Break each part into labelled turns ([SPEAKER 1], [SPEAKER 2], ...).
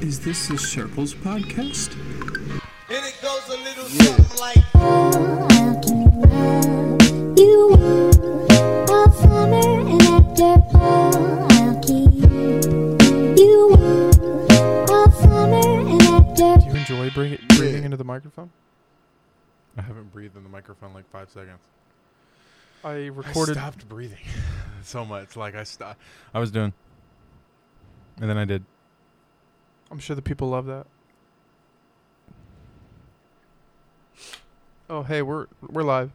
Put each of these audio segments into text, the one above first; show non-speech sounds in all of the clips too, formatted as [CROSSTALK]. [SPEAKER 1] Is this the Circles podcast?
[SPEAKER 2] And it goes a little something like.
[SPEAKER 3] Do you enjoy bring, breathing
[SPEAKER 4] Yeah.
[SPEAKER 3] into the microphone?
[SPEAKER 4] I haven't breathed in the microphone like five seconds.
[SPEAKER 3] I recorded.
[SPEAKER 4] I stopped breathing [LAUGHS] so much. Like I stopped. I was doing, and then I did.
[SPEAKER 3] I'm sure the people love that. Oh hey, we're we're live.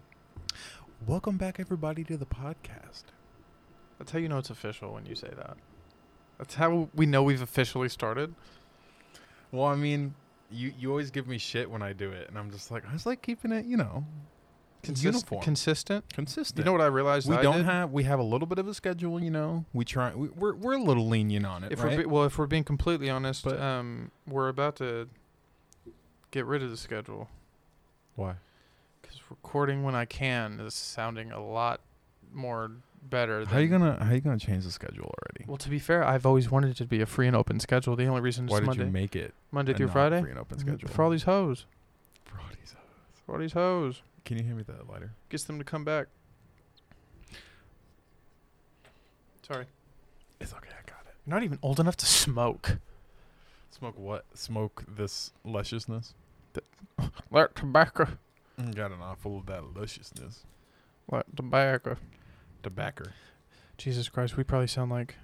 [SPEAKER 4] Welcome back, everybody, to the podcast.
[SPEAKER 3] That's how you know it's official when you say that. That's how we know we've officially started.
[SPEAKER 4] Well, I mean, you you always give me shit when I do it, and I'm just like, I was like keeping it, you know,
[SPEAKER 3] Consist-
[SPEAKER 4] Uniform.
[SPEAKER 3] consistent.
[SPEAKER 4] consistent.
[SPEAKER 3] You know what I realized?
[SPEAKER 4] we
[SPEAKER 3] that I
[SPEAKER 4] don't
[SPEAKER 3] did?
[SPEAKER 4] have. We have a little bit of a schedule, you know. We try. We, we're we're a little lenient on it,
[SPEAKER 3] If
[SPEAKER 4] right?
[SPEAKER 3] we're be- well, if we're being completely honest,
[SPEAKER 4] But-
[SPEAKER 3] um, we're about to get rid of the schedule
[SPEAKER 4] Why?
[SPEAKER 3] because recording when I can is sounding a lot more better.
[SPEAKER 4] How you
[SPEAKER 3] than-
[SPEAKER 4] gonna How you gonna change the schedule already?
[SPEAKER 3] Well, to be fair, I've always wanted it to be a free and open schedule. The only reason is
[SPEAKER 4] Why did
[SPEAKER 3] Monday,
[SPEAKER 4] you make it
[SPEAKER 3] Monday
[SPEAKER 4] a
[SPEAKER 3] through
[SPEAKER 4] not
[SPEAKER 3] Friday.
[SPEAKER 4] Free and open
[SPEAKER 3] Mm,
[SPEAKER 4] schedule.
[SPEAKER 3] For all these hoes,
[SPEAKER 4] For all these-
[SPEAKER 3] for all these hoes,
[SPEAKER 4] Can you hear me that lighter?
[SPEAKER 3] gets them to come back. Sorry,
[SPEAKER 4] It's okay. I got it.
[SPEAKER 3] you're not even old enough to smoke.
[SPEAKER 4] Smoke what? Smoke this lusciousness.
[SPEAKER 3] Like tobacco,
[SPEAKER 4] Mm, Got an awful of that lusciousness.
[SPEAKER 3] like tobacco.
[SPEAKER 4] Tobacco. [LAUGHS]
[SPEAKER 3] Jesus Christ, we probably sound like.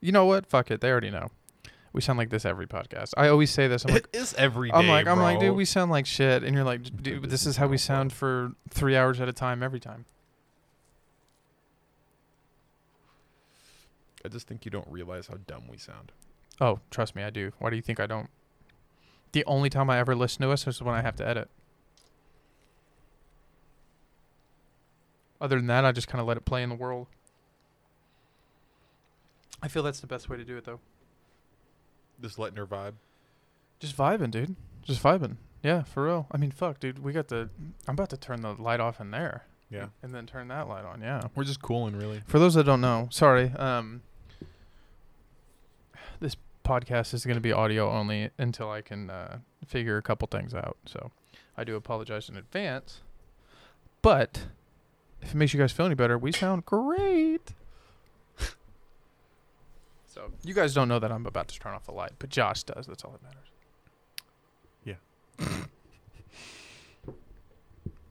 [SPEAKER 3] You know what? Fuck it. They already know. We sound like this every podcast. I always say this. I'm like,
[SPEAKER 4] it is [LAUGHS] every day.
[SPEAKER 3] I'm like, I'm like, dude,
[SPEAKER 4] bro.
[SPEAKER 3] we sound like shit. And you're like,
[SPEAKER 4] But
[SPEAKER 3] dude,
[SPEAKER 4] this
[SPEAKER 3] this
[SPEAKER 4] is
[SPEAKER 3] is how we
[SPEAKER 4] awful.
[SPEAKER 3] sound for three hours at a time every time.
[SPEAKER 4] I just think you don't realize how dumb we sound.
[SPEAKER 3] Oh, trust me, I do. Why do you think I don't? The only time I ever listen to us is when I have to edit. Other than that, I just kind of let it play in the world. I feel that's the best way to do it, though.
[SPEAKER 4] Just letting her vibe.
[SPEAKER 3] Just vibing, dude. Just vibing. Yeah, for real. I mean, fuck, dude. We got the. I'm about to turn the light off in there.
[SPEAKER 4] Yeah.
[SPEAKER 3] And then turn that light on. Yeah.
[SPEAKER 4] We're just cooling, really.
[SPEAKER 3] For those that don't know, sorry. Um, this podcast is going to be audio only until I can uh, figure a couple things out. So I do apologize in advance. But if it makes you guys feel any better, we sound great. so you guys don't know that I'm about to turn off the light, but Josh does. That's all that matters.
[SPEAKER 4] Yeah.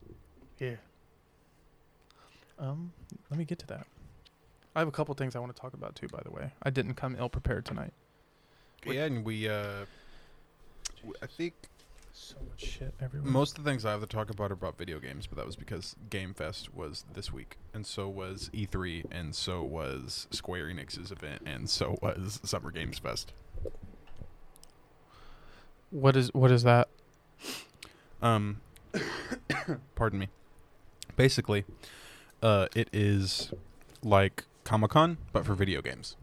[SPEAKER 3] [COUGHS] yeah. Um, let me get to that. I have a couple things I want to talk about too. By the way, I didn't come ill prepared tonight.
[SPEAKER 4] Yeah, and we, uh, w- I think
[SPEAKER 3] So much shit everywhere.
[SPEAKER 4] most of the things I have to talk about are about video games, but that was because Game Fest was this week, and so was E3, and so was Square Enix's event, and so was Summer Games Fest.
[SPEAKER 3] what is what is that?
[SPEAKER 4] Um, pardon me. Basically, uh, it is like Comic Con, but for video games.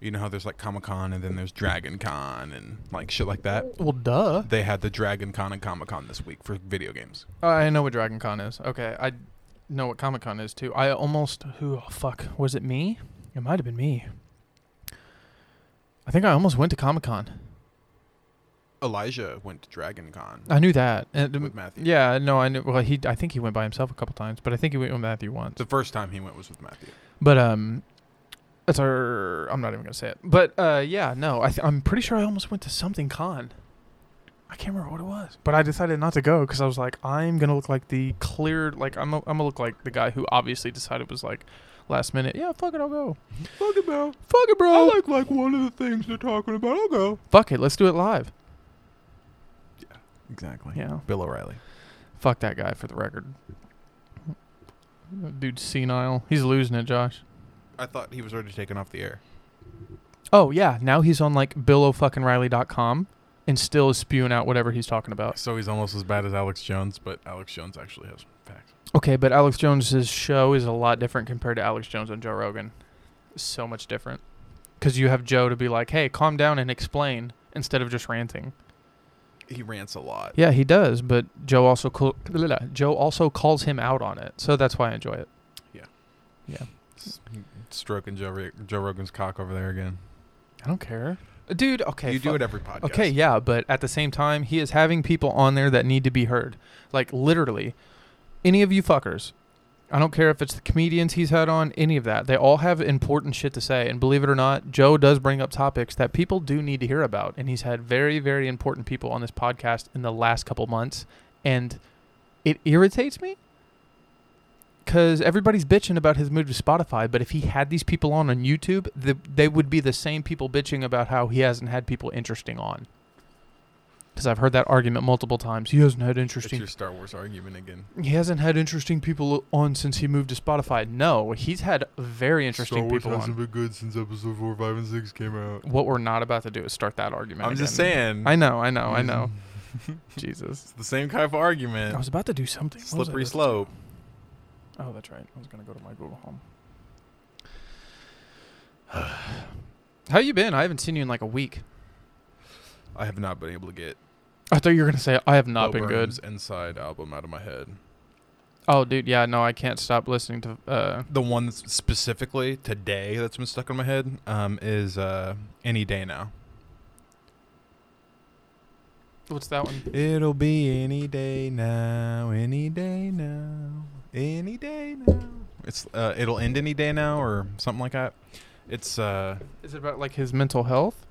[SPEAKER 4] You know how there's like Comic Con and then there's Dragon Con and like shit like that.
[SPEAKER 3] Uh, Well, duh.
[SPEAKER 4] They had the Dragon Con and Comic Con this week for video games.
[SPEAKER 3] Uh, I know what Dragon Con is. Okay, I know what Comic Con is too. I almost who oh, fuck was it me? It might have been me. I think I almost went to Comic Con.
[SPEAKER 4] Elijah went to Dragon Con
[SPEAKER 3] I knew that. And, um,
[SPEAKER 4] with Matthew.
[SPEAKER 3] yeah, no, I knew. Well, he I think he went by himself a couple times, but I think he went with Matthew once.
[SPEAKER 4] The first time he went was with Matthew.
[SPEAKER 3] But um, that's our. I'm not even gonna say it. But uh, yeah, no, I th- I'm pretty sure I almost went to something con. I can't remember what it was, but I decided not to go because I was like, I'm gonna look like the clear, like I'm, a, I'm gonna look like the guy who obviously decided was like, last minute, yeah, fuck it, I'll go.
[SPEAKER 4] Fuck it, bro.
[SPEAKER 3] Fuck it, bro.
[SPEAKER 4] like like one of the things they're talking about. I'll go.
[SPEAKER 3] fuck it, let's do it live.
[SPEAKER 4] Exactly.
[SPEAKER 3] Yeah,
[SPEAKER 4] Bill O'Reilly.
[SPEAKER 3] fuck that guy for the record. Dude's senile. He's losing it, Josh.
[SPEAKER 4] I thought he was already taken off the air.
[SPEAKER 3] Oh yeah, now he's on like billofuckingriley.com and still is spewing out whatever he's talking about.
[SPEAKER 4] So he's almost as bad as Alex Jones, but Alex Jones actually has facts.
[SPEAKER 3] Okay, but Alex Jones's show is a lot different compared to Alex Jones on Joe Rogan. So much different. Because you have Joe to be like, hey, calm down and explain instead of just ranting.
[SPEAKER 4] He rants a lot.
[SPEAKER 3] Yeah, he does, but Joe also cl- Joe also calls him out on it. So that's why I enjoy it.
[SPEAKER 4] S- Stroking Joe, Re- Joe Rogan's cock over there again.
[SPEAKER 3] I don't care. dude. Okay,
[SPEAKER 4] you do
[SPEAKER 3] fu-
[SPEAKER 4] it every podcast.
[SPEAKER 3] Okay, yeah, but at the same time, he is having people on there that need to be heard. Like literally, any of you fuckers. I don't care if it's the comedians he's had on, any of that. They all have important shit to say. And believe it or not, Joe does bring up topics that people do need to hear about. And he's had very, very important people on this podcast in the last couple months. And it irritates me because everybody's bitching about his move to Spotify. But if he had these people on on YouTube, the, they would be the same people bitching about how he hasn't had people interesting on. Because I've heard that argument multiple times. He hasn't had
[SPEAKER 4] It's
[SPEAKER 3] interesting
[SPEAKER 4] your Star Wars argument again.
[SPEAKER 3] he hasn't had interesting people on since he moved to Spotify. No, he's had very interesting people on.
[SPEAKER 4] been good since episode four, five, and six came out.
[SPEAKER 3] What we're not about to do is start that argument.
[SPEAKER 4] I'm just
[SPEAKER 3] again.
[SPEAKER 4] saying.
[SPEAKER 3] I know, I know, I
[SPEAKER 4] Mm-hmm.
[SPEAKER 3] know. Jesus.
[SPEAKER 4] It's the same kind of argument.
[SPEAKER 3] I was about to do something. What was I
[SPEAKER 4] Slippery
[SPEAKER 3] about to
[SPEAKER 4] slope.
[SPEAKER 3] do? Oh, that's right. I was gonna go to my Google Home. [SIGHS] How you been? I haven't seen you in like a week.
[SPEAKER 4] I have not been able to get
[SPEAKER 3] I thought you were gonna say I have not
[SPEAKER 4] Bo
[SPEAKER 3] been good.
[SPEAKER 4] Burnham's Inside album out of my head.
[SPEAKER 3] Oh, dude, yeah, no, I can't stop listening to. uh
[SPEAKER 4] The one that's specifically today that's been stuck in my head um, is uh, Any Day Now.
[SPEAKER 3] What's that one?
[SPEAKER 4] It'll be any day now, any day now, any day now. It's uh, it'll end any day now or something like that. It's uh
[SPEAKER 3] Is it about like his mental health?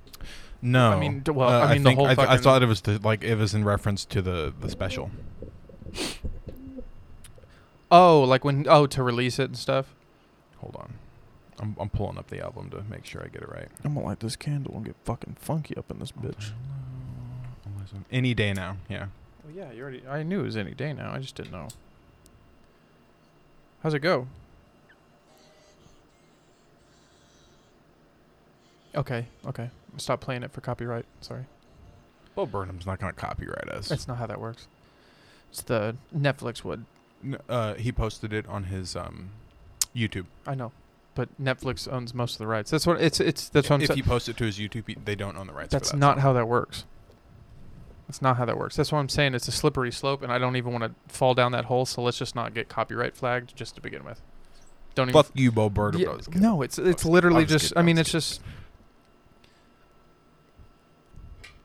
[SPEAKER 4] no.
[SPEAKER 3] I mean, d- well,
[SPEAKER 4] Uh,
[SPEAKER 3] I mean the
[SPEAKER 4] think-
[SPEAKER 3] whole
[SPEAKER 4] I, th- I
[SPEAKER 3] fucking-
[SPEAKER 4] thought it was the, like it was in reference to the the special.
[SPEAKER 3] Oh, like when oh to release it and stuff.
[SPEAKER 4] Hold on, I'm I'm pulling up the album to make sure I get it right.
[SPEAKER 3] I'm gonna light this candle and get fucking funky up in this bitch.
[SPEAKER 4] Any day now, yeah.
[SPEAKER 3] Well, yeah, you already. I knew it was any day now. I just didn't know. How's it go? Okay, okay. Stop playing it for copyright. Sorry,
[SPEAKER 4] Well, Burnham's not gonna copyright us.
[SPEAKER 3] that's not how that works. It's the Netflix would.
[SPEAKER 4] N- uh, he posted it on his um YouTube.
[SPEAKER 3] I know, but Netflix owns most of the rights. That's what it's. It's that's what I'm
[SPEAKER 4] if
[SPEAKER 3] saying.
[SPEAKER 4] you post it to his YouTube, he- they don't own the rights.
[SPEAKER 3] That's
[SPEAKER 4] for that
[SPEAKER 3] not
[SPEAKER 4] song.
[SPEAKER 3] how that works. That's not how that works. That's what I'm saying. It's a slippery slope, and I don't even want to fall down that hole. So let's just not get copyright flagged just to begin with. Don't
[SPEAKER 4] Fuck you, Bo Burnham.
[SPEAKER 3] even.
[SPEAKER 4] I
[SPEAKER 3] Yeah,
[SPEAKER 4] was kidding.
[SPEAKER 3] no, it's
[SPEAKER 4] I
[SPEAKER 3] it's
[SPEAKER 4] was kidding. I
[SPEAKER 3] literally
[SPEAKER 4] was
[SPEAKER 3] just.
[SPEAKER 4] kidding.
[SPEAKER 3] I
[SPEAKER 4] I
[SPEAKER 3] mean,
[SPEAKER 4] was
[SPEAKER 3] it's just.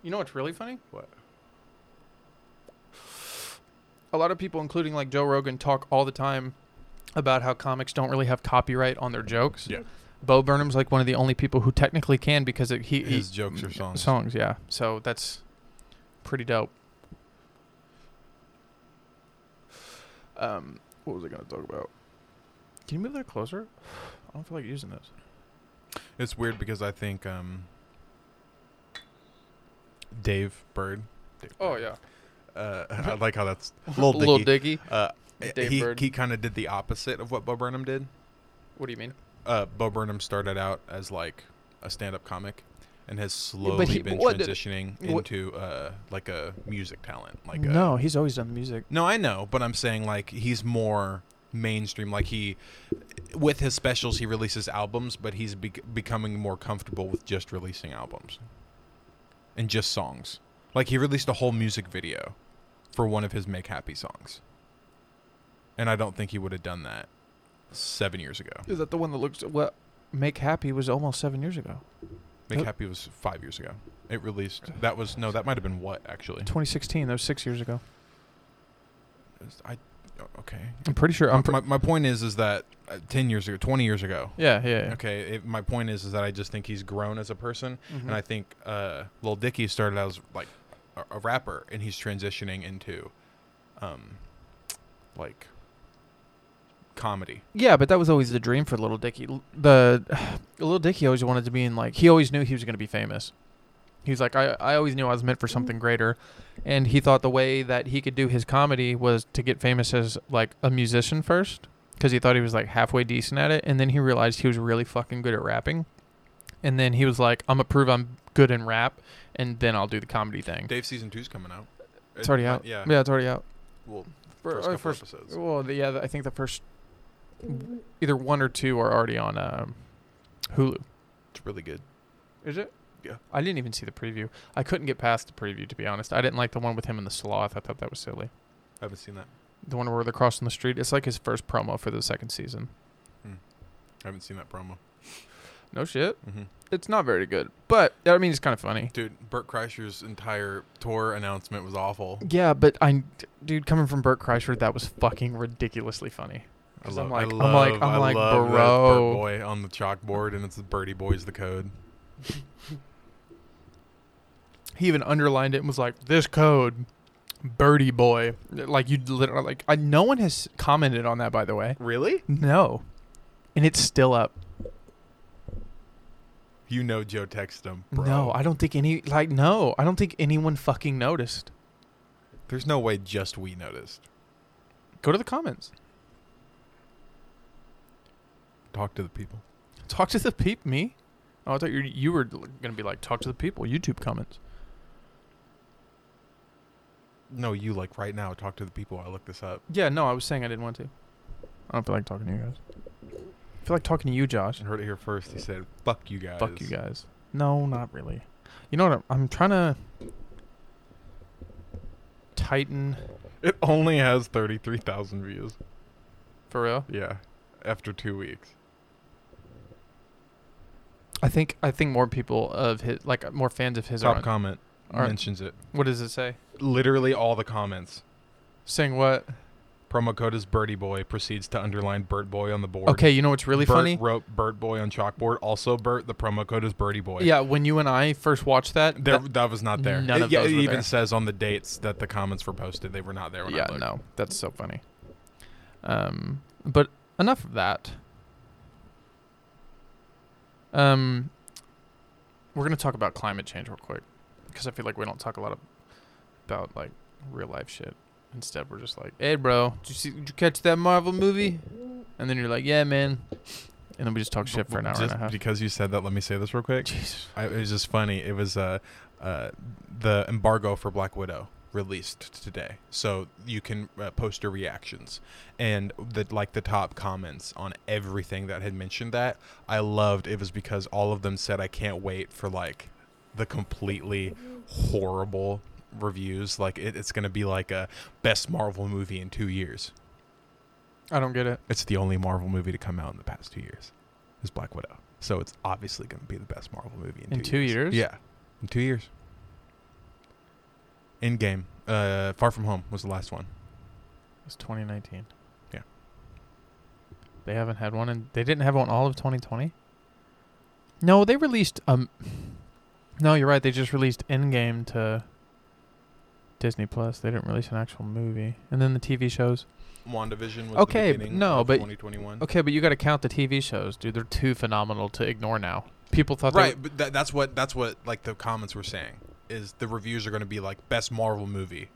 [SPEAKER 3] You know what's really funny?
[SPEAKER 4] What?
[SPEAKER 3] A lot of people, including like Joe Rogan, talk all the time about how comics don't really have copyright on their jokes.
[SPEAKER 4] Yeah.
[SPEAKER 3] Bo Burnham's like one of the only people who technically can because it, he he-
[SPEAKER 4] his jokes or songs.
[SPEAKER 3] Mm, songs, yeah. So that's pretty dope. Um, what was I gonna talk about? Can you move that closer? I don't feel like using this.
[SPEAKER 4] It's weird because I think um, Dave Bird. Dave
[SPEAKER 3] Oh
[SPEAKER 4] Bird,
[SPEAKER 3] yeah,
[SPEAKER 4] Uh, [LAUGHS] I like
[SPEAKER 3] [LAUGHS]
[SPEAKER 4] how that's little Dicky.
[SPEAKER 3] little Dicky.
[SPEAKER 4] uh,
[SPEAKER 3] Dave
[SPEAKER 4] he
[SPEAKER 3] Bird.
[SPEAKER 4] he kind of did the opposite of what Bo Burnham did.
[SPEAKER 3] What do you mean?
[SPEAKER 4] Uh, Bo Burnham started out as like a stand-up comic, and has
[SPEAKER 3] Yeah,
[SPEAKER 4] slowly
[SPEAKER 3] but he-
[SPEAKER 4] been
[SPEAKER 3] what did-
[SPEAKER 4] transitioning
[SPEAKER 3] what-
[SPEAKER 4] into uh, like a music talent. Like a,
[SPEAKER 3] no, he's always done music.
[SPEAKER 4] No, I know, but I'm saying like he's more mainstream. Like he, with his specials, he releases albums, but he's bec becoming more comfortable with just releasing albums and just songs. Like he released a whole music video for one of his Make Happy songs, and I don't think he would have done that seven years ago.
[SPEAKER 3] Is that the one that looks what? Make Happy was almost seven years ago.
[SPEAKER 4] Make
[SPEAKER 3] Yep.
[SPEAKER 4] Happy was five years ago. It released. That was no. That might have been what actually.
[SPEAKER 3] 2016. That was six years ago.
[SPEAKER 4] I oh, okay.
[SPEAKER 3] I'm pretty sure. I'm.
[SPEAKER 4] my, my point is is that uh, ten years ago, twenty years ago,
[SPEAKER 3] yeah, yeah. yeah.
[SPEAKER 4] Okay, it, my point is is that I just think he's grown as a person,
[SPEAKER 3] Mhm.
[SPEAKER 4] and I think uh, Lil Dicky started out as like a, a rapper, and he's transitioning into, um, like comedy.
[SPEAKER 3] Yeah, but that was always the dream for Little Dicky. L- The [SIGHS] Little Dicky always wanted to be in like he always knew he was going to be famous. He was like I I always knew I was meant for something greater, and he thought the way that he could do his comedy was to get famous as like a musician first because he thought he was like halfway decent at it, and then he realized he was really fucking good at rapping, and then he was like I'm gonna prove I'm good in rap, and then I'll do the comedy thing.
[SPEAKER 4] Dave season two's coming out. Uh,
[SPEAKER 3] It's already out.
[SPEAKER 4] Yeah.
[SPEAKER 3] yeah, it's already out.
[SPEAKER 4] Well,
[SPEAKER 3] Or-
[SPEAKER 4] first
[SPEAKER 3] or
[SPEAKER 4] couple
[SPEAKER 3] first-
[SPEAKER 4] episodes.
[SPEAKER 3] Well, the, yeah, the- I think the first either one or two are already on um, Hulu.
[SPEAKER 4] It's really good.
[SPEAKER 3] Is it?
[SPEAKER 4] Yeah.
[SPEAKER 3] I didn't even see the preview. I couldn't get past the preview to be honest. I didn't like the one with him and the sloth. I thought that was silly.
[SPEAKER 4] I haven't seen that.
[SPEAKER 3] The one where they're crossing the street. It's like his first promo for the second season.
[SPEAKER 4] I haven't seen that promo.
[SPEAKER 3] No shit.
[SPEAKER 4] Mm-hmm.
[SPEAKER 3] it's not very good, but I mean, it's kind of funny.
[SPEAKER 4] Dude, Burt Kreischer's entire tour announcement was awful.
[SPEAKER 3] Yeah, but I, dude, coming from Burt Kreischer, that was fucking ridiculously funny. 'Cause I'm like- I'm like- I'm
[SPEAKER 4] I
[SPEAKER 3] like,
[SPEAKER 4] love that
[SPEAKER 3] bro.
[SPEAKER 4] Burt boy on the chalkboard, and it's the Birdie Boy's the code.
[SPEAKER 3] He even underlined it and was like, "This code, Birdie Boy." Like you literally, like I, no one has commented on that, by the way.
[SPEAKER 4] Really?
[SPEAKER 3] No, and it's still up.
[SPEAKER 4] You know Joe texted him. Bro.
[SPEAKER 3] No, I don't think any like no, I don't think anyone fucking noticed.
[SPEAKER 4] There's no way just we noticed.
[SPEAKER 3] Go to the comments.
[SPEAKER 4] Talk to the people.
[SPEAKER 3] Talk to the peep me. Oh, I thought you you were gonna be like talk to the people. YouTube comments.
[SPEAKER 4] No, you like right now. Talk to the people. I looked this up.
[SPEAKER 3] Yeah, no, I was saying I didn't want to. I don't feel like talking to you guys. I feel like talking to you, Josh.
[SPEAKER 4] I heard it here first. He said, "Fuck you guys."
[SPEAKER 3] Fuck you guys. No, not really. You know what? I'm, I'm trying to tighten
[SPEAKER 4] It only has thirty-three thousand views.
[SPEAKER 3] for real.
[SPEAKER 4] Yeah, after two weeks.
[SPEAKER 3] I think I think more people of his like more fans of his
[SPEAKER 4] Top
[SPEAKER 3] are. on-
[SPEAKER 4] comment
[SPEAKER 3] Alright.
[SPEAKER 4] mentions it.
[SPEAKER 3] what does it say?
[SPEAKER 4] Literally all the comments.
[SPEAKER 3] Saying what?
[SPEAKER 4] Promo code is Birdie Boy. Proceeds to underline Burt Boy on the board.
[SPEAKER 3] Okay, you know what's really
[SPEAKER 4] Bert
[SPEAKER 3] funny?
[SPEAKER 4] wrote Burt Boy on chalkboard. Also, Burt. The promo code is Birdie Boy.
[SPEAKER 3] Yeah, when you and I first watched that,
[SPEAKER 4] There,
[SPEAKER 3] that-
[SPEAKER 4] that, was not there.
[SPEAKER 3] none
[SPEAKER 4] it,
[SPEAKER 3] of
[SPEAKER 4] yeah,
[SPEAKER 3] those
[SPEAKER 4] it
[SPEAKER 3] were
[SPEAKER 4] even
[SPEAKER 3] there.
[SPEAKER 4] says on the dates that the comments were posted. They were not there when
[SPEAKER 3] yeah,
[SPEAKER 4] I looked.
[SPEAKER 3] no, that's so funny. Um, but enough of that. Um, we're gonna talk about climate change real quick, because I feel like we don't talk a lot of, about like real life shit. Instead, we're just like, "Hey, bro, did you, see, did you catch that Marvel movie?" And then you're like, "Yeah, man," and then we just talk shit for an hour and
[SPEAKER 4] Just
[SPEAKER 3] a
[SPEAKER 4] [LAUGHS]
[SPEAKER 3] half.
[SPEAKER 4] Because you said that, let me say this real quick.
[SPEAKER 3] Jesus.
[SPEAKER 4] I, it was just funny. It was uh, uh, the embargo for Black Widow released today, so you can uh, post your reactions and the like the top comments on everything that had mentioned that I loved. It was because all of them said, "I can't wait for like the completely horrible." reviews like it, it's gonna be like a best marvel movie in two years
[SPEAKER 3] I don't get it.
[SPEAKER 4] it's the only Marvel movie to come out in the past two years. Is Black Widow. So it's obviously going to be the best Marvel movie in,
[SPEAKER 3] In two years?
[SPEAKER 4] Yeah, in two years. In game, uh, Far From Home was the last one.
[SPEAKER 3] It's 2019.
[SPEAKER 4] Yeah.
[SPEAKER 3] They haven't had one, and they didn't have one all of 2020. No, they released um. No, you're right. They just released Endgame to Disney Plus. They didn't release an actual movie, and then the TV shows.
[SPEAKER 4] Mm-hmm. WandaVision was
[SPEAKER 3] Okay,
[SPEAKER 4] the beginning
[SPEAKER 3] no,
[SPEAKER 4] of
[SPEAKER 3] but-
[SPEAKER 4] 2021.
[SPEAKER 3] Okay, but you got to count the TV shows, dude. They're too phenomenal to ignore now. People thought
[SPEAKER 4] Right, but tha- that's what that's what like the comments were saying is the reviews are going to be like best Marvel movie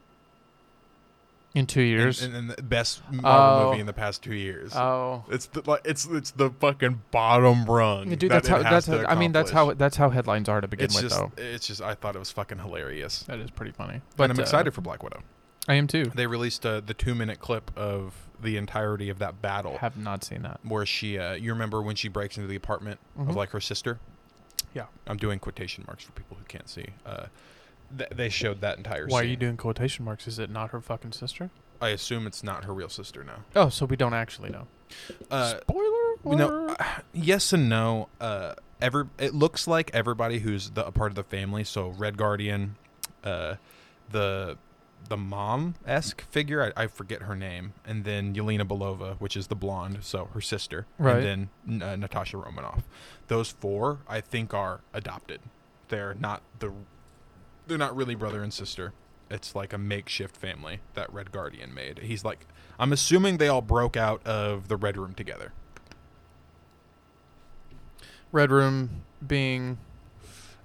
[SPEAKER 3] they, in two years.
[SPEAKER 4] and, and, and the best Marvel
[SPEAKER 3] Oh.
[SPEAKER 4] movie in the past two years.
[SPEAKER 3] oh,
[SPEAKER 4] It's the like it's it's the fucking bottom rung.
[SPEAKER 3] dude,
[SPEAKER 4] that
[SPEAKER 3] that's
[SPEAKER 4] it
[SPEAKER 3] how.
[SPEAKER 4] has
[SPEAKER 3] That's how,
[SPEAKER 4] to
[SPEAKER 3] I mean, that's
[SPEAKER 4] accomplish.
[SPEAKER 3] how that's how headlines are to begin
[SPEAKER 4] it's
[SPEAKER 3] with,
[SPEAKER 4] just
[SPEAKER 3] though.
[SPEAKER 4] it's just I thought it was fucking hilarious.
[SPEAKER 3] That is pretty funny.
[SPEAKER 4] But
[SPEAKER 3] uh,
[SPEAKER 4] I'm excited for Black Widow.
[SPEAKER 3] I am too.
[SPEAKER 4] They released uh, the two minute clip of the entirety of that battle
[SPEAKER 3] Have not seen that.
[SPEAKER 4] where she, uh, you remember when she breaks into the apartment
[SPEAKER 3] Mhm.
[SPEAKER 4] of like her sister?
[SPEAKER 3] Yeah.
[SPEAKER 4] I'm doing quotation marks for people who can't see. Uh, th- they showed that entire
[SPEAKER 3] Why are you
[SPEAKER 4] scene.
[SPEAKER 3] doing quotation marks? Is it not her fucking sister?
[SPEAKER 4] I assume it's not her real sister now.
[SPEAKER 3] Oh, so we don't actually know.
[SPEAKER 4] Uh,
[SPEAKER 3] Spoiler
[SPEAKER 4] we know,
[SPEAKER 3] uh,
[SPEAKER 4] uh, yes and no. Uh, every it looks like everybody who's the, a part of the family. So Red Guardian, uh, the the mom esque figure. I, I forget her name, and then Yelena Belova, which is the blonde, so her sister,
[SPEAKER 3] Right.
[SPEAKER 4] and then uh, Natasha Romanoff. Those four, I think, are adopted. They're not the they're not really brother and sister. It's like a makeshift family that Red Guardian made. He's like, I'm assuming they all broke out of the Red Room together.
[SPEAKER 3] Red Room being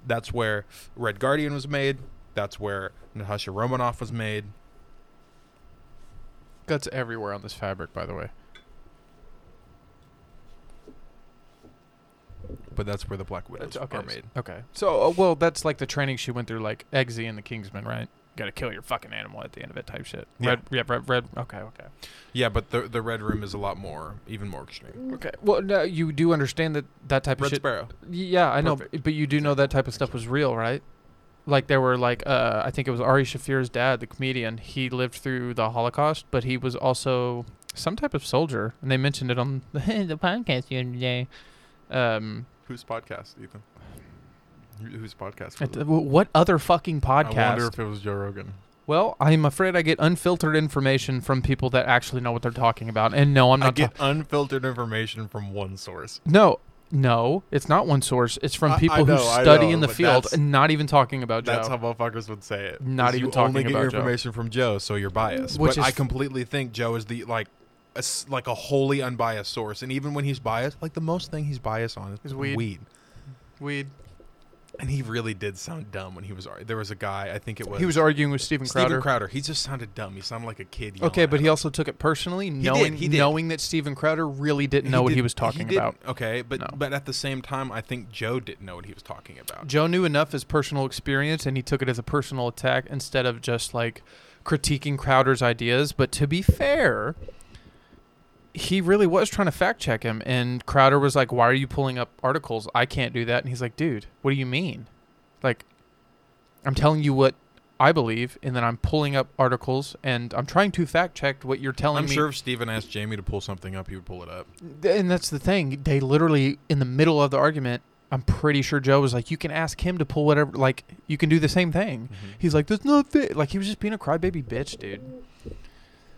[SPEAKER 4] That's where Red Guardian was made. That's where Natasha Romanoff was made.
[SPEAKER 3] guts everywhere on this fabric, by the way.
[SPEAKER 4] But that's where the Black Widows
[SPEAKER 3] okay.
[SPEAKER 4] are made.
[SPEAKER 3] Okay. So, uh, well, that's like the training she went through, like Eggsy and the Kingsman, right? Got to kill your fucking animal at the end of it, type shit.
[SPEAKER 4] Yeah.
[SPEAKER 3] Red, yeah, red, red. Okay, okay,
[SPEAKER 4] Yeah, but the the Red Room is a lot more, even more extreme.
[SPEAKER 3] okay. Well, no, you do understand that that type of
[SPEAKER 4] Red
[SPEAKER 3] shit.
[SPEAKER 4] Sparrow.
[SPEAKER 3] Yeah, I know,
[SPEAKER 4] Perfect.
[SPEAKER 3] but you do know that type of stuff was real, right? Like there were like uh, I think it was Ari Shafir's dad, the comedian. He lived through the Holocaust, but he was also some type of soldier, and they mentioned it on the podcast the other day. Um,
[SPEAKER 4] Whose podcast, Ethan? Wh- Whose podcast was
[SPEAKER 3] It-
[SPEAKER 4] it?
[SPEAKER 3] w- What other fucking
[SPEAKER 4] I wonder
[SPEAKER 3] podcast?
[SPEAKER 4] if it was Joe Rogan.
[SPEAKER 3] well, I'm afraid I get unfiltered information from people that actually know what they're talking about. And no, I'm
[SPEAKER 4] I
[SPEAKER 3] not. ta-
[SPEAKER 4] get unfiltered information from one source.
[SPEAKER 3] no, no, it's not one source. It's from
[SPEAKER 4] I- I
[SPEAKER 3] people who
[SPEAKER 4] know, I
[SPEAKER 3] study
[SPEAKER 4] know,
[SPEAKER 3] in the
[SPEAKER 4] but
[SPEAKER 3] field
[SPEAKER 4] that's-
[SPEAKER 3] and not even talking about Joe.
[SPEAKER 4] That's how motherfuckers would say it.
[SPEAKER 3] Not
[SPEAKER 4] 'Cause
[SPEAKER 3] even
[SPEAKER 4] you
[SPEAKER 3] talking
[SPEAKER 4] only get your
[SPEAKER 3] about Joe.
[SPEAKER 4] information from Joe, so you're biased.
[SPEAKER 3] Which
[SPEAKER 4] but
[SPEAKER 3] is-
[SPEAKER 4] I completely think Joe is the like, a s like a wholly unbiased source. And even when he's biased, like the most thing he's biased on is,
[SPEAKER 3] Is weed. Weed.
[SPEAKER 4] And he really did sound dumb when he was. ar- There was a guy, I think it was.
[SPEAKER 3] He was arguing with Steven
[SPEAKER 4] Steven
[SPEAKER 3] Crowder.
[SPEAKER 4] Crowder. He just sounded dumb. He sounded like a kid. yelling
[SPEAKER 3] Okay,
[SPEAKER 4] at
[SPEAKER 3] but he
[SPEAKER 4] him.
[SPEAKER 3] also took it personally,
[SPEAKER 4] did,
[SPEAKER 3] knowing
[SPEAKER 4] he did.
[SPEAKER 3] knowing that Steven Crowder really didn't know what
[SPEAKER 4] did-
[SPEAKER 3] he was talking
[SPEAKER 4] didn't-
[SPEAKER 3] about.
[SPEAKER 4] Okay, but
[SPEAKER 3] No.
[SPEAKER 4] but at the same time, I think Joe didn't know what he was talking about.
[SPEAKER 3] Joe knew enough his personal experience, and he took it as a personal attack instead of just like critiquing Crowder's ideas. But to be fair, he really was trying to fact check him, and Crowder was like, "Why are you pulling up articles? I can't do that." And he's like, "Dude, what do you mean? Like, I'm telling you what." I believe, and then I'm pulling up articles, and I'm trying to fact check what you're telling
[SPEAKER 4] I'm
[SPEAKER 3] me.
[SPEAKER 4] sure if Steven asked Jamie to pull something up, he would pull it up.
[SPEAKER 3] Th- And that's the thing. They literally, in the middle of the argument, I'm pretty sure Joe was like, "You can ask him to pull whatever. Like, you can do the same thing." He's like, "That's not fit." Like, he was just being a crybaby bitch, dude.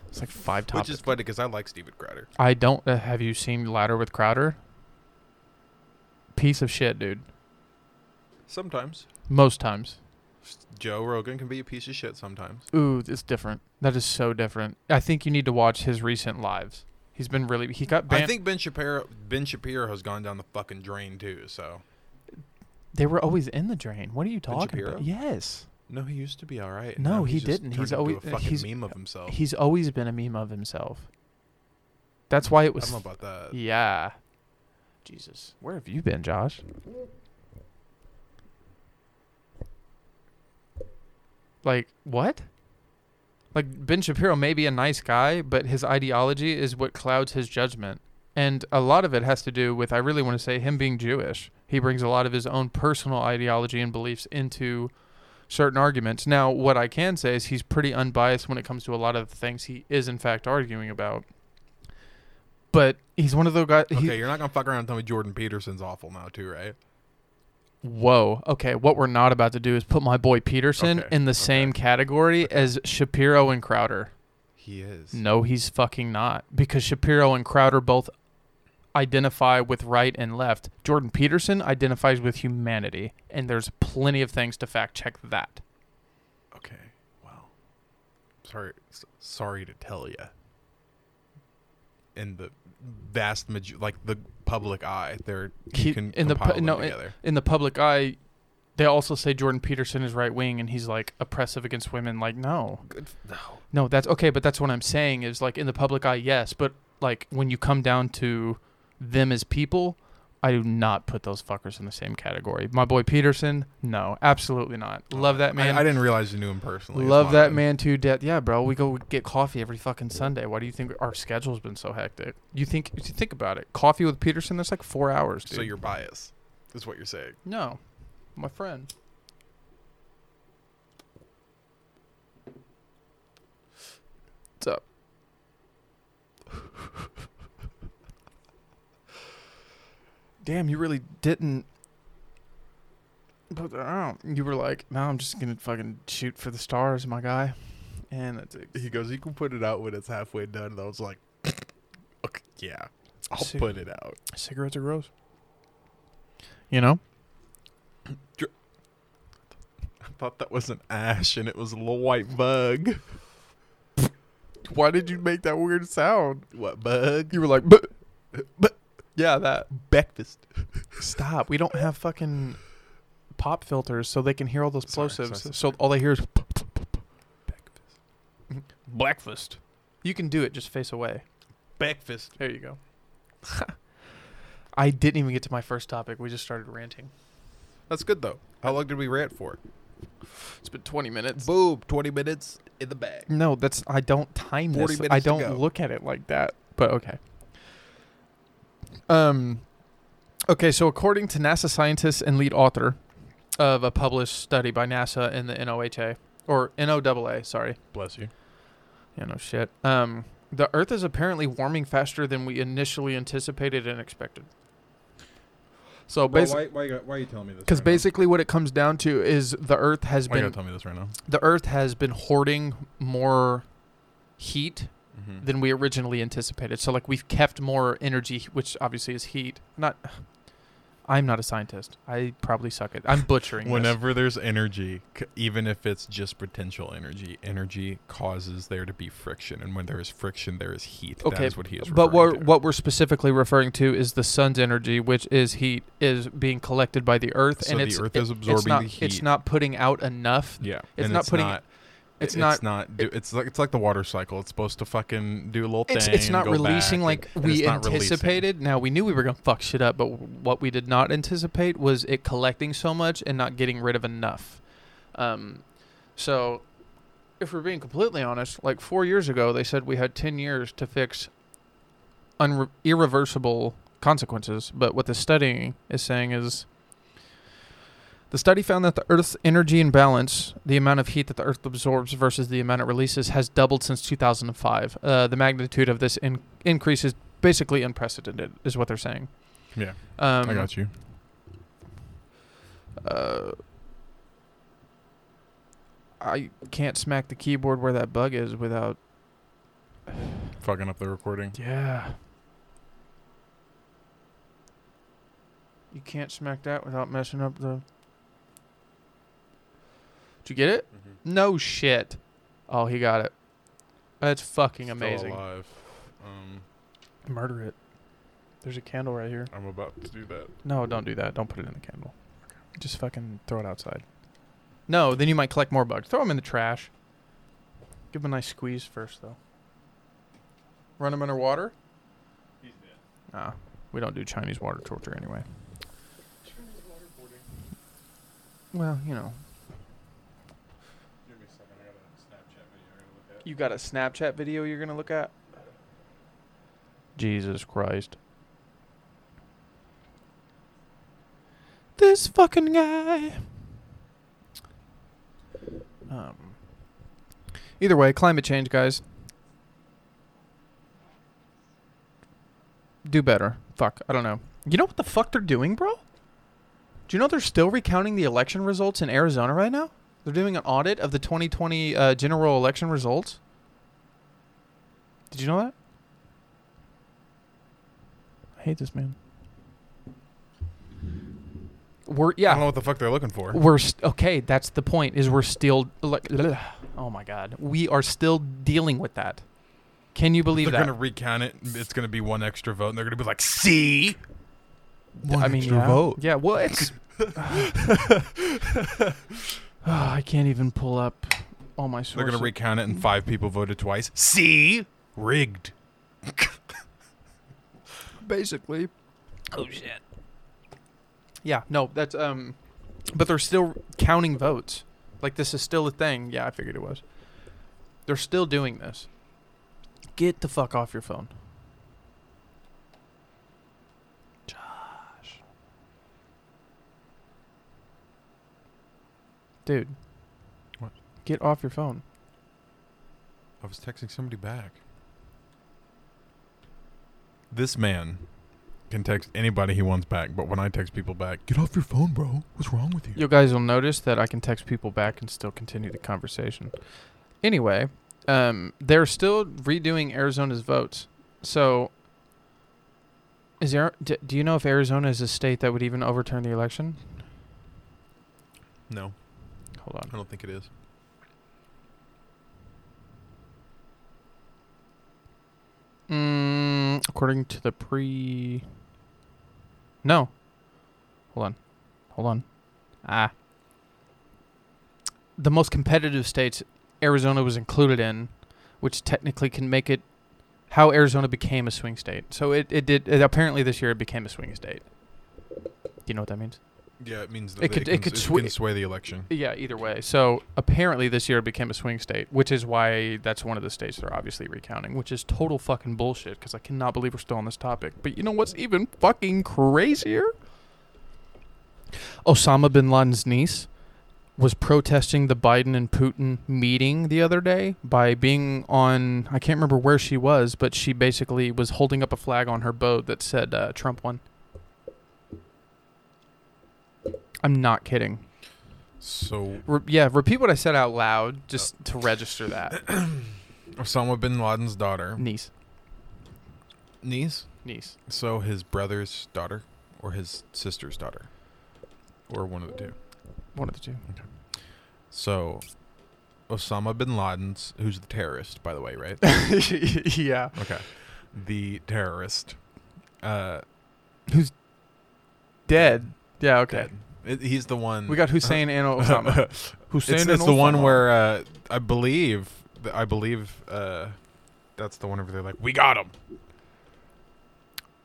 [SPEAKER 3] It's like five
[SPEAKER 4] Which
[SPEAKER 3] topics.
[SPEAKER 4] is funny because I like Steven Crowder.
[SPEAKER 3] I don't. Uh, have you seen Ladder with Crowder? Piece of shit, dude.
[SPEAKER 4] Sometimes
[SPEAKER 3] Most times.
[SPEAKER 4] Joe Rogan can be a piece of shit. Sometimes.
[SPEAKER 3] Ooh, it's different. That is so different. I think you need to watch his recent lives. He's been really. He got banned.
[SPEAKER 4] I think Ben Shapiro Ben Shapiro has gone down the fucking drain too. So
[SPEAKER 3] they were always in the drain. What are you talking
[SPEAKER 4] Shapiro?
[SPEAKER 3] about? Yes.
[SPEAKER 4] no, he used to be all right.
[SPEAKER 3] No,
[SPEAKER 4] Now
[SPEAKER 3] he
[SPEAKER 4] just
[SPEAKER 3] didn't. He's
[SPEAKER 4] turned into
[SPEAKER 3] always-
[SPEAKER 4] a fucking
[SPEAKER 3] he's-
[SPEAKER 4] meme of himself.
[SPEAKER 3] He's always been a meme of himself. That's why it
[SPEAKER 4] I
[SPEAKER 3] was.
[SPEAKER 4] don't know about that.
[SPEAKER 3] yeah. Jesus, where have you been, Josh? Like what? Like Ben Shapiro may be a nice guy, but his ideology is what clouds his judgment. And a lot of it has to do with I really want to say him being Jewish. He brings a lot of his own personal ideology and beliefs into certain arguments. Now, what I can say is he's pretty unbiased when it comes to a lot of the things he is in fact arguing about. But he's one of those guys.
[SPEAKER 4] Okay,
[SPEAKER 3] He,
[SPEAKER 4] you're not gonna fuck around and tell me Jordan Peterson's awful now too, right?
[SPEAKER 3] whoa. Okay, what we're not about to do is put my boy Peterson
[SPEAKER 4] Okay,
[SPEAKER 3] in the
[SPEAKER 4] okay,
[SPEAKER 3] same category as Shapiro and Crowder.
[SPEAKER 4] He is.
[SPEAKER 3] No, he's fucking not. Because Shapiro and Crowder both identify with right and left. Jordan Peterson identifies with humanity, and there's plenty of things to fact check that.
[SPEAKER 4] Okay. Wow. Sorry. s- Sorry to tell you. In the vast majority, like the public eye, they're you
[SPEAKER 3] He-
[SPEAKER 4] can
[SPEAKER 3] in the
[SPEAKER 4] compile
[SPEAKER 3] pu-
[SPEAKER 4] them
[SPEAKER 3] no, in-
[SPEAKER 4] together.
[SPEAKER 3] in the public eye, they also say Jordan Peterson is right wing and he's like oppressive against women. Like, no,
[SPEAKER 4] Good. No.
[SPEAKER 3] no, that's okay. But that's what I'm saying is like in the public eye, yes. But like when you come down to them as people, I do not put those fuckers in the same category. My boy Peterson, no, absolutely not. Love that man.
[SPEAKER 4] I, I didn't realize you knew him personally. It's
[SPEAKER 3] Love
[SPEAKER 4] not
[SPEAKER 3] that
[SPEAKER 4] good.
[SPEAKER 3] man to death. Yeah, bro, we go get coffee every fucking Sunday. Why do you think our schedule's been so hectic? You think you think about it. Coffee with Peterson, that's like four hours, dude.
[SPEAKER 4] So you're biased, is what you're saying.
[SPEAKER 3] No, my friend. What's up? Damn, you really didn't put that out. You were like, no, I'm just gonna fucking shoot for the stars, my guy. And that's it.
[SPEAKER 4] He goes, you can put it out when it's halfway done. And I was like, [LAUGHS] okay, yeah, I'll
[SPEAKER 3] Sick.
[SPEAKER 4] put it out.
[SPEAKER 3] Cigarettes are gross. You
[SPEAKER 4] [LAUGHS]
[SPEAKER 3] know?
[SPEAKER 4] I thought that was an ash, and it was a little white bug. Why did you make that weird sound? What bug?
[SPEAKER 3] You were like, but, but, yeah, that.
[SPEAKER 4] breakfast.
[SPEAKER 3] Stop. We don't have fucking pop filters so they can hear all those
[SPEAKER 4] Sorry,
[SPEAKER 3] plosives.
[SPEAKER 4] sorry,
[SPEAKER 3] So
[SPEAKER 4] sorry.
[SPEAKER 3] all they hear is breakfast. You can do it just face away.
[SPEAKER 4] Breakfast.
[SPEAKER 3] There you go. [LAUGHS] I didn't even get to my first topic. We just started ranting.
[SPEAKER 4] That's good though. How long did we rant for?
[SPEAKER 3] It's been 20 minutes.
[SPEAKER 4] Boom, twenty minutes in the bag.
[SPEAKER 3] No, that's I don't time
[SPEAKER 4] 40
[SPEAKER 3] this. I
[SPEAKER 4] minutes to go.
[SPEAKER 3] don't look at it like that. But okay. Um okay, so according to NASA scientists and lead author of a published study by NASA and the NOHA or NOAA, sorry.
[SPEAKER 4] Bless you.
[SPEAKER 3] Yeah, no shit. Um, the Earth is apparently warming faster than we initially anticipated and expected. So
[SPEAKER 4] Bro,
[SPEAKER 3] basically,
[SPEAKER 4] why, why, you got- why are you telling me this?
[SPEAKER 3] because
[SPEAKER 4] right now?
[SPEAKER 3] basically what it comes down to is the Earth has
[SPEAKER 4] why you
[SPEAKER 3] been
[SPEAKER 4] gotta tell me this right now?
[SPEAKER 3] the Earth has been hoarding more heat
[SPEAKER 4] Mm-hmm.
[SPEAKER 3] than we originally anticipated. So like we've kept more energy, which obviously is heat. Not. I'm not a scientist. I probably suck at. I'm butchering. this.
[SPEAKER 4] Whenever there's energy, c- even if it's just potential energy, energy causes there to be friction, and when there is friction, there is heat. that
[SPEAKER 3] Okay,
[SPEAKER 4] is what he is.
[SPEAKER 3] But
[SPEAKER 4] referring
[SPEAKER 3] what
[SPEAKER 4] to.
[SPEAKER 3] what we're specifically referring to is the sun's energy, which is heat, is being collected by the Earth,
[SPEAKER 4] So
[SPEAKER 3] and
[SPEAKER 4] the
[SPEAKER 3] it's
[SPEAKER 4] Earth
[SPEAKER 3] it-
[SPEAKER 4] is absorbing
[SPEAKER 3] it's not,
[SPEAKER 4] the
[SPEAKER 3] It's
[SPEAKER 4] heat.
[SPEAKER 3] not putting out enough.
[SPEAKER 4] Yeah,
[SPEAKER 3] It's
[SPEAKER 4] and
[SPEAKER 3] not
[SPEAKER 4] it's
[SPEAKER 3] putting-
[SPEAKER 4] Not,
[SPEAKER 3] it's
[SPEAKER 4] it's
[SPEAKER 3] not-
[SPEAKER 4] not. Do, it's like it's like the water cycle. It's supposed to fucking do a little
[SPEAKER 3] It's
[SPEAKER 4] thing.
[SPEAKER 3] it's not
[SPEAKER 4] go
[SPEAKER 3] releasing
[SPEAKER 4] back,
[SPEAKER 3] like
[SPEAKER 4] and- and
[SPEAKER 3] we
[SPEAKER 4] it's not releasing.
[SPEAKER 3] anticipated. Now we knew we were gonna fuck shit up, but what we did not anticipate was it collecting so much and not getting rid of enough. Um, so if we're being completely honest, like four years ago, they said we had 10 years to fix unre- irreversible consequences. But what the study is saying is the study found that the Earth's energy imbalance, the amount of heat that the Earth absorbs versus the amount it releases, has doubled since 2005. Uh, the magnitude of this in- increase is basically unprecedented, is what they're saying.
[SPEAKER 4] Yeah,
[SPEAKER 3] Um,
[SPEAKER 4] I got you.
[SPEAKER 3] uh, I can't smack the keyboard where that bug is without.
[SPEAKER 4] Fucking up the recording.
[SPEAKER 3] Yeah. You can't smack that without messing up the. Did you get it?
[SPEAKER 4] Mm-hmm.
[SPEAKER 3] No shit. Oh, he got it. That's fucking
[SPEAKER 4] Still
[SPEAKER 3] amazing.
[SPEAKER 4] alive. Um,
[SPEAKER 3] Murder it. There's a candle right here.
[SPEAKER 4] I'm about to do that.
[SPEAKER 3] No, don't do that. Don't put it in the candle. Just fucking throw it outside. No, then you might collect more bugs. Throw them in the trash. Give them a nice squeeze first, though. Run them underwater. He's dead. Nah, we don't do Chinese water torture anyway. Well, you know, you got a Snapchat video you're gonna look at. Jesus Christ. This fucking guy. Um. Either way, climate change, guys. Do better. Fuck, I don't know. You know what the fuck they're doing, bro? Do you know they're still recounting the election results in Arizona right now? They're doing an audit of the 2020 uh, general election results. Did you know that? I hate this man. We're
[SPEAKER 4] I
[SPEAKER 3] yeah
[SPEAKER 4] don't know what the fuck they're looking for.
[SPEAKER 3] we're st- okay that's the point is we're still like oh my god we are still dealing with that can you believe
[SPEAKER 4] They're
[SPEAKER 3] that
[SPEAKER 4] gonna recount it. and It's gonna be one extra vote, and they're gonna be like, "See, one
[SPEAKER 3] i mean
[SPEAKER 4] extra
[SPEAKER 3] yeah.
[SPEAKER 4] vote."
[SPEAKER 3] yeah well
[SPEAKER 4] [LAUGHS]
[SPEAKER 3] it's [SIGHS] Ah, i can't even pull up all my
[SPEAKER 4] They're
[SPEAKER 3] sources
[SPEAKER 4] gonna recount it, and five people voted twice. See, rigged.
[SPEAKER 3] basically oh shit yeah no that's um but they're still counting votes like this is still a thing yeah i figured it was they're still doing this get the fuck off your phone Dude.
[SPEAKER 4] What?
[SPEAKER 3] Get off your phone.
[SPEAKER 4] I was texting somebody back. This man can text anybody he wants back, but when I text people back, get off your phone, bro. What's wrong with you?
[SPEAKER 3] You guys will notice that I can text people back and still continue the conversation. Anyway, um, they're still redoing Arizona's votes. So, is there? d- Do you know if Arizona is a state that would even overturn the election?
[SPEAKER 4] No,
[SPEAKER 3] Hold on.
[SPEAKER 4] I don't think it is.
[SPEAKER 3] Mm, according to the pre. No. Hold on. Hold on. Ah. The most competitive states Arizona was included in, which technically can make it how Arizona became a swing state. So it, it did. It, apparently, this year it became a swing state. Do you know what that means?
[SPEAKER 4] Yeah, it means
[SPEAKER 3] It
[SPEAKER 4] that they
[SPEAKER 3] could-
[SPEAKER 4] can,
[SPEAKER 3] it could
[SPEAKER 4] s-
[SPEAKER 3] swi-
[SPEAKER 4] can sway the election.
[SPEAKER 3] Yeah, either way. So apparently this year it became a swing state, which is why that's one of the states they're obviously recounting, which is total fucking bullshit because I cannot believe we're still on this topic. But you know what's even fucking crazier? Osama bin Laden's niece was protesting the Biden and Putin meeting the other day by being on, I can't remember where she was, but she basically was holding up a flag on her boat that said uh, Trump won. I'm not kidding.
[SPEAKER 4] So
[SPEAKER 3] Re- yeah, repeat what I said out loud just to register that.
[SPEAKER 4] Osama bin Laden's daughter,
[SPEAKER 3] [COUGHS] niece,
[SPEAKER 4] niece.
[SPEAKER 3] niece.
[SPEAKER 4] So his brother's daughter, or his sister's daughter, or one of the two.
[SPEAKER 3] One of the two.
[SPEAKER 4] So Osama bin Laden's, who's the terrorist, by the
[SPEAKER 3] [LAUGHS]
[SPEAKER 4] way, right?
[SPEAKER 3] [LAUGHS] yeah.
[SPEAKER 4] okay, the terrorist. Uh,
[SPEAKER 3] Dead. Yeah. Okay.
[SPEAKER 4] dead. It- he's the one.
[SPEAKER 3] We got
[SPEAKER 4] [LAUGHS]
[SPEAKER 3] Hussein [LAUGHS] and Osama. Hussein
[SPEAKER 4] It's,
[SPEAKER 3] and
[SPEAKER 4] it's the one
[SPEAKER 3] Osama.
[SPEAKER 4] where uh, I believe th- I believe uh, that's the one where they're like, "We got him."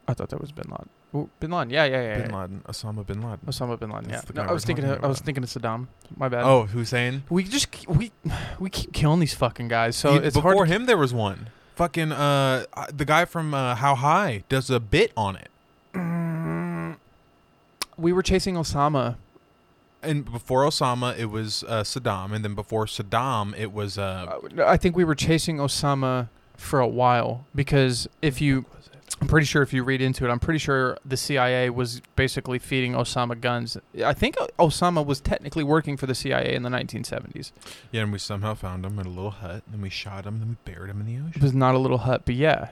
[SPEAKER 3] I thought that was Bin Laden. Ooh, bin Laden. Yeah. Yeah. Yeah. yeah.
[SPEAKER 4] Bin Laden, Osama bin Laden.
[SPEAKER 3] Osama bin Laden.
[SPEAKER 4] That's
[SPEAKER 3] yeah.
[SPEAKER 4] the
[SPEAKER 3] No,
[SPEAKER 4] guy
[SPEAKER 3] I was
[SPEAKER 4] we're
[SPEAKER 3] thinking.
[SPEAKER 4] talking
[SPEAKER 3] Of, I was
[SPEAKER 4] about.
[SPEAKER 3] thinking of Saddam. My bad.
[SPEAKER 4] Oh, Hussein.
[SPEAKER 3] We just ke- we we keep killing these fucking guys. So
[SPEAKER 4] He-
[SPEAKER 3] it's
[SPEAKER 4] before
[SPEAKER 3] hard. to-
[SPEAKER 4] him, there was one. Fucking uh, uh, the guy from uh, How High does a bit on it,
[SPEAKER 3] we were chasing Osama.
[SPEAKER 4] and before Osama, it was uh, Saddam, and then before Saddam, it was uh,
[SPEAKER 3] Uh, I think we were chasing Osama for a while because if you, I'm pretty sure if you read into it, I'm pretty sure the CIA was basically feeding Osama guns. I think O- Osama was technically working for the CIA in the 1970s.
[SPEAKER 4] yeah, and we somehow found him in a little hut, and we shot him, then we buried him in the
[SPEAKER 3] It
[SPEAKER 4] ocean.
[SPEAKER 3] was not a little hut, but yeah,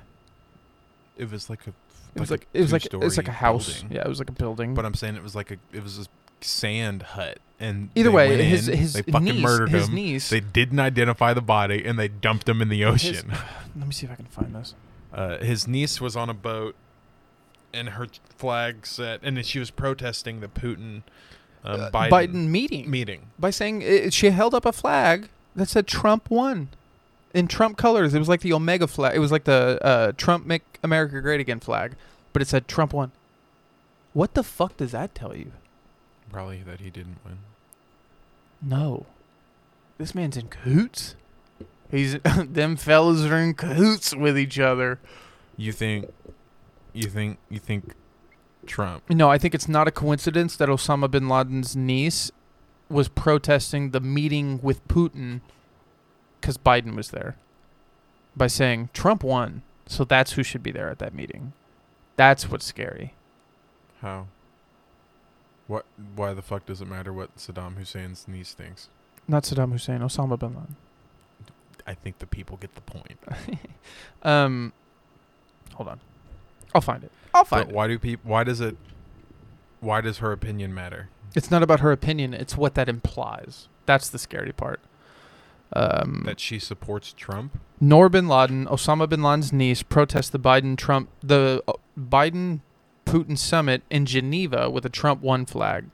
[SPEAKER 4] It was like a,
[SPEAKER 3] it was like, it was like it was like a
[SPEAKER 4] two-story
[SPEAKER 3] house.
[SPEAKER 4] building.
[SPEAKER 3] Yeah, it was like a building.
[SPEAKER 4] But I'm saying it was like a it was a sand hut and
[SPEAKER 3] Either
[SPEAKER 4] they
[SPEAKER 3] way,
[SPEAKER 4] went
[SPEAKER 3] his
[SPEAKER 4] in,
[SPEAKER 3] his
[SPEAKER 4] they fucking
[SPEAKER 3] niece,
[SPEAKER 4] murdered
[SPEAKER 3] his
[SPEAKER 4] him.
[SPEAKER 3] niece.
[SPEAKER 4] They didn't identify the body and they dumped him in the
[SPEAKER 3] his-
[SPEAKER 4] ocean. [LAUGHS]
[SPEAKER 3] let me see if I can find this.
[SPEAKER 4] uh, his niece was on a boat and her flag said and she was protesting the Putin um,
[SPEAKER 3] Uh,
[SPEAKER 4] Biden,
[SPEAKER 3] meeting.
[SPEAKER 4] meeting.
[SPEAKER 3] by saying it, she held up a flag that said Trump won in Trump colors. It was like the Omega flag. It was like the uh, Trump make America great again flag, but it said Trump won. What the fuck does that tell you?
[SPEAKER 4] Probably that he didn't win.
[SPEAKER 3] No, this man's in cahoots. He's [LAUGHS] them fellas are in cahoots with each other.
[SPEAKER 4] You think you think you think Trump
[SPEAKER 3] No, I think it's not a coincidence that Osama bin Laden's niece was protesting the meeting with Putin because Biden was there by saying Trump won. So that's who should be there at that meeting. That's what's scary.
[SPEAKER 4] how what why the fuck does it matter what Saddam Hussein's niece thinks?
[SPEAKER 3] Not Saddam Hussein, Osama bin Laden.
[SPEAKER 4] I think the people get the point.
[SPEAKER 3] [LAUGHS] Um, hold on. I'll find it. I'll find
[SPEAKER 4] But
[SPEAKER 3] it.
[SPEAKER 4] why do people? Why does it? Why does her opinion matter?
[SPEAKER 3] It's not about her opinion, it's what that implies. That's the scary part. Um,
[SPEAKER 4] That she supports Trump?
[SPEAKER 3] Nor bin Laden, Osama bin Laden's niece, protest the Biden Trump the uh, Biden Putin summit in Geneva with a Trump one flag.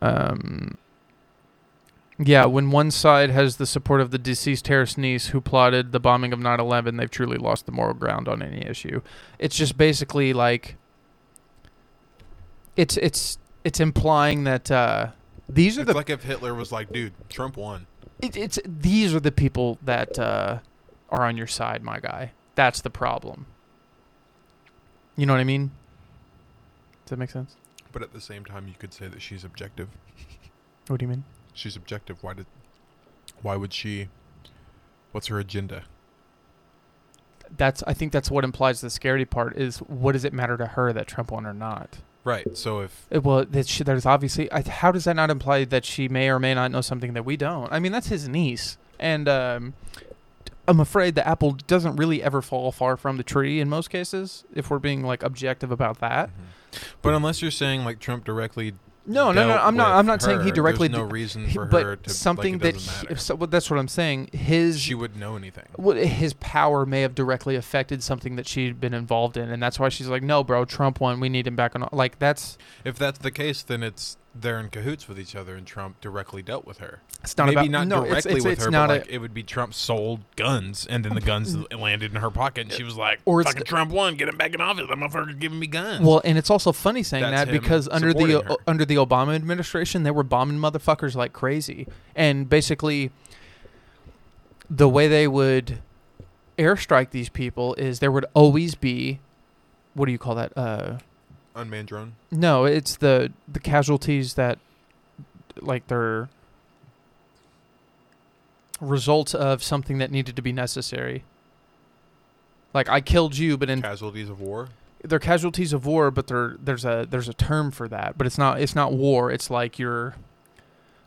[SPEAKER 3] Um, yeah, when one side has the support of the deceased terrorist niece who plotted the bombing of 9/11, they've truly lost the moral ground on any issue. It's just basically like it's it's it's implying that uh, these are
[SPEAKER 4] It's
[SPEAKER 3] the
[SPEAKER 4] like if Hitler was like, "Dude, Trump won."
[SPEAKER 3] it, it's these are the people that uh, are on your side, my guy. That's the problem. You know what I mean? Does that make sense?
[SPEAKER 4] But at the same time, you could say that she's objective.
[SPEAKER 3] What do you mean?
[SPEAKER 4] She's objective. Why did? Why would she? What's her agenda?
[SPEAKER 3] That's I think that's what implies the scary part is what does it matter to her that Trump won or not?
[SPEAKER 4] Right. So if
[SPEAKER 3] It- well, that she, there's obviously I, how does that not imply that she may or may not know something that we don't? I mean, that's his niece, and um, I'm afraid the apple doesn't really ever fall far from the tree in most cases. If we're being like objective about
[SPEAKER 4] Uh,
[SPEAKER 3] that,
[SPEAKER 4] mm-hmm. but unless you're saying like Trump directly.
[SPEAKER 3] No, no, no.
[SPEAKER 4] dealt
[SPEAKER 3] I'm not.
[SPEAKER 4] with
[SPEAKER 3] I'm not saying he
[SPEAKER 4] her,
[SPEAKER 3] directly.
[SPEAKER 4] There's no
[SPEAKER 3] d-
[SPEAKER 4] reason
[SPEAKER 3] he-
[SPEAKER 4] for
[SPEAKER 3] but
[SPEAKER 4] her to
[SPEAKER 3] something that
[SPEAKER 4] like, it doesn't
[SPEAKER 3] he,
[SPEAKER 4] matter.
[SPEAKER 3] if so, well, that's what I'm saying. His
[SPEAKER 4] she would know anything.
[SPEAKER 3] what his power may have directly affected something that she'd been involved in, and that's why she's like, "No, bro, Trump won. We need him back on." Like that's
[SPEAKER 4] If that's the case, then it's they're in cahoots with each other, and Trump directly dealt with her.
[SPEAKER 3] it's not
[SPEAKER 4] Maybe
[SPEAKER 3] about
[SPEAKER 4] not
[SPEAKER 3] no,
[SPEAKER 4] directly
[SPEAKER 3] it's, it's,
[SPEAKER 4] with
[SPEAKER 3] it's
[SPEAKER 4] her,
[SPEAKER 3] not
[SPEAKER 4] but
[SPEAKER 3] a-
[SPEAKER 4] like it would be Trump sold guns, and then the guns landed in her pocket, and she was like,
[SPEAKER 3] Or it's
[SPEAKER 4] "Fucking
[SPEAKER 3] the-
[SPEAKER 4] Trump won, get him back in office. That motherfucker's giving me guns."
[SPEAKER 3] Well, and it's also funny saying
[SPEAKER 4] That's
[SPEAKER 3] that
[SPEAKER 4] him
[SPEAKER 3] because under the
[SPEAKER 4] supporting her.
[SPEAKER 3] under the Obama administration, they were bombing motherfuckers like crazy, and basically, the way they would airstrike these people is there would always be, what do you call that? Uh,
[SPEAKER 4] unmanned drone.
[SPEAKER 3] no, it's the the casualties that, like they're results of something that needed to be necessary. Like I killed you, but in
[SPEAKER 4] Casualties of war.
[SPEAKER 3] they're casualties of war, but there there's a there's a term for that. But it's not it's not war. It's like you're,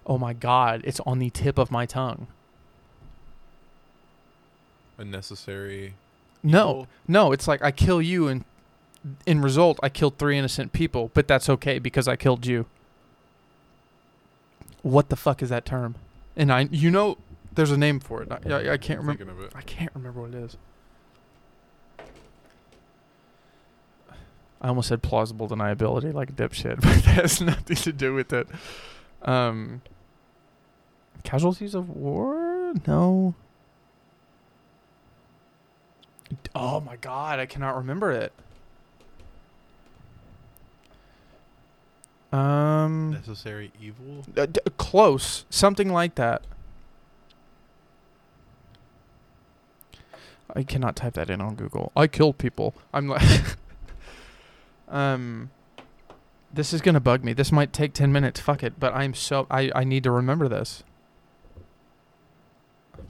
[SPEAKER 3] oh my god, it's on the tip of my tongue.
[SPEAKER 4] Unnecessary.
[SPEAKER 3] No,
[SPEAKER 4] evil.
[SPEAKER 3] no, it's like I kill you, and in result, I killed three innocent people, but that's okay because I killed you. What the fuck is that term? And I, you know, there's a name for it. I, I, I can't
[SPEAKER 4] I'm
[SPEAKER 3] remember.
[SPEAKER 4] thinking of it.
[SPEAKER 3] I can't remember what it is. I almost said plausible deniability, like a dipshit, [LAUGHS] but that has nothing to do with it. Um, casualties of war? No. D- Oh my god, I cannot remember it. Um,
[SPEAKER 4] Necessary evil.
[SPEAKER 3] uh, d- close, something like that. I cannot type that in on Google. I killed people. I'm like, [LAUGHS] um, this is gonna bug me. This might take ten minutes. Fuck it. But I'm so I I need to remember this.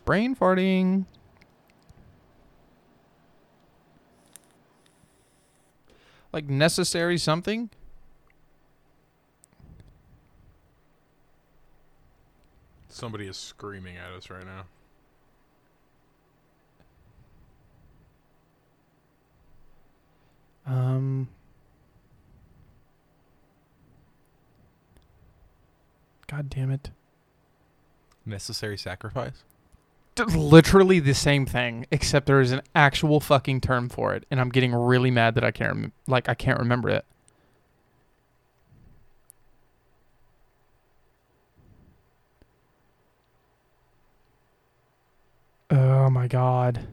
[SPEAKER 3] Brain farting. Like necessary something.
[SPEAKER 4] Somebody is screaming at us right now.
[SPEAKER 3] Um. God damn it!
[SPEAKER 4] Necessary sacrifice.
[SPEAKER 3] D- Literally the same thing, except there is an actual fucking term for it, and I'm getting really mad that I can't rem- like I can't remember it. Oh my god.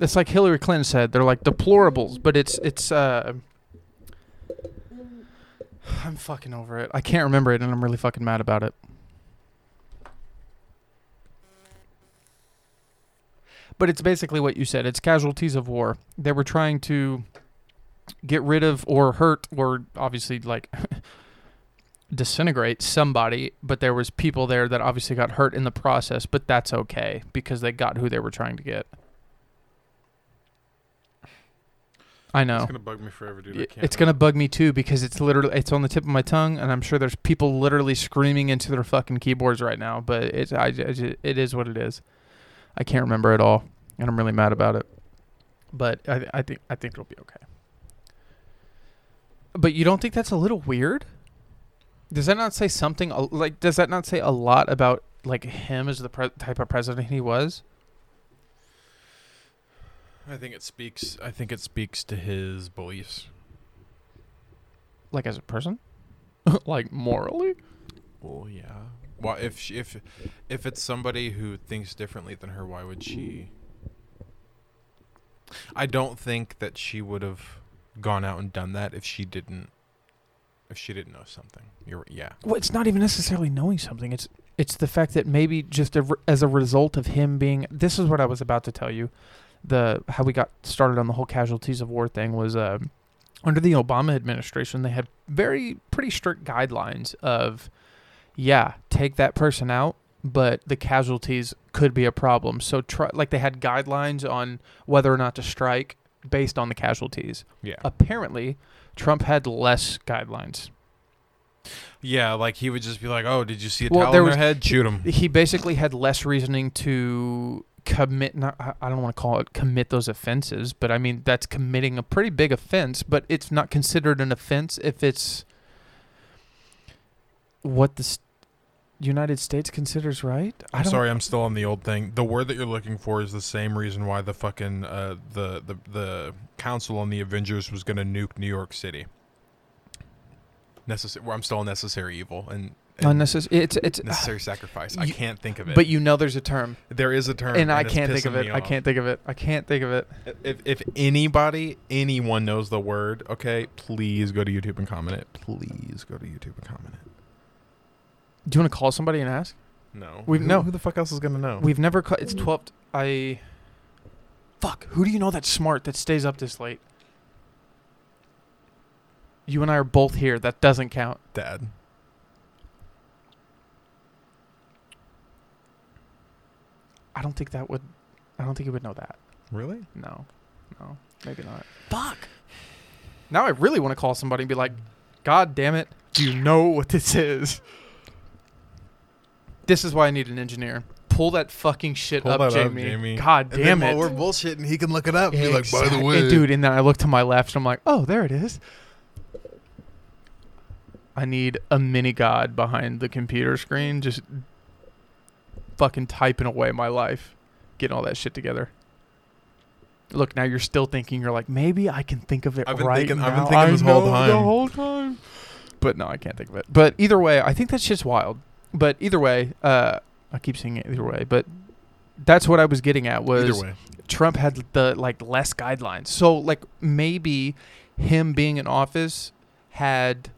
[SPEAKER 3] It's like Hillary Clinton said, they're like deplorables, but it's it's uh I'm fucking over it. I can't remember it and I'm really fucking mad about it. But it's basically what you said. It's casualties of war. They were trying to get rid of or hurt or obviously like [LAUGHS] disintegrate somebody, but there was people there that obviously got hurt in the process, but that's okay because they got who they were trying to get. I know.
[SPEAKER 4] It's gonna bug me forever, dude. I
[SPEAKER 3] Y-
[SPEAKER 4] can't
[SPEAKER 3] it's gonna bug me too because it's literally it's on the tip of my tongue, and I'm sure there's people literally screaming into their fucking keyboards right now. But it's I, ju- I ju- it is what it is. I can't remember at all, and I'm really mad about it. But I th- I think I think it'll be okay. But you don't think that's a little weird? Does that not say something a- like Does that not say a lot about like him as the pre- type of president he was?
[SPEAKER 4] I think it speaks. I think it speaks to his beliefs.
[SPEAKER 3] Like as a person, [LAUGHS] like morally?
[SPEAKER 4] Well, yeah. Why if she, if if it's somebody who thinks differently than her, why would she? I don't think that she would have gone out and done that if she didn't. If she didn't know something, you're yeah.
[SPEAKER 3] Well, it's not even necessarily knowing something. It's it's the fact that maybe just a re- as a result of him being. This is what I was about to tell you. The how we got started on the whole casualties of war thing was uh, under the Obama administration. They had very pretty strict guidelines of, yeah, take that person out, but the casualties could be a problem. So try like they had guidelines on whether or not to strike based on the casualties.
[SPEAKER 4] Yeah.
[SPEAKER 3] Apparently, Trump had less guidelines.
[SPEAKER 4] Yeah, like he would just be like, "Oh, did you see a
[SPEAKER 3] Well,
[SPEAKER 4] towel
[SPEAKER 3] there
[SPEAKER 4] in
[SPEAKER 3] was-
[SPEAKER 4] their head? Shoot him."
[SPEAKER 3] he basically had less reasoning to commit not, I- I don't want to call it commit those offenses, but I mean that's committing a pretty big offense, but it's not considered an offense if it's what the s United States considers right? I
[SPEAKER 4] I'm
[SPEAKER 3] don't
[SPEAKER 4] sorry, I'm still on the old thing. The word that you're looking for is the same reason why the fucking uh, the the the council on the Avengers was gonna nuke New York City. Necessary. Well, I'm still on necessary evil and, and
[SPEAKER 3] unnecessary it's it's
[SPEAKER 4] necessary sacrifice. I
[SPEAKER 3] Ah, You-
[SPEAKER 4] can't think of it.
[SPEAKER 3] but you know there's a term
[SPEAKER 4] there is a term,
[SPEAKER 3] and I
[SPEAKER 4] it's
[SPEAKER 3] can't think of
[SPEAKER 4] pissing
[SPEAKER 3] it.
[SPEAKER 4] me
[SPEAKER 3] I
[SPEAKER 4] off.
[SPEAKER 3] can't think of it. I can't think of it.
[SPEAKER 4] If if anybody, anyone knows the word, okay, please go to YouTube and comment it. Please go to YouTube and comment it.
[SPEAKER 3] Do you want to call somebody and ask?
[SPEAKER 4] No,
[SPEAKER 3] We-
[SPEAKER 4] who,
[SPEAKER 3] no.
[SPEAKER 4] Who the fuck else is gonna know?
[SPEAKER 3] We've never cut. It's twelve. I. Fuck. Who do you know that's smart that stays up this late? You and I are both here. That doesn't count.
[SPEAKER 4] Dad.
[SPEAKER 3] I don't think that would. I don't think he would know that.
[SPEAKER 4] Really?
[SPEAKER 3] No, no, maybe not.
[SPEAKER 4] Fuck.
[SPEAKER 3] Now I really want to call somebody and be like, "God damn it, do you know what this is?" This is why I need an engineer. Pull that fucking shit
[SPEAKER 4] Pull
[SPEAKER 3] up,
[SPEAKER 4] that up,
[SPEAKER 3] Jamie.
[SPEAKER 4] Jamie.
[SPEAKER 3] God
[SPEAKER 4] And
[SPEAKER 3] damn
[SPEAKER 4] then
[SPEAKER 3] it.
[SPEAKER 4] While we're bullshitting, he can look it up. And be like, by
[SPEAKER 3] Exact-
[SPEAKER 4] the
[SPEAKER 3] and
[SPEAKER 4] way,
[SPEAKER 3] dude. And then I look to my left, and I'm like, "Oh, there it is." I need a mini god behind the computer screen, just fucking typing away my life, getting all that shit together. Look, now you're still thinking you're like, maybe I can think of it
[SPEAKER 4] I've been
[SPEAKER 3] right
[SPEAKER 4] thinking-
[SPEAKER 3] now.
[SPEAKER 4] I've been thinking
[SPEAKER 3] I
[SPEAKER 4] this whole
[SPEAKER 3] know the
[SPEAKER 4] time.
[SPEAKER 3] whole time. But no, I can't think of it. But either way, I think that shit's wild. But either way, uh, I keep saying it either way, but that's what I was getting at was
[SPEAKER 4] Either way,
[SPEAKER 3] Trump had the like less guidelines. So like maybe him being in office had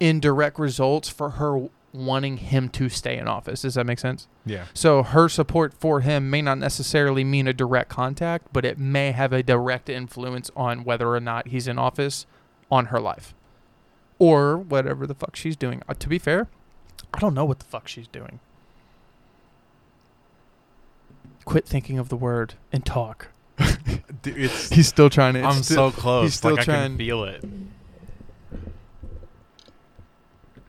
[SPEAKER 3] indirect results for her wanting him to stay in office. Does that make sense? [LAUGHS]
[SPEAKER 4] yeah.
[SPEAKER 3] So her support for him may not necessarily mean a direct contact, but it may have a direct influence on whether or not he's in office on her life or whatever the fuck she's doing. Uh, to be fair, I don't know what the fuck she's doing. Quit thinking of the word and talk.
[SPEAKER 4] Dude, it's,
[SPEAKER 3] [LAUGHS] He's still trying to.
[SPEAKER 4] I'm
[SPEAKER 3] it's still-
[SPEAKER 4] so close.
[SPEAKER 3] he's still
[SPEAKER 4] like, I
[SPEAKER 3] trying-
[SPEAKER 4] can feel it.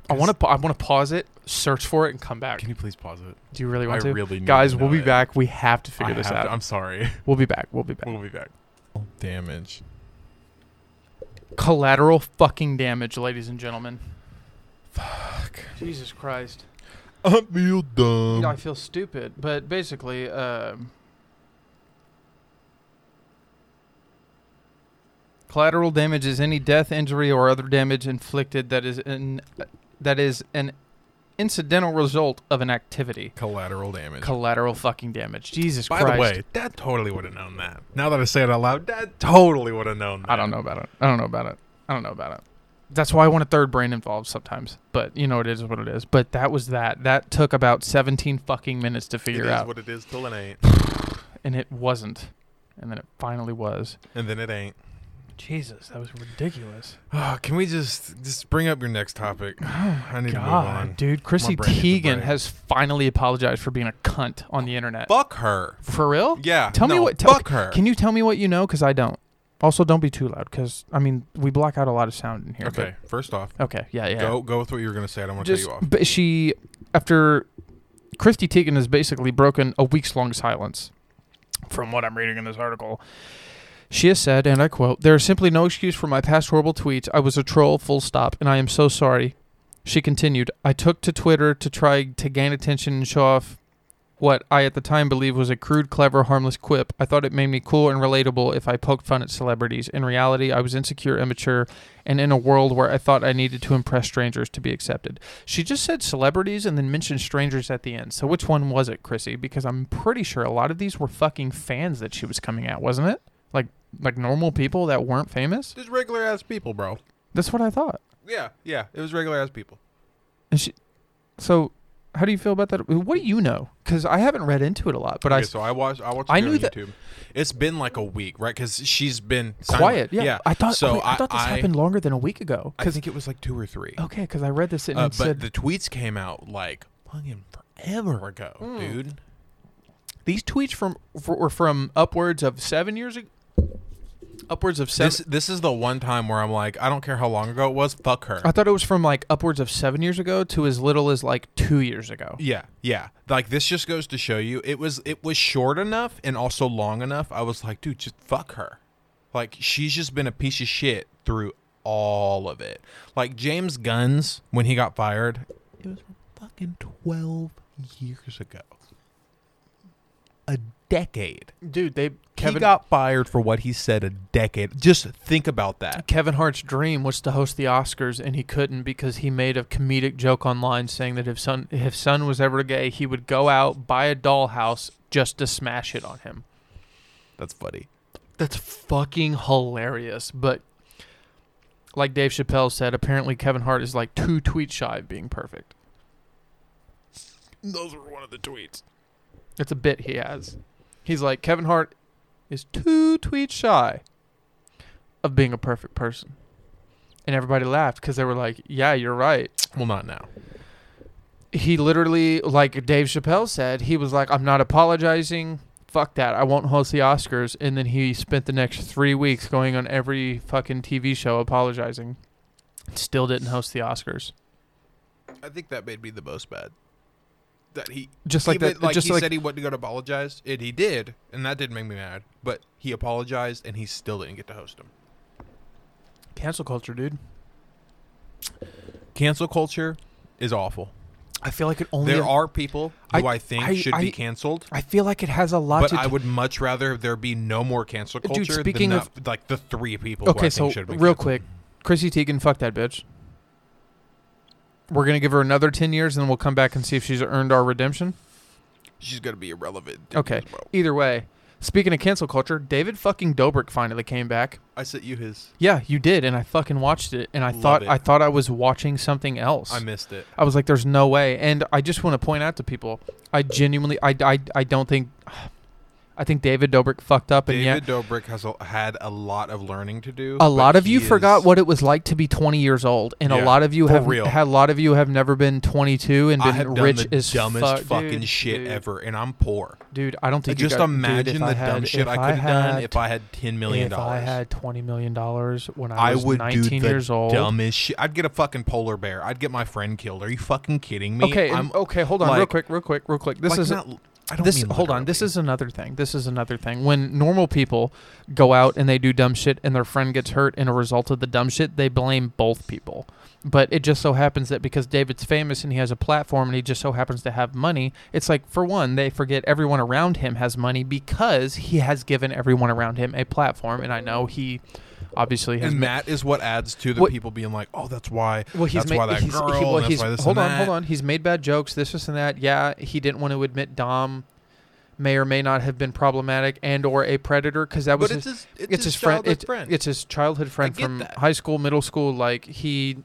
[SPEAKER 3] I want to. Pa- I want to pause it, search for it, and come back.
[SPEAKER 4] Can you please pause it?
[SPEAKER 3] Do you really
[SPEAKER 4] I
[SPEAKER 3] want to?
[SPEAKER 4] really need
[SPEAKER 3] Guys,
[SPEAKER 4] to
[SPEAKER 3] we'll
[SPEAKER 4] know
[SPEAKER 3] be
[SPEAKER 4] it.
[SPEAKER 3] back. We have to
[SPEAKER 4] I
[SPEAKER 3] figure this
[SPEAKER 4] have
[SPEAKER 3] out.
[SPEAKER 4] To, I'm
[SPEAKER 3] [LAUGHS]
[SPEAKER 4] sorry.
[SPEAKER 3] we'll be back. Well be back.
[SPEAKER 4] We'll be back. Damage.
[SPEAKER 3] Collateral fucking damage, ladies and gentlemen. Fuck. Jesus Christ.
[SPEAKER 4] I feel dumb.
[SPEAKER 3] I feel stupid, but basically, um, collateral damage is any death, injury, or other damage inflicted that is an that is an incidental result of an activity.
[SPEAKER 4] Collateral damage.
[SPEAKER 3] Collateral fucking damage. Jesus
[SPEAKER 4] By
[SPEAKER 3] Christ.
[SPEAKER 4] the way, that totally would have known that. Now that I say it out loud, that totally would have known that.
[SPEAKER 3] I don't know about it. I don't know about it. I don't know about it. That's why I want a third brain involved sometimes. But you know it is what it is. But that was that. That took about 17 fucking minutes to
[SPEAKER 4] It
[SPEAKER 3] figure
[SPEAKER 4] is
[SPEAKER 3] out,
[SPEAKER 4] what it is till
[SPEAKER 3] [LAUGHS]
[SPEAKER 4] it ain't,
[SPEAKER 3] and it wasn't, and then it finally was.
[SPEAKER 4] and then it ain't.
[SPEAKER 3] Jesus, that was [SIGHS] ridiculous.
[SPEAKER 4] Ah, can we just just bring up your next topic? I need to move on.
[SPEAKER 3] God, dude, Chrissy
[SPEAKER 4] brain needs a
[SPEAKER 3] Teigen
[SPEAKER 4] break.
[SPEAKER 3] has finally apologized for being a cunt on the internet.
[SPEAKER 4] Fuck her.
[SPEAKER 3] For real?
[SPEAKER 4] Yeah.
[SPEAKER 3] Tell me
[SPEAKER 4] no,
[SPEAKER 3] what. Tell,
[SPEAKER 4] Fuck her.
[SPEAKER 3] Can you tell me what you know? Because I don't. Also, don't be too loud. Because I mean, we block out a lot of sound in here. but-
[SPEAKER 4] Okay. First off,
[SPEAKER 3] okay. Yeah. Yeah.
[SPEAKER 4] go go with what you were gonna say. I don't want to cut
[SPEAKER 3] just
[SPEAKER 4] you off.
[SPEAKER 3] but she after Christy Teigen has basically broken a weeks long silence from what I'm reading in this article. She has said, and I quote, There is simply no excuse for my past horrible tweets. I was a troll, full stop, and I am so sorry. She continued, I took to Twitter to try to gain attention and show off what I at the time believed was a crude, clever, harmless quip. I thought it made me cool and relatable if I poked fun at celebrities. In reality, I was insecure, immature, and in a world where I thought I needed to impress strangers to be accepted. She just said celebrities and then mentioned strangers at the end. So which one was it, Chrissy? Because I'm pretty sure a lot of these were fucking fans that she was coming at, wasn't it? Like like normal people that weren't famous?
[SPEAKER 4] Just regular ass people, bro.
[SPEAKER 3] That's what I thought.
[SPEAKER 4] Yeah, yeah. It was regular ass people.
[SPEAKER 3] And she So how do you feel about that? What do you know? Cuz I haven't read into it a lot, but I
[SPEAKER 4] okay, so I watched. I watched.
[SPEAKER 3] I
[SPEAKER 4] I
[SPEAKER 3] knew
[SPEAKER 4] knew on
[SPEAKER 3] that-
[SPEAKER 4] YouTube. It's been like a week, right? Because she's been silent.
[SPEAKER 3] quiet. Yeah. I thought
[SPEAKER 4] So
[SPEAKER 3] I, thought this
[SPEAKER 4] I,
[SPEAKER 3] happened longer than a week ago.
[SPEAKER 4] I think it was like two or three.
[SPEAKER 3] Okay, cuz I read this and
[SPEAKER 4] Uh,
[SPEAKER 3] it
[SPEAKER 4] but
[SPEAKER 3] said
[SPEAKER 4] the tweets came out like fucking forever ago,
[SPEAKER 3] Hmm.
[SPEAKER 4] dude.
[SPEAKER 3] these tweets from were from upwards of 7 years ago. Upwards of 7
[SPEAKER 4] This this is the one time where I'm like, I don't care how long ago it was. Fuck her.
[SPEAKER 3] I thought it was from like upwards of seven years ago to as little as like two years ago.
[SPEAKER 4] yeah, yeah. Like this just goes to show you it was it was short enough and also long enough. I was like, dude, just fuck her. Like she's just been a piece of shit through all of it. Like James Gunn's when he got fired, it was fucking 12 years ago. A decade.
[SPEAKER 3] Dude, they
[SPEAKER 4] he
[SPEAKER 3] Kevin
[SPEAKER 4] got fired for what he said a decade. Just think about that.
[SPEAKER 3] Kevin Hart's dream was to host the Oscars and he couldn't because he made a comedic joke online saying that if son if his son was ever gay, he would go out buy a dollhouse just to smash it on him.
[SPEAKER 4] That's funny.
[SPEAKER 3] That's fucking hilarious, but like Dave Chappelle said, apparently Kevin Hart is like two tweets shy of being perfect.
[SPEAKER 4] Those were one of the tweets.
[SPEAKER 3] It's a bit he has. He's like Kevin Hart is two tweets shy of being a perfect person, and everybody laughed because they were like, "Yeah, you're right."
[SPEAKER 4] Well, not now.
[SPEAKER 3] he literally, like Dave Chappelle said, he was like, "I'm not apologizing. Fuck that. I won't host the Oscars." And then he spent the next three weeks going on every fucking TV show apologizing. Still didn't host the Oscars.
[SPEAKER 4] I think that made me the most bad. That he
[SPEAKER 3] Just like
[SPEAKER 4] even-
[SPEAKER 3] that- just
[SPEAKER 4] he
[SPEAKER 3] like-
[SPEAKER 4] said he wasn't going to apologize, and he did, and that didn't make me mad. But he apologized, and he still didn't get to host him.
[SPEAKER 3] Cancel culture, dude.
[SPEAKER 4] Cancel culture is awful.
[SPEAKER 3] I feel like it only.
[SPEAKER 4] There are people who I,
[SPEAKER 3] I-
[SPEAKER 4] think
[SPEAKER 3] I-
[SPEAKER 4] should be
[SPEAKER 3] I-
[SPEAKER 4] canceled,
[SPEAKER 3] I feel like it has a lot
[SPEAKER 4] but
[SPEAKER 3] to.
[SPEAKER 4] I
[SPEAKER 3] do-
[SPEAKER 4] would much rather there be no more cancel
[SPEAKER 3] Dude,
[SPEAKER 4] culture
[SPEAKER 3] speaking
[SPEAKER 4] than
[SPEAKER 3] of-
[SPEAKER 4] not- like the three people. who
[SPEAKER 3] okay,
[SPEAKER 4] I
[SPEAKER 3] so
[SPEAKER 4] think should have been
[SPEAKER 3] real
[SPEAKER 4] canceled.
[SPEAKER 3] quick, Chrissy Teigen, fuck that bitch. We're gonna give her another ten years, and then we'll come back and see if she's earned our redemption.
[SPEAKER 4] she's going to be irrelevant. to
[SPEAKER 3] Okay.
[SPEAKER 4] this, bro.
[SPEAKER 3] Either way, speaking of cancel culture, David fucking Dobrik finally came back.
[SPEAKER 4] I sent you his.
[SPEAKER 3] Yeah, you did, and I fucking watched it, and I
[SPEAKER 4] Love
[SPEAKER 3] thought
[SPEAKER 4] it.
[SPEAKER 3] I thought I was watching something else.
[SPEAKER 4] I missed it.
[SPEAKER 3] I was like, there's no way. And I just want to point out to people, I genuinely, I, I, I don't think, I think David Dobrik fucked up, and yet
[SPEAKER 4] David Dobrik has a, had a lot of learning to do.
[SPEAKER 3] a
[SPEAKER 4] but
[SPEAKER 3] lot of
[SPEAKER 4] he
[SPEAKER 3] you forgot
[SPEAKER 4] is-
[SPEAKER 3] what it was like to be 20 years old, and a
[SPEAKER 4] Yeah,
[SPEAKER 3] lot of you
[SPEAKER 4] for
[SPEAKER 3] have
[SPEAKER 4] real.
[SPEAKER 3] had a lot of you have never been 22 and
[SPEAKER 4] I
[SPEAKER 3] been
[SPEAKER 4] have
[SPEAKER 3] rich
[SPEAKER 4] done the
[SPEAKER 3] as
[SPEAKER 4] dumbest
[SPEAKER 3] fuck.
[SPEAKER 4] fucking
[SPEAKER 3] Dude,
[SPEAKER 4] shit
[SPEAKER 3] dude,
[SPEAKER 4] ever, and I'm poor.
[SPEAKER 3] Dude, I don't think you
[SPEAKER 4] Just
[SPEAKER 3] got- dude,
[SPEAKER 4] imagine
[SPEAKER 3] if
[SPEAKER 4] the
[SPEAKER 3] I
[SPEAKER 4] dumb
[SPEAKER 3] had-
[SPEAKER 4] shit
[SPEAKER 3] if
[SPEAKER 4] I could have
[SPEAKER 3] had-
[SPEAKER 4] done if I had ten million
[SPEAKER 3] If I
[SPEAKER 4] dollars.
[SPEAKER 3] had twenty million dollars when I,
[SPEAKER 4] I
[SPEAKER 3] was
[SPEAKER 4] would do
[SPEAKER 3] nineteen
[SPEAKER 4] the
[SPEAKER 3] years old.
[SPEAKER 4] dumbest shit. I'd get a fucking polar bear. I'd get my friend killed. Are you fucking kidding me?
[SPEAKER 3] okay, and-
[SPEAKER 4] I'm
[SPEAKER 3] okay, hold on, real
[SPEAKER 4] like-
[SPEAKER 3] quick, real quick, real quick. This
[SPEAKER 4] like,
[SPEAKER 3] is
[SPEAKER 4] not. I don't
[SPEAKER 3] this.
[SPEAKER 4] mean
[SPEAKER 3] hold on, this
[SPEAKER 4] literally.
[SPEAKER 3] is another thing. This is another thing. When normal people go out and they do dumb shit, and their friend gets hurt, and a result of the dumb shit, they blame both people. But it just so happens that because David's famous and he has a platform, and he just so happens to have money, it's like for one, they forget everyone around him has money because he has given everyone around him a platform. And I know he obviously has
[SPEAKER 4] And that is what adds to the
[SPEAKER 3] What-
[SPEAKER 4] people being like, "Oh, that's why.
[SPEAKER 3] well, he's
[SPEAKER 4] that's
[SPEAKER 3] made,
[SPEAKER 4] why that
[SPEAKER 3] he's,
[SPEAKER 4] girl.
[SPEAKER 3] He, well,
[SPEAKER 4] and
[SPEAKER 3] he's,
[SPEAKER 4] that's why this
[SPEAKER 3] hold
[SPEAKER 4] and
[SPEAKER 3] on,
[SPEAKER 4] that.
[SPEAKER 3] hold on. He's made bad jokes. This, this, and that. Yeah, he didn't want to admit Dom may or may not have been problematic and or a predator because that was
[SPEAKER 4] But it's
[SPEAKER 3] his,
[SPEAKER 4] his, it's
[SPEAKER 3] it's his friend,
[SPEAKER 4] childhood
[SPEAKER 3] it's-
[SPEAKER 4] friend.
[SPEAKER 3] It's his childhood friend
[SPEAKER 4] get
[SPEAKER 3] from
[SPEAKER 4] that.
[SPEAKER 3] high school, middle school. Like he.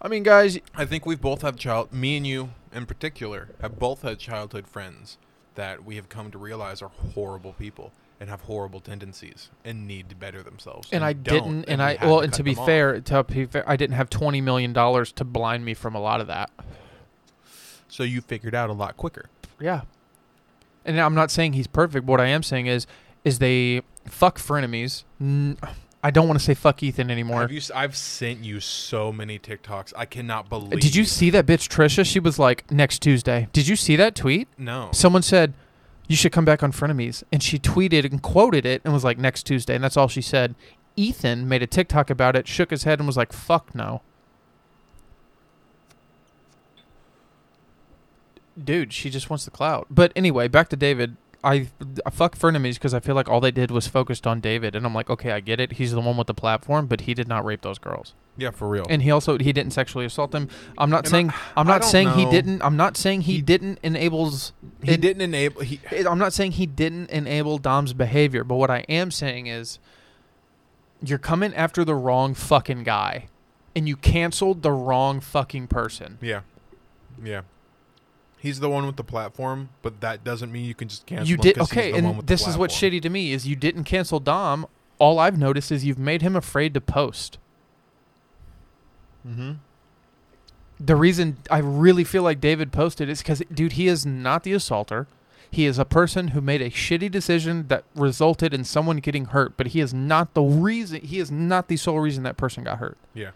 [SPEAKER 3] I mean, guys,
[SPEAKER 4] I think we've both have child. Me and you, in particular, have both had childhood friends that we have come to realize are horrible people and have horrible tendencies and need to better themselves.
[SPEAKER 3] and I
[SPEAKER 4] don't,
[SPEAKER 3] didn't, and
[SPEAKER 4] we
[SPEAKER 3] I
[SPEAKER 4] had
[SPEAKER 3] well, and
[SPEAKER 4] cut
[SPEAKER 3] to be
[SPEAKER 4] them off.
[SPEAKER 3] fair, to be fair, I didn't have twenty million dollars to blind me from a lot of that.
[SPEAKER 4] so you figured out a lot quicker.
[SPEAKER 3] Yeah. And I'm not saying he's perfect. What I am saying is, is they fuck frenemies. N- I don't want to say fuck Ethan anymore.
[SPEAKER 4] Have you? s- I've sent you so many TikToks. I cannot believe.
[SPEAKER 3] Uh, Did you see that bitch Trisha? She was like next Tuesday. Did you see that tweet?
[SPEAKER 4] No.
[SPEAKER 3] Someone said you should come back on frenemies, and she tweeted and quoted it and was like next Tuesday, and that's all she said. Ethan made a TikTok about it, shook his head, and was like, "Fuck no." Dude, she just wants the clout. But anyway, back to David. I, I fuck frenemies because I feel like all they did was focused on David, and I'm like, okay, I get it. He's the one with the platform, but he did not rape those girls,
[SPEAKER 4] yeah, for real.
[SPEAKER 3] and he also he didn't sexually assault them. I'm not
[SPEAKER 4] And I-
[SPEAKER 3] saying I, am
[SPEAKER 4] I
[SPEAKER 3] not
[SPEAKER 4] don't
[SPEAKER 3] saying he
[SPEAKER 4] know.
[SPEAKER 3] didn't. I'm not saying he,
[SPEAKER 4] He-
[SPEAKER 3] didn't enables.
[SPEAKER 4] he
[SPEAKER 3] it-
[SPEAKER 4] didn't enable. He,
[SPEAKER 3] it- I'm not saying he didn't enable Dom's behavior, but what I am saying is you're coming after the wrong fucking guy and you canceled the wrong fucking person.
[SPEAKER 4] yeah, yeah. He's the one with the platform, but that doesn't mean you can just cancel.
[SPEAKER 3] you
[SPEAKER 4] him
[SPEAKER 3] did
[SPEAKER 4] 'cause he's
[SPEAKER 3] okay,
[SPEAKER 4] the one
[SPEAKER 3] and
[SPEAKER 4] with the
[SPEAKER 3] this is what's
[SPEAKER 4] platform.
[SPEAKER 3] shitty to me is you didn't cancel Dom. All I've noticed is you've made him afraid to post.
[SPEAKER 4] Mm-hmm.
[SPEAKER 3] The reason I really feel like David posted is cuz dude, he is not the assaulter. He is a person who made a shitty decision that resulted in someone getting hurt, but he is not the reason he is not the sole reason that person got hurt.
[SPEAKER 4] Yeah.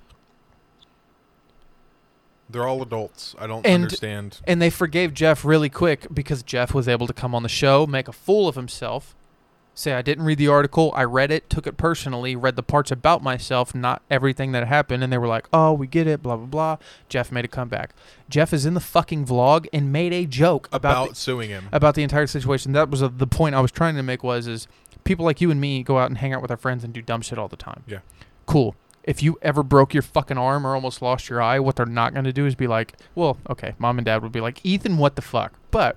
[SPEAKER 4] They're all adults. I don't
[SPEAKER 3] And-
[SPEAKER 4] understand.
[SPEAKER 3] And they forgave Jeff really quick because Jeff was able to come on the show, make a fool of himself, say, I didn't read the article. I read it, took it personally, read the parts about myself, not everything that happened. And they were like, oh, we get it, blah, blah, blah. Jeff made a comeback. Jeff is in the fucking vlog and made a joke
[SPEAKER 4] About,
[SPEAKER 3] about,
[SPEAKER 4] suing him.
[SPEAKER 3] about the entire situation. That was uh the point I was trying to make was is people like you and me go out and hang out with our friends and do dumb shit all the time.
[SPEAKER 4] Yeah.
[SPEAKER 3] Cool. If you ever broke your fucking arm or almost lost your eye, what they're not going to do is be like, well, okay, mom and dad would be like, Ethan, what the fuck? But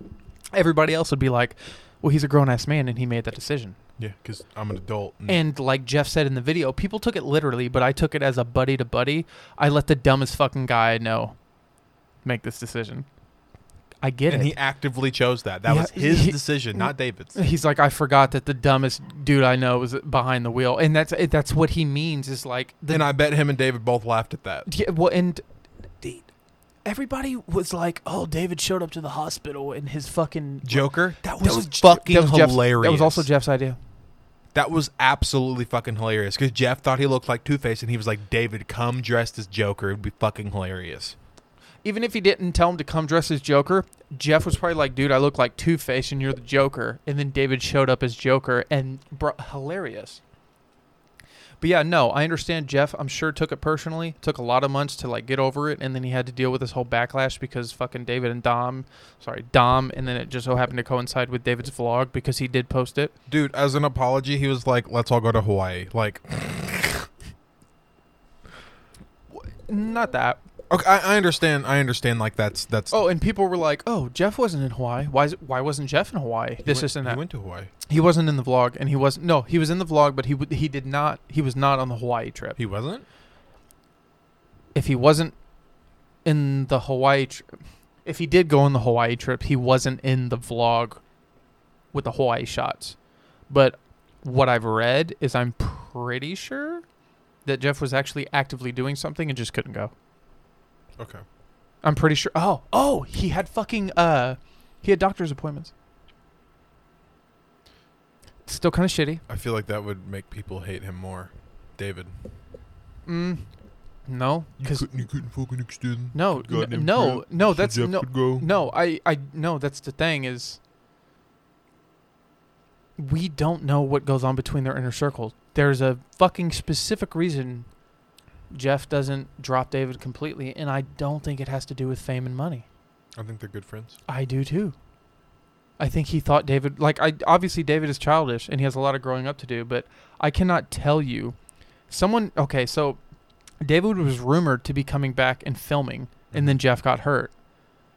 [SPEAKER 3] everybody else would be like, well, he's a grown ass man and he made that decision.
[SPEAKER 4] yeah, because I'm an adult. And,
[SPEAKER 3] And like Jeff said in the video, people took it literally, but I took it as a buddy to buddy. I let the dumbest fucking guy I know make this decision. I get
[SPEAKER 4] and
[SPEAKER 3] it.
[SPEAKER 4] he actively chose that. That
[SPEAKER 3] Yeah,
[SPEAKER 4] was his
[SPEAKER 3] he-
[SPEAKER 4] decision, not David's.
[SPEAKER 3] He's like, I forgot that the dumbest dude I know was behind the wheel, and that's that's what he means is like the
[SPEAKER 4] and I bet him and David both laughed at that.
[SPEAKER 3] yeah, well, and Everybody was like, "Oh, David showed up to the hospital in his fucking."
[SPEAKER 4] Joker. That was,
[SPEAKER 3] J-
[SPEAKER 4] fucking
[SPEAKER 3] that was Jeff's-
[SPEAKER 4] hilarious.
[SPEAKER 3] That was also Jeff's idea.
[SPEAKER 4] That was absolutely fucking hilarious because Jeff thought he looked like Two Face, and he was like, "David, come dressed as Joker. It'd be fucking hilarious."
[SPEAKER 3] Even if he didn't tell him to come dress as Joker, Jeff was probably like, "Dude, I look like Two Face, and you're the Joker." And then David showed up as Joker, and bro, hilarious. But yeah, no, I understand Jeff. I'm sure took it personally. Took a lot of months to like get over it, and then he had to deal with this whole backlash because fucking David and Dom, sorry Dom, and then it just so happened to coincide with David's vlog because he did post it.
[SPEAKER 4] Dude, as an apology, he was like, "Let's all go to Hawaii." Like,
[SPEAKER 3] Not that.
[SPEAKER 4] okay, I, I understand. I understand. Like, that's that's.
[SPEAKER 3] Oh, and people were like, "Oh, Jeff wasn't in Hawaii. Why? Is, why wasn't Jeff in Hawaii?
[SPEAKER 4] He
[SPEAKER 3] This
[SPEAKER 4] went-
[SPEAKER 3] isn't that."
[SPEAKER 4] He went to Hawaii.
[SPEAKER 3] He wasn't in the vlog, and he wasn't. No, he was in the vlog, but he w- he did not. He was not on the Hawaii trip.
[SPEAKER 4] He wasn't.
[SPEAKER 3] if he wasn't in the Hawaii, tri- if he did go on the Hawaii trip, he wasn't in the vlog with the Hawaii shots. But what I've read is I'm pretty sure that Jeff was actually actively doing something and just couldn't go.
[SPEAKER 4] Okay.
[SPEAKER 3] I'm pretty sure. Oh, oh, he had fucking uh, he had doctor's appointments. Still kind of shitty.
[SPEAKER 4] I feel like that would make people hate him more. David.
[SPEAKER 3] Mm, no, because
[SPEAKER 4] couldn't, you couldn't fucking extend.
[SPEAKER 3] no,
[SPEAKER 4] the
[SPEAKER 3] n-
[SPEAKER 4] goddamn
[SPEAKER 3] no,
[SPEAKER 4] trip
[SPEAKER 3] no.
[SPEAKER 4] so
[SPEAKER 3] That's
[SPEAKER 4] Jeff
[SPEAKER 3] no,
[SPEAKER 4] could go?
[SPEAKER 3] no. I, I, no. That's the thing is, we don't know what goes on between their inner circles. There's a fucking specific reason Jeff doesn't drop David completely, and I don't think it has to do with fame and money.
[SPEAKER 4] I think they're good friends.
[SPEAKER 3] I do too. I think he thought David like I obviously David is childish and he has a lot of growing up to do, but I cannot tell you someone okay, so David was rumored to be coming back and filming and then Jeff got hurt.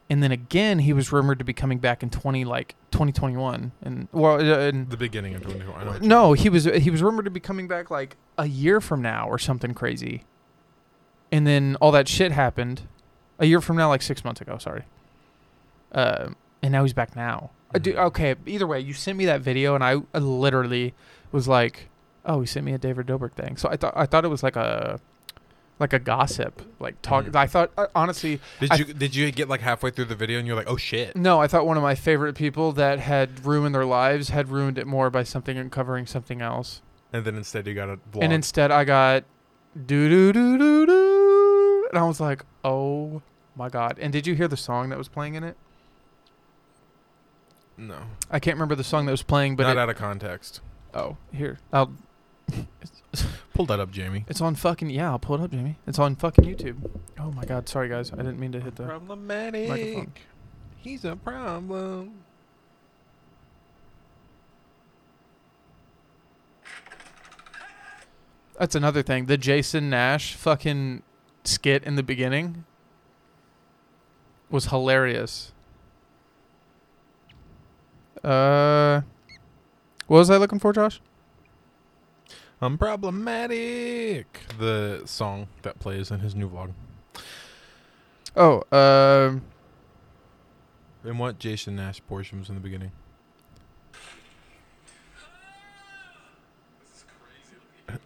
[SPEAKER 3] And then again he was rumored to be coming back in 20 like 2021 and well uh, in
[SPEAKER 4] The beginning of 24. I know. what you-
[SPEAKER 3] no, he was he was rumored to be coming back like a year from now or something crazy. And then all that shit happened a year from now, like six months ago. Sorry. Uh, and now he's back now. Uh, dude,
[SPEAKER 4] Mhm.
[SPEAKER 3] okay. Either way, you sent me that video, and I uh, literally was like, "Oh, he sent me a David Dobrik thing." So I thought I thought it was like a like a gossip, like talk.
[SPEAKER 4] Mhm.
[SPEAKER 3] I thought uh, honestly, I-
[SPEAKER 4] Did you did you get like halfway through the video and you're like, oh shit?
[SPEAKER 3] no, I thought one of my favorite people that had ruined their lives had ruined it more by something and covering something else.
[SPEAKER 4] And then instead you got a vlog.
[SPEAKER 3] And instead, I got do do do do do, and I was like, "Oh my god!" And did you hear the song that was playing in it?
[SPEAKER 4] no,
[SPEAKER 3] I can't remember the song that was playing, but
[SPEAKER 4] not
[SPEAKER 3] it,
[SPEAKER 4] out of context.
[SPEAKER 3] oh, here, I'll,
[SPEAKER 4] Pull that up, Jamie.
[SPEAKER 3] it's on fucking yeah. I'll pull it up, Jamie. It's on fucking YouTube. Oh my god, sorry guys, I didn't mean to hit the.
[SPEAKER 4] Problematic.
[SPEAKER 3] microphone.
[SPEAKER 4] He's a problem.
[SPEAKER 3] That's another thing. The Jason Nash fucking skit in the beginning was hilarious. Uh, what was I looking for, Josh?
[SPEAKER 4] I'm problematic. The song that plays in his new vlog.
[SPEAKER 3] Oh, um.
[SPEAKER 4] And what Jason Nash portion was in the beginning.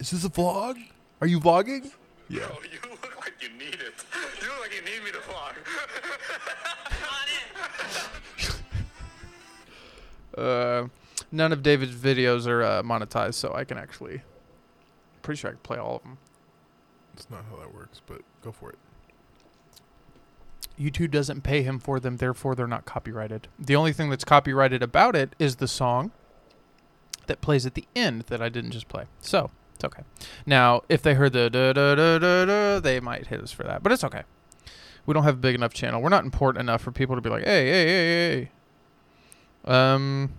[SPEAKER 4] Is this a vlog? Are you vlogging? Yeah.
[SPEAKER 5] [LAUGHS] Oh, you look like you need it. You look like you need me to vlog.
[SPEAKER 3] Uh, none of David's videos are uh, monetized, so I can actually. Pretty sure I can play all of them.
[SPEAKER 4] That's not how that works, but go for it.
[SPEAKER 3] YouTube doesn't pay him for them, therefore they're not copyrighted. The only thing that's copyrighted about it is the song that plays at the end that I didn't just play. So it's okay. Now, if they heard the da da da da da, they might hit us for that, but it's okay. We don't have a big enough channel. We're not important enough for people to be like, hey, hey, hey, hey. Um.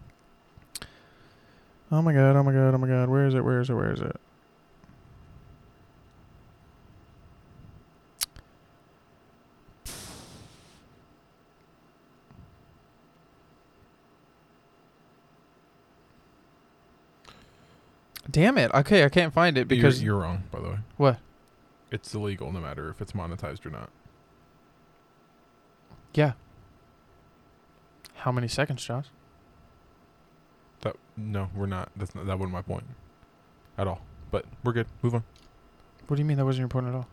[SPEAKER 3] Oh my god! Oh my god! Oh my god! Where is it? Where is it? Where is it? Damn it! Okay, I can't find it because
[SPEAKER 4] Because you're, wrong, by the way.
[SPEAKER 3] what?
[SPEAKER 4] It's illegal no matter if it's monetized or not.
[SPEAKER 3] Yeah. How many seconds, Josh?
[SPEAKER 4] That no, we're not. That's not that wasn't my point. At all. But we're good. Move on.
[SPEAKER 3] What do you mean that wasn't your point at all?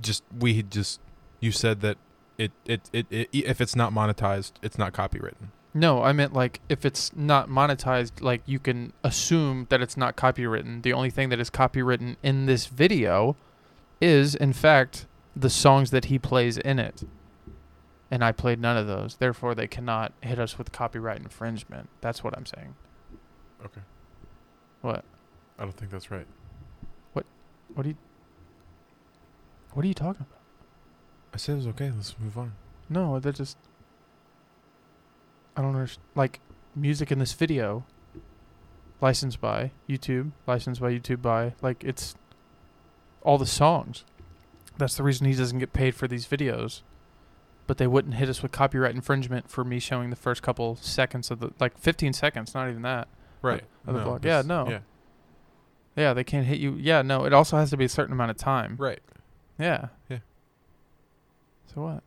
[SPEAKER 4] Just we had just you said that it it, it it if it's not monetized, it's not copywritten.
[SPEAKER 3] No, I meant like if it's not monetized, like you can assume that it's not copywritten. The only thing that is copywritten in this video is, in fact, the songs that he plays in it. And I played none of those. Therefore, they cannot hit us with copyright infringement. That's what I'm saying.
[SPEAKER 4] Okay.
[SPEAKER 3] What?
[SPEAKER 4] I don't think that's right.
[SPEAKER 3] What are you? What are you talking about?
[SPEAKER 4] I said it was okay. Let's move on.
[SPEAKER 3] No, they're just. I don't understand. Like music in this video, licensed by YouTube, licensed by YouTube by like it's all the songs. That's the reason he doesn't get paid for these videos. But they wouldn't hit us with copyright infringement for me showing the first couple seconds of the like 15 seconds, not even that.
[SPEAKER 4] Right.
[SPEAKER 3] Of the vlog. Yeah,
[SPEAKER 4] that's-
[SPEAKER 3] no.
[SPEAKER 4] Yeah.
[SPEAKER 3] Yeah, they can't hit you. Yeah, no, it also has to be a certain amount of time.
[SPEAKER 4] Right.
[SPEAKER 3] Yeah.
[SPEAKER 4] Yeah.
[SPEAKER 3] So what?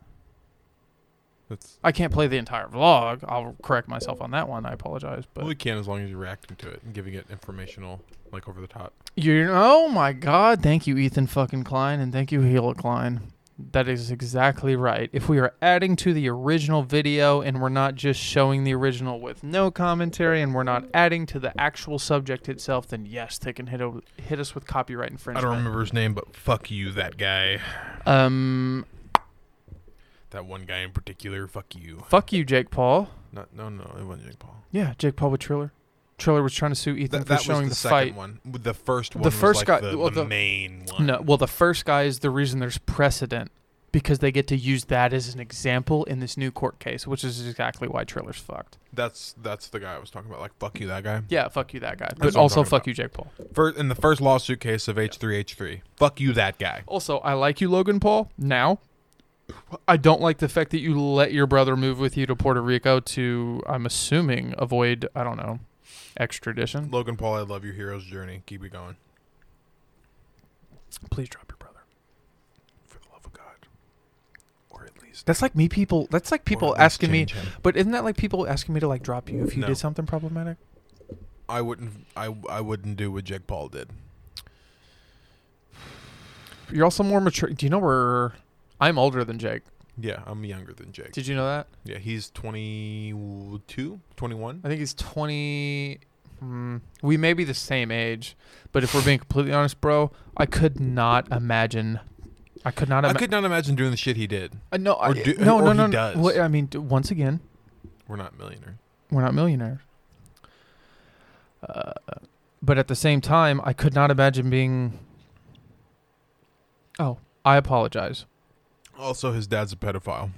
[SPEAKER 4] That's
[SPEAKER 3] I can't play the entire vlog. I'll correct myself on that one. I apologize, but
[SPEAKER 4] well, you can as long as you're reacting to it and giving it informational, like over the top.
[SPEAKER 3] you oh my god, thank you Ethan fucking Klein and thank you Hela Klein. That is exactly right. If we are adding to the original video and we're not just showing the original with no commentary and we're not adding to the actual subject itself, then yes, they can hit o- hit us with copyright
[SPEAKER 4] I
[SPEAKER 3] infringement.
[SPEAKER 4] don't remember his name, but fuck you, that guy.
[SPEAKER 3] Um,
[SPEAKER 4] That one guy in particular. Fuck you.
[SPEAKER 3] fuck you, Jake Paul.
[SPEAKER 4] Not, no, no, it wasn't Jake Paul.
[SPEAKER 3] Yeah, Jake Paul with Triller. Triller was trying to sue Ethan
[SPEAKER 4] That,
[SPEAKER 3] for
[SPEAKER 4] that was
[SPEAKER 3] showing
[SPEAKER 4] the,
[SPEAKER 3] the
[SPEAKER 4] second
[SPEAKER 3] fight.
[SPEAKER 4] one. With The first one.
[SPEAKER 3] first
[SPEAKER 4] was
[SPEAKER 3] guy-
[SPEAKER 4] like the,
[SPEAKER 3] well,
[SPEAKER 4] the
[SPEAKER 3] the-
[SPEAKER 4] main one.
[SPEAKER 3] No, well, the first guy is the reason there's precedent because they get to use that as an example in this new court case, which is exactly why Triller's fucked.
[SPEAKER 4] that's that's the guy I was talking about. Like fuck you, that guy.
[SPEAKER 3] Yeah, fuck you, that guy.
[SPEAKER 4] what
[SPEAKER 3] But
[SPEAKER 4] I'm
[SPEAKER 3] also,
[SPEAKER 4] talking
[SPEAKER 3] fuck
[SPEAKER 4] about.
[SPEAKER 3] you, Jake Paul.
[SPEAKER 4] First, in the first lawsuit case of H3H3. Fuck you, that guy.
[SPEAKER 3] Also, I like you, Logan Paul. Now, I don't like the fact that you let your brother move with you to Puerto Rico to, I'm assuming, avoid, I don't know, extradition.
[SPEAKER 4] Logan Paul, I love your hero's journey. Keep it going.
[SPEAKER 3] Please drop your brother.
[SPEAKER 4] For the love of God. Or at least.
[SPEAKER 3] That's like me, people. That's like people
[SPEAKER 4] let's
[SPEAKER 3] asking me.
[SPEAKER 4] change him.
[SPEAKER 3] But isn't that like people asking me to like drop you if you
[SPEAKER 4] No.
[SPEAKER 3] did something problematic?
[SPEAKER 4] I wouldn't. I I wouldn't do what Jake Paul did.
[SPEAKER 3] You're also more mature. Do you know where I'm older than Jake?
[SPEAKER 4] Yeah, I'm younger than Jake.
[SPEAKER 3] Did you know that?
[SPEAKER 4] Yeah, he's 22, 21.
[SPEAKER 3] I think he's 20. Hmm, we may be the same age, but if we're being completely honest, bro, I could not imagine. I could not
[SPEAKER 4] I
[SPEAKER 3] imagine.
[SPEAKER 4] could not imagine doing the shit he did.
[SPEAKER 3] no, I,
[SPEAKER 4] or do-
[SPEAKER 3] no,
[SPEAKER 4] or
[SPEAKER 3] no,
[SPEAKER 4] he
[SPEAKER 3] no, no.
[SPEAKER 4] does.
[SPEAKER 3] Well, I mean, d- once again,
[SPEAKER 4] We're not millionaires.
[SPEAKER 3] we're not millionaires. Uh, but at the same time, I could not imagine being. Oh, I apologize.
[SPEAKER 4] Also, his dad's a pedophile.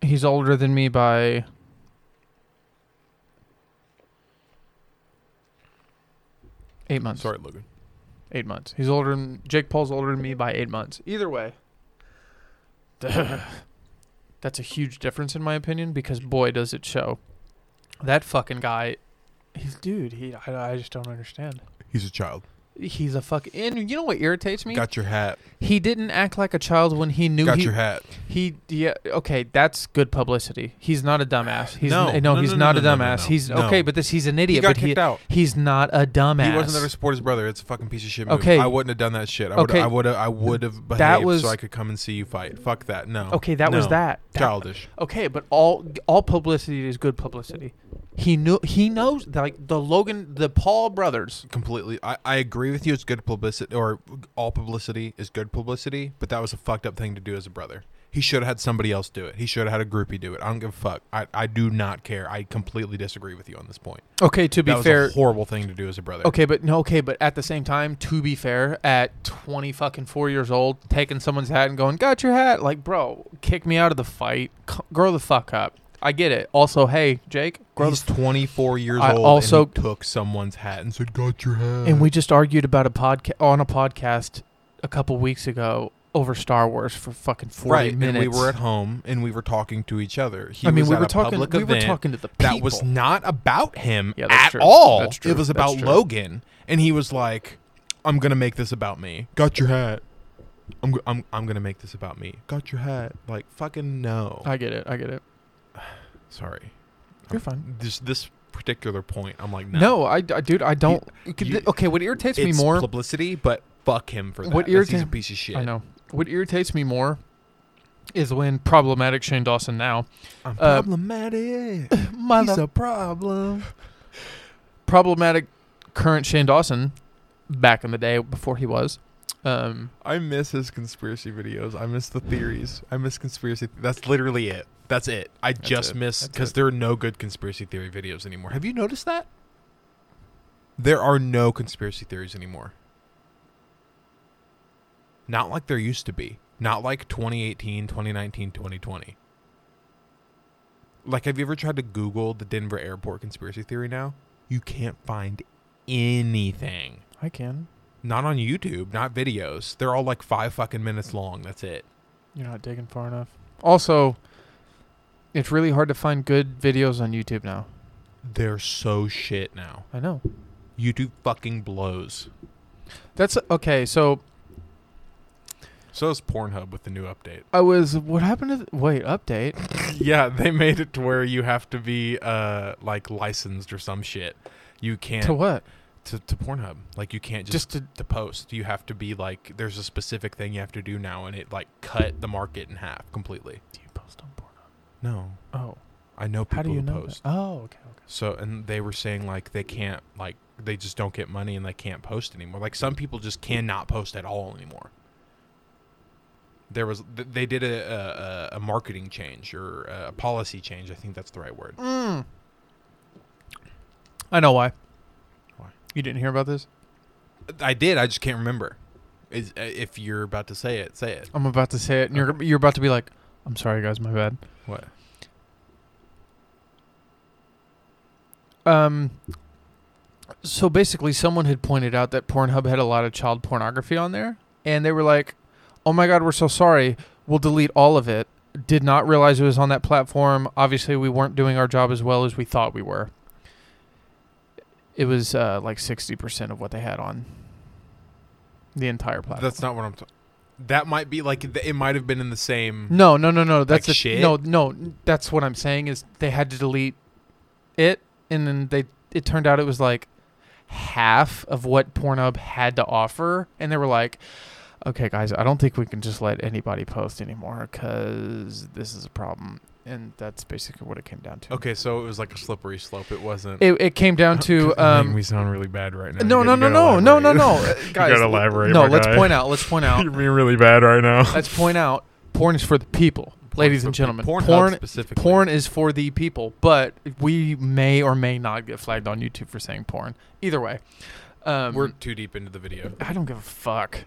[SPEAKER 3] He's older than me by. Eight months.
[SPEAKER 4] Sorry, Logan.
[SPEAKER 3] Eight months. He's older than Jake Paul's older than me by eight months. Either way. [LAUGHS] That's a huge difference in my opinion because boy does it show. That fucking guy he's dude, he I, I just don't understand.
[SPEAKER 4] He's a child.
[SPEAKER 3] He's a fuck and you know what irritates me?
[SPEAKER 4] Got your hat.
[SPEAKER 3] He didn't act like a child when he knew
[SPEAKER 4] Got
[SPEAKER 3] he
[SPEAKER 4] your hat.
[SPEAKER 3] he yeah okay that's good publicity. He's not a dumbass. He's
[SPEAKER 4] No.
[SPEAKER 3] n- no,
[SPEAKER 4] No,
[SPEAKER 3] he's
[SPEAKER 4] no,
[SPEAKER 3] not
[SPEAKER 4] no,
[SPEAKER 3] a
[SPEAKER 4] no,
[SPEAKER 3] dumbass.
[SPEAKER 4] no, no.
[SPEAKER 3] He's
[SPEAKER 4] No.
[SPEAKER 3] okay, but this he's an idiot.
[SPEAKER 4] got
[SPEAKER 3] but he,
[SPEAKER 4] kicked out.
[SPEAKER 3] He's not a dumbass.
[SPEAKER 4] He wasn't there to support his brother. It's a fucking piece of shit. Move.
[SPEAKER 3] Okay.
[SPEAKER 4] I wouldn't have done that shit. I would.
[SPEAKER 3] Okay.
[SPEAKER 4] I would. I would have behaved
[SPEAKER 3] was-
[SPEAKER 4] so I could come and see you fight. Fuck that. No.
[SPEAKER 3] Okay, that was
[SPEAKER 4] No.
[SPEAKER 3] that. That-
[SPEAKER 4] Childish.
[SPEAKER 3] Okay, but all all publicity is good publicity. He knew he knows like the Logan the Paul brothers.
[SPEAKER 4] Completely. I, I agree with you. It's good publicity, or all publicity is good publicity. But that was a fucked up thing to do as a brother. He should have had somebody else do it. He should have had a groupie do it. I don't give a fuck. I, I do not care. I completely disagree with you on this point.
[SPEAKER 3] Okay, to be
[SPEAKER 4] that was
[SPEAKER 3] fair.
[SPEAKER 4] a horrible thing to do as a brother.
[SPEAKER 3] Okay, but no. Okay, but at the same time, to be fair, at twenty fucking four years old, taking someone's hat and going, "Got your hat!" Like, bro, kick me out of the fight. C- grow the fuck up. I get it. Also, hey, Jake, grow the
[SPEAKER 4] He's 24 years
[SPEAKER 3] I
[SPEAKER 4] old.
[SPEAKER 3] also-
[SPEAKER 4] and he took someone's hat and said, "Got your hat."
[SPEAKER 3] And we just argued about a podcast on a podcast a couple weeks ago over Star Wars for fucking forty
[SPEAKER 4] right,
[SPEAKER 3] minutes.
[SPEAKER 4] and we were at home and we were talking to each other. He
[SPEAKER 3] I mean,
[SPEAKER 4] was
[SPEAKER 3] we
[SPEAKER 4] at
[SPEAKER 3] were
[SPEAKER 4] a
[SPEAKER 3] talking.
[SPEAKER 4] public
[SPEAKER 3] We were
[SPEAKER 4] event
[SPEAKER 3] talking to the people.
[SPEAKER 4] that was not about him
[SPEAKER 3] Yeah, that's
[SPEAKER 4] at
[SPEAKER 3] true.
[SPEAKER 4] all.
[SPEAKER 3] That's true.
[SPEAKER 4] It was
[SPEAKER 3] That's
[SPEAKER 4] about
[SPEAKER 3] true.
[SPEAKER 4] Logan, and he was like, "I'm gonna make this about me." Got your hat. I'm go- I'm I'm gonna make this about me. Got your hat. Like fucking no.
[SPEAKER 3] I get it. I get it.
[SPEAKER 4] Sorry.
[SPEAKER 3] You're fine.
[SPEAKER 4] This this particular point, I'm like no.
[SPEAKER 3] No, I, I- dude, I don't.
[SPEAKER 4] you-
[SPEAKER 3] okay, what irritates
[SPEAKER 4] it's
[SPEAKER 3] me more?
[SPEAKER 4] publicity, but fuck him for that.
[SPEAKER 3] What
[SPEAKER 4] That's- He's a
[SPEAKER 3] irritate-
[SPEAKER 4] piece of shit.
[SPEAKER 3] I know. What irritates me more is when problematic Shane Dawson [LAUGHS] now
[SPEAKER 4] I'm
[SPEAKER 3] Uh, [LAUGHS]
[SPEAKER 4] problematic.
[SPEAKER 3] mother
[SPEAKER 4] He's a problem.
[SPEAKER 3] problematic current Shane Dawson back in the day before he was. Um,
[SPEAKER 4] I miss his conspiracy videos. I miss the theories. I miss conspiracy. That's literally it. That's it. I just
[SPEAKER 3] it.
[SPEAKER 4] miss
[SPEAKER 3] That's
[SPEAKER 4] because
[SPEAKER 3] it.
[SPEAKER 4] there are no good conspiracy theory videos anymore. Have you noticed that? There are no conspiracy theories anymore. Not like there used to be. Not like 2018, 2019, 2020. Like, have you ever tried to Google the Denver airport conspiracy theory now? You can't find anything
[SPEAKER 3] I can.
[SPEAKER 4] not on YouTube, not videos. They're all like five fucking minutes long. That's it.
[SPEAKER 3] You're not digging far enough. Also, it's really hard to find good videos on YouTube now.
[SPEAKER 4] They're so shit now.
[SPEAKER 3] I know.
[SPEAKER 4] YouTube fucking blows.
[SPEAKER 3] That's okay. So
[SPEAKER 4] So is Pornhub with the new [LAUGHS] update.
[SPEAKER 3] I was. What happened to? The, wait, update.
[SPEAKER 4] yeah, they made it to where you have to be uh like licensed or some shit. You can't
[SPEAKER 3] To what?
[SPEAKER 4] to, to Pornhub. Like you can't
[SPEAKER 3] Just
[SPEAKER 4] just,
[SPEAKER 3] to-
[SPEAKER 4] to post. You have to be like there's a specific thing you have to do now and it like cut the market in half completely.
[SPEAKER 3] Do you post on Pornhub?
[SPEAKER 4] No.
[SPEAKER 3] Oh,
[SPEAKER 4] I know people
[SPEAKER 3] how do you
[SPEAKER 4] who
[SPEAKER 3] know?
[SPEAKER 4] post.
[SPEAKER 3] That? Oh, okay, okay.
[SPEAKER 4] So and they were saying like they can't like they just don't get money and they can't post anymore. Like some people just cannot post at all anymore. There was th- they did a a, a- a marketing change or a policy change. I think that's the right word.
[SPEAKER 3] I know why.
[SPEAKER 4] Why?
[SPEAKER 3] You didn't hear about this?
[SPEAKER 4] I did. I just can't remember. Is uh, if you're about to say it, say it.
[SPEAKER 3] I'm about to say it, and you're you're about to be like, "I'm sorry, guys, my bad."
[SPEAKER 4] What?
[SPEAKER 3] Um. So basically, someone had pointed out that Pornhub had a lot of child pornography on there, and they were like, "Oh my God, we're so sorry. We'll delete all of it." Did not realize it was on that platform. Obviously, we weren't doing our job as well as we thought we were. It was uh, like sixty percent of what they had on the entire platform.
[SPEAKER 4] That's not what I'm. T- that might be like th- it might have been in the same.
[SPEAKER 3] No, no, no, no. That's
[SPEAKER 4] Like
[SPEAKER 3] the
[SPEAKER 4] shit?
[SPEAKER 3] No, no. That's what I'm saying is they had to delete it, and then they it turned out it was like half of what Pornhub had to offer, and they were like, "Okay, guys, I don't think we can just let anybody post anymore because this is a problem." And that's basically what it came down to.
[SPEAKER 4] Okay, so it was like a slippery slope. It wasn't.
[SPEAKER 3] It, it came
[SPEAKER 4] [LAUGHS]
[SPEAKER 3] down to
[SPEAKER 4] I think
[SPEAKER 3] um.
[SPEAKER 4] we sound really bad right now.
[SPEAKER 3] No,
[SPEAKER 4] You
[SPEAKER 3] no,
[SPEAKER 4] gotta-
[SPEAKER 3] no,
[SPEAKER 4] you
[SPEAKER 3] no,
[SPEAKER 4] gotta
[SPEAKER 3] no, no,
[SPEAKER 4] [LAUGHS] elaborate.
[SPEAKER 3] no. [LAUGHS] Uh, Guys,
[SPEAKER 4] gotta elaborate,
[SPEAKER 3] No,
[SPEAKER 4] my
[SPEAKER 3] let's
[SPEAKER 4] guy.
[SPEAKER 3] point out. Let's point out.
[SPEAKER 4] You're being really bad right now. [LAUGHS]
[SPEAKER 3] let's point out. Porn is for the people, ladies and gentlemen.
[SPEAKER 4] Pornhub
[SPEAKER 3] porn
[SPEAKER 4] specifically.
[SPEAKER 3] porn is for the people, but we may or may not get flagged on YouTube for saying porn. Either way, um,
[SPEAKER 4] We're too deep into the [LAUGHS] video.
[SPEAKER 3] I don't give a fuck,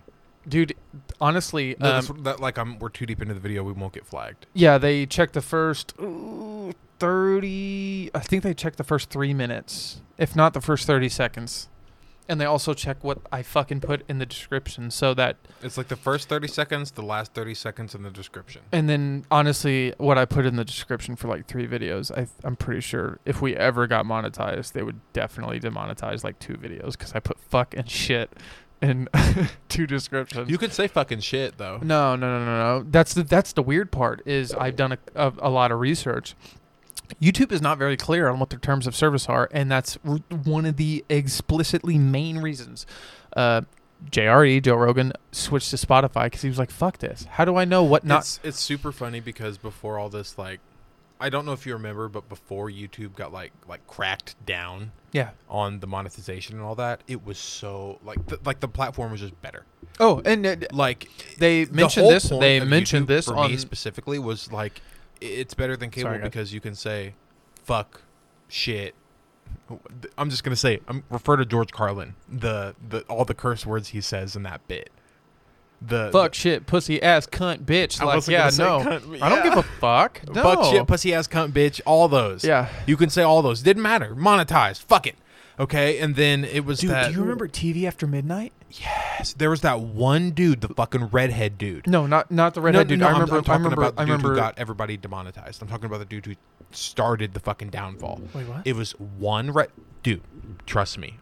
[SPEAKER 3] dude. Honestly,
[SPEAKER 4] No,
[SPEAKER 3] um,
[SPEAKER 4] that's what- that, like I'm, we're too deep into the video. We won't get flagged.
[SPEAKER 3] yeah, they checked the first ooh, thirty. I think they checked the first three minutes, if not the first thirty seconds, and they also check what I fucking put in the description, so that
[SPEAKER 4] It's like the first 30 seconds, the last 30 seconds, in the description.
[SPEAKER 3] And then honestly, what I put in the description for like three videos, I, I'm pretty sure if we ever got monetized, they would definitely demonetize like two videos because I put fuck and shit in [LAUGHS] two descriptions.
[SPEAKER 4] You could say fucking shit though.
[SPEAKER 3] no, no, no, no, no. That's the that's the weird part is I've done a, a, a lot of research. YouTube is not very clear on what their terms of service are, and that's r- one of the explicitly main reasons. Uh, JRE Joe Rogan switched to Spotify because he was like, "Fuck this! How do I know what not?"
[SPEAKER 4] It's, it's super funny because before all this, like, I don't know if you remember, but before YouTube got like like cracked down
[SPEAKER 3] yeah.
[SPEAKER 4] on the monetization and all that, it was so like the, like the platform was just better.
[SPEAKER 3] Oh, and uh,
[SPEAKER 4] Like
[SPEAKER 3] They
[SPEAKER 4] the
[SPEAKER 3] mentioned
[SPEAKER 4] whole
[SPEAKER 3] this-
[SPEAKER 4] point
[SPEAKER 3] they
[SPEAKER 4] of
[SPEAKER 3] mentioned
[SPEAKER 4] YouTube
[SPEAKER 3] this
[SPEAKER 4] for me
[SPEAKER 3] on-
[SPEAKER 4] specifically was like i- it's better than cable
[SPEAKER 3] Sorry, guys.
[SPEAKER 4] because you can say fuck shit. I'm just gonna say I'm refer to George Carlin the the all the curse words he says in that bit. The
[SPEAKER 3] fuck shit, pussy ass cunt bitch.
[SPEAKER 4] I
[SPEAKER 3] like
[SPEAKER 4] wasn't
[SPEAKER 3] yeah,
[SPEAKER 4] gonna say
[SPEAKER 3] no,
[SPEAKER 4] cunt, but
[SPEAKER 3] I don't
[SPEAKER 4] yeah.
[SPEAKER 3] give a
[SPEAKER 4] [LAUGHS]
[SPEAKER 3] fuck.
[SPEAKER 4] the
[SPEAKER 3] No.
[SPEAKER 4] fuck shit pussy ass cunt bitch all those
[SPEAKER 3] Yeah.
[SPEAKER 4] you can say all those didn't matter monetized fuck it okay and then it was that
[SPEAKER 3] TV after midnight?
[SPEAKER 4] yes, there was that one dude the fucking redhead dude
[SPEAKER 3] No, not not the redhead dude. I
[SPEAKER 4] I'm-
[SPEAKER 3] remember.
[SPEAKER 4] I'm, talking
[SPEAKER 3] remember.
[SPEAKER 4] about the
[SPEAKER 3] I
[SPEAKER 4] dude
[SPEAKER 3] remember.
[SPEAKER 4] who got everybody demonetized. I'm talking about the dude who started the fucking downfall.
[SPEAKER 3] Wait, what?
[SPEAKER 4] It was one re- dude. Trust me,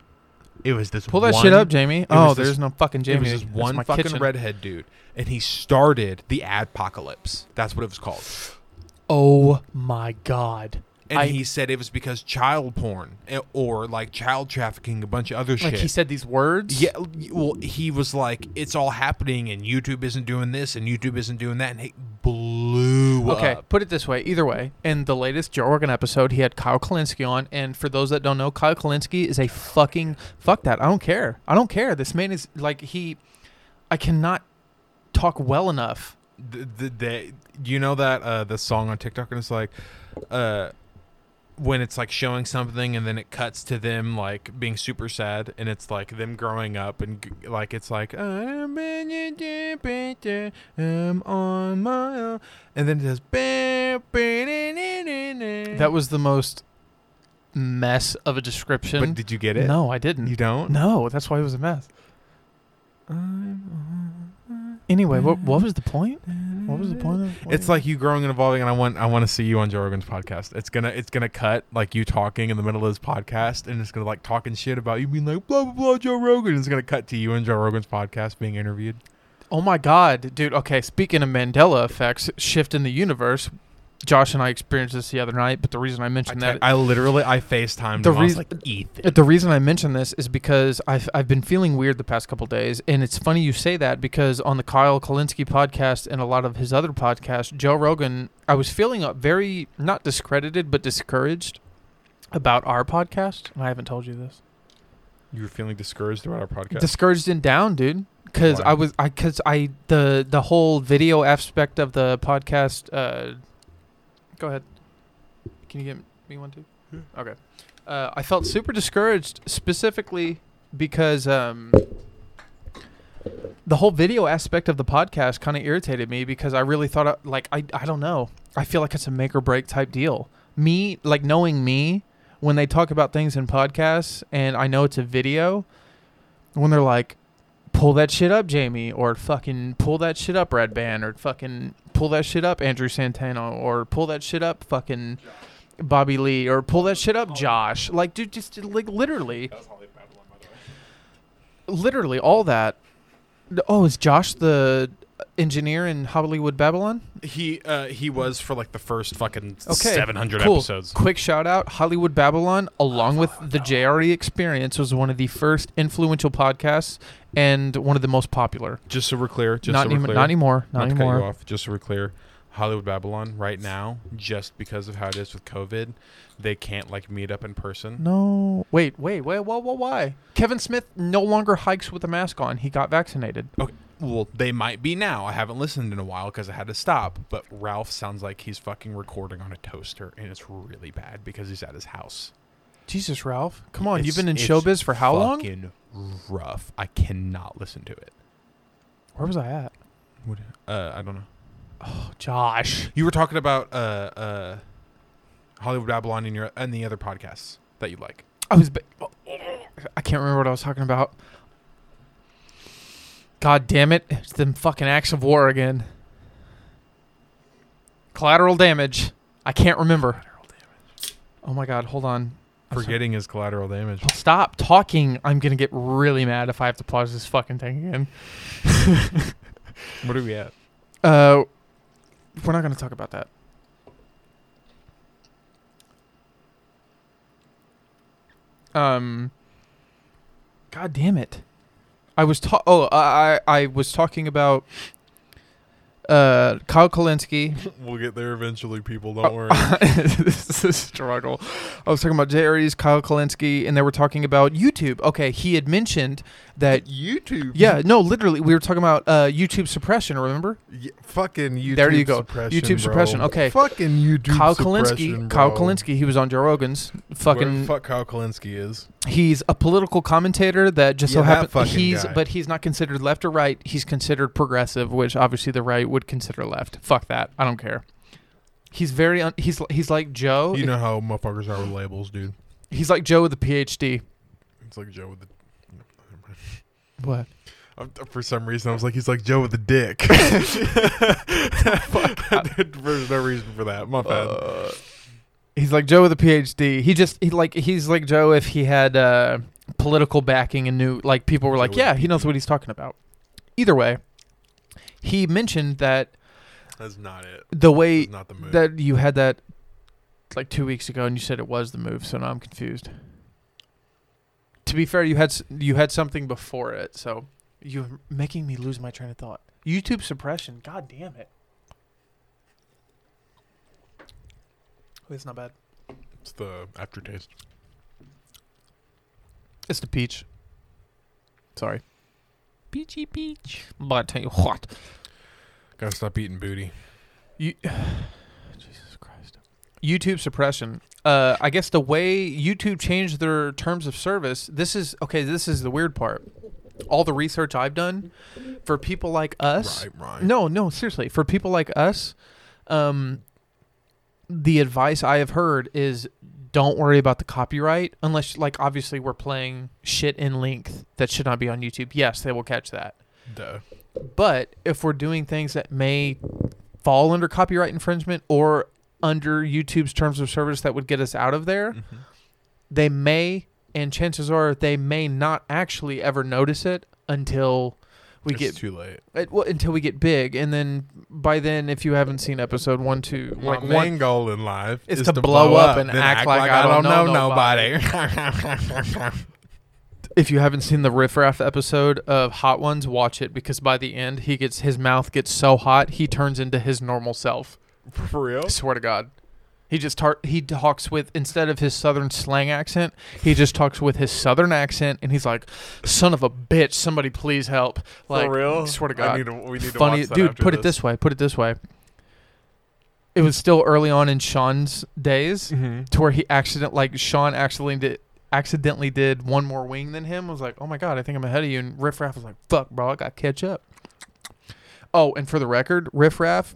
[SPEAKER 4] it was this.
[SPEAKER 3] Pull that
[SPEAKER 4] one-
[SPEAKER 3] shit up, Jamie.
[SPEAKER 4] it
[SPEAKER 3] Oh,
[SPEAKER 4] was this-
[SPEAKER 3] there's no fucking Jamie.
[SPEAKER 4] It was this
[SPEAKER 3] That's
[SPEAKER 4] one
[SPEAKER 3] my
[SPEAKER 4] fucking
[SPEAKER 3] kitchen.
[SPEAKER 4] redhead dude, and he started the adpocalypse. That's what it was called.
[SPEAKER 3] Oh my god.
[SPEAKER 4] and
[SPEAKER 3] I-
[SPEAKER 4] he said it was because child porn eh, or like child trafficking, a bunch of other
[SPEAKER 3] Like
[SPEAKER 4] shit.
[SPEAKER 3] he said these words.
[SPEAKER 4] Yeah, well, he was like, "It's all happening, and YouTube isn't doing this, and YouTube isn't doing that," and he blew
[SPEAKER 3] Okay,
[SPEAKER 4] up.
[SPEAKER 3] put it this way. Either way, in the latest Joe Rogan episode, he had Kyle Kalinske on, and for those that don't know, Kyle Kalinske is a fucking fuck that. I don't care. I don't care. This man is like he. I cannot talk well enough.
[SPEAKER 4] The, the, the, you know that uh, the song on TikTok, and it's like, uh, when it's like showing something, and then it cuts to them like being super sad, and it's like them growing up, and g- like it's like I'm on my own, and then it says that
[SPEAKER 3] That was the most mess of a description.
[SPEAKER 4] But did you get it?
[SPEAKER 3] No, I didn't.
[SPEAKER 4] you don't.
[SPEAKER 3] No, that's why it was a mess. Anyway, what what was the point? What was the point? Of what-
[SPEAKER 4] It's like you growing and evolving, and I want I want to see you on Joe Rogan's podcast. It's gonna it's gonna cut like you talking in the middle of this podcast, and it's gonna like talking shit about you being like blah blah blah Joe Rogan. It's gonna cut to you and Joe Rogan's podcast being interviewed.
[SPEAKER 3] Oh my God, dude. Okay, speaking of Mandela effects, shift in the universe. Josh and I experienced this the other night, but the reason I
[SPEAKER 4] I,
[SPEAKER 3] mentioned
[SPEAKER 4] te-
[SPEAKER 3] that,
[SPEAKER 4] I literally I FaceTimed
[SPEAKER 3] The
[SPEAKER 4] the him. I was
[SPEAKER 3] reas-
[SPEAKER 4] like Ethan.
[SPEAKER 3] the reason I mentioned this is because I've I've been feeling weird the past couple days, and it's funny you say that because on the Kyle Kalinske podcast and a lot of his other podcasts, Joe Rogan, I was feeling uh, very not discredited but discouraged about our podcast, and I haven't told you this.
[SPEAKER 4] You were feeling discouraged about our podcast.
[SPEAKER 3] discouraged and down, dude. Because
[SPEAKER 4] Why?
[SPEAKER 3] I was, I because I the the whole video aspect of the podcast. Uh, go ahead. Can you get me one too? Okay. Uh, I felt super discouraged specifically because um, the whole video aspect of the podcast kind of irritated me because I really thought I, like I I don't know I feel like it's a make or break type deal. Me like knowing me when they talk about things in podcasts and I know it's a video when they're like pull that shit up Jamie or fucking pull that shit up Red Band or fucking pull that shit up Andrew Santana or pull that shit up fucking Bobby Lee or pull that shit
[SPEAKER 4] Oh.
[SPEAKER 3] up Josh like dude just like literally literally all that oh is Josh the engineer in Hollywood Babylon
[SPEAKER 4] he uh, he was for like the first fucking
[SPEAKER 3] Okay.
[SPEAKER 4] seven hundred
[SPEAKER 3] cool.
[SPEAKER 4] episodes.
[SPEAKER 3] Quick shout out Hollywood Babylon, along with the JRE Experience, was one of the first influential podcasts and one of the most popular.
[SPEAKER 4] Just so we're clear. Just
[SPEAKER 3] not,
[SPEAKER 4] so we're
[SPEAKER 3] any-
[SPEAKER 4] clear.
[SPEAKER 3] not anymore. Not,
[SPEAKER 4] Not to cut you
[SPEAKER 3] anymore.
[SPEAKER 4] off, just so we're clear, Hollywood Babylon right now, just because of how it is with COVID, they can't like meet up in person.
[SPEAKER 3] No. Wait, wait, wait, whoa, whoa, why? Kevin Smith no longer hikes with a mask on. He got vaccinated.
[SPEAKER 4] Okay, well, they might be now. I haven't listened in a while because I had to stop. But Ralph sounds like he's fucking recording on a toaster, and it's really bad because he's at his house.
[SPEAKER 3] Jesus, Ralph. Come on.
[SPEAKER 4] It's-
[SPEAKER 3] you've been in
[SPEAKER 4] it's
[SPEAKER 3] showbiz for how long?
[SPEAKER 4] fucking Rough. I cannot listen to it.
[SPEAKER 3] Where was I at?
[SPEAKER 4] What? Uh, I don't know.
[SPEAKER 3] Oh, Josh.
[SPEAKER 4] You were talking about uh, uh, Hollywood Babylon in your and the other podcasts that you like.
[SPEAKER 3] I was. Ba- oh, I can't remember what I was talking about. God damn it! It's them fucking acts of war again. Collateral damage. I can't remember. Oh my god! Hold on. I'm sorry.
[SPEAKER 4] Forgetting his collateral damage.
[SPEAKER 3] Stop talking. I'm gonna get really mad if I have to pause this fucking thing again.
[SPEAKER 4] What are we at?
[SPEAKER 3] Uh, we're not gonna talk about that. Um. God damn it! I was ta- oh I I I was talking about uh Kyle Kalinske.
[SPEAKER 4] [LAUGHS]
[SPEAKER 3] [LAUGHS]
[SPEAKER 4] We'll get there eventually, people. Don't worry.
[SPEAKER 3] this is a struggle. I was talking about Jerry's Kyle Kalinske, and they were talking about YouTube. Okay, he had mentioned that.
[SPEAKER 4] YouTube.
[SPEAKER 3] Yeah, no, literally, we were talking about uh, YouTube suppression. Remember?
[SPEAKER 4] Y- fucking YouTube.
[SPEAKER 3] There you go.
[SPEAKER 4] Suppression,
[SPEAKER 3] YouTube
[SPEAKER 4] bro.
[SPEAKER 3] suppression, okay.
[SPEAKER 4] Fucking YouTube.
[SPEAKER 3] Kyle
[SPEAKER 4] suppression,
[SPEAKER 3] Kalinske. Kyle
[SPEAKER 4] bro.
[SPEAKER 3] Kalinske. He was on Joe Rogan's. Fucking.
[SPEAKER 4] Whatever fuck Kyle Kalinske is.
[SPEAKER 3] He's a political commentator that just so
[SPEAKER 4] Yeah, that
[SPEAKER 3] happens
[SPEAKER 4] fucking
[SPEAKER 3] he's,
[SPEAKER 4] guy.
[SPEAKER 3] but he's not considered left or right. He's considered progressive, which obviously the right would consider left. Fuck that. I don't care. He's very. Un- he's he's like Joe.
[SPEAKER 4] You know how motherfuckers are with labels, dude.
[SPEAKER 3] He's like Joe with a PhD.
[SPEAKER 4] It's like Joe with the. Never mind.
[SPEAKER 3] What?
[SPEAKER 4] I'm- For some reason, I was like, he's like Joe with
[SPEAKER 3] [LAUGHS]
[SPEAKER 4] the dick. [LAUGHS] There's no reason for that. My bad.
[SPEAKER 3] Uh, He's like Joe with a PhD. He just he like he's like Joe if he had uh, political backing and knew like people were like,
[SPEAKER 4] Joe with
[SPEAKER 3] yeah,
[SPEAKER 4] a
[SPEAKER 3] he knows what he's talking about. Either way, he mentioned that
[SPEAKER 4] That's not it.
[SPEAKER 3] the way
[SPEAKER 4] That's not the move.
[SPEAKER 3] that you had that like two weeks ago, and you said it was the move, so now I'm confused. To be fair, you had s- you had something before it, so you're making me lose my train of thought. YouTube suppression, god damn it! Wait, It's not bad.
[SPEAKER 4] It's the aftertaste.
[SPEAKER 3] It's the peach. Sorry. Peachy peach. But I tell you what,
[SPEAKER 4] Gotta stop eating booty.
[SPEAKER 3] You, Jesus Christ. YouTube suppression. Uh, I guess the way YouTube changed their terms of service. This is okay. This is the weird part. All the research I've done for people like us.
[SPEAKER 4] Right, right.
[SPEAKER 3] No, no, seriously, for people like us, um, the advice I have heard is don't worry about the copyright unless, like, obviously we're playing shit in length that should not be on YouTube. Yes, they will catch that.
[SPEAKER 4] Duh.
[SPEAKER 3] But if we're doing things that may fall under copyright infringement or under YouTube's terms of service that would get us out of there,
[SPEAKER 4] Mm-hmm.
[SPEAKER 3] they may, and chances are they may not actually ever notice it until we
[SPEAKER 4] it's
[SPEAKER 3] get
[SPEAKER 4] too late.
[SPEAKER 3] it, well, until we get big, and then by then, if you haven't seen episode one, two,
[SPEAKER 4] My
[SPEAKER 3] like
[SPEAKER 4] main
[SPEAKER 3] one,
[SPEAKER 4] goal in life
[SPEAKER 3] is
[SPEAKER 4] is
[SPEAKER 3] to
[SPEAKER 4] to,
[SPEAKER 3] blow up and
[SPEAKER 4] then
[SPEAKER 3] act like I don't know
[SPEAKER 4] nobody. [LAUGHS]
[SPEAKER 3] if you haven't seen the riffraff episode of Hot Ones, watch it because by the end, he gets his mouth gets so hot he turns into his normal self.
[SPEAKER 4] For real?
[SPEAKER 3] I swear to God. He just tar- he talks with instead of his southern slang accent, he just talks with his southern accent, and he's like, "Son of a bitch, somebody please help!" [LAUGHS] Like,
[SPEAKER 4] For real?
[SPEAKER 3] I swear to
[SPEAKER 4] I
[SPEAKER 3] God,
[SPEAKER 4] need to- we need to
[SPEAKER 3] funny
[SPEAKER 4] watch that
[SPEAKER 3] dude.
[SPEAKER 4] after
[SPEAKER 3] Put it
[SPEAKER 4] this.
[SPEAKER 3] this way. Put it this way. It was still early on in Sean's days,
[SPEAKER 4] Mm-hmm.
[SPEAKER 3] to where he accident like Sean accidentally did accidentally did one more wing than him. I was like, "Oh my God, I think I'm ahead of you." And Riff Raff was like, "Fuck, bro, I got to catch up." Oh, and for the record, Riff Raff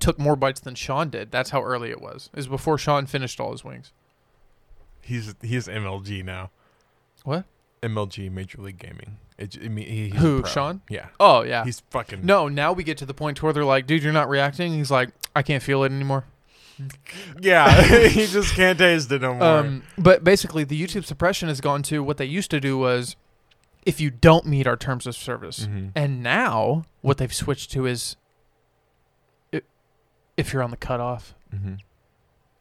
[SPEAKER 3] took more bites than Sean did. That's how early it was. It was before Sean finished all his wings.
[SPEAKER 4] He's he's MLG now.
[SPEAKER 3] What?
[SPEAKER 4] MLG Major League Gaming. It, it, me- he, he's a
[SPEAKER 3] Who,
[SPEAKER 4] pro.
[SPEAKER 3] Sean?
[SPEAKER 4] Yeah.
[SPEAKER 3] Oh yeah.
[SPEAKER 4] He's fucking
[SPEAKER 3] no, now we get to the point to where they're like, "Dude, you're not reacting." He's like, "I can't feel it anymore."
[SPEAKER 4] Yeah, [LAUGHS] he just can't taste it no more.
[SPEAKER 3] Um, but basically, the YouTube suppression has gone to what they used to do was if you don't meet our terms of service,
[SPEAKER 4] Mm-hmm.
[SPEAKER 3] and now what they've switched to is i- if you're on the cutoff,
[SPEAKER 4] Mhm.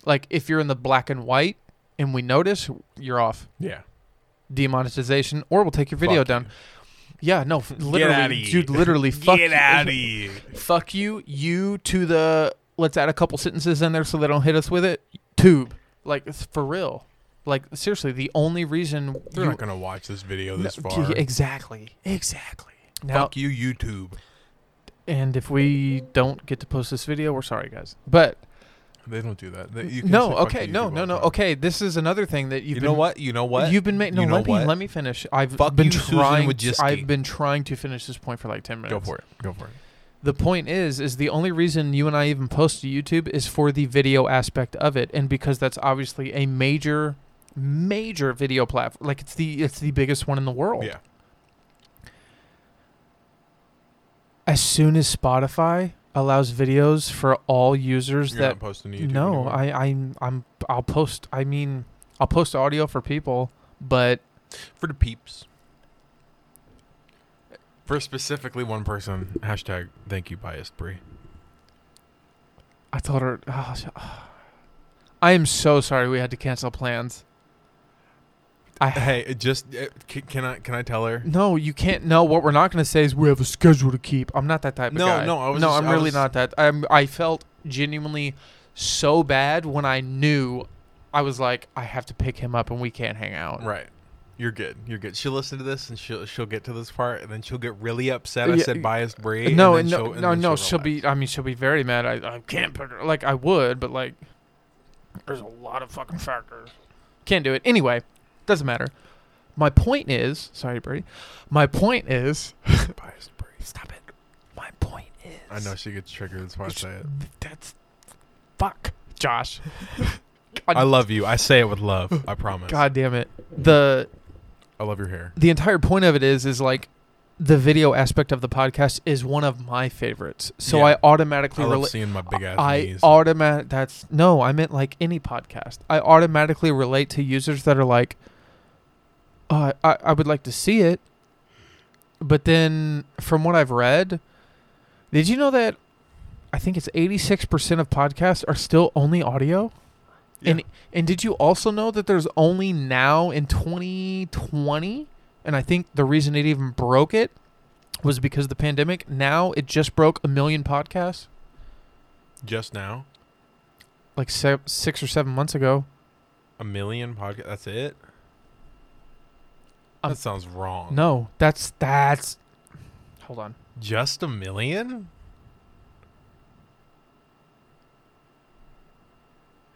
[SPEAKER 3] like if you're in the black and white, and we notice you're off
[SPEAKER 4] Yeah.
[SPEAKER 3] demonetization, or we'll take your video
[SPEAKER 4] Fuck
[SPEAKER 3] down. Yeah, no, f-
[SPEAKER 4] outta
[SPEAKER 3] literally,
[SPEAKER 4] here.
[SPEAKER 3] dude, literally, fuck
[SPEAKER 4] [LAUGHS] Get
[SPEAKER 3] you. [LAUGHS]
[SPEAKER 4] out of here.
[SPEAKER 3] fuck you, you to the let's add a couple sentences in there so they don't hit us with it. Tube, like it's for real, like seriously, the only reason
[SPEAKER 4] They're
[SPEAKER 3] you-
[SPEAKER 4] not gonna watch this video
[SPEAKER 3] No,
[SPEAKER 4] this
[SPEAKER 3] d-
[SPEAKER 4] far.
[SPEAKER 3] exactly, exactly. Now,
[SPEAKER 4] Fuck you, YouTube.
[SPEAKER 3] and if we don't get to post this video, we're sorry, guys. But
[SPEAKER 4] They don't do that. They, you can
[SPEAKER 3] no,
[SPEAKER 4] say fuck
[SPEAKER 3] okay,
[SPEAKER 4] you
[SPEAKER 3] no,
[SPEAKER 4] YouTube
[SPEAKER 3] no,
[SPEAKER 4] all
[SPEAKER 3] no,
[SPEAKER 4] the time.
[SPEAKER 3] okay. This is another thing that you've
[SPEAKER 4] You
[SPEAKER 3] been
[SPEAKER 4] know what? You know what?
[SPEAKER 3] You've been making. No,
[SPEAKER 4] You know
[SPEAKER 3] let me
[SPEAKER 4] what?
[SPEAKER 3] let me finish. I've
[SPEAKER 4] Fuck
[SPEAKER 3] been
[SPEAKER 4] you, Susan
[SPEAKER 3] trying.
[SPEAKER 4] Wojcicki.
[SPEAKER 3] I've been trying to finish this point for like ten minutes.
[SPEAKER 4] Go for it. Go for it.
[SPEAKER 3] the point is is the only reason you and I even post to YouTube is for the video aspect of it and because that's obviously a major major video platform like it's the it's the biggest one in the world.
[SPEAKER 4] Yeah.
[SPEAKER 3] As soon as Spotify allows videos for all users
[SPEAKER 4] You're
[SPEAKER 3] that
[SPEAKER 4] not posting to YouTube.
[SPEAKER 3] no,
[SPEAKER 4] anymore.
[SPEAKER 3] I I'm I'm I'll post I mean I'll post audio for people, but
[SPEAKER 4] for the peeps. For specifically one person. Hashtag thank you biased Bree.
[SPEAKER 3] I told her oh, sh- I am so sorry we had to cancel plans. I
[SPEAKER 4] Hey, it just uh, c- can I can I tell her?
[SPEAKER 3] No, you can't. No, what we're not going to say is we have a schedule to keep. I'm not that type
[SPEAKER 4] No,
[SPEAKER 3] of guy.
[SPEAKER 4] no, I was
[SPEAKER 3] no,
[SPEAKER 4] just-
[SPEAKER 3] I'm
[SPEAKER 4] I
[SPEAKER 3] really
[SPEAKER 4] was-
[SPEAKER 3] not that. I'm. I felt genuinely so bad when I knew. I was like, I have to pick him up, and we can't hang out.
[SPEAKER 4] Right. You're good. You're good. She'll listen to this and she'll she'll get to this part and then she'll get really upset. I
[SPEAKER 3] Yeah, y-
[SPEAKER 4] said biased Bree.
[SPEAKER 3] No,
[SPEAKER 4] and
[SPEAKER 3] and
[SPEAKER 4] then
[SPEAKER 3] no,
[SPEAKER 4] she'll, and
[SPEAKER 3] no,
[SPEAKER 4] then
[SPEAKER 3] no. She'll
[SPEAKER 4] relax.
[SPEAKER 3] be. I mean, she'll be very mad. I, I can't put her. Like I would, but like, there's a lot of fucking factors. Can't do it. Anyway, doesn't matter. My point is, sorry, Brady. My point is, [LAUGHS]
[SPEAKER 4] biased Bree.
[SPEAKER 3] stop it. My point is.
[SPEAKER 4] I know she gets triggered. That's why I say it.
[SPEAKER 3] That's fuck, Josh.
[SPEAKER 4] I love you. I say it with love. I promise.
[SPEAKER 3] God damn it. The
[SPEAKER 4] I love your hair.
[SPEAKER 3] the entire point of it is is like the video aspect of the podcast is one of my favorites. So
[SPEAKER 4] Yeah.
[SPEAKER 3] I automatically
[SPEAKER 4] I love
[SPEAKER 3] rela-
[SPEAKER 4] seeing my big ass
[SPEAKER 3] I
[SPEAKER 4] knees.
[SPEAKER 3] automatic that's no, I meant like any podcast. I automatically relate to users that are like uh, I I would like to see it. But then from what I've read, did you know that I think it's 86% of podcasts are still only audio? And and did you also know that there's only now in 2020, and I think the reason it even broke it was because of the pandemic. Now it just broke a million podcasts,
[SPEAKER 4] Just now,
[SPEAKER 3] like se- six or seven months ago.
[SPEAKER 4] a million podcast. That's it.
[SPEAKER 3] Um,
[SPEAKER 4] that sounds wrong.
[SPEAKER 3] No, that's that's. Hold on.
[SPEAKER 4] Just a million?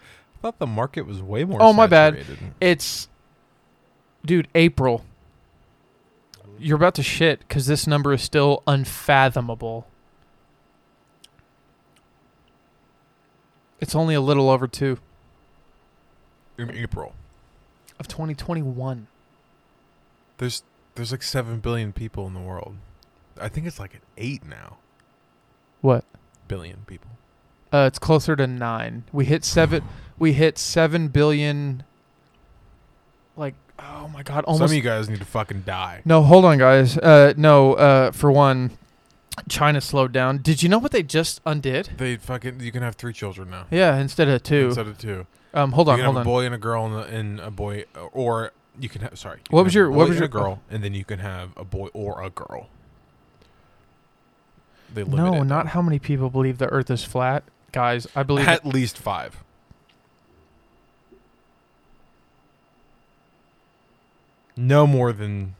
[SPEAKER 4] I thought the market was way more
[SPEAKER 3] Oh, my bad.
[SPEAKER 4] saturated.
[SPEAKER 3] It's, dude, April. You're about to shit because this number is still unfathomable. It's only a little over two
[SPEAKER 4] In April.
[SPEAKER 3] of 2021.
[SPEAKER 4] There's there's like 7 billion people in the world. I think it's like at 8 now.
[SPEAKER 3] What?
[SPEAKER 4] Billion people.
[SPEAKER 3] Uh, it's closer to nine. We hit seven. we hit seven billion. Like, oh my god, almost
[SPEAKER 4] Some of you guys need to fucking die.
[SPEAKER 3] No, hold on, guys. Uh, no, uh, for one, China slowed down. Did you know what they just undid?
[SPEAKER 4] They fucking you can have 3 children now.
[SPEAKER 3] Yeah, instead of two.
[SPEAKER 4] Instead of 2.
[SPEAKER 3] um, hold on,
[SPEAKER 4] you can
[SPEAKER 3] hold
[SPEAKER 4] have
[SPEAKER 3] on.
[SPEAKER 4] a boy and a girl and a, and a boy or you can have sorry. you
[SPEAKER 3] What
[SPEAKER 4] can
[SPEAKER 3] was
[SPEAKER 4] have a
[SPEAKER 3] your- what
[SPEAKER 4] boy
[SPEAKER 3] was
[SPEAKER 4] and
[SPEAKER 3] your-
[SPEAKER 4] a girl and then you can have a boy or a girl. They limit
[SPEAKER 3] No,
[SPEAKER 4] it.
[SPEAKER 3] not how many people believe the Earth is flat, guys. I believe. it-
[SPEAKER 4] at least 5. No more than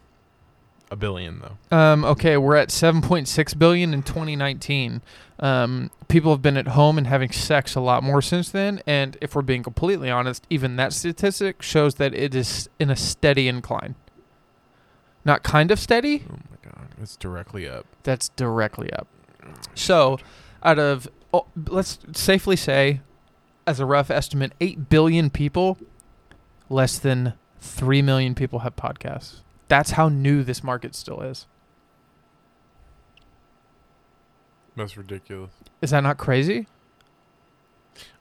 [SPEAKER 4] a billion though.
[SPEAKER 3] um, okay, we're at 7.6 billion in 2019. Um, people have been at home and having sex a lot more since then, and if we're being completely honest, even that statistic shows that it is in a steady incline. Not kind of steady.
[SPEAKER 4] Oh my god, it's directly up.
[SPEAKER 3] that's directly up. So, out of oh, let's safely say, as a rough estimate, eight billion people, less than three million people have podcasts. That's how new this market still is.
[SPEAKER 4] That's ridiculous.
[SPEAKER 3] Is that not crazy?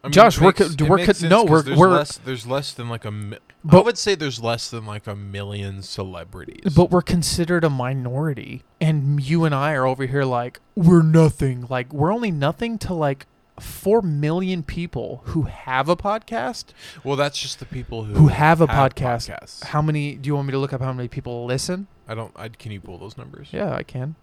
[SPEAKER 4] I mean,
[SPEAKER 3] Josh,
[SPEAKER 4] it
[SPEAKER 3] we're
[SPEAKER 4] makes-
[SPEAKER 3] co-
[SPEAKER 4] it
[SPEAKER 3] we're
[SPEAKER 4] makes
[SPEAKER 3] co-
[SPEAKER 4] sense
[SPEAKER 3] no,
[SPEAKER 4] 'cause
[SPEAKER 3] we're-
[SPEAKER 4] there's
[SPEAKER 3] we're-
[SPEAKER 4] less, there's less than like a. mi- I
[SPEAKER 3] But-
[SPEAKER 4] would say there's less than like a million celebrities.
[SPEAKER 3] But we're considered a minority, and you and I are over here like we're nothing. Like we're only nothing to like four million people who have a podcast.
[SPEAKER 4] well, that's just the people who
[SPEAKER 3] Who have a podcast?
[SPEAKER 4] podcasts.
[SPEAKER 3] How many? Do you want me to look up how many people listen?
[SPEAKER 4] I don't. I, can you pull those numbers?
[SPEAKER 3] Yeah, I can.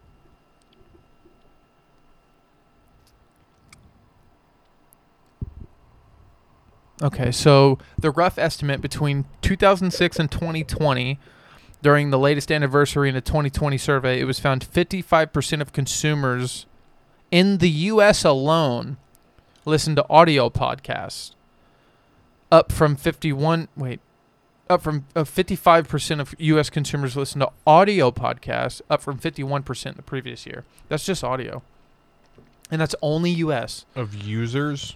[SPEAKER 3] Okay, so the rough estimate between 2006 and 2020, during the latest anniversary in a 2020 survey, it was found 55% of consumers in the U.S. alone listen to audio podcasts, up from 51. Wait, up from uh, 55% of U.S. consumers listen to audio podcasts, up from 51% the previous year. That's just audio. And that's only U.S.
[SPEAKER 4] Of users,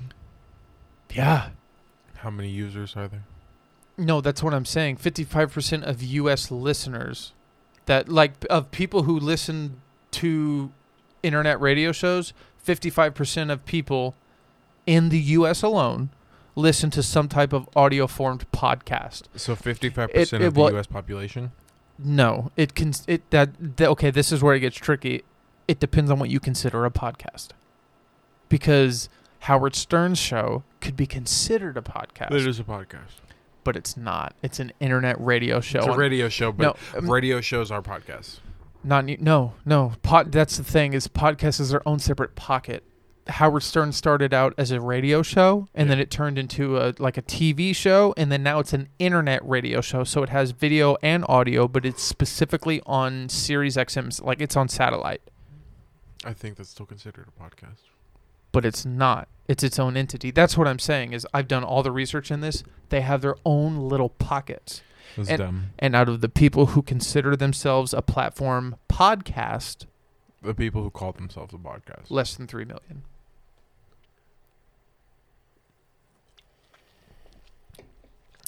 [SPEAKER 3] Yeah.
[SPEAKER 4] how many users are there?
[SPEAKER 3] No, that's what I'm saying. 55% of U.S. listeners that, like, of people who listen to internet radio shows, 55% of people in the U.S. alone listen to some type of audio formed podcast.
[SPEAKER 4] So fifty-five
[SPEAKER 3] It-
[SPEAKER 4] percent
[SPEAKER 3] it
[SPEAKER 4] of the
[SPEAKER 3] wa-
[SPEAKER 4] U.S. population.
[SPEAKER 3] No, it can it that, that okay. This is where it gets tricky. It depends on what you consider a podcast, because Howard Stern's show could be considered a podcast,
[SPEAKER 4] It is a podcast.
[SPEAKER 3] but it's not. It's an internet radio show.
[SPEAKER 4] It's a
[SPEAKER 3] on-
[SPEAKER 4] radio show, but
[SPEAKER 3] No, um,
[SPEAKER 4] radio shows are podcasts.
[SPEAKER 3] not ne- no no. Pod, that's the thing is podcasts is their own separate pocket. Howard Stern started out as a radio show, and
[SPEAKER 4] Yeah.
[SPEAKER 3] then it turned into a like a TV show, and then now it's an internet radio show. So it has video and audio, but it's specifically on Sirius XM's, like it's on satellite.
[SPEAKER 4] I think that's still considered a podcast.
[SPEAKER 3] but it's not. It's its own entity. That's what I'm saying is I've done all the research in this. They have their own little pockets.
[SPEAKER 4] That's
[SPEAKER 3] And-
[SPEAKER 4] dumb.
[SPEAKER 3] And out of the people who consider themselves a platform podcast,
[SPEAKER 4] The people who call themselves a podcast.
[SPEAKER 3] less than 3 million.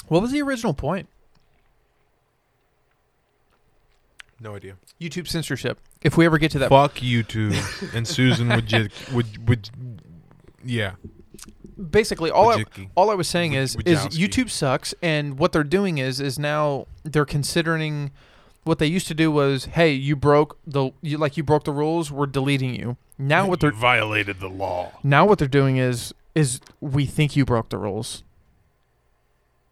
[SPEAKER 3] What was the original point?
[SPEAKER 4] No idea.
[SPEAKER 3] YouTube censorship. If we ever get to that
[SPEAKER 4] Fuck [LAUGHS] YouTube and Susan would ju- would would yeah.
[SPEAKER 3] basically all I,
[SPEAKER 4] Wojcicki.
[SPEAKER 3] all I was saying is is
[SPEAKER 4] Wojowski.
[SPEAKER 3] YouTube sucks and what they're doing is is now they're considering what they used to do was hey you broke the you like you broke the rules we're deleting you now what they're
[SPEAKER 4] violated the law.
[SPEAKER 3] now what they're doing is is we think you broke the rules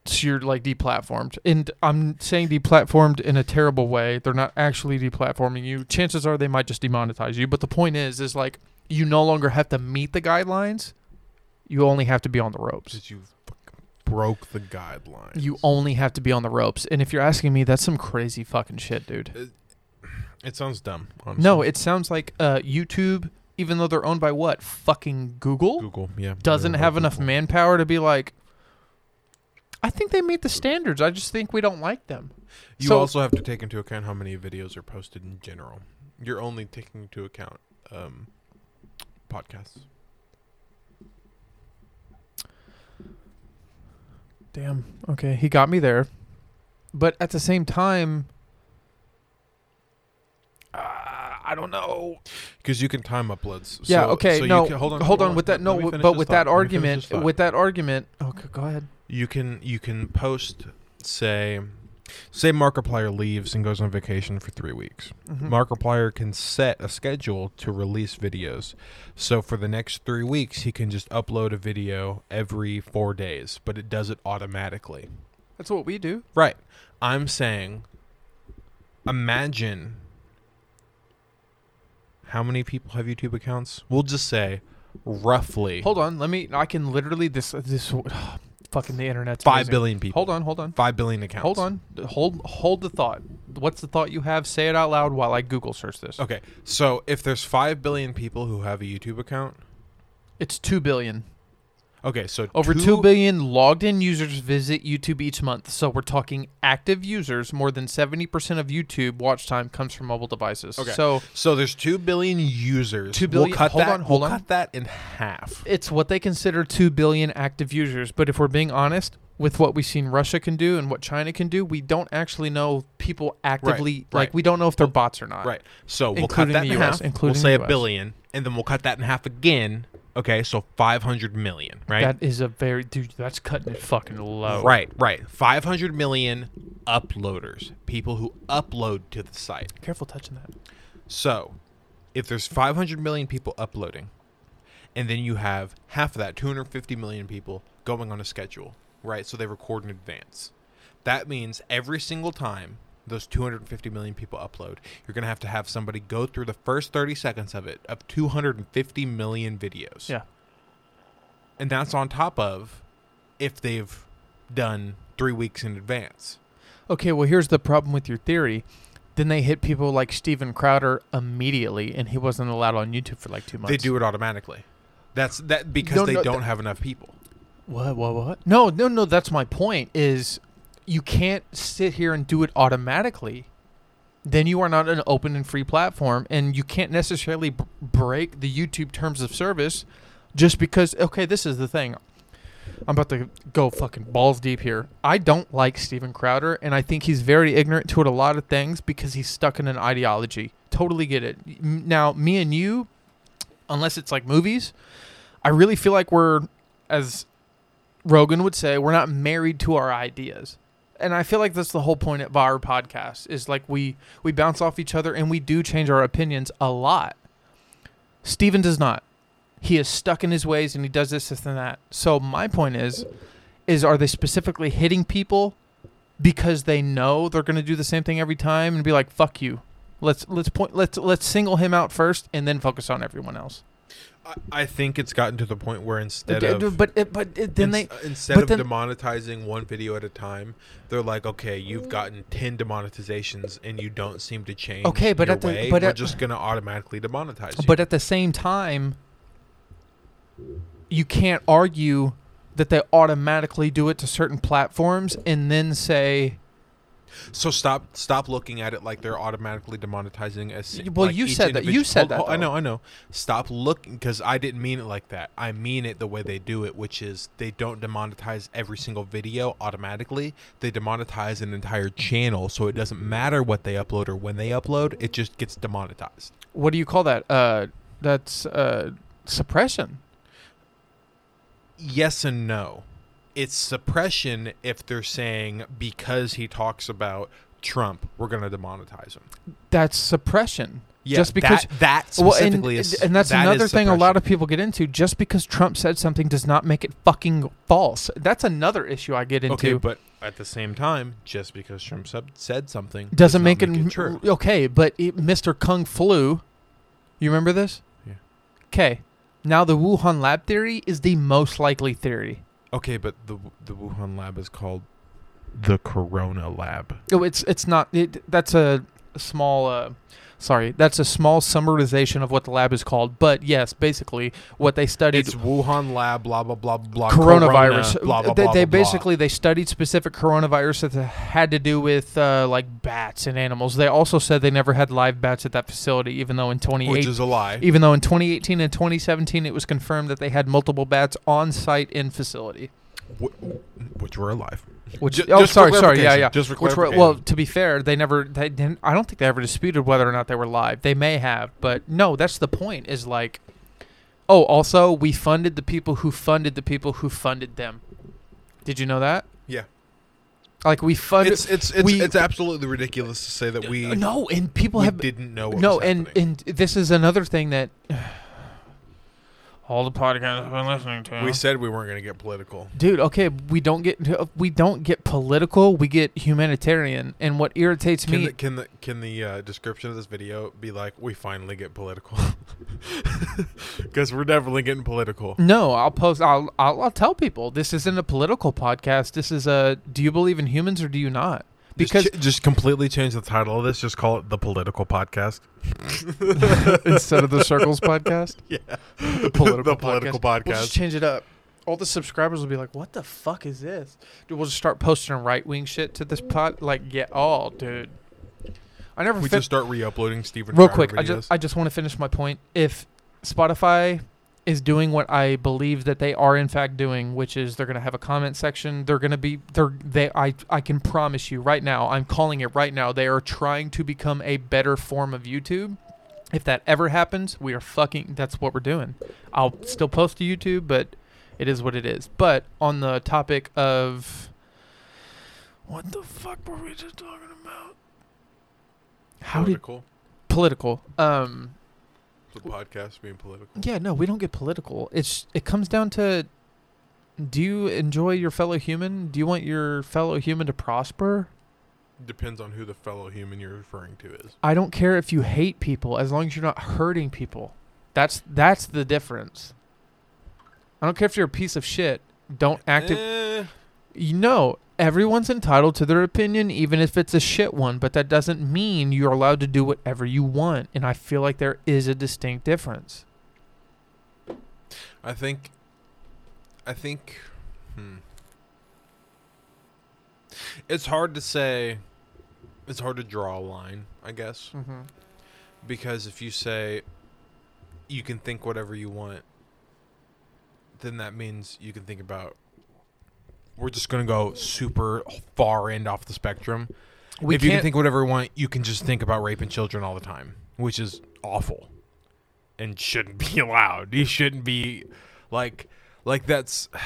[SPEAKER 3] So you're like deplatformed, and I'm saying deplatformed in a terrible way. They're not actually deplatforming you. Chances are they might just demonetize you. But the point is, is like you no longer have to meet the guidelines. You only have to be on the ropes.
[SPEAKER 4] Since you fucking broke the guidelines.
[SPEAKER 3] You only have to be on the ropes. And if you're asking me, that's some crazy fucking shit, dude.
[SPEAKER 4] It sounds dumb. Honestly.
[SPEAKER 3] No, it sounds like uh, YouTube, even though they're owned by what? Fucking Google?
[SPEAKER 4] Google. Yeah.
[SPEAKER 3] Doesn't
[SPEAKER 4] Yeah,
[SPEAKER 3] have enough
[SPEAKER 4] Google.
[SPEAKER 3] manpower to be like, I think they meet the standards. I just think we don't like them.
[SPEAKER 4] You
[SPEAKER 3] So-
[SPEAKER 4] also have to take into account how many videos are posted in general. You're only taking into account um, podcasts.
[SPEAKER 3] Damn. Okay. He got me there. But at the same time, uh, I don't know.
[SPEAKER 4] Because you can time uploads.
[SPEAKER 3] yeah.
[SPEAKER 4] So-
[SPEAKER 3] okay.
[SPEAKER 4] so you
[SPEAKER 3] no.
[SPEAKER 4] can-
[SPEAKER 3] hold on. Hold on. With that.
[SPEAKER 4] Let
[SPEAKER 3] No.
[SPEAKER 4] me
[SPEAKER 3] w-
[SPEAKER 4] finish
[SPEAKER 3] But
[SPEAKER 4] this
[SPEAKER 3] with
[SPEAKER 4] thought.
[SPEAKER 3] that
[SPEAKER 4] Let me finish
[SPEAKER 3] argument.
[SPEAKER 4] this thought.
[SPEAKER 3] With that argument. Okay. Go ahead.
[SPEAKER 4] you can you can post say say Markiplier leaves and goes on vacation for three weeks.
[SPEAKER 3] Mhm.
[SPEAKER 4] Markiplier can set a schedule to release videos. So for the next three weeks, he can just upload a video every four days, but it does it automatically.
[SPEAKER 3] That's what we do.
[SPEAKER 4] Right. I'm saying, imagine how many people have YouTube accounts? We'll just say roughly
[SPEAKER 3] Hold on. Let me. I can literally. This. This. [SIGHS] fucking the internet's
[SPEAKER 4] five
[SPEAKER 3] amazing.
[SPEAKER 4] billion people.
[SPEAKER 3] Hold on. Hold on.
[SPEAKER 4] Five billion accounts.
[SPEAKER 3] Hold on. Hold. Hold the thought. What's the thought you have? Say it out loud while I Google search this.
[SPEAKER 4] Okay, so if there's five billion people who have a YouTube account,
[SPEAKER 3] It's two billion.
[SPEAKER 4] okay, so
[SPEAKER 3] Over 2 billion logged in users visit YouTube each month. So we're talking active users. More than 70% of YouTube watch time comes from mobile devices.
[SPEAKER 4] Okay.
[SPEAKER 3] So
[SPEAKER 4] so there's two billion users.
[SPEAKER 3] 2
[SPEAKER 4] We'll
[SPEAKER 3] billion-
[SPEAKER 4] cut
[SPEAKER 3] hold
[SPEAKER 4] that.
[SPEAKER 3] on, hold
[SPEAKER 4] we'll
[SPEAKER 3] on.
[SPEAKER 4] cut that in half.
[SPEAKER 3] it's what they consider 2 billion active users. But if we're being honest, with what we've seen Russia can do and what China can do, we don't actually know people actively.
[SPEAKER 4] right.
[SPEAKER 3] Like, we don't know if they're bots or not.
[SPEAKER 4] Right. So we'll cut
[SPEAKER 3] Including
[SPEAKER 4] that
[SPEAKER 3] the
[SPEAKER 4] in
[SPEAKER 3] US,
[SPEAKER 4] half.
[SPEAKER 3] including
[SPEAKER 4] we'll say
[SPEAKER 3] the
[SPEAKER 4] a
[SPEAKER 3] US.
[SPEAKER 4] billion, and then we'll cut that in half again. Okay, so five hundred million. Right. Oh,
[SPEAKER 3] That is a very. Dude, that's cutting it fucking low.
[SPEAKER 4] Right, right. 500 million uploaders, people who upload to the site.
[SPEAKER 3] Careful touching that.
[SPEAKER 4] So, if there's 500 million people uploading, and then you have half of that, 250 million people going on a schedule, right? So they record in advance. That means every single time those 250 million people upload, you're going to have to have somebody go through the first 30 seconds of it, of 250 million videos.
[SPEAKER 3] Yeah.
[SPEAKER 4] And that's on top of if they've done three weeks in advance.
[SPEAKER 3] Okay, well, here's the problem with your theory. Then they hit people like Steven Crowder immediately, and he wasn't allowed on YouTube for like two months.
[SPEAKER 4] They do it automatically. That's that because
[SPEAKER 3] No,
[SPEAKER 4] they
[SPEAKER 3] no,
[SPEAKER 4] don't
[SPEAKER 3] th-
[SPEAKER 4] have enough people.
[SPEAKER 3] What? What? What? No, no, no. That's my point. Is you can't sit here and do it automatically. Then you are not an open and free platform, and you can't necessarily b- break the YouTube terms of service just because. Okay, this is the thing. I'm about to go fucking balls deep here. I don't like Steven Crowder, and I think he's very ignorant to it a lot of things because he's stuck in an ideology. Totally get it. M- Now, me and you, unless it's like movies, I really feel like we're, as Rogan would say, we're not married to our ideas. And I feel like that's the whole point of our podcast is like we we bounce off each other and we do change our opinions a lot. Steven does not. He is stuck in his ways and he does this, this and that. So my point is is are they specifically hitting people because they know they're gonna do the same thing every time and be like, fuck you. Let's let's point let's let's single him out first and then focus on everyone else.
[SPEAKER 4] I, I think it's gotten to the point where instead
[SPEAKER 3] But uh,
[SPEAKER 4] of
[SPEAKER 3] but, but then they
[SPEAKER 4] ins- instead
[SPEAKER 3] but
[SPEAKER 4] of
[SPEAKER 3] then-
[SPEAKER 4] demonetizing one video at a time, they're like, okay, you've gotten ten demonetizations and you don't seem to change.
[SPEAKER 3] Okay, but
[SPEAKER 4] your
[SPEAKER 3] at the-
[SPEAKER 4] way.
[SPEAKER 3] but
[SPEAKER 4] we're
[SPEAKER 3] at-
[SPEAKER 4] just gonna automatically demonetize. You.
[SPEAKER 3] But at the same time, you can't argue that they automatically do it to certain platforms and then say,
[SPEAKER 4] so stop stop looking at it like they're automatically demonetizing a. si-
[SPEAKER 3] Well,
[SPEAKER 4] like
[SPEAKER 3] you
[SPEAKER 4] each
[SPEAKER 3] said that- you
[SPEAKER 4] individual-
[SPEAKER 3] said
[SPEAKER 4] hold-
[SPEAKER 3] that,
[SPEAKER 4] hold- I
[SPEAKER 3] though.
[SPEAKER 4] know, I know. Stop looking because I didn't mean it like that. I mean it the way they do it, which is they don't demonetize every single video automatically. They demonetize an entire channel, so it doesn't matter what they upload or when they upload. It just gets demonetized.
[SPEAKER 3] what do you call that? Uh, that's uh, suppression.
[SPEAKER 4] yes and no. It's suppression if they're saying because he talks about Trump, we're going to demonetize him.
[SPEAKER 3] That's suppression.
[SPEAKER 4] Yeah,
[SPEAKER 3] just because
[SPEAKER 4] that, that
[SPEAKER 3] Well, and-
[SPEAKER 4] specifically is
[SPEAKER 3] and, that's
[SPEAKER 4] that is
[SPEAKER 3] another thing a
[SPEAKER 4] suppression.
[SPEAKER 3] lot of people get into. Just because Trump said something does not make it fucking false. That's another issue I get into.
[SPEAKER 4] Okay, but at the same time, just because Trump sub- said something does
[SPEAKER 3] doesn't
[SPEAKER 4] not
[SPEAKER 3] make it, m-
[SPEAKER 4] true.
[SPEAKER 3] okay. But it, Mr. Kung flu, you remember this?
[SPEAKER 4] Yeah.
[SPEAKER 3] Okay. Now the Wuhan lab theory is the most likely theory.
[SPEAKER 4] Okay, but the the Wuhan lab is called the Corona lab.
[SPEAKER 3] Oh, it's it's not. It, that's a small. Uh, sorry, that's a small summarization of what the lab is called. But yes, basically what they studied
[SPEAKER 4] It's Wuhan lab. Blah blah blah blah.
[SPEAKER 3] coronavirus.
[SPEAKER 4] corona, blah blah
[SPEAKER 3] they,
[SPEAKER 4] blah.
[SPEAKER 3] they
[SPEAKER 4] blah, blah.
[SPEAKER 3] basically they studied specific coronavirus that had to do with uh, like bats and animals. They also said they never had live bats at that facility, even though in
[SPEAKER 4] which
[SPEAKER 3] 2018,
[SPEAKER 4] is a lie.
[SPEAKER 3] even though in 2018 and 2017 it was confirmed that they had multiple bats on site in facility.
[SPEAKER 4] Wh- which were alive.
[SPEAKER 3] Which
[SPEAKER 4] Ju-
[SPEAKER 3] oh
[SPEAKER 4] just for
[SPEAKER 3] sorry sorry yeah
[SPEAKER 4] clarification,
[SPEAKER 3] yeah
[SPEAKER 4] Just for
[SPEAKER 3] Which were,
[SPEAKER 4] clarification.
[SPEAKER 3] well to be fair they never they didn't I don't think they ever disputed whether or not they were live they may have but no that's the point is like oh also we funded the people who funded the people who funded them did you know that
[SPEAKER 4] yeah.
[SPEAKER 3] like we funded
[SPEAKER 4] It's it's it's,
[SPEAKER 3] we-
[SPEAKER 4] it's absolutely ridiculous to say that we
[SPEAKER 3] no and people
[SPEAKER 4] we
[SPEAKER 3] have
[SPEAKER 4] didn't know. What
[SPEAKER 3] no
[SPEAKER 4] was
[SPEAKER 3] and
[SPEAKER 4] happening.
[SPEAKER 3] and this is another thing that [SIGHS] all the podcasts I've been listening to
[SPEAKER 4] we said we weren't going to get political.
[SPEAKER 3] dude okay we don't get we don't get political we get humanitarian and what irritates
[SPEAKER 4] Can
[SPEAKER 3] me
[SPEAKER 4] the, can the can the uh, description of this video be like we finally get political? [LAUGHS] Because we're definitely getting political.
[SPEAKER 3] No, I'll post. I'll, I'll I'll tell people this isn't a political podcast. This is a. Do you believe in humans or do you not? Because
[SPEAKER 4] just, ch- just completely change the title of this. Just call it the political podcast. [LAUGHS]
[SPEAKER 3] instead of the circles podcast,
[SPEAKER 4] Yeah,
[SPEAKER 3] the political
[SPEAKER 4] the political podcast.
[SPEAKER 3] We'll just change it up. All the subscribers will be like, "What the fuck is this?" Dude, we'll just start posting right wing shit to this pod. Like, yeah, oh, dude. I never.
[SPEAKER 4] we
[SPEAKER 3] fin-
[SPEAKER 4] just start re-uploading Steven.
[SPEAKER 3] real
[SPEAKER 4] Crowder
[SPEAKER 3] quick. I
[SPEAKER 4] videos.
[SPEAKER 3] just I just want to finish my point. If Spotify is doing what I believe that they are in fact doing, which is they're going to have a comment section. They're going to be they're they I I can promise you right now. I'm calling it right now. They are trying to become a better form of YouTube. If that ever happens, we are fucking that's what we're doing. I'll still post to YouTube, but it is what it is. But on the topic of what the fuck were we just talking about? How did
[SPEAKER 4] political
[SPEAKER 3] political. Um,
[SPEAKER 4] the podcast being political.
[SPEAKER 3] yeah, no, we don't get political. It's it comes down to do you enjoy your fellow human? Do you want your fellow human to prosper?
[SPEAKER 4] Depends on who the fellow human you're referring to is.
[SPEAKER 3] I don't care if you hate people as long as you're not hurting people. That's that's the difference. I don't care if you're a piece of shit. Don't act it-
[SPEAKER 4] Eh,
[SPEAKER 3] you know, everyone's entitled to their opinion, even if it's a shit one, but that doesn't mean you're allowed to do whatever you want. And I feel like there is a distinct difference.
[SPEAKER 4] I think. I think. Hmm. It's hard to say. It's hard to draw a line, I guess,
[SPEAKER 3] Mm-hmm.
[SPEAKER 4] because if you say you can think whatever you want, then that means you can think about. We're just gonna go super far end off the spectrum.
[SPEAKER 3] We
[SPEAKER 4] if you can
[SPEAKER 3] can't-
[SPEAKER 4] think whatever you want, you can just think about raping children all the time, which is awful and shouldn't [LAUGHS] be allowed. You shouldn't be like like that's [SIGHS]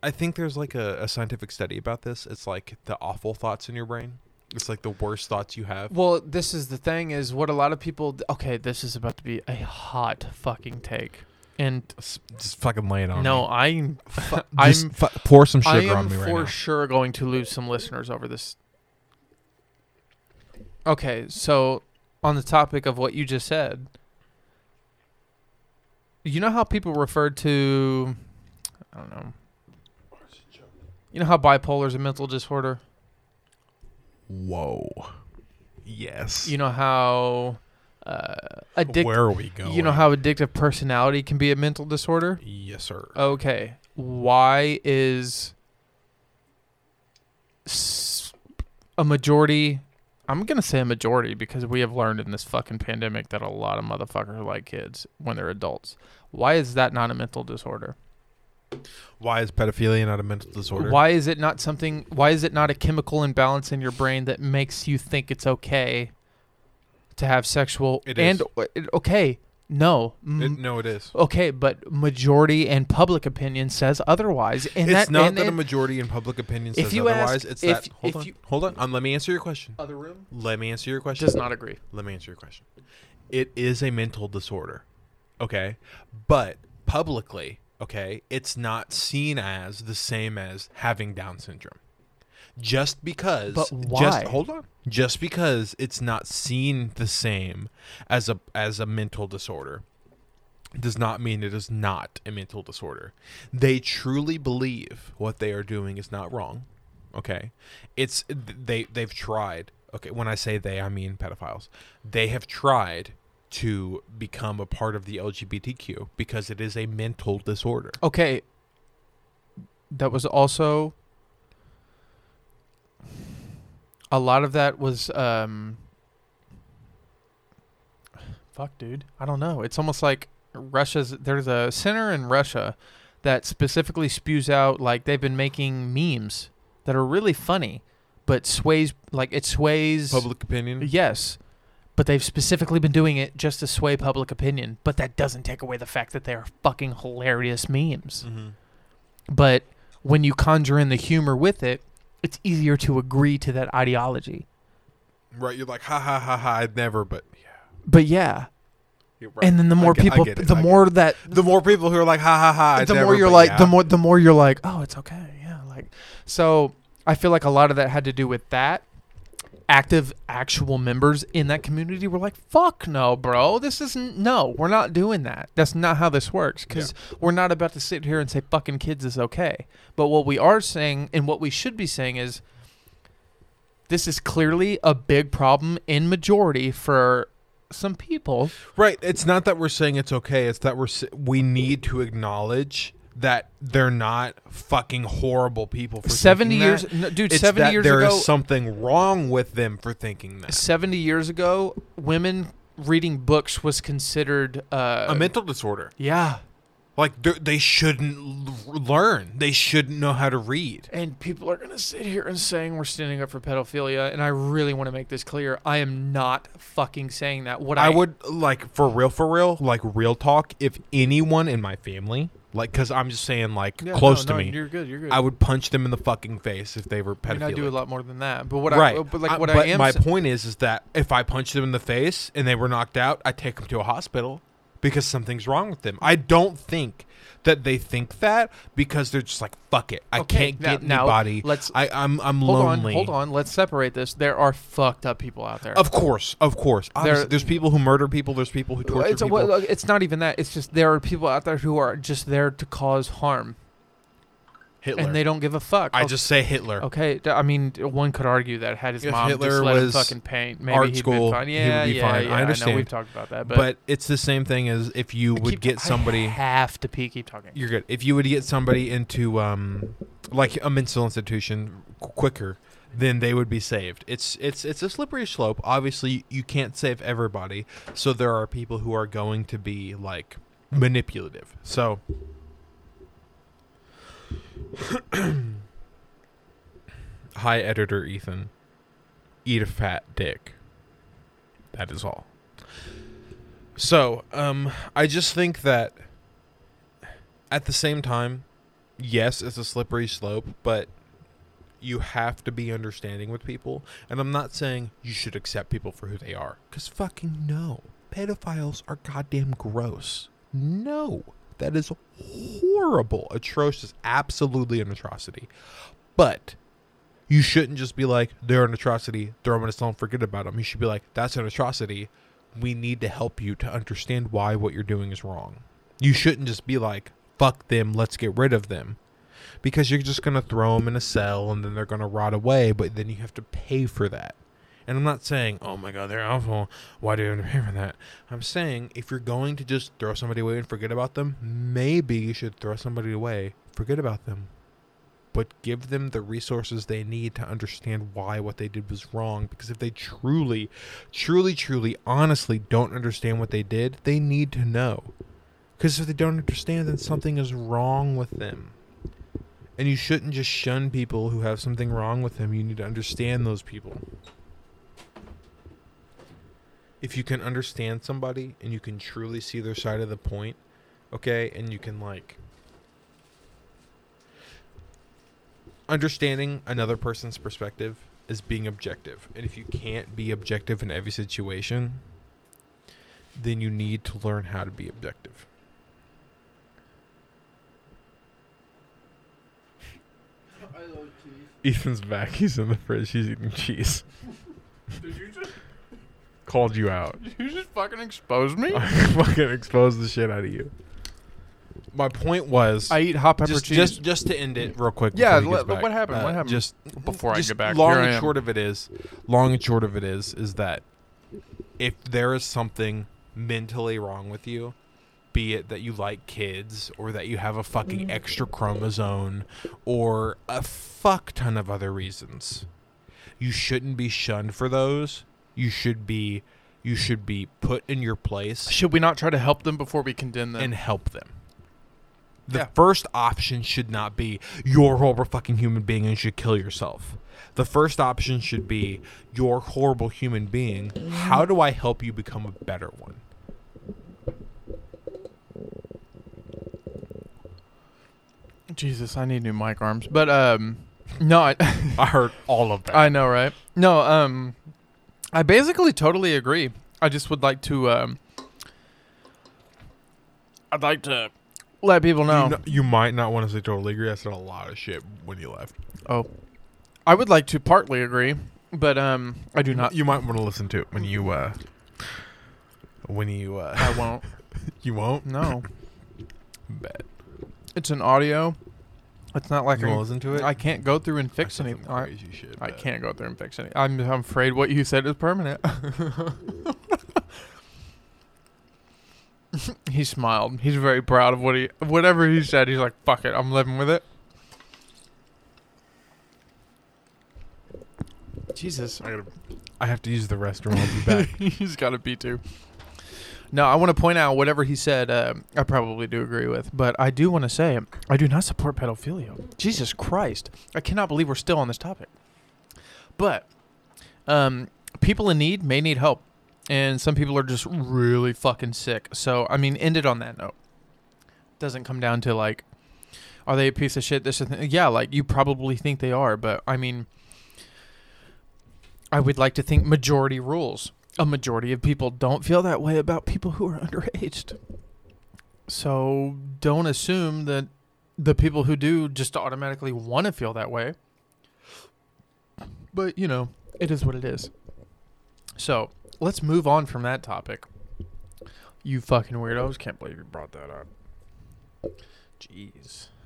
[SPEAKER 4] I think there's like a, a scientific study about this. It's like the awful thoughts in your brain. It's like the worst thoughts you have.
[SPEAKER 3] Well, this is the thing is what a lot of people okay, this is about to be a hot fucking take. And
[SPEAKER 4] S- Just fucking lay it on
[SPEAKER 3] no,
[SPEAKER 4] me.
[SPEAKER 3] I'm [LAUGHS] I'm
[SPEAKER 4] Just fu- pour some
[SPEAKER 3] I
[SPEAKER 4] sugar
[SPEAKER 3] am
[SPEAKER 4] on me right
[SPEAKER 3] for
[SPEAKER 4] now.
[SPEAKER 3] sure going to lose some listeners over this. Okay, so on the topic of what you just said, you know how people refer to I don't know. You know how bipolar is a mental disorder?
[SPEAKER 4] Whoa. Yes.
[SPEAKER 3] You know how uh addic-
[SPEAKER 4] Where are we going?
[SPEAKER 3] You know how addictive personality can be a mental disorder?
[SPEAKER 4] Yes, sir.
[SPEAKER 3] Okay. Why is s- a majority I'm going to say a majority because we have learned in this fucking pandemic that a lot of motherfuckers like kids when they're adults. Why is that not a mental disorder?
[SPEAKER 4] Why is pedophilia not a mental disorder?
[SPEAKER 3] Why is it not something why is it not a chemical imbalance in your brain that makes you think it's okay to have sexual
[SPEAKER 4] It
[SPEAKER 3] and
[SPEAKER 4] is.
[SPEAKER 3] it- okay, no.
[SPEAKER 4] It-
[SPEAKER 3] M-
[SPEAKER 4] no, it is.
[SPEAKER 3] Okay, but majority and public opinion says otherwise. And
[SPEAKER 4] it's
[SPEAKER 3] that,
[SPEAKER 4] not
[SPEAKER 3] and,
[SPEAKER 4] that a
[SPEAKER 3] and-
[SPEAKER 4] majority in public opinion
[SPEAKER 3] If
[SPEAKER 4] says
[SPEAKER 3] you ask-
[SPEAKER 4] otherwise. it's
[SPEAKER 3] if-
[SPEAKER 4] that. Hold
[SPEAKER 3] if
[SPEAKER 4] on.
[SPEAKER 3] you-
[SPEAKER 4] hold on. Um, let me answer your question.
[SPEAKER 3] other room
[SPEAKER 4] Let me answer your question.
[SPEAKER 3] does not agree.
[SPEAKER 4] Let me answer your question. it is a mental disorder. Okay. But publicly, okay, it's not seen as the same as having Down syndrome. Just because
[SPEAKER 3] But
[SPEAKER 4] just
[SPEAKER 3] why?
[SPEAKER 4] hold on. Just because it's not seen the same as a as a mental disorder does not mean it is not a mental disorder. They truly believe what they are doing is not wrong. Okay, it's th- they they've tried. Okay, when I say they, I mean pedophiles. They have tried to become a part of the LGBTQ because it is a mental disorder.
[SPEAKER 3] Okay. That was also a lot of that was um fuck dude. I don't know. It's almost like Russia's there's a center in Russia that specifically spews out like they've been making memes that are really funny but sways like it sways
[SPEAKER 4] Public opinion.
[SPEAKER 3] Mm-hmm. Yes. But they've specifically been doing it just to sway public opinion, but that doesn't take away the fact that they are fucking hilarious memes
[SPEAKER 4] Mm-hmm.
[SPEAKER 3] but when you conjure in the humor with it, it's easier to agree to that ideology.
[SPEAKER 4] Right, you're like ha ha ha ha. I'd never, but yeah.
[SPEAKER 3] But yeah,
[SPEAKER 4] You're right.
[SPEAKER 3] and then the
[SPEAKER 4] I
[SPEAKER 3] more
[SPEAKER 4] get- I
[SPEAKER 3] people,
[SPEAKER 4] get it,
[SPEAKER 3] the
[SPEAKER 4] I get
[SPEAKER 3] more that,
[SPEAKER 4] it. the more people who are like ha ha ha. I'd
[SPEAKER 3] the more
[SPEAKER 4] never,
[SPEAKER 3] you're
[SPEAKER 4] but
[SPEAKER 3] like,
[SPEAKER 4] yeah."
[SPEAKER 3] the more the more you're like, oh, it's okay, yeah, like. So I feel like a lot of that had to do with that. Active, actual members in that community were like, "Fuck no, bro! This isn't no. We're not doing that. That's not how this works. Because we're not about to sit here and say fucking kids is okay. But what we are saying and what we should be saying is this is clearly a big problem in majority for some people.
[SPEAKER 4] Right. It's not that we're saying it's okay. It's that we're s- we need to acknowledge that they're not fucking horrible people for
[SPEAKER 3] Seventy
[SPEAKER 4] thinking
[SPEAKER 3] years,
[SPEAKER 4] that.
[SPEAKER 3] no, dude.
[SPEAKER 4] It's
[SPEAKER 3] seventy
[SPEAKER 4] that
[SPEAKER 3] years
[SPEAKER 4] there is
[SPEAKER 3] ago,
[SPEAKER 4] something wrong with them for thinking that
[SPEAKER 3] 70 years ago, women reading books was considered uh,
[SPEAKER 4] a mental disorder.
[SPEAKER 3] yeah,
[SPEAKER 4] Like they're- they shouldn't l- learn. They shouldn't know how to read.
[SPEAKER 3] and people are gonna sit here and saying we're standing up for pedophilia, and I really want to make this clear. I am not fucking saying that. What I,
[SPEAKER 4] I would like for real, for real, like real talk. If anyone in my family, like, because I'm just saying, like,
[SPEAKER 3] Yeah,
[SPEAKER 4] close
[SPEAKER 3] no,
[SPEAKER 4] to
[SPEAKER 3] no,
[SPEAKER 4] me,
[SPEAKER 3] You're good. You're good.
[SPEAKER 4] I would punch them in the fucking face if they were
[SPEAKER 3] I
[SPEAKER 4] pedophilic.
[SPEAKER 3] mean, I do a lot more than that, but what I
[SPEAKER 4] right.
[SPEAKER 3] but like
[SPEAKER 4] I-
[SPEAKER 3] what I
[SPEAKER 4] but
[SPEAKER 3] am
[SPEAKER 4] my
[SPEAKER 3] sa-
[SPEAKER 4] point is, is that if I punch them in the face and they were knocked out, I take them to a hospital because something's wrong with them. I don't think that they think that because they're just like, fuck it, I
[SPEAKER 3] Okay,
[SPEAKER 4] can't
[SPEAKER 3] now-
[SPEAKER 4] get
[SPEAKER 3] now
[SPEAKER 4] anybody.
[SPEAKER 3] let's-
[SPEAKER 4] I, I'm I'm
[SPEAKER 3] hold on,
[SPEAKER 4] lonely.
[SPEAKER 3] hold on. Let's separate this. There are fucked up people out there.
[SPEAKER 4] Of course, of course. Obviously, there's people who murder people. There's people who torture
[SPEAKER 3] it's, a-
[SPEAKER 4] people.
[SPEAKER 3] well, look, it's not even that. It's just there are people out there who are just there to cause harm,
[SPEAKER 4] Hitler.
[SPEAKER 3] and they don't give a fuck.
[SPEAKER 4] I
[SPEAKER 3] Okay,
[SPEAKER 4] just say Hitler.
[SPEAKER 3] Okay, d- I mean, d- one could argue that had his
[SPEAKER 4] If
[SPEAKER 3] mom
[SPEAKER 4] Hitler
[SPEAKER 3] just let him
[SPEAKER 4] was
[SPEAKER 3] fucking paint, maybe
[SPEAKER 4] art
[SPEAKER 3] he'd
[SPEAKER 4] school,
[SPEAKER 3] been fine.
[SPEAKER 4] he would
[SPEAKER 3] Yeah,
[SPEAKER 4] be
[SPEAKER 3] yeah,
[SPEAKER 4] fine. I
[SPEAKER 3] yeah. know
[SPEAKER 4] understand.
[SPEAKER 3] we've talked about that,
[SPEAKER 4] But,
[SPEAKER 3] but,
[SPEAKER 4] it's the same thing as if you
[SPEAKER 3] I
[SPEAKER 4] would
[SPEAKER 3] keep-
[SPEAKER 4] get somebody.
[SPEAKER 3] I have to pe- keep talking.
[SPEAKER 4] You're good. If you would get somebody into um, like a mental institution qu- quicker, then they would be saved. It's it's it's a slippery slope. Obviously, you can't save everybody, so there are people who are going to be like manipulative. So [CLEARS THROAT] Hi editor Ethan. Eat a fat dick. That is all. So, um I just think that at the same time, yes, it's a slippery slope, but you have to be understanding with people. And I'm not saying you should accept people for who they are, because fucking no. Pedophiles are goddamn gross. No. That is horrible, atrocious, absolutely an atrocity. But you shouldn't just be like, they're an atrocity, throw them in a cell and forget about them. You should be like, that's an atrocity. We need to help you to understand why what you're doing is wrong. You shouldn't just be like, fuck them, let's get rid of them. Because you're just going to throw them in a cell and then they're going to rot away, but then you have to pay for that. And I'm not saying, oh my God, they're awful. Why do you have to pay for that? I'm saying if you're going to just throw somebody away and forget about them, maybe you should throw somebody away, forget about them, but give them the resources they need to understand why what they did was wrong. Because if they truly, truly, truly, honestly don't understand what they did, they need to know. Because if they don't understand, then something is wrong with them. And you shouldn't just shun people who have something wrong with them. You need to understand those people. If you can understand somebody and you can truly see their side of the point, okay, and you can like understanding another person's perspective is being objective. And if you can't be objective in every situation, then you need to learn how to be objective. [LAUGHS] Ethan's back. He's in the fridge. He's eating cheese.
[SPEAKER 3] [LAUGHS] Did you just,
[SPEAKER 4] Called you out.
[SPEAKER 3] you just fucking expose me?
[SPEAKER 4] I [LAUGHS] fucking exposed the shit out of you. My point was
[SPEAKER 3] I eat hot pepper
[SPEAKER 4] just,
[SPEAKER 3] cheese.
[SPEAKER 4] just just to end it real quick.
[SPEAKER 3] Yeah,
[SPEAKER 4] before he
[SPEAKER 3] let-
[SPEAKER 4] gets back.
[SPEAKER 3] what happened?
[SPEAKER 4] Uh,
[SPEAKER 3] What happened?
[SPEAKER 4] Just
[SPEAKER 3] Before I
[SPEAKER 4] just
[SPEAKER 3] get back,
[SPEAKER 4] long
[SPEAKER 3] here I
[SPEAKER 4] and
[SPEAKER 3] am.
[SPEAKER 4] short of it is, long and short of it is, is that if there is something mentally wrong with you, be it that you like kids or that you have a fucking extra chromosome or a fuck ton of other reasons, you shouldn't be shunned for those. You should be, you should be put in your place
[SPEAKER 3] Should we not try to help them before we condemn them?
[SPEAKER 4] and help them. The
[SPEAKER 3] Yeah.
[SPEAKER 4] first option should not be you're a horrible fucking human being and should kill yourself. The first option should be you're a horrible human being. How do I help you become a better one?
[SPEAKER 3] Jesus, I need new mic arms. But um, no, I, [LAUGHS]
[SPEAKER 4] I heard all of that.
[SPEAKER 3] I know, right? No, um, I basically totally agree. I just would like to, um, I'd like to let people know.
[SPEAKER 4] You, kn- you might not want to say totally agree. I said a lot of shit when you left.
[SPEAKER 3] oh, I would like to partly agree, but um, I do not.
[SPEAKER 4] you might want to listen to it when you uh when you uh
[SPEAKER 3] I won't.
[SPEAKER 4] you won't
[SPEAKER 3] No,
[SPEAKER 4] bet.
[SPEAKER 3] it's an audio. It's not like
[SPEAKER 4] You wanna
[SPEAKER 3] I-
[SPEAKER 4] listen to it?
[SPEAKER 3] I can't go through and
[SPEAKER 4] I
[SPEAKER 3] fix
[SPEAKER 4] said some
[SPEAKER 3] anything. I,
[SPEAKER 4] crazy shit,
[SPEAKER 3] I
[SPEAKER 4] but-
[SPEAKER 3] can't go through and fix anything. I'm, I'm afraid what you said is permanent. [LAUGHS] he smiled. He's very proud of what he, of whatever he said. He's like, "Fuck it, I'm living with it." Jesus,
[SPEAKER 4] I gotta I have to use the restroom. I'll be back.
[SPEAKER 3] [LAUGHS] he's got to be too. No, I want to point out whatever he said. Uh, I probably do agree with, but I do want to say I do not support pedophilia. Jesus Christ, I cannot believe we're still on this topic. But um, people in need may need help, and some people are just really fucking sick. So I mean, end it on that note. Doesn't come down to like, are they a piece of shit? This, and th- yeah, like you probably think they are, but I mean, I would like to think majority rules. A majority of people don't feel that way about people who are [LAUGHS] underaged. So don't assume that the people who do just automatically want to feel that way. But, you know, it is what it is. So let's move on from that topic. You fucking weirdos. Can't believe you brought that up. Jeez. [SIGHS]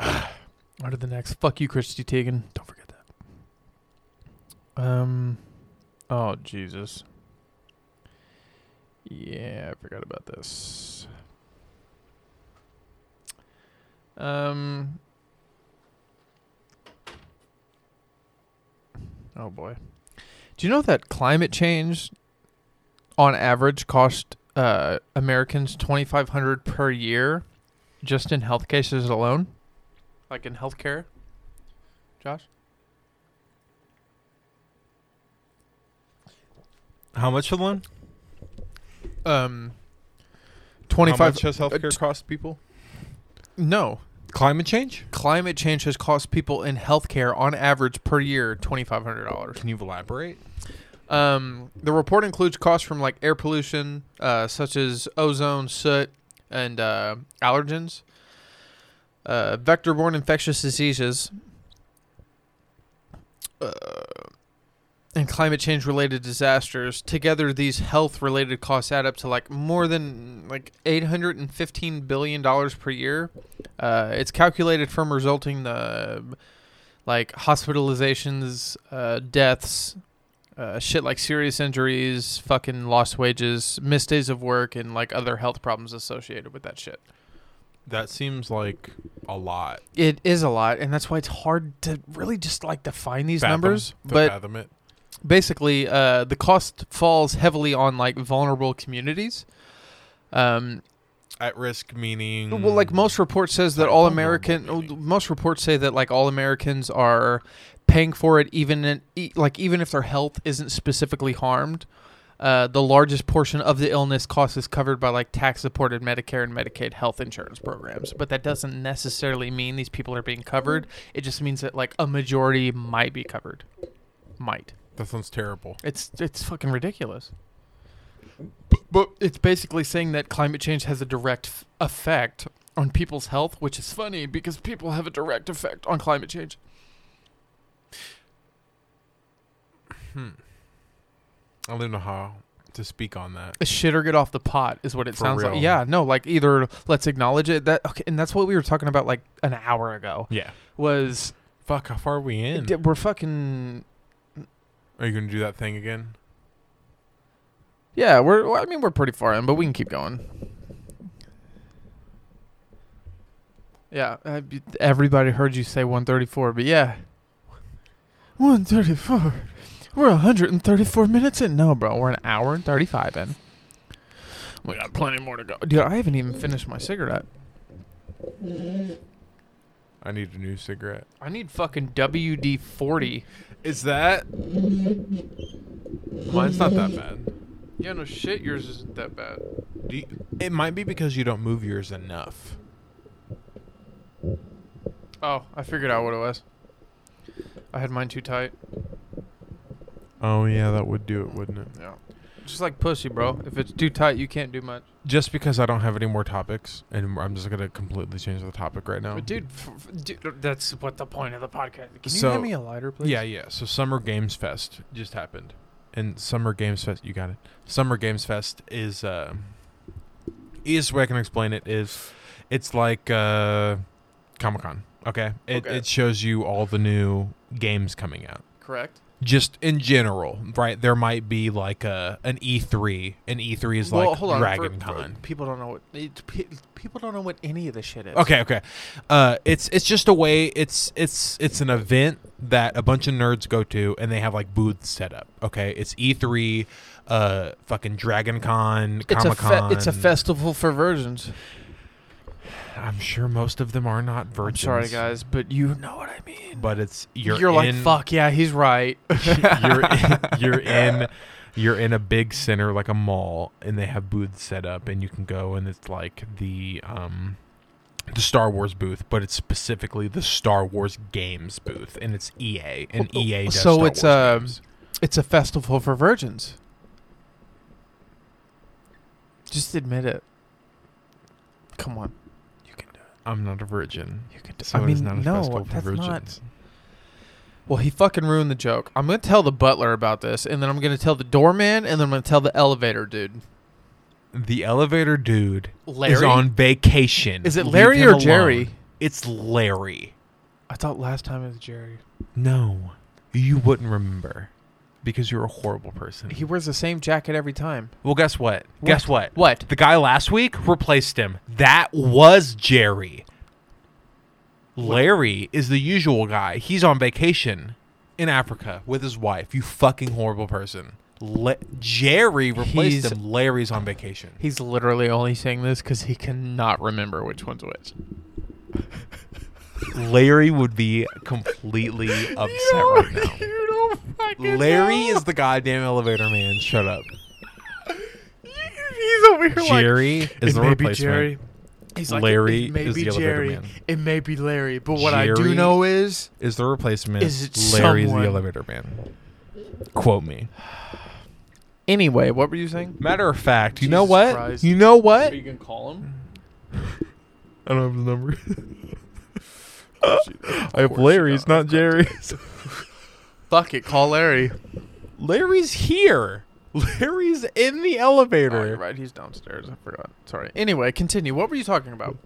[SPEAKER 3] On to the next. Fuck you, Christy Teigen. Don't forget that. Um. Oh Jesus. Yeah, I forgot about this. Um. Oh boy. Do you know that climate change, on average, cost uh, Americans twenty five hundred per year, just in health cases alone? Like in healthcare? Josh?
[SPEAKER 4] [LAUGHS] How much for the one?
[SPEAKER 3] Um
[SPEAKER 4] How
[SPEAKER 3] 25
[SPEAKER 4] much has healthcare cost people?
[SPEAKER 3] No.
[SPEAKER 4] Climate change?
[SPEAKER 3] Climate change has cost people in healthcare on average per year $2500.
[SPEAKER 4] Can you elaborate?
[SPEAKER 3] Um the report includes costs from like air pollution uh such as ozone, soot, and uh allergens. Uh vector-borne infectious diseases. Uh and climate change related disasters together these health related costs add up to like more than like 815 billion dollars per year uh, it's calculated from resulting the like hospitalizations uh, deaths uh, shit like serious injuries fucking lost wages missed days of work and like other health problems associated with that shit
[SPEAKER 4] That seems like a lot.
[SPEAKER 3] it is a lot and that's why it's hard to really just like define these numbers but
[SPEAKER 4] it.
[SPEAKER 3] basically uh, the cost falls heavily on like vulnerable communities um,
[SPEAKER 4] At risk meaning
[SPEAKER 3] well like most reports says that
[SPEAKER 4] Kinda
[SPEAKER 3] all
[SPEAKER 4] vulnerable,
[SPEAKER 3] american
[SPEAKER 4] maybe.
[SPEAKER 3] most reports say that like all americans are paying for it even in, e- like even if their health isn't specifically harmed uh, the largest portion of the illness cost is covered by like tax supported Medicare and Medicaid health insurance programs. But that doesn't necessarily mean these people are being covered. It just means that like a majority might be covered. Might.
[SPEAKER 4] That sounds terrible.
[SPEAKER 3] It's it's fucking ridiculous. But, but it's basically saying that climate change has a direct f- effect on people's health, which is funny because people have a direct effect on climate change.
[SPEAKER 4] I don't know how to speak on that.
[SPEAKER 3] Shit or get off the pot is what it
[SPEAKER 4] For
[SPEAKER 3] sounds
[SPEAKER 4] real.
[SPEAKER 3] like. Yeah, no, like either let's acknowledge it that okay, and that's what we were talking about like an hour ago.
[SPEAKER 4] Yeah.
[SPEAKER 3] Was
[SPEAKER 4] Fuck, how far are we in?
[SPEAKER 3] d- we're fucking
[SPEAKER 4] Are you going to do that thing again?
[SPEAKER 3] yeah we're well, I mean we're pretty far in, but we can keep going. Yeah, I- everybody heard you say 134, but yeah, 134. We're 134 minutes in. No, bro, we're an hour and 35 in. We got plenty more to go, dude. I haven't even finished my cigarette.
[SPEAKER 4] I need a new cigarette.
[SPEAKER 3] I need fucking WD 40.
[SPEAKER 4] Is that. Mine's not that bad.
[SPEAKER 3] Yeah, no shit, yours isn't that bad.
[SPEAKER 4] Do you- it might be because you don't move yours enough.
[SPEAKER 3] Oh, I figured out what it was. I had mine too tight.
[SPEAKER 4] Oh, yeah, that would do it, wouldn't it?
[SPEAKER 3] Yeah. Just like pussy, bro. If it's too tight, you can't do much.
[SPEAKER 4] Just because I don't have any more topics, and I'm just going to completely change the topic right now.
[SPEAKER 3] But dude, f- f- dude, that's what the point of the podcast. Can you
[SPEAKER 4] So-
[SPEAKER 3] hand me a lighter, please?
[SPEAKER 4] Yeah, yeah. So Summer Games Fest just happened, and Summer Games Fest, you got it. Summer Games Fest is uh, easiest way I can explain it is, it's like uh, Comic Con. Okay, it
[SPEAKER 3] Okay.
[SPEAKER 4] it shows you all the new games coming out.
[SPEAKER 3] Correct.
[SPEAKER 4] Just in general, right? There might be like a an E three, and E three is like Dragon Con.
[SPEAKER 3] people don't know what it, pe- people don't know what any of this shit is.
[SPEAKER 4] Okay, okay. Uh, it's it's just a way. It's it's it's an event that a bunch of nerds go to, and they have like booths set up. Okay, it's E three, uh, fucking Dragon Con,
[SPEAKER 3] It's a
[SPEAKER 4] Comic Con.
[SPEAKER 3] fe- it's a festival for virgins.
[SPEAKER 4] I'm sure most of them are not virgins.
[SPEAKER 3] I'm sorry, guys, but you know what I mean.
[SPEAKER 4] But it's you're
[SPEAKER 3] like
[SPEAKER 4] in-
[SPEAKER 3] fuck yeah, he's right.
[SPEAKER 4] [LAUGHS] you're in, you're in you're in a big center like a mall and they have booths set up and you can go and it's like the um the Star Wars booth, but it's specifically the Star Wars games booth, and it's EA, and
[SPEAKER 3] Well,
[SPEAKER 4] EA does
[SPEAKER 3] Oh, so
[SPEAKER 4] Star
[SPEAKER 3] it's,
[SPEAKER 4] Wars
[SPEAKER 3] um,
[SPEAKER 4] games.
[SPEAKER 3] [LAUGHS] It's a festival for virgins. Just admit it. Come on, you can do it.
[SPEAKER 4] I'm not a virgin.
[SPEAKER 3] You can do
[SPEAKER 4] So
[SPEAKER 3] it. I mean,
[SPEAKER 4] it's not a
[SPEAKER 3] no,
[SPEAKER 4] festival for
[SPEAKER 3] that's
[SPEAKER 4] virgins.
[SPEAKER 3] not. Well, he fucking ruined the joke. I'm gonna tell the butler about this, and then I'm gonna tell the doorman, and then I'm gonna tell the elevator dude.
[SPEAKER 4] The elevator dude is
[SPEAKER 3] Larry?
[SPEAKER 4] on vacation.
[SPEAKER 3] Is it
[SPEAKER 4] Leave
[SPEAKER 3] Larry
[SPEAKER 4] him
[SPEAKER 3] or Jerry?
[SPEAKER 4] alone. It's Larry.
[SPEAKER 3] I thought last time it was Jerry.
[SPEAKER 4] No, you wouldn't remember because you're a horrible person.
[SPEAKER 3] He wears the same jacket every time.
[SPEAKER 4] Well, guess what? Guess what?
[SPEAKER 3] What?
[SPEAKER 4] The guy last week replaced him. That was Jerry. Larry is the usual guy. He's on vacation in Africa with his wife. You fucking horrible person. Le- Jerry replaced
[SPEAKER 3] He's-
[SPEAKER 4] him. Larry's on vacation.
[SPEAKER 3] He's literally only saying this because he cannot remember which one's [LAUGHS] which.
[SPEAKER 4] Larry would be [LAUGHS] completely upset right [LAUGHS] now.
[SPEAKER 3] You don't fucking
[SPEAKER 4] Larry
[SPEAKER 3] know.
[SPEAKER 4] is the goddamn elevator man. Shut up.
[SPEAKER 3] [LAUGHS] He's over here like,
[SPEAKER 4] Jerry is
[SPEAKER 3] "It
[SPEAKER 4] the
[SPEAKER 3] may be
[SPEAKER 4] replacement.
[SPEAKER 3] Jerry." He's like,
[SPEAKER 4] Larry
[SPEAKER 3] it may
[SPEAKER 4] is
[SPEAKER 3] be
[SPEAKER 4] the elevator
[SPEAKER 3] Jerry.
[SPEAKER 4] man.
[SPEAKER 3] It may be Larry, but what I do
[SPEAKER 4] Jerry-
[SPEAKER 3] know is
[SPEAKER 4] is the replacement.
[SPEAKER 3] Is it
[SPEAKER 4] Larry
[SPEAKER 3] someone?
[SPEAKER 4] is the elevator man. Quote me.
[SPEAKER 3] Anyway, what were you
[SPEAKER 4] [LAUGHS]
[SPEAKER 3] saying?
[SPEAKER 4] Matter of fact, you
[SPEAKER 3] Jesus
[SPEAKER 4] know what?
[SPEAKER 3] Christ.
[SPEAKER 4] You know what?
[SPEAKER 3] you can call him?
[SPEAKER 4] [LAUGHS] I don't have his number. I have Larry's, not Jerry's.
[SPEAKER 3] Fuck it, call Larry.
[SPEAKER 4] [LAUGHS] Larry's here. Larry's in the elevator.
[SPEAKER 3] Oh, you're right, he's downstairs. I forgot. Sorry. Anyway, continue. What were you talking about?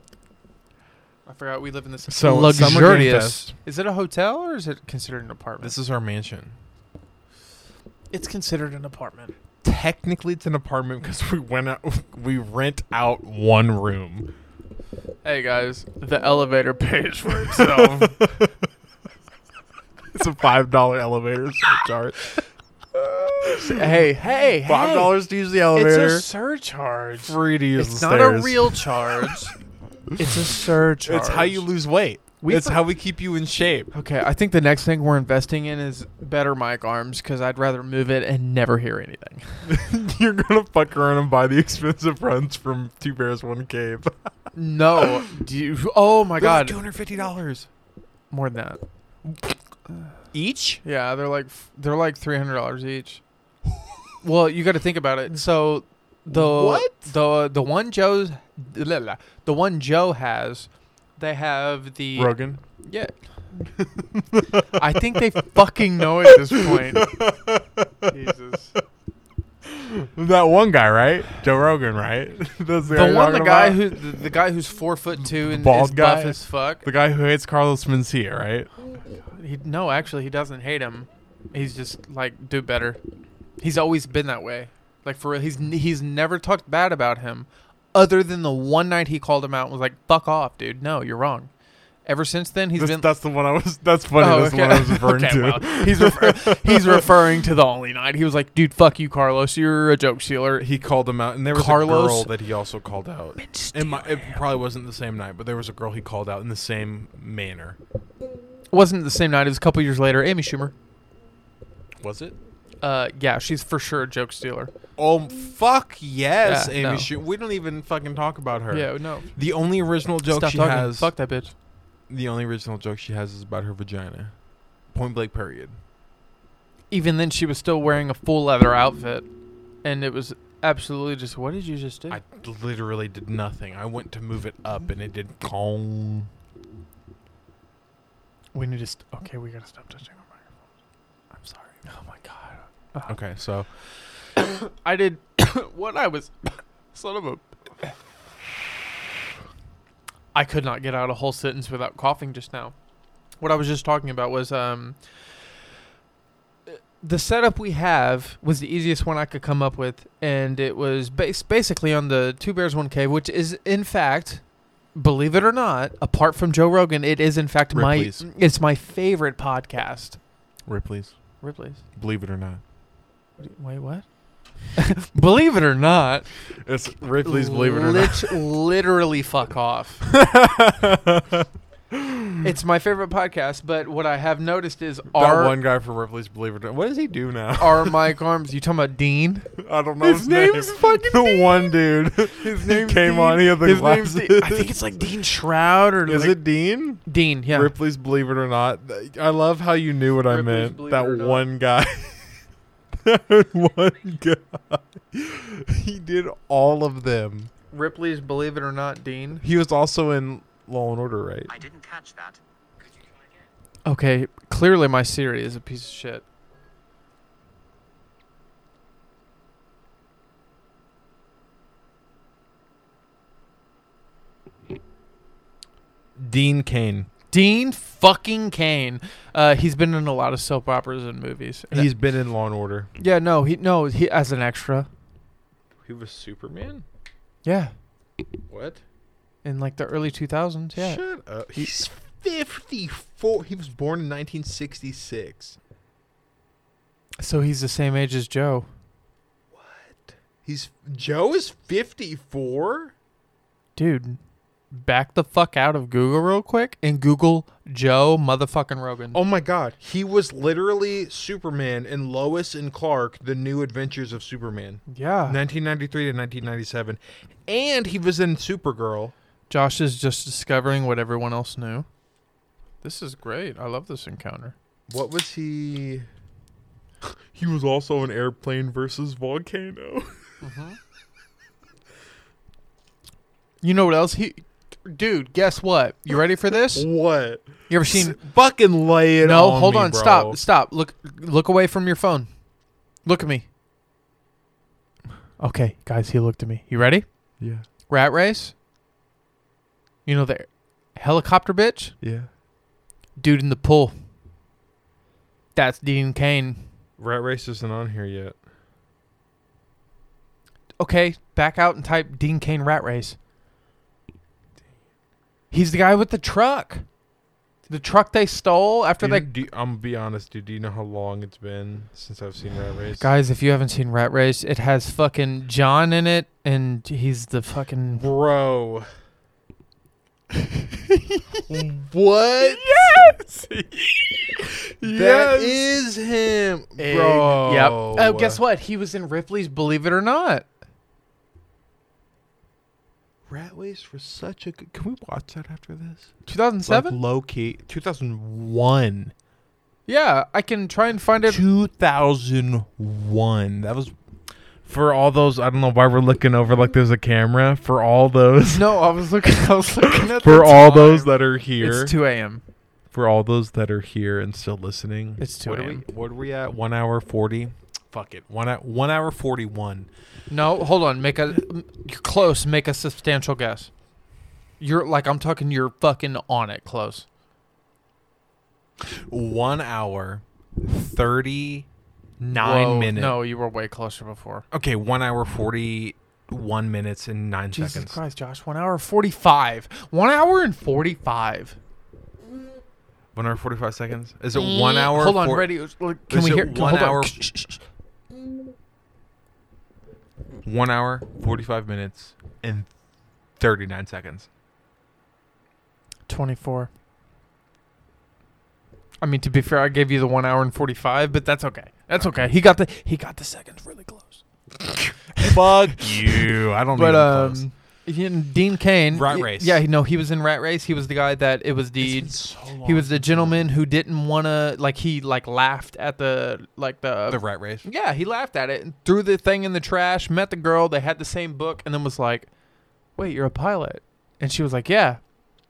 [SPEAKER 3] I forgot we live in this
[SPEAKER 4] So, Summer Game
[SPEAKER 3] luxurious.
[SPEAKER 4] Fest.
[SPEAKER 3] Is it a hotel or is it considered an apartment?
[SPEAKER 4] This is our mansion.
[SPEAKER 3] it's considered an apartment.
[SPEAKER 4] Technically, it's an apartment because we went out. [LAUGHS] We rent out one room.
[SPEAKER 3] Hey guys, the elevator pays [LAUGHS] for itself.
[SPEAKER 4] It's a five dollar elevator surcharge.
[SPEAKER 3] hey, hey, hey.
[SPEAKER 4] Five dollars to use the
[SPEAKER 3] It's
[SPEAKER 4] elevator.
[SPEAKER 3] a surcharge.
[SPEAKER 4] free to use
[SPEAKER 3] It's
[SPEAKER 4] the
[SPEAKER 3] not
[SPEAKER 4] stairs.
[SPEAKER 3] a real charge. [LAUGHS] it's a surcharge.
[SPEAKER 4] It's how you lose weight.
[SPEAKER 3] We
[SPEAKER 4] it's
[SPEAKER 3] for-
[SPEAKER 4] how we keep you in shape.
[SPEAKER 3] Okay, I think the next thing we're investing in is better mic arms because I'd rather move it and never hear anything.
[SPEAKER 4] [LAUGHS] You're gonna fuck around and buy the expensive runs from Two Bears One Cave.
[SPEAKER 6] [COUGHS]
[SPEAKER 3] No, do you? Oh my
[SPEAKER 4] God,
[SPEAKER 3] god,
[SPEAKER 4] two hundred fifty dollars.
[SPEAKER 3] more than that.
[SPEAKER 4] Each?
[SPEAKER 3] Yeah, they're like f- they're like three hundred dollars each. [LAUGHS] well, you got to think about
[SPEAKER 6] Mm.
[SPEAKER 3] it. So the
[SPEAKER 4] What?
[SPEAKER 3] the the one Joe's la, la, la, the one Joe has, they have the
[SPEAKER 6] Rogan.
[SPEAKER 3] yeah. [LAUGHS] I think they fucking know at this
[SPEAKER 6] [LAUGHS]
[SPEAKER 3] point. Jesus.
[SPEAKER 6] That one guy, right? Joe Rogan, right?
[SPEAKER 4] [LAUGHS]
[SPEAKER 6] That's
[SPEAKER 3] The
[SPEAKER 6] guy you're
[SPEAKER 3] one, the
[SPEAKER 6] talking
[SPEAKER 3] guy
[SPEAKER 6] about?
[SPEAKER 3] who, the, the guy who's four foot two and is
[SPEAKER 6] Bald
[SPEAKER 3] buff
[SPEAKER 6] guy?
[SPEAKER 3] as fuck.
[SPEAKER 6] the guy who hates Carlos Mencia, right?
[SPEAKER 3] He, no, actually, he doesn't hate him. He's just like do better. He's always been that way. Like for real, he's n- he's never talked bad about him, other than the one night he called him out and was like, "Fuck off, dude. No, you're wrong." Ever since then, he's
[SPEAKER 6] That's,
[SPEAKER 3] been.
[SPEAKER 6] that's the one I was. That's funny.
[SPEAKER 3] Oh,
[SPEAKER 6] that's
[SPEAKER 3] [LAUGHS]
[SPEAKER 6] the one I was referring
[SPEAKER 3] Okay,
[SPEAKER 6] to.
[SPEAKER 3] well, he's refer- he's referring to the only night he was like, "Dude, fuck you, Carlos. You're a joke stealer."
[SPEAKER 4] [LAUGHS] He called him out, and there was
[SPEAKER 3] Carlos
[SPEAKER 4] a girl that he also called out. And my, it probably wasn't the same night, but there was a girl he called out in the same manner.
[SPEAKER 3] It wasn't the same night. It was a couple years later. Amy Schumer.
[SPEAKER 4] Was it?
[SPEAKER 3] Uh, yeah, she's for sure a joke stealer.
[SPEAKER 4] Oh fuck yes,
[SPEAKER 3] Yeah,
[SPEAKER 4] Amy.
[SPEAKER 3] no.
[SPEAKER 4] Schu- we don't even fucking talk about her.
[SPEAKER 3] Yeah, no.
[SPEAKER 4] The only original joke
[SPEAKER 3] Stop
[SPEAKER 4] she
[SPEAKER 3] talking.
[SPEAKER 4] has.
[SPEAKER 3] Fuck that bitch.
[SPEAKER 4] The only original joke she has is about her vagina. Point blank. Period.
[SPEAKER 3] even then she was still wearing a full leather outfit and it was absolutely just what did you just do
[SPEAKER 4] I literally did nothing. I went to move it up, and it did gong.
[SPEAKER 3] we need to st- okay we gotta stop touching our microphones
[SPEAKER 4] I'm sorry.
[SPEAKER 3] oh my god
[SPEAKER 4] Okay, so
[SPEAKER 3] i did [COUGHS] what i was [COUGHS] son of a [COUGHS] i could not get out a whole sentence without coughing just now what i was just talking about was um the setup we have was the easiest one I could come up with, and it was based basically on the Two Bears One Cave, which is in fact, believe it or not, apart from Joe Rogan, it is in fact
[SPEAKER 4] Ripley's.
[SPEAKER 3] my it's my favorite podcast.
[SPEAKER 4] Ripley's.
[SPEAKER 3] Ripley's.
[SPEAKER 4] Believe it or not,
[SPEAKER 3] Wait, what? [LAUGHS] believe it or not,
[SPEAKER 6] It's Ripley's Believe It or Not. [LAUGHS]
[SPEAKER 3] lit- literally fuck off. it's my favorite podcast, but what I have noticed is
[SPEAKER 6] that
[SPEAKER 3] our
[SPEAKER 6] one guy from Ripley's Believe It or Not. What does he do now?
[SPEAKER 3] our Mike Arms. You talking about Dean?
[SPEAKER 6] [LAUGHS] I don't know his, name.
[SPEAKER 3] name's fucking
[SPEAKER 6] the one dude. His name came on. He had the
[SPEAKER 3] His name's
[SPEAKER 6] glasses.
[SPEAKER 3] Dean. I think it's like Dean Shroud or
[SPEAKER 6] Is
[SPEAKER 3] like-
[SPEAKER 6] it Dean?
[SPEAKER 3] Dean? Yeah.
[SPEAKER 6] Ripley's Believe It or Not. Th- I love how you knew what
[SPEAKER 3] Ripley's
[SPEAKER 6] I meant.
[SPEAKER 3] Believe
[SPEAKER 6] That
[SPEAKER 3] It or Not.
[SPEAKER 6] one guy. [LAUGHS] that one guy. He did all of them.
[SPEAKER 3] Ripley's Believe It or Not, Dean.
[SPEAKER 6] He was also in Law and Order, right?
[SPEAKER 7] I didn't catch that. Could you try again?
[SPEAKER 3] Okay, clearly my Siri is a piece of shit.
[SPEAKER 4] Dean Kane.
[SPEAKER 3] Dean fucking Kane. Uh, he's been in a lot of soap operas and movies. And-
[SPEAKER 4] He's been in Law and Order.
[SPEAKER 3] yeah, no, he no, he as an extra.
[SPEAKER 4] He was Superman.
[SPEAKER 3] Yeah,
[SPEAKER 4] What?
[SPEAKER 3] in like the early 2000s. Yeah.
[SPEAKER 4] Shut up. He's 54. He was born in 1966.
[SPEAKER 3] So he's the same age as Joe.
[SPEAKER 4] He's Joe is 54.
[SPEAKER 3] Dude, back the fuck out of Google real quick and Google Joe motherfucking Rogan.
[SPEAKER 4] Oh my god, he was literally Superman in Lois and Clark: The New Adventures of Superman,
[SPEAKER 3] yeah.
[SPEAKER 4] 1993 to 1997, and he was in Supergirl.
[SPEAKER 3] Josh is just discovering what everyone else knew. This is great. I love this encounter.
[SPEAKER 4] What was he?
[SPEAKER 6] He was also in Airplane versus Volcano. [LAUGHS]
[SPEAKER 3] You know what else he dude, guess what? You ready for [LAUGHS] this?
[SPEAKER 6] what?
[SPEAKER 3] You ever seen
[SPEAKER 6] Fucking lay it
[SPEAKER 3] No,
[SPEAKER 6] on
[SPEAKER 3] hold
[SPEAKER 6] me,
[SPEAKER 3] on,
[SPEAKER 6] bro.
[SPEAKER 3] stop, stop. Look look away from your phone. Look at me. Okay, guys, he looked at me. You ready?
[SPEAKER 6] Yeah,
[SPEAKER 3] Rat race? You know the helicopter bitch?
[SPEAKER 6] yeah.
[SPEAKER 3] Dude in the pool. That's Dean Kane.
[SPEAKER 4] Rat Race isn't on here yet.
[SPEAKER 3] Okay, back out and type Dean Kane rat race. He's the guy with the truck. The truck they stole after
[SPEAKER 4] Do
[SPEAKER 3] they.
[SPEAKER 4] you- do you- I'm gonna be honest, dude. Do you know how long it's been since I've seen Rat Race?
[SPEAKER 3] Guys, if you haven't seen Rat Race, it has fucking John in it, and he's the [LAUGHS] fucking.
[SPEAKER 4] Bro. [LAUGHS] what?
[SPEAKER 3] Yes!
[SPEAKER 4] That is him. Bro.
[SPEAKER 3] Yep. Oh, guess what? He was in Ripley's Believe It or Not.
[SPEAKER 4] Rat Race was such a good. Can we watch that after this? Like
[SPEAKER 3] 2007?
[SPEAKER 4] low key. 2001.
[SPEAKER 3] Yeah, I can try and find it.
[SPEAKER 4] 2001. That was for all those. I don't know why we're looking over like there's a camera for all those.
[SPEAKER 3] No, I was looking. I was looking at
[SPEAKER 4] [LAUGHS] for
[SPEAKER 3] the
[SPEAKER 4] all
[SPEAKER 3] time.
[SPEAKER 4] those that are here.
[SPEAKER 3] It's two a.m.
[SPEAKER 4] for all those that are here and still listening.
[SPEAKER 3] It's two
[SPEAKER 4] What are we?
[SPEAKER 3] a.m.
[SPEAKER 4] What are we at? One hour forty. Fuck it. One hour. One hour forty-one.
[SPEAKER 3] No, hold on. Make a. You're close. Make a substantial guess. You're like I'm talking. You're fucking on it. Close.
[SPEAKER 4] One hour thirty-nine
[SPEAKER 3] Whoa,
[SPEAKER 4] minutes.
[SPEAKER 3] No, you were way closer before.
[SPEAKER 4] Okay. One hour forty-one minutes and nine
[SPEAKER 3] Jesus
[SPEAKER 4] seconds.
[SPEAKER 3] Christ, Josh. One hour forty-five. One hour and forty-five.
[SPEAKER 4] One hour forty-five seconds. Is it one hour?
[SPEAKER 3] Hold on,
[SPEAKER 4] four-
[SPEAKER 3] ready? uh, Look, Can
[SPEAKER 4] Is
[SPEAKER 3] we
[SPEAKER 4] it
[SPEAKER 3] hear?
[SPEAKER 4] one
[SPEAKER 3] hold
[SPEAKER 4] hour-
[SPEAKER 3] On. Shh, shh, shh, shh.
[SPEAKER 4] One hour forty-five minutes and thirty-nine seconds.
[SPEAKER 3] Twenty-four. I mean, to be fair, I gave you the one hour and forty-five, but that's okay. That's okay. He got the he got the seconds really close.
[SPEAKER 4] Fuck [LAUGHS] you. I don't
[SPEAKER 3] But
[SPEAKER 4] even
[SPEAKER 3] um, he- Dean Kane,
[SPEAKER 4] Rat
[SPEAKER 3] y-
[SPEAKER 4] Race.
[SPEAKER 3] Yeah, he- no, he was in Rat Race. He was the guy that it was the he was the gentleman who didn't want to like he like laughed at the like the
[SPEAKER 8] The rat race.
[SPEAKER 3] yeah he laughed at it and threw the thing in the trash. Met the girl. They had the same book and then was like, "Wait, you're a pilot?" And she was like, "Yeah."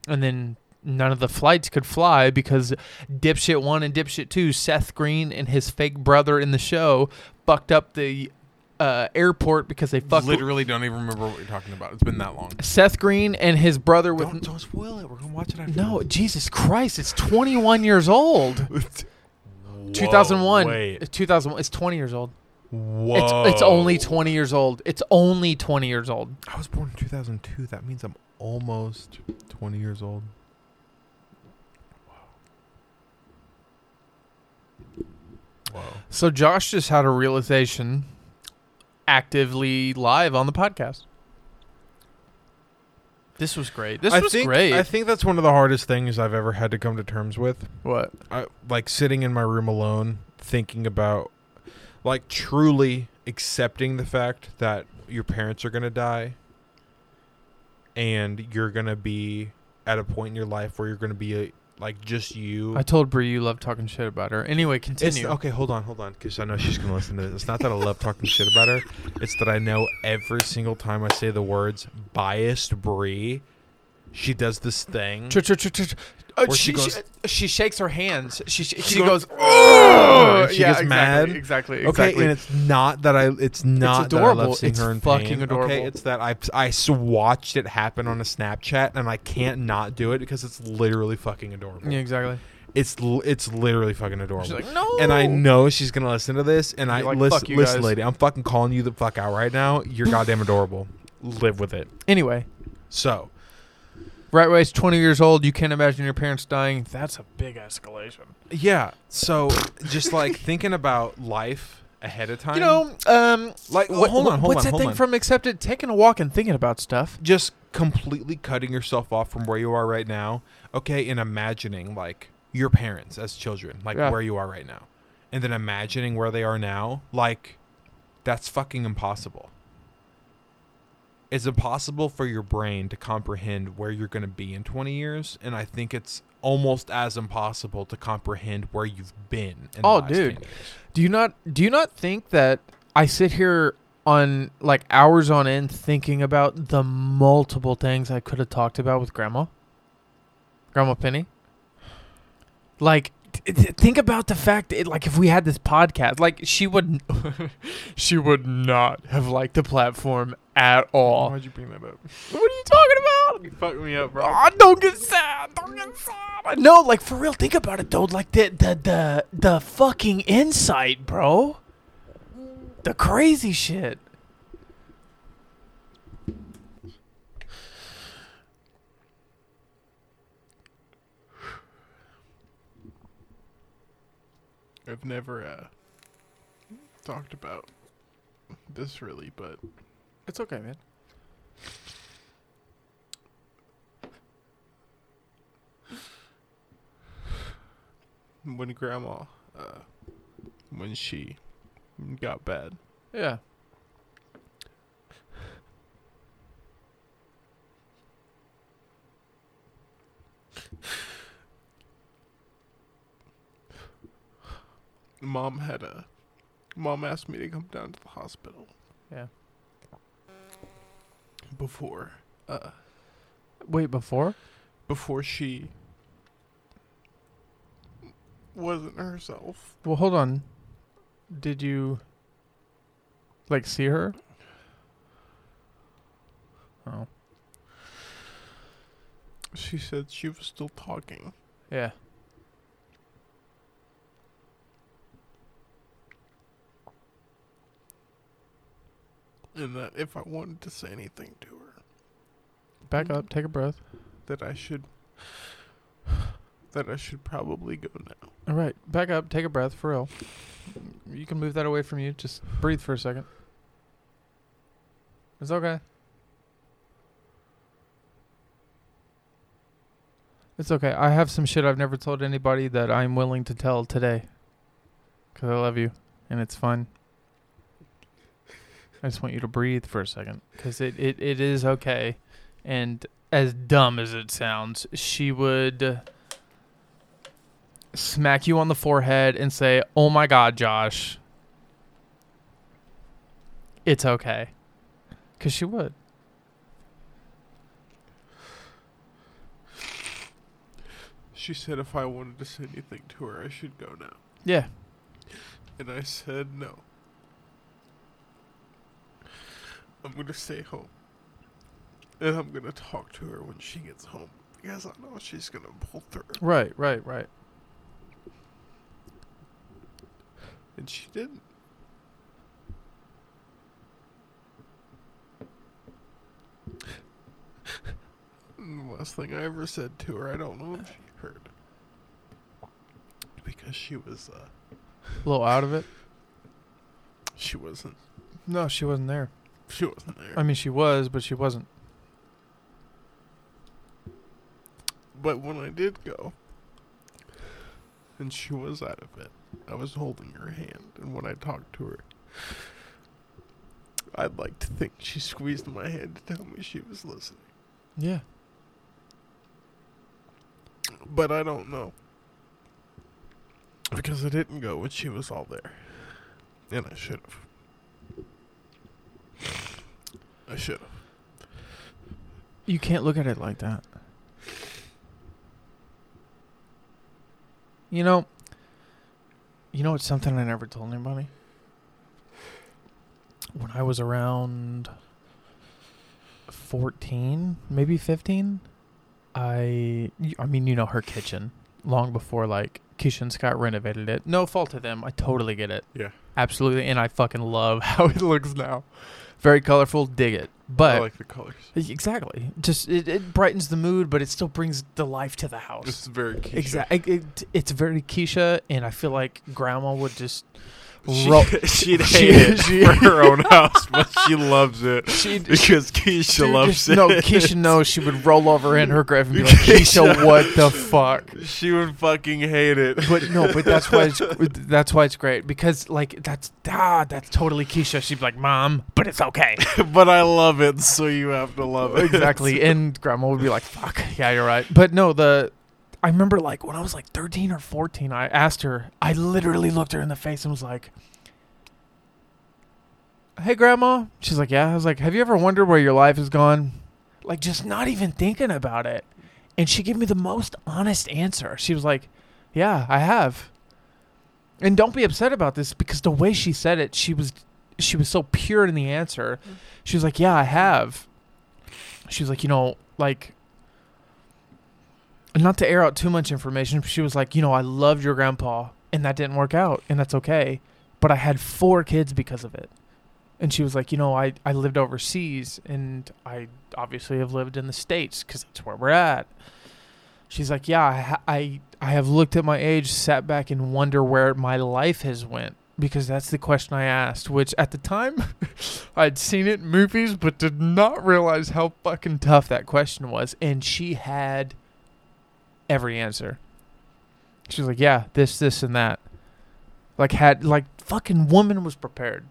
[SPEAKER 3] And then none of the flights could fly because dipshit one and dipshit two, Seth Green and his fake brother in the show, fucked up the. Uh, airport because they fucked
[SPEAKER 8] Literally don't even remember what you're talking about. It's been that long.
[SPEAKER 3] Seth Green and his brother with
[SPEAKER 8] Don't, don't spoil it. We're gonna watch it after.
[SPEAKER 3] no Jesus Christ, it's 21 years [LAUGHS] old. 2001,
[SPEAKER 4] wait.
[SPEAKER 3] 2001, it's 20 years old.
[SPEAKER 4] Whoa.
[SPEAKER 3] It's it's only 20 years old. It's only 20 years old.
[SPEAKER 4] I was born in 2002. That means I'm almost 20 years old.
[SPEAKER 3] So Josh just had a realization, actively live on the podcast. This was great. This
[SPEAKER 4] I
[SPEAKER 3] was
[SPEAKER 4] think,
[SPEAKER 3] great.
[SPEAKER 4] I think that's one of the hardest things I've ever had to come to terms with.
[SPEAKER 3] what?
[SPEAKER 4] I, like sitting in my room alone, thinking about, like, truly accepting the fact that your parents are going to die and you're going to be at a point in your life where you're going to be, uh like, just you.
[SPEAKER 3] I told Brie you love talking shit about her. Anyway,
[SPEAKER 4] It's
[SPEAKER 3] continue.
[SPEAKER 4] okay. Hold on, hold on, because I know she's gonna listen to this. It's not that I love talking shit about her. It's that I know every single time I say the words "biased Brie," she does this thing.
[SPEAKER 3] Ch- ch- ch- ch- uh,
[SPEAKER 4] Where
[SPEAKER 3] she,
[SPEAKER 4] she
[SPEAKER 3] she,
[SPEAKER 4] goes-
[SPEAKER 3] she shakes her hands. She she, she
[SPEAKER 4] goes,
[SPEAKER 3] goes. "Ugh!"
[SPEAKER 4] and she gets
[SPEAKER 3] exactly,
[SPEAKER 4] mad.
[SPEAKER 3] Exactly.
[SPEAKER 4] Okay,
[SPEAKER 3] Exactly.
[SPEAKER 4] and it's not that I. It's not that I
[SPEAKER 3] adorable.
[SPEAKER 4] love seeing
[SPEAKER 3] It's
[SPEAKER 4] her in
[SPEAKER 3] fucking
[SPEAKER 4] pain. Okay,
[SPEAKER 3] adorable.
[SPEAKER 4] it's that I I s- watched it happen on a Snapchat and I can't not do it because it's literally fucking adorable.
[SPEAKER 3] yeah, exactly.
[SPEAKER 4] It's l- it's literally fucking adorable.
[SPEAKER 3] She's like, no.
[SPEAKER 4] and I know she's gonna listen to this. And I
[SPEAKER 3] You're like,
[SPEAKER 4] listen,
[SPEAKER 3] "Fuck you
[SPEAKER 4] listen,
[SPEAKER 3] guys."
[SPEAKER 4] lady, I'm fucking calling you the fuck out right now. You're goddamn adorable. Live with it.
[SPEAKER 3] Anyway,
[SPEAKER 4] So
[SPEAKER 3] right way, it's 20 years old. You can't imagine your parents dying. That's a big escalation.
[SPEAKER 4] yeah, so just like thinking about life ahead of time.
[SPEAKER 3] You know, um,
[SPEAKER 4] like
[SPEAKER 3] what,
[SPEAKER 4] hold on, hold
[SPEAKER 3] what's
[SPEAKER 4] on,
[SPEAKER 3] that
[SPEAKER 4] hold
[SPEAKER 3] thing
[SPEAKER 4] on.
[SPEAKER 3] from Accepted? Taking a walk and thinking about stuff.
[SPEAKER 4] just completely cutting yourself off from where you are right now. Okay, and imagining like your parents as children, like
[SPEAKER 3] Yeah.
[SPEAKER 4] where you are right now, and then imagining where they are now. Like that's fucking impossible. It's impossible for your brain to comprehend where you're going to be in 20 years, and I think it's almost as impossible to comprehend where you've been. In the
[SPEAKER 3] Oh,
[SPEAKER 4] last 10
[SPEAKER 3] dude.
[SPEAKER 4] years.
[SPEAKER 3] Do you not do you not think that I sit here on like hours on end thinking about the multiple things I could have talked about with grandma? Grandma Penny? Like t- t- think about the fact that like if we had this podcast, like she would she would not have liked the platform at all.
[SPEAKER 4] Why'd you bring that up?
[SPEAKER 3] What are you talking about? You fucked me up, bro. don't get sad. Don't get sad. No, like for real, think about it though. Like the the the the fucking insight, bro. The crazy shit.
[SPEAKER 1] I've never uh, talked about this really, but
[SPEAKER 3] It's okay, man.
[SPEAKER 1] when Grandma, uh, when she got bad,
[SPEAKER 3] Yeah.
[SPEAKER 1] mom had a mom asked me to come down to the hospital
[SPEAKER 3] Yeah.
[SPEAKER 1] before uh
[SPEAKER 3] Wait, before?
[SPEAKER 1] before she wasn't herself.
[SPEAKER 3] Well, hold on. Did you like see her? Oh,
[SPEAKER 1] She said she was still talking.
[SPEAKER 3] yeah.
[SPEAKER 1] and that if I wanted to say anything to her,
[SPEAKER 3] Back up. Take a breath.
[SPEAKER 1] that I should, that I should probably go now.
[SPEAKER 3] All right, back up. Take a breath for real. You can move that away from you. Just breathe for a second. It's okay. It's okay. I have some shit I've never told anybody that I'm willing to tell today. 'Cause I love you and it's fun. I just want you to breathe for a second, 'cause it, it, it is okay. And as dumb as it sounds, she would smack you on the forehead and say, "Oh my god, Josh. It's okay." Cuz she would.
[SPEAKER 1] She said if I wanted to say anything to her, I should go now,
[SPEAKER 3] Yeah.
[SPEAKER 1] and I said no. I'm gonna stay home, and I'm gonna talk to her when she gets home because I know she's gonna pull through,
[SPEAKER 3] Right, right, right.
[SPEAKER 1] and she didn't. And the last thing I ever said to her, I don't know if she heard. Because she was, uh,
[SPEAKER 3] A little out of it.
[SPEAKER 1] she wasn't,
[SPEAKER 3] No, she wasn't there.
[SPEAKER 1] she wasn't there.
[SPEAKER 3] I mean, she was, but she wasn't.
[SPEAKER 1] but when I did go, and she was out of it, I was holding her hand, and when I talked to her, I'd like to think she squeezed my hand to tell me she was listening.
[SPEAKER 3] Yeah.
[SPEAKER 1] But I don't know. Because I didn't go when she was all there. And I should have. I should have.
[SPEAKER 3] You can't look at it like that. You know, you know, it's something I never told anybody. When I was around 14, maybe 15, I, y- I mean, you know, her kitchen long before like Keisha and Scott renovated it. No fault to them. I totally get it.
[SPEAKER 1] Yeah.
[SPEAKER 3] Absolutely. And I fucking love [LAUGHS] how it looks now. Very colorful. Dig it. But
[SPEAKER 1] I like the colors.
[SPEAKER 3] Exactly. Just it, it brightens the mood, but it still brings the life to the
[SPEAKER 1] It's
[SPEAKER 3] house.
[SPEAKER 1] very Keisha.
[SPEAKER 3] Exactly. It, it- it's very Keisha, and I feel like Grandma would just
[SPEAKER 4] She, [LAUGHS]
[SPEAKER 1] [LAUGHS]
[SPEAKER 3] roll.
[SPEAKER 4] she'd hate
[SPEAKER 3] She-
[SPEAKER 4] it
[SPEAKER 3] she-
[SPEAKER 4] for her own house, but she loves it
[SPEAKER 3] She'd,
[SPEAKER 4] because Keisha
[SPEAKER 3] dude,
[SPEAKER 4] loves
[SPEAKER 3] just- [LAUGHS]
[SPEAKER 4] it.
[SPEAKER 3] No,
[SPEAKER 4] [LAUGHS]
[SPEAKER 3] Keisha knows she would roll over in her grave and be like, "Keisha, what the fuck?"
[SPEAKER 4] She would fucking hate it.
[SPEAKER 3] But no, but that's why it's that's why it's great because like that's ah that's totally Keisha. She'd be like, "Mom, but it's okay."
[SPEAKER 4] [LAUGHS] but I love it, so you have to love it. [LAUGHS]
[SPEAKER 3] exactly. And grandma would be like, "Fuck, yeah, you're right." But no, the I remember like when I was like 13 or 14, I asked her. I literally looked her in the face and was like, "Hey, grandma." She's like, "Yeah." I was like, "Have you ever wondered where your life has gone?" Like just not even thinking about it. And she gave me the most honest answer. She was like, "Yeah, I have." And don't be upset about this because the way she said it, she was she was so pure in the answer. She was like, "Yeah, I have." she was like, you know, like, not to air out too much information, but she was like, you know, I loved your grandpa and that didn't work out and that's okay. But I had four kids because of it. And she was like, you know, I, I lived overseas and I obviously have lived in the States because that's where we're at. She's like, yeah, I, ha- I, I have looked at my age, sat back and wonder where my life has went because that's the question I asked, which at the time I'd seen it in movies, but did not realize how fucking tough that question was. And she had every answer. She was like, "Yeah, this, this, and that." Like had like fucking woman was prepared.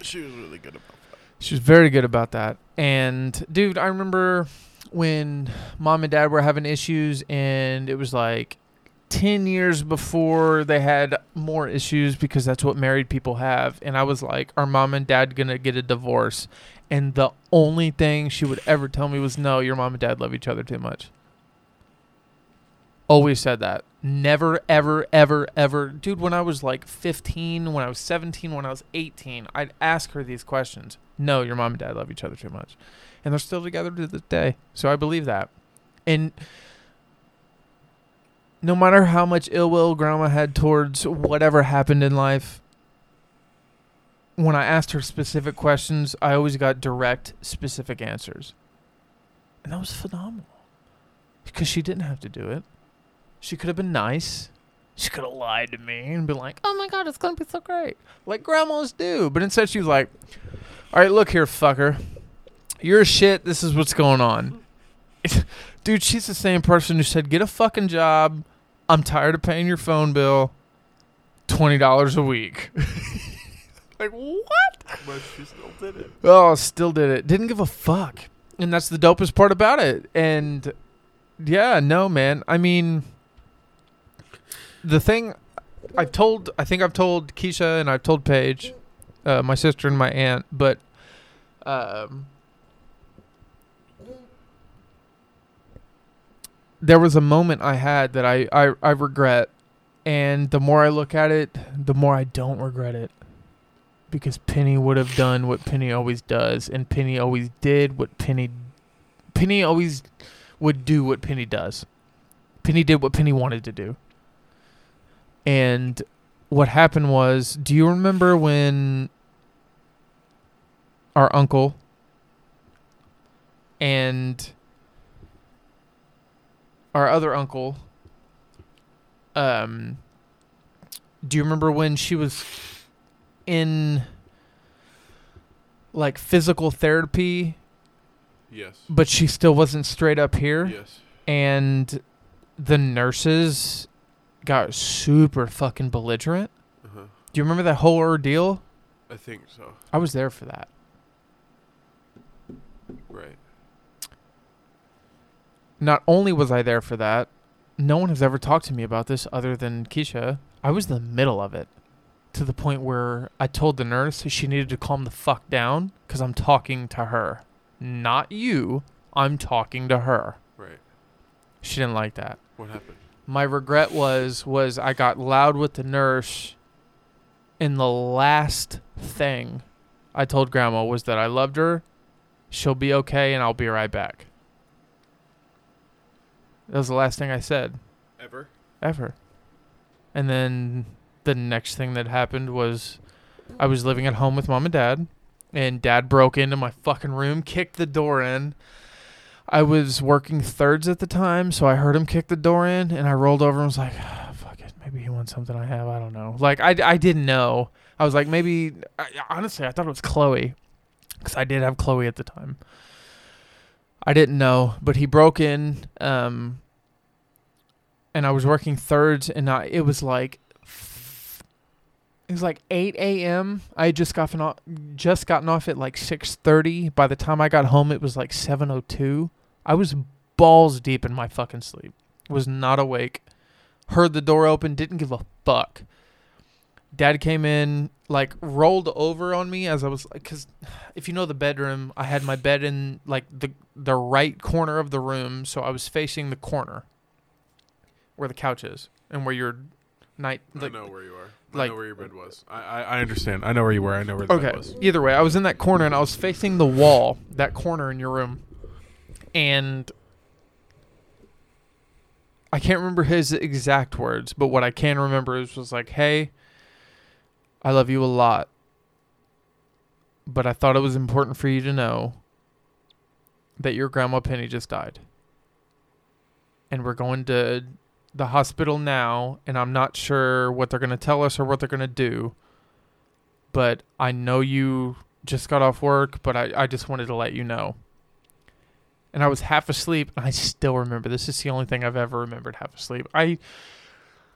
[SPEAKER 1] She was really good about
[SPEAKER 3] She was very good about that. And dude, I remember when mom and dad were having issues, and it was like 10 years before they had more issues because that's what married people have. And I was like, are mom and dad going to get a divorce? And the only thing she would ever tell me was, no, your mom and dad love each other too much. Always said that. Never, ever, ever, ever. Dude, when I was like 15, when I was 17, when I was 18, I'd ask her these questions. No, your mom and dad love each other too much. And they're still together to this day. So I believe that. And no matter how much ill will grandma had towards whatever happened in life, when I asked her specific questions, I always got direct, specific answers. And that was phenomenal. Because she didn't have to do it. She could have been nice. She could have lied to me and been like, oh my God, it's going to be so great. Like grandmas do. But instead, she was like, all right, look here, fucker. You're shit. This is what's going on. [LAUGHS] Dude, she's the same person who said, get a fucking job. I'm tired of paying your phone bill. $20 a week. [LAUGHS] like, what?
[SPEAKER 1] But she still did it.
[SPEAKER 3] Oh, still did it. Didn't give a fuck. And that's the dopest part about it. And yeah, no, man. I mean, the thing I've told, I think I've told Keisha and I've told Paige, uh, my sister and my aunt, but um, there was a moment I had that I, I, I regret. And the more I look at it, the more I don't regret it because Penny would have done what Penny always does, and Penny always did what Penny Penny always would do what Penny does. Penny did what Penny wanted to do. And what happened was, do you remember when our uncle and our other uncle um do you remember when she was in like physical therapy,
[SPEAKER 1] Yes.
[SPEAKER 3] but she still wasn't straight up here.
[SPEAKER 1] Yes.
[SPEAKER 3] And the nurses got super fucking belligerent.
[SPEAKER 1] Uh-huh.
[SPEAKER 3] Do you remember that whole ordeal?
[SPEAKER 1] I think so.
[SPEAKER 3] I was there for that.
[SPEAKER 1] Right.
[SPEAKER 3] Not only was I there for that, no one has ever talked to me about this other than Keisha. I was in the middle of it to the point where I told the nurse she needed to calm the fuck down because I'm talking to her. Not you. I'm talking to her.
[SPEAKER 1] Right.
[SPEAKER 3] She didn't like that.
[SPEAKER 1] What happened?
[SPEAKER 3] my regret was was I got loud with the nurse and the last thing I told grandma was that I loved her, she'll be okay and I'll be right back. That was the last thing I said
[SPEAKER 1] Ever?
[SPEAKER 3] ever. And then the next thing that happened was I was living at home with mom and dad, and dad broke into my fucking room, kicked the door in. I was working thirds at the time, so I heard him kick the door in, and I rolled over and was like, "Ah, fuck it, maybe he wants something I have. I don't know. Like, I, I didn't know. I was like, maybe, I, honestly, I thought it was Chloe, because I did have Chloe at the time. I didn't know, but he broke in. Um, and I was working thirds, and I it was like it was like 8 a.m. I had just gotten off, just gotten off at like 6:30. By the time I got home, it was like 7:02. I was balls deep in my fucking sleep. Was not awake. Heard the door open. Didn't give a fuck. Dad came in, like rolled over on me as I was, because if you know the bedroom, I had my bed in like the the right corner of the room, so I was facing the corner where the couch is and where your night
[SPEAKER 1] I
[SPEAKER 3] like,
[SPEAKER 1] know where you are. I
[SPEAKER 3] like-
[SPEAKER 1] know where your bed was. I, I, I understand. I know where you were. I know where the
[SPEAKER 3] Okay.
[SPEAKER 1] bed was.
[SPEAKER 3] Either way, I was in that corner and I was facing the wall, that corner in your room. And I can't remember his exact words, but what I can remember is was like, "Hey, I love you a lot. But I thought it was important for you to know that your grandma Penny just died. And we're going to the hospital now, and I'm not sure what they're going to tell us or what they're going to do." but I know you just got off work, but I, I just wanted to let you know. And I was half asleep, and I still remember. This is the only thing I've ever remembered half asleep. I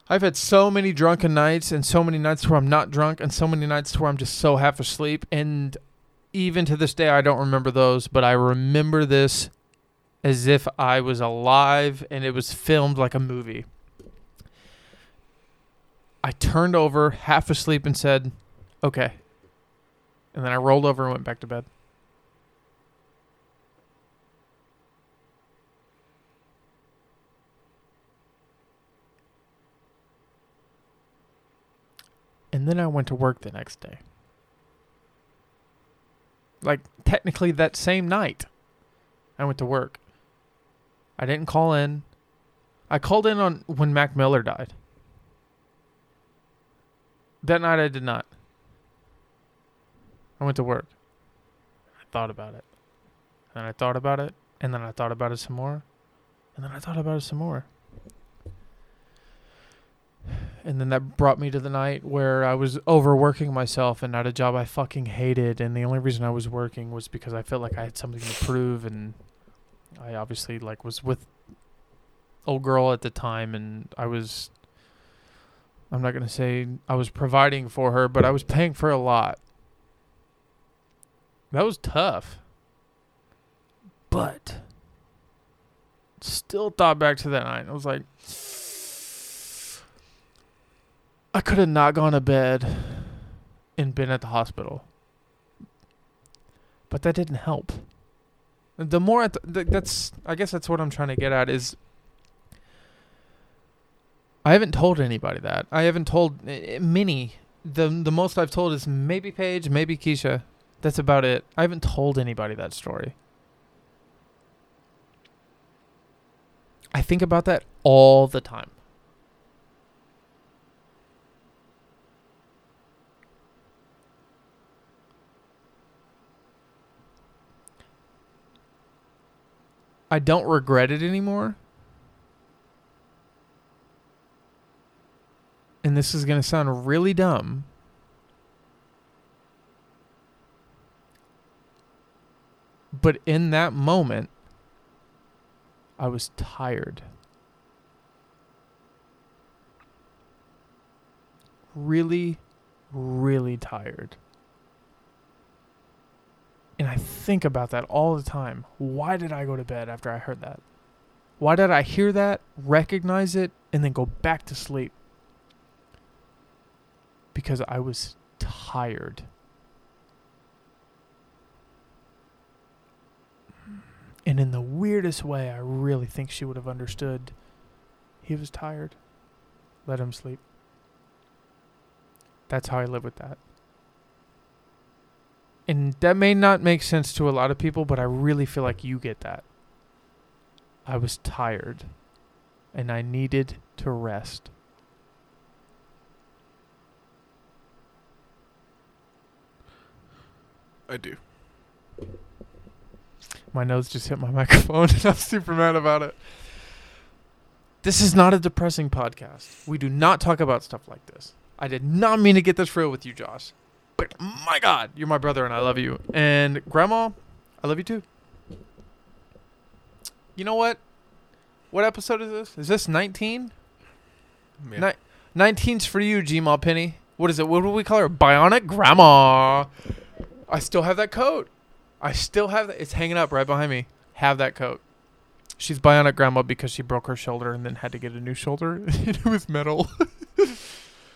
[SPEAKER 3] I've had so many drunken nights and so many nights where I'm not drunk and so many nights where I'm just so half asleep and even to this day I don't remember those, but I remember this as if I was alive and it was filmed like a movie. I turned over, half asleep, and said, "Okay." And then I rolled over and went back to bed. And then I went to work the next day. Like technically that same night, I went to work. I didn't call in. I called in on when Mac Miller died. That night I did not. I went to work. I thought about it. And then I thought about it. And then I thought about it some more. And then I thought about it some more. And then that brought me to the night where I was overworking myself and at a job I fucking hated. And the only reason I was working was because I felt like I had something to prove. And I obviously like was with old girl at the time, and I was. I'm not gonna say I was providing for her, but I was paying for a lot. That was tough. But still thought back to that night. I was like, I could have not gone to bed and been at the hospital. But that didn't help. The more I th- th- that's I guess that's what I'm trying to get at is I haven't told anybody that. I haven't told eh, eh, many. The the most I've told is maybe Paige, maybe Keisha. That's about it. I haven't told anybody that story. I think about that all the time. I don't regret it anymore. And this is going to sound really dumb. But in that moment, I was tired. Really, really tired. And I think about that all the time. Why did I go to bed after I heard that? Why did I hear that, recognize it, and then go back to sleep? Because I was tired. And in the weirdest way, I really think she would have understood. He was tired. Let him sleep. That's how I live with that. And that may not make sense to a lot of people, but I really feel like you get that. I was tired and I needed to rest.
[SPEAKER 1] I do.
[SPEAKER 3] My nose just hit my [LAUGHS] microphone and I'm super mad about it. This is not a depressing podcast. We do not talk about stuff like this. I did not mean to get this real with you, Josh. But my God, you're my brother and I love you. And Grandma, I love you too. You know what? What episode is this? Is this 19?
[SPEAKER 1] Yeah.
[SPEAKER 3] Ni- 19's for you, Gmail Penny. What is it? What do we call her? Bionic Grandma. I still have that coat. I still have that. It's hanging up right behind me. Have that coat. She's bionic grandma because she broke her shoulder and then had to get a new shoulder. [LAUGHS] it was metal.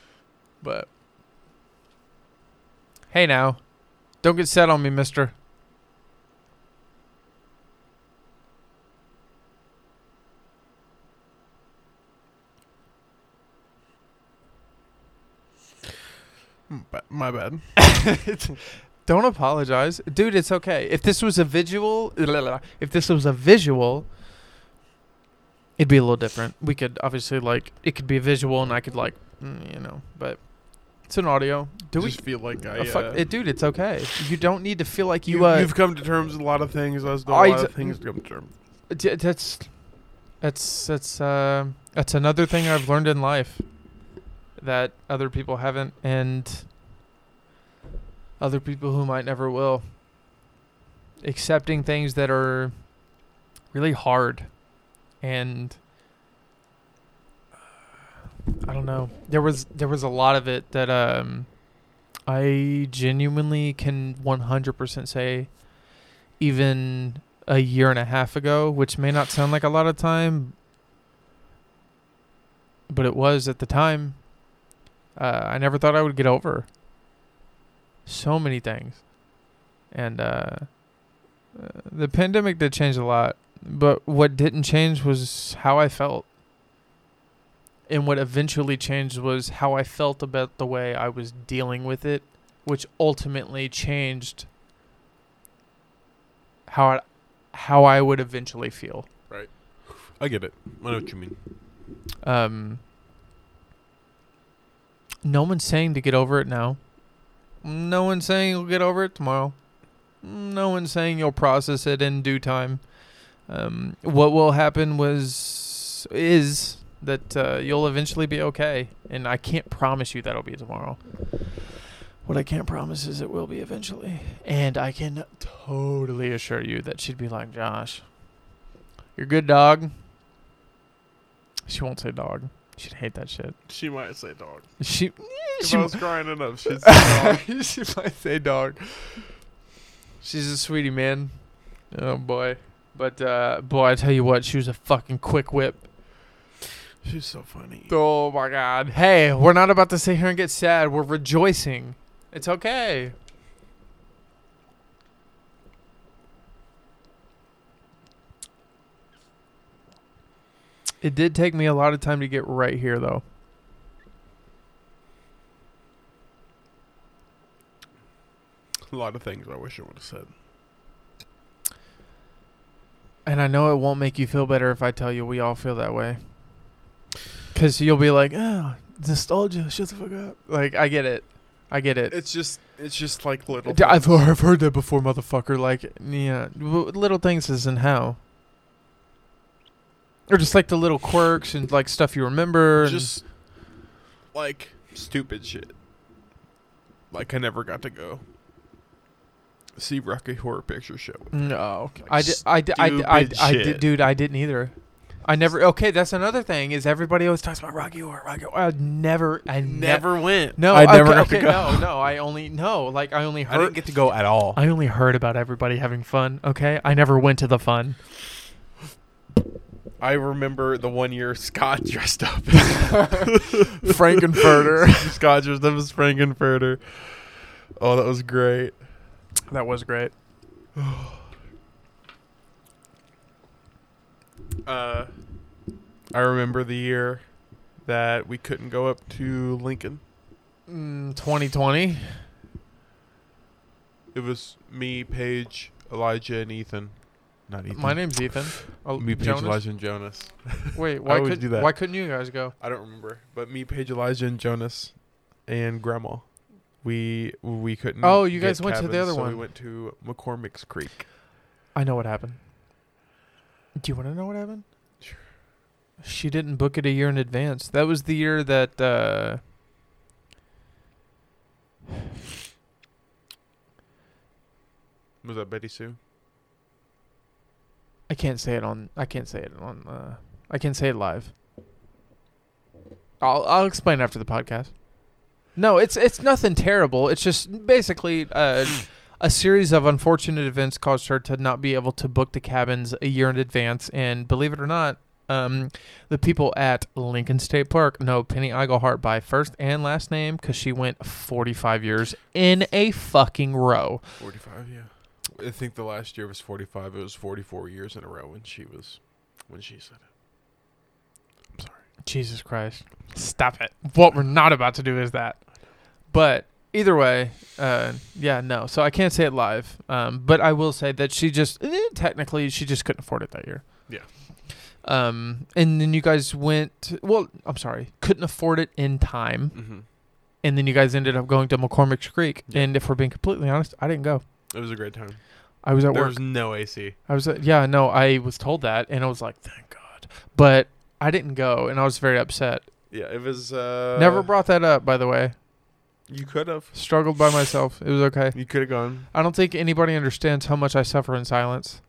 [SPEAKER 3] [LAUGHS] but hey, now, don't get set on me, Mister.
[SPEAKER 1] Mm, ba- My bad.
[SPEAKER 3] [LAUGHS] Don't apologize, dude. It's okay. If this was a visual, [LAUGHS] if this was a visual, it'd be a little different. We could obviously like it could be visual, and I could like mm, you know, but it's an audio. Do
[SPEAKER 1] I
[SPEAKER 3] we?
[SPEAKER 1] just feel like I.
[SPEAKER 3] uh, fuck-
[SPEAKER 1] uh,
[SPEAKER 3] eh, dude, it's okay. You don't need to feel like you.
[SPEAKER 1] you,
[SPEAKER 3] uh,
[SPEAKER 1] have come to terms with a lot of things. I still
[SPEAKER 3] I
[SPEAKER 1] a lot
[SPEAKER 3] d-
[SPEAKER 1] of things to come to terms.
[SPEAKER 3] D- that's that's that's uh, that's another thing I've learned in life that other people haven't, and other people who might never will. Accepting things that are really hard, and I don't know. There was there was a lot of it that um, I genuinely can 100% say, even a year and a half ago, which may not sound like a lot of time, but it was at the time. uh, I never thought I would get over. So many things, and uh, uh, the pandemic did change a lot. But what didn't change was how I felt, and what eventually changed was how I felt about the way I was dealing with it, which ultimately changed how I, how I would eventually feel.
[SPEAKER 1] I get it. I know what you mean.
[SPEAKER 3] Um, no one's saying to get over it now. No one's saying you'll get over it tomorrow. No one's saying you'll process it in due time. Um, what will happen was is that uh, you'll eventually be okay, and I can't promise you that'll be tomorrow. What I can't promise is it will be eventually, and I can totally assure you that she'd be like, "Josh, you're good, dog." She won't say dog. She'd hate that shit. [LAUGHS]
[SPEAKER 1] She might say [LAUGHS] dog.
[SPEAKER 3] She
[SPEAKER 1] If
[SPEAKER 3] she,
[SPEAKER 1] I was crying enough, [LAUGHS] she'd say
[SPEAKER 3] [LAUGHS]
[SPEAKER 1] dog.
[SPEAKER 3] she might say dog. She's a sweetie, man. Oh boy, but uh, boy, I tell you what, she was a fucking quick whip.
[SPEAKER 1] She's so funny.
[SPEAKER 3] Oh my god. Hey, we're not about to sit here and get sad. We're rejoicing. It's okay. It did take me a lot of time to get right here, though.
[SPEAKER 1] A lot of things I wish I would have said.
[SPEAKER 3] And I know it won't make you feel better if I tell you we all feel that way. Because you'll be like, oh, nostalgia, shut the fuck up. Like, I get it. I get it.
[SPEAKER 1] It's just, it's just like little.
[SPEAKER 3] D- I've, I've heard that before, motherfucker. Like, yeah. W- Little things isn't how. Or just like the little quirks and like stuff you remember. and-
[SPEAKER 1] just like stupid shit. Like I never got to go see Rocky Horror Picture Show.
[SPEAKER 3] No,
[SPEAKER 1] Like
[SPEAKER 3] I, di- Mm, oh, I, di- I, di- I, di-
[SPEAKER 1] stupid
[SPEAKER 3] I, di-
[SPEAKER 1] shit.
[SPEAKER 3] dude, I didn't either. I never. Okay, that's another thing. Is everybody always talks about Rocky Horror? Rocky Horror. I never. I ne-
[SPEAKER 1] went.
[SPEAKER 3] No,
[SPEAKER 4] I
[SPEAKER 3] okay,
[SPEAKER 4] never got to
[SPEAKER 3] okay,
[SPEAKER 4] go.
[SPEAKER 3] No, no, I only no. Like I only
[SPEAKER 4] I
[SPEAKER 3] heard.
[SPEAKER 4] didn't get to go at all.
[SPEAKER 3] I only heard about everybody having fun. Okay, I never went to the fun.
[SPEAKER 1] I remember the one year Scott [LAUGHS] dressed up.
[SPEAKER 3] [LAUGHS] Frankenfurter.
[SPEAKER 1] Scott dressed up as Frankenfurter. Oh, that was great.
[SPEAKER 3] [LAUGHS] That was great.
[SPEAKER 1] Uh, I remember the year that we couldn't go up to Lincoln.
[SPEAKER 3] Mm, Twenty twenty.
[SPEAKER 1] It was me, Paige, Elijah, and Ethan. Not Ethan.
[SPEAKER 3] My name's Ethan. Oh,
[SPEAKER 1] me, Paige,
[SPEAKER 3] Jonas?
[SPEAKER 1] Elijah, and Jonas.
[SPEAKER 3] Wait,
[SPEAKER 1] I
[SPEAKER 3] why
[SPEAKER 1] always
[SPEAKER 3] could
[SPEAKER 1] do that.
[SPEAKER 3] why couldn't you guys go?
[SPEAKER 1] I don't remember, but me, Paige, Elijah, and Jonas, and Grandma. We we couldn't.
[SPEAKER 3] Oh, you
[SPEAKER 1] get
[SPEAKER 3] guys went to the
[SPEAKER 1] cabins,
[SPEAKER 3] other
[SPEAKER 1] so We
[SPEAKER 3] one.
[SPEAKER 1] went to McCormick's Creek.
[SPEAKER 3] I know what happened. Do you want to know what happened?
[SPEAKER 1] Sure.
[SPEAKER 3] She didn't book it a year in advance. That was the year that uh
[SPEAKER 1] Was that Betty Sue?
[SPEAKER 3] I can't say it on I can't say it on uh I can't say it live. I'll I'll explain after the podcast. No, it's it's nothing terrible. It's just basically uh a series of unfortunate events caused her to not be able to book the cabins a year in advance and believe it or not, um the people at Lincoln State Park know Penny Eigelhart by first and last name cuz she went 45 years in a fucking row.
[SPEAKER 1] Forty-five. Yeah. I think the last year was forty-five. It was forty-four years in a row when she was, when she said it. I'm sorry.
[SPEAKER 3] Jesus Christ. Stop it. What we're not about to do is that. But either way, uh, yeah, no. So I can't say it live. Um, but I will say that she just, eh, technically, she just couldn't afford it that year.
[SPEAKER 1] Yeah.
[SPEAKER 3] Um, and then you guys went, well, I'm sorry, couldn't afford it in time.
[SPEAKER 1] Mm-hmm.
[SPEAKER 3] And then you guys ended up going to McCormick's Creek.
[SPEAKER 1] Yeah.
[SPEAKER 3] And if we're being completely honest, I didn't go.
[SPEAKER 1] It was a great time.
[SPEAKER 3] I was at
[SPEAKER 1] there
[SPEAKER 3] work.
[SPEAKER 1] was no AC.
[SPEAKER 3] I was like, yeah, no, I was told that. And I was like, thank God. But I didn't go. And I was very upset.
[SPEAKER 1] Yeah, it was. Uh,
[SPEAKER 3] Never brought that up, by the way.
[SPEAKER 1] You could have.
[SPEAKER 3] Struggled by myself. It was okay.
[SPEAKER 1] You could have gone.
[SPEAKER 3] I don't think anybody understands how much I suffer in silence,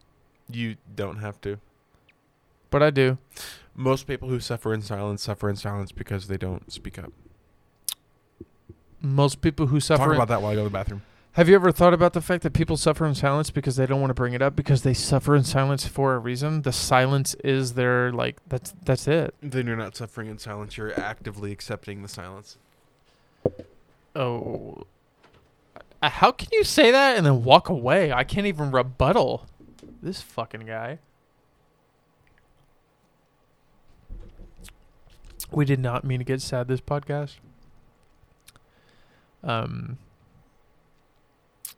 [SPEAKER 1] You don't have to.
[SPEAKER 3] but I do.
[SPEAKER 1] Most people who suffer in silence suffer in silence because they don't speak up.
[SPEAKER 3] Most people who
[SPEAKER 4] Talk
[SPEAKER 3] suffer. in-
[SPEAKER 4] about that while I go to the bathroom.
[SPEAKER 3] have you ever thought about the fact that people suffer in silence because they don't want to bring it up because they suffer in silence for a reason? The silence is their like that's that's it.
[SPEAKER 1] Then you're not suffering in silence. You're actively accepting the silence.
[SPEAKER 3] Oh. Uh, How can you say that and then walk away? I can't even rebuttal. This fucking guy. We did not mean to get sad this podcast. Um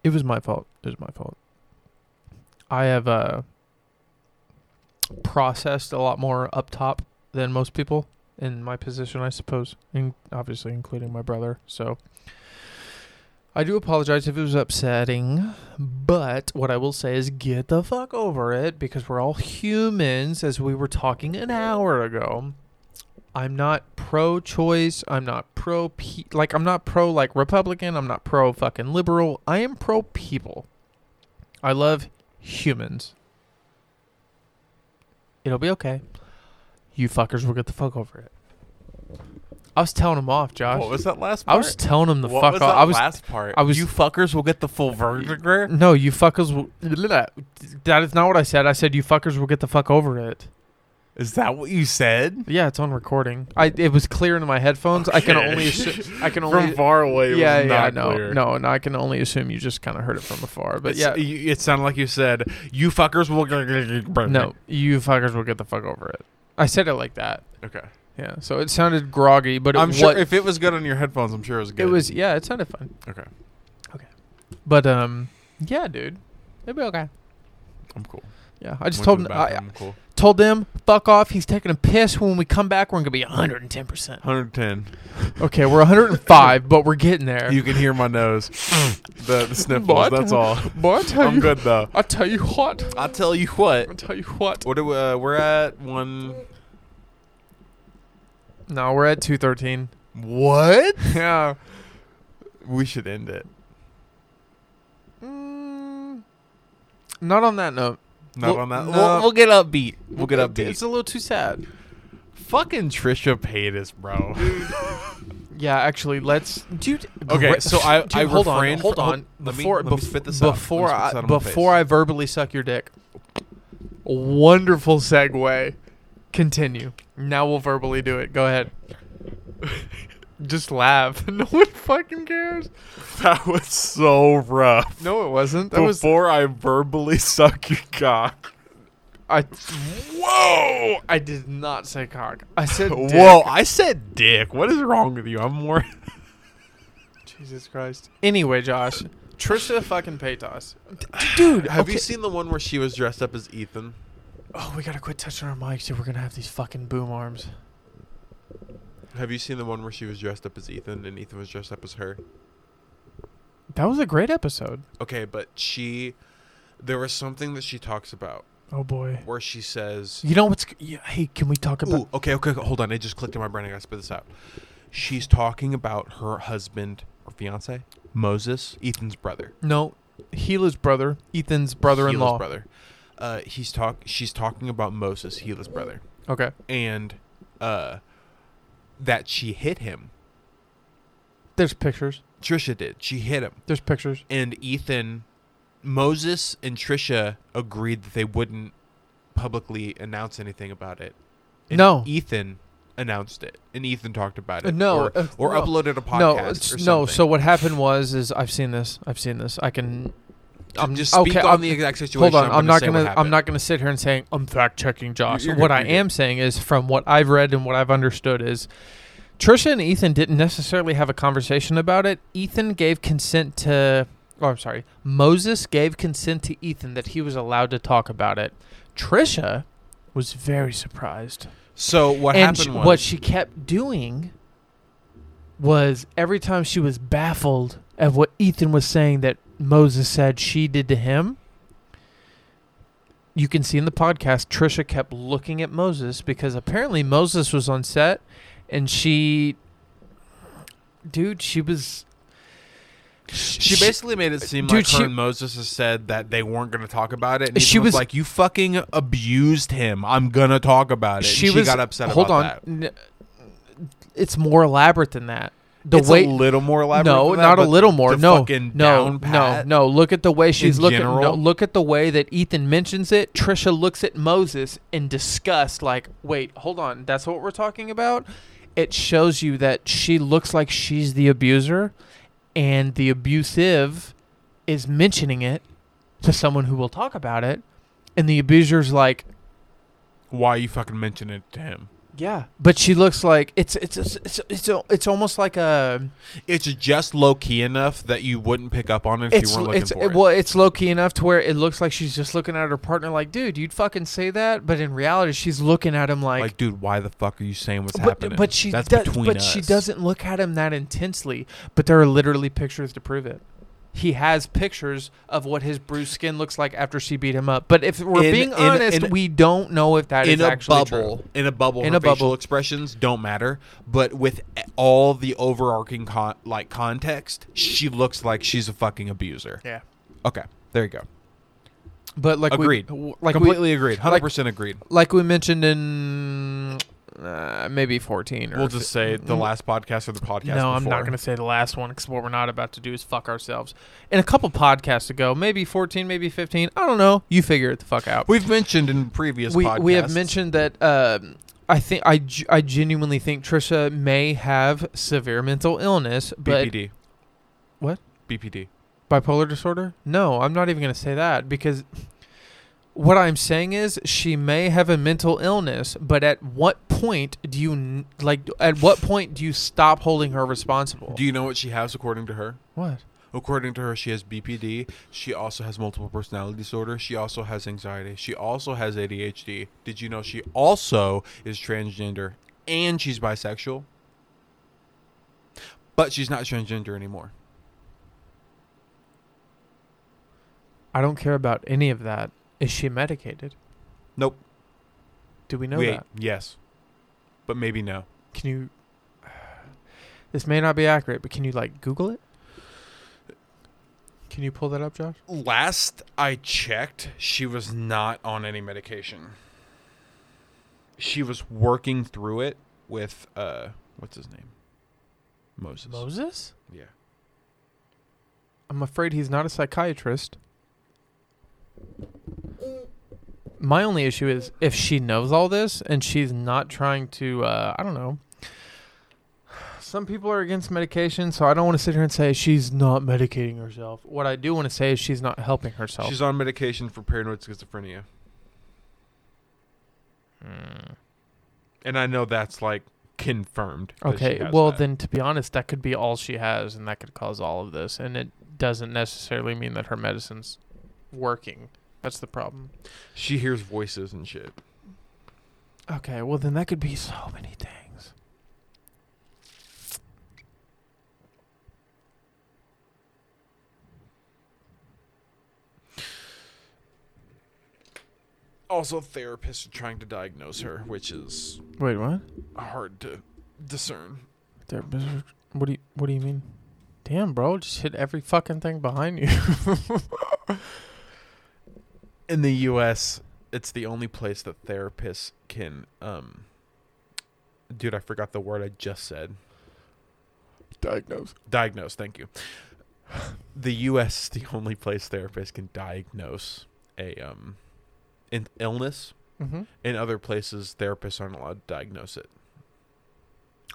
[SPEAKER 3] It was my fault. It was my fault. I have uh processed a lot more up top than most people in my position, I suppose, in, obviously including my brother. So I do apologize if it was upsetting, but what I will say is get the fuck over it because we're all humans as we were talking an hour ago. I'm not pro choice, I'm not pro pe- like I'm not pro like Republican, I'm not pro fucking liberal. I am pro people. I love humans. It'll be okay. You fuckers will get the fuck over it. I was telling him off, Josh.
[SPEAKER 1] What was that last
[SPEAKER 3] I
[SPEAKER 1] part?
[SPEAKER 3] was telling him the
[SPEAKER 1] what
[SPEAKER 3] fuck
[SPEAKER 1] was
[SPEAKER 3] off.
[SPEAKER 1] that
[SPEAKER 3] I was
[SPEAKER 1] last part.
[SPEAKER 3] I was-
[SPEAKER 1] you fuckers will get the full verdict.
[SPEAKER 3] no, you fuckers will. That is not what I said. I said you fuckers will get the fuck over it.
[SPEAKER 1] Is that what you said?
[SPEAKER 3] Yeah, it's on recording. I it was clear in my headphones. I can
[SPEAKER 9] Okay.
[SPEAKER 3] only assume. I
[SPEAKER 1] [LAUGHS]
[SPEAKER 3] can
[SPEAKER 9] From
[SPEAKER 3] only.
[SPEAKER 9] far away, it
[SPEAKER 3] yeah,
[SPEAKER 9] was
[SPEAKER 3] yeah,
[SPEAKER 9] not
[SPEAKER 3] no,
[SPEAKER 9] clear.
[SPEAKER 3] no, and I can only assume you just kind of heard it from afar. But
[SPEAKER 1] It's- e-
[SPEAKER 3] yeah,
[SPEAKER 1] you- it sounded like you said you fuckers will.
[SPEAKER 3] no, you fuckers will get the fuck over it. I said it like that.
[SPEAKER 1] Okay.
[SPEAKER 3] Yeah, so it sounded groggy, but it
[SPEAKER 1] I'm sure
[SPEAKER 3] wa-
[SPEAKER 1] if it was good on your headphones, I'm sure it was good.
[SPEAKER 3] it was yeah, it sounded fun.
[SPEAKER 1] okay.
[SPEAKER 3] But um, yeah, dude, it'll be okay.
[SPEAKER 1] I'm cool.
[SPEAKER 3] Yeah, I just
[SPEAKER 1] Went
[SPEAKER 3] told
[SPEAKER 1] to
[SPEAKER 3] him.
[SPEAKER 1] the
[SPEAKER 3] I,
[SPEAKER 1] bathroom, I'm cool.
[SPEAKER 3] told them, fuck off. He's taking a piss. When we come back, we're gonna be 110. percent
[SPEAKER 1] 110.
[SPEAKER 3] Okay, we're 105, but we're getting there.
[SPEAKER 1] You can hear my [LAUGHS] nose, the, the sniffles.
[SPEAKER 3] What?
[SPEAKER 1] That's [LAUGHS] all.
[SPEAKER 3] but I tell
[SPEAKER 1] I'm good though.
[SPEAKER 3] I tell you what.
[SPEAKER 1] I tell you what.
[SPEAKER 3] I tell you what.
[SPEAKER 1] What do we, uh, we're at one.
[SPEAKER 3] No, we're at 213.
[SPEAKER 1] What? [LAUGHS] Yeah. We should end it.
[SPEAKER 3] Mm, not on that note.
[SPEAKER 1] Not
[SPEAKER 3] Well,
[SPEAKER 1] on that.
[SPEAKER 3] no.
[SPEAKER 1] We'll, we'll get upbeat. We'll get
[SPEAKER 3] It-
[SPEAKER 1] upbeat.
[SPEAKER 3] It's a little too sad.
[SPEAKER 1] fucking Trisha Paytas, bro.
[SPEAKER 3] Yeah, actually, let's dude.
[SPEAKER 1] Okay, so I-
[SPEAKER 3] dude,
[SPEAKER 1] I
[SPEAKER 3] hold on,
[SPEAKER 1] refrained
[SPEAKER 3] hold
[SPEAKER 1] from-
[SPEAKER 3] on.
[SPEAKER 1] let me-
[SPEAKER 3] before
[SPEAKER 1] let me
[SPEAKER 3] bef-
[SPEAKER 1] spit this out. Let me
[SPEAKER 3] before
[SPEAKER 1] spit this
[SPEAKER 3] I
[SPEAKER 1] out on my
[SPEAKER 3] before
[SPEAKER 1] face.
[SPEAKER 3] I verbally suck your dick. Wonderful segue. Continue. Now we'll verbally do it. Go ahead. Just laugh. [LAUGHS] No one fucking cares.
[SPEAKER 1] that was so rough.
[SPEAKER 3] No, it wasn't. That was
[SPEAKER 1] before I verbally [LAUGHS] suck your cock.
[SPEAKER 3] I. Whoa! I did not say cock. I said. dick.
[SPEAKER 1] Whoa! I said dick. What is wrong with you? I'm more.
[SPEAKER 3] Jesus Christ. Anyway, Josh, Trisha fucking Paytas.
[SPEAKER 1] [LAUGHS] Dude, have
[SPEAKER 3] okay.
[SPEAKER 1] you seen the one where she was dressed up as Ethan?
[SPEAKER 3] Oh, we gotta quit touching our mics, dude. We're gonna have these fucking boom arms.
[SPEAKER 1] Have you seen the one where she was dressed up as Ethan and Ethan was dressed up as her?
[SPEAKER 3] That was a great episode.
[SPEAKER 1] Okay, but she, there was something that she talks about
[SPEAKER 3] Oh boy.
[SPEAKER 1] where she says,
[SPEAKER 3] You know what's? Yeah, hey, can we talk about?
[SPEAKER 1] Ooh, okay, okay, okay, hold on. It just clicked in my brain. I gotta spit this out. She's talking about her husband or fiance, Moses, Ethan's brother,
[SPEAKER 3] No, Hila's brother, Ethan's
[SPEAKER 1] Hila's
[SPEAKER 3] brother-in-law.
[SPEAKER 1] brother. Uh, he's talk. She's talking about Moses, Hila's brother,
[SPEAKER 3] Okay.
[SPEAKER 1] and uh, that she hit him.
[SPEAKER 3] There's pictures.
[SPEAKER 1] Trisha did. She hit him,
[SPEAKER 3] There's pictures.
[SPEAKER 1] and Ethan, Moses, and Trisha agreed that they wouldn't publicly announce anything about it. And
[SPEAKER 3] No.
[SPEAKER 1] Ethan announced it, and Ethan talked about it.
[SPEAKER 3] No,
[SPEAKER 1] or,
[SPEAKER 3] uh,
[SPEAKER 1] or
[SPEAKER 3] no.
[SPEAKER 1] uploaded a podcast.
[SPEAKER 3] no,
[SPEAKER 1] or
[SPEAKER 3] it's- no.
[SPEAKER 1] something.
[SPEAKER 3] So what happened was, is I've seen this. I've seen this. I can.
[SPEAKER 1] I'm just speak on the exact situation.
[SPEAKER 3] Hold on, I'm,
[SPEAKER 1] gonna
[SPEAKER 3] not
[SPEAKER 1] say what
[SPEAKER 3] gonna. I'm
[SPEAKER 1] happened.
[SPEAKER 3] not gonna sit here and saying I'm fact checking Josh.
[SPEAKER 1] You're- you're
[SPEAKER 3] what
[SPEAKER 1] good,
[SPEAKER 3] I
[SPEAKER 1] you're
[SPEAKER 3] am saying is, from what I've read and what I've understood is, Trisha and Ethan didn't necessarily have a conversation about it. Ethan gave consent to. Oh, I'm sorry. Moses gave consent to Ethan that he was allowed to talk about it. Trisha was very surprised
[SPEAKER 1] So what
[SPEAKER 3] and
[SPEAKER 1] happened
[SPEAKER 3] sh-
[SPEAKER 1] was
[SPEAKER 3] what she kept doing was every time she was baffled at what Ethan was saying that Moses said she did to him. You can see in the podcast, Trisha kept looking at Moses because apparently Moses was on set and she, dude, she was.
[SPEAKER 1] she basically made it seem
[SPEAKER 3] Dude,
[SPEAKER 1] like her
[SPEAKER 3] she-
[SPEAKER 1] and Moses has said that they weren't going to talk about it. And
[SPEAKER 3] She
[SPEAKER 1] she was,
[SPEAKER 3] was-
[SPEAKER 1] like, "You fucking abused him. I'm gonna talk about it." And She,
[SPEAKER 3] was
[SPEAKER 1] got upset.
[SPEAKER 3] Hold
[SPEAKER 1] about
[SPEAKER 3] on,
[SPEAKER 1] that.
[SPEAKER 3] N- it's more elaborate than that. The
[SPEAKER 1] it's
[SPEAKER 3] way
[SPEAKER 1] a little more elaborate.
[SPEAKER 3] no,
[SPEAKER 1] than that,
[SPEAKER 3] not a
[SPEAKER 1] but
[SPEAKER 3] little more.
[SPEAKER 1] the
[SPEAKER 3] No,
[SPEAKER 1] fucking
[SPEAKER 3] no,
[SPEAKER 1] down
[SPEAKER 3] no,
[SPEAKER 1] pat-
[SPEAKER 3] no. Look at the way she's looking. no,
[SPEAKER 1] general?
[SPEAKER 3] look at the way that Ethan mentions it. Trisha looks at Moses in disgust, like, "Wait, hold on. That's what we're talking about." it shows you that she looks like she's the abuser and the abusive is mentioning it to someone who will talk about it and the abuser's like
[SPEAKER 1] Why you fucking mention it to him?
[SPEAKER 3] yeah but she looks like it's it's it's it's, it's, it's almost like a
[SPEAKER 4] It's just low key enough that you wouldn't pick up on it if
[SPEAKER 3] it's
[SPEAKER 4] you weren't looking
[SPEAKER 3] it's
[SPEAKER 4] for it.
[SPEAKER 3] well it's low key enough to where it looks like she's just looking at her partner like dude you'd fucking say that but in reality she's looking at him
[SPEAKER 4] like,
[SPEAKER 3] like
[SPEAKER 4] dude, why the fuck are you saying what's happening?
[SPEAKER 3] but, but she
[SPEAKER 4] That's
[SPEAKER 3] does,
[SPEAKER 4] between
[SPEAKER 3] but
[SPEAKER 4] us.
[SPEAKER 3] she doesn't look at him that intensely but there are literally pictures to prove it he has pictures of what his bruised skin looks like after she beat him up but if we're
[SPEAKER 4] In-
[SPEAKER 3] being
[SPEAKER 4] in-
[SPEAKER 3] honest
[SPEAKER 4] in-
[SPEAKER 3] we don't know if that is
[SPEAKER 4] in a
[SPEAKER 3] actually
[SPEAKER 4] bubble.
[SPEAKER 3] true.
[SPEAKER 4] In a bubble.
[SPEAKER 3] In
[SPEAKER 4] her
[SPEAKER 3] a bubble.
[SPEAKER 4] facial expressions don't matter, but with a- all the overarching con- like context, she looks like she's a fucking abuser.
[SPEAKER 3] yeah
[SPEAKER 4] Okay, there you go.
[SPEAKER 3] but like
[SPEAKER 4] Agreed.
[SPEAKER 3] we, w- like
[SPEAKER 4] Completely
[SPEAKER 3] we,
[SPEAKER 4] agreed. Hundred percent agreed.
[SPEAKER 3] like we mentioned in uh, maybe 14 or
[SPEAKER 4] We'll just say
[SPEAKER 3] Mm-hmm.
[SPEAKER 4] the last podcast or the podcast.
[SPEAKER 3] No, I'm not going to say the last one because what we're not about to do is fuck ourselves. In a couple podcasts ago, maybe 14, maybe 15, I don't know. You figure it the fuck out.
[SPEAKER 4] We've mentioned in previous
[SPEAKER 3] we, we have
[SPEAKER 4] podcasts-
[SPEAKER 3] mentioned that um, I think I, ge- I genuinely think Trisha may have severe mental illness, but
[SPEAKER 4] BPD.
[SPEAKER 3] What?
[SPEAKER 4] BPD.
[SPEAKER 3] bipolar disorder? No, I'm not even going to say that because what I'm saying is she may have a mental illness, but at what point do you n- like at what point do you stop holding her responsible?
[SPEAKER 4] Do you know what she has according to her?
[SPEAKER 3] what?
[SPEAKER 4] According to her, she has BPD. She also has multiple personality disorder. She also has anxiety. She also has ADHD. Did you know she also is transgender and she's bisexual? But she's not transgender anymore.
[SPEAKER 3] I don't care about any of that. Is she medicated?
[SPEAKER 4] Nope.
[SPEAKER 3] Do we know
[SPEAKER 4] Wait,
[SPEAKER 3] that?
[SPEAKER 4] yes. But maybe no.
[SPEAKER 3] Can you? [SIGHS] This may not be accurate, but can you like Google it? Can you pull that up, Josh?
[SPEAKER 4] Last I checked, she was not on any medication. She was working through it with uh what's his name? Moses.
[SPEAKER 3] Moses?
[SPEAKER 4] Yeah.
[SPEAKER 3] I'm afraid he's not a psychiatrist. My only issue is if she knows all this and she's not trying to, uh, I don't know. Some people are against medication, so I don't want to sit here and say she's not medicating herself. What I do want to say is she's not helping herself.
[SPEAKER 4] She's on medication for paranoid schizophrenia.
[SPEAKER 3] Hmm.
[SPEAKER 4] And I know that's like confirmed. that she
[SPEAKER 3] Okay,
[SPEAKER 4] has
[SPEAKER 3] well
[SPEAKER 4] that.
[SPEAKER 3] then to be honest, that could be all she has and that could cause all of this and it doesn't necessarily mean that her medicine's working. That's the problem.
[SPEAKER 4] she hears voices and shit.
[SPEAKER 3] Okay, well then that could be so many things.
[SPEAKER 4] Also, therapists are trying to diagnose her, which is
[SPEAKER 3] Wait, what?
[SPEAKER 4] hard to discern.
[SPEAKER 3] There, what do you what do you mean? Damn, bro, just hit every fucking thing behind you. [LAUGHS]
[SPEAKER 4] In the U.S., it's the only place that therapists can. um Dude, I forgot the word I just said.
[SPEAKER 1] Diagnose.
[SPEAKER 4] Diagnose. Thank you. [SIGHS] The U.S. is the only place therapists can diagnose a um, an illness.
[SPEAKER 3] mm-hmm.
[SPEAKER 4] In other places, therapists aren't allowed to diagnose it.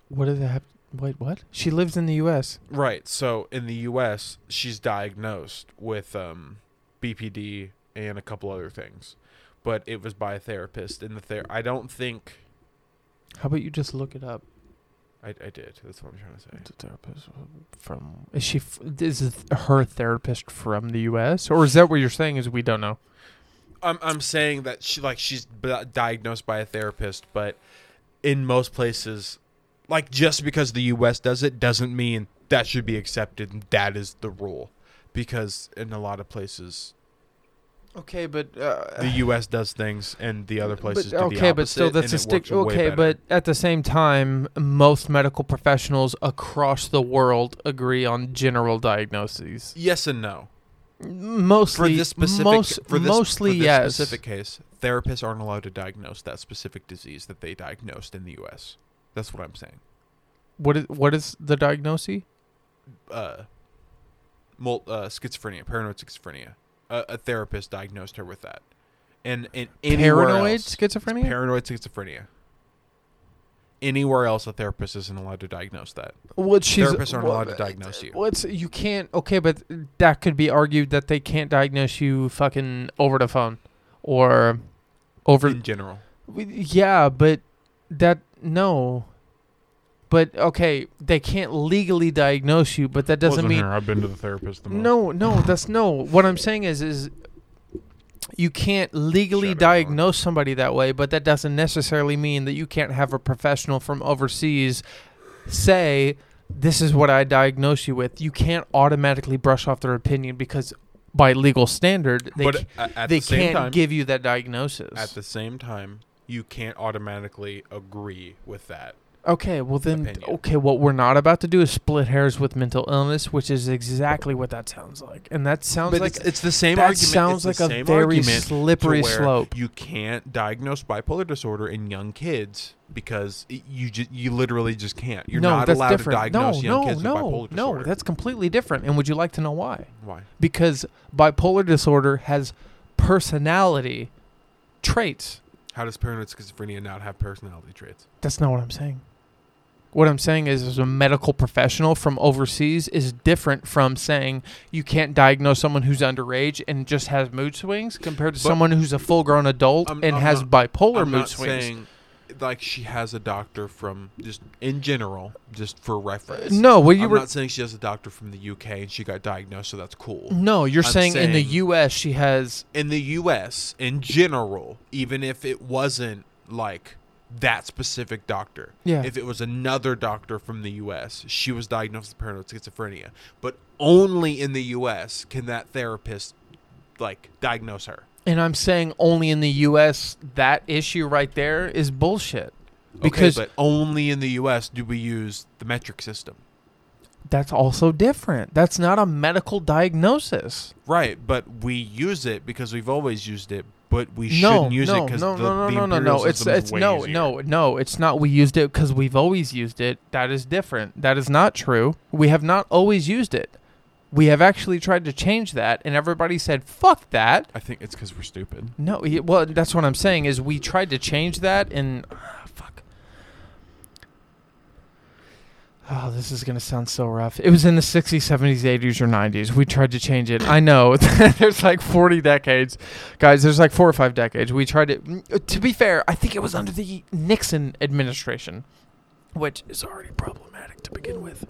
[SPEAKER 3] What does that have? Wait, what? She lives in the U.S.
[SPEAKER 4] Right. So in the U.S., she's diagnosed with um, BPD and a couple other things, but it was by a therapist. And the ther- I don't think
[SPEAKER 3] How about you just look it up?
[SPEAKER 4] I, I did. That's what I'm trying to say.
[SPEAKER 3] The therapist from is she f- is th- her therapist from the U.S. or is that what you're saying? Is we don't know?
[SPEAKER 4] I'm I'm saying that she like she's b- diagnosed by a therapist, but in most places, like just because the U.S. does it doesn't mean that should be accepted. and That is the rule, because in a lot of places
[SPEAKER 3] Okay, but uh,
[SPEAKER 4] the U.S. does things and the other places do the
[SPEAKER 3] okay, but still
[SPEAKER 4] opposite,
[SPEAKER 3] that's a
[SPEAKER 4] and it
[SPEAKER 3] stick.
[SPEAKER 4] works way
[SPEAKER 3] Okay,
[SPEAKER 4] better.
[SPEAKER 3] but at the same time, most medical professionals across the world agree on general diagnoses.
[SPEAKER 4] yes and no.
[SPEAKER 3] Mostly
[SPEAKER 4] for this specific
[SPEAKER 3] most-
[SPEAKER 4] for this,
[SPEAKER 3] mostly
[SPEAKER 4] for this
[SPEAKER 3] yes.
[SPEAKER 4] specific case, therapists aren't allowed to diagnose that specific disease that they diagnosed in the U.S. That's what I'm saying.
[SPEAKER 3] What is what is the diagnosis?
[SPEAKER 4] Uh, mul- uh, schizophrenia, paranoid schizophrenia. A a therapist diagnosed her with that, and in anywhere
[SPEAKER 3] Paranoid
[SPEAKER 4] else, it's
[SPEAKER 3] schizophrenia?
[SPEAKER 4] Paranoid schizophrenia. Anywhere else, a therapist isn't allowed to diagnose that.
[SPEAKER 3] What she's
[SPEAKER 4] Therapists aren't
[SPEAKER 3] well,
[SPEAKER 4] allowed to diagnose you.
[SPEAKER 3] What's you can't okay, but that could be argued that they can't diagnose you fucking over the phone or over
[SPEAKER 4] in general.
[SPEAKER 3] We- Yeah, but that no. But okay, they can't legally diagnose you, but that doesn't
[SPEAKER 4] Wasn't
[SPEAKER 3] mean
[SPEAKER 4] her. I've been to the therapist. The most.
[SPEAKER 3] no, no, that's no. What I'm saying is is you can't legally
[SPEAKER 4] Shut up, Alan.
[SPEAKER 3] diagnose somebody that way, but that doesn't necessarily mean that you can't have a professional from overseas say this is what I diagnose you with. You can't automatically brush off their opinion because by legal standard they
[SPEAKER 4] but
[SPEAKER 3] ca-
[SPEAKER 4] a- at
[SPEAKER 3] they
[SPEAKER 4] the same
[SPEAKER 3] can't
[SPEAKER 4] time,
[SPEAKER 3] give you that diagnosis.
[SPEAKER 4] at the same time, you can't automatically agree with that.
[SPEAKER 3] Okay, well then, th-
[SPEAKER 4] opinion.
[SPEAKER 3] okay, what we're not about to do is split hairs with mental illness, which is exactly what that sounds like, and that sounds
[SPEAKER 4] But
[SPEAKER 3] like
[SPEAKER 4] it's, it's the same
[SPEAKER 3] that
[SPEAKER 4] argument.
[SPEAKER 3] sounds
[SPEAKER 4] it's the
[SPEAKER 3] like a
[SPEAKER 4] same
[SPEAKER 3] very
[SPEAKER 4] argument to
[SPEAKER 3] slippery
[SPEAKER 4] where
[SPEAKER 3] slope.
[SPEAKER 4] You can't diagnose bipolar disorder in young kids because it, you just you literally just can't. You're
[SPEAKER 3] no,
[SPEAKER 4] not
[SPEAKER 3] that's
[SPEAKER 4] allowed
[SPEAKER 3] different.
[SPEAKER 4] to
[SPEAKER 3] no,
[SPEAKER 4] diagnose young
[SPEAKER 3] no,
[SPEAKER 4] kids
[SPEAKER 3] no,
[SPEAKER 4] with bipolar disorder.
[SPEAKER 3] no, that's completely different. And would you like to know why?
[SPEAKER 4] why.
[SPEAKER 3] Because bipolar disorder has personality traits.
[SPEAKER 4] How does paranoid schizophrenia not have personality traits?
[SPEAKER 3] That's not what I'm saying. What I'm saying is, as a medical professional from overseas, is different from saying you can't diagnose someone who's underage and just has mood swings compared to
[SPEAKER 4] But-
[SPEAKER 3] someone who's a full-grown adult
[SPEAKER 4] I'm-
[SPEAKER 3] and
[SPEAKER 4] I'm
[SPEAKER 3] has
[SPEAKER 4] not-
[SPEAKER 3] bipolar
[SPEAKER 4] I'm
[SPEAKER 3] mood
[SPEAKER 4] not
[SPEAKER 3] swings.
[SPEAKER 4] saying like she has a doctor from just in general, just for reference.
[SPEAKER 3] Uh, no, well, you
[SPEAKER 4] I'm
[SPEAKER 3] were
[SPEAKER 4] not saying she has a doctor from the UK and she got diagnosed, so that's cool.
[SPEAKER 3] no, you're
[SPEAKER 4] I'm
[SPEAKER 3] saying, in the
[SPEAKER 4] saying-
[SPEAKER 3] U.S. she has
[SPEAKER 4] in the US in general, even if it wasn't like that specific doctor.
[SPEAKER 3] Yeah.
[SPEAKER 4] If it was another doctor from the US, she was diagnosed with paranoid schizophrenia. But only in the US can that therapist like diagnose her.
[SPEAKER 3] And I'm saying only in the U.S. that issue right there is bullshit. Because
[SPEAKER 4] okay, but only in the US do we use the metric system.
[SPEAKER 3] that's also different. That's not a medical diagnosis.
[SPEAKER 4] Right, but we use it because we've always used it, but we
[SPEAKER 3] no,
[SPEAKER 4] shouldn't use it
[SPEAKER 3] no,
[SPEAKER 4] because
[SPEAKER 3] no,
[SPEAKER 4] the,
[SPEAKER 3] no,
[SPEAKER 4] the
[SPEAKER 3] no, no, no, no.
[SPEAKER 4] imperial
[SPEAKER 3] It's
[SPEAKER 4] system is
[SPEAKER 3] it's
[SPEAKER 4] way
[SPEAKER 3] no,
[SPEAKER 4] easier.
[SPEAKER 3] no, no. It's not. We used it because we've always used it. That is different. That is not true. We have not always used it. We have actually tried to change that, and everybody said, "Fuck that."
[SPEAKER 4] I think it's because we're stupid.
[SPEAKER 3] No, y- well, that's what I'm saying is we tried to change that, and ah, fuck. Oh, this is gonna sound so rough. It was in the '60s, '70s, '80s, or '90s. We tried to change it. I know. [LAUGHS] there's like 40 decades, guys. There's like four or five decades. We tried to. mm, To be fair, I think it was under the Nixon administration, which is already problematic to begin with.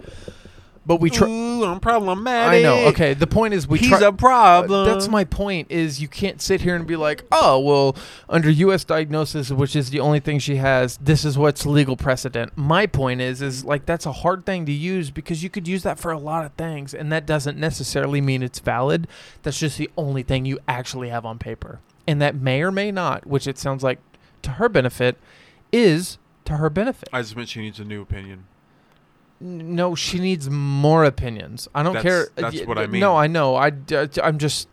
[SPEAKER 3] But we tried.
[SPEAKER 4] Ooh, I'm problematic.
[SPEAKER 3] I know. Okay. The point is, we
[SPEAKER 4] He's
[SPEAKER 3] tried.
[SPEAKER 4] a problem.
[SPEAKER 3] That's my point. Is you can't sit here and be like, oh well, under U.S. diagnosis, which is the only thing she has, this is what's legal precedent. My point is, is like that's a hard thing to use because you could use that for a lot of things, and that doesn't necessarily mean it's valid. That's just the only thing you actually have on paper, and that may or may not, which it sounds like to her benefit, is to her benefit.
[SPEAKER 4] I just meant she needs a new opinion.
[SPEAKER 3] N- No, she needs more opinions. I don't
[SPEAKER 4] That's-
[SPEAKER 3] care. uh,
[SPEAKER 4] that's
[SPEAKER 3] y-
[SPEAKER 4] what I
[SPEAKER 3] No,
[SPEAKER 4] mean.
[SPEAKER 3] I know. I, am just.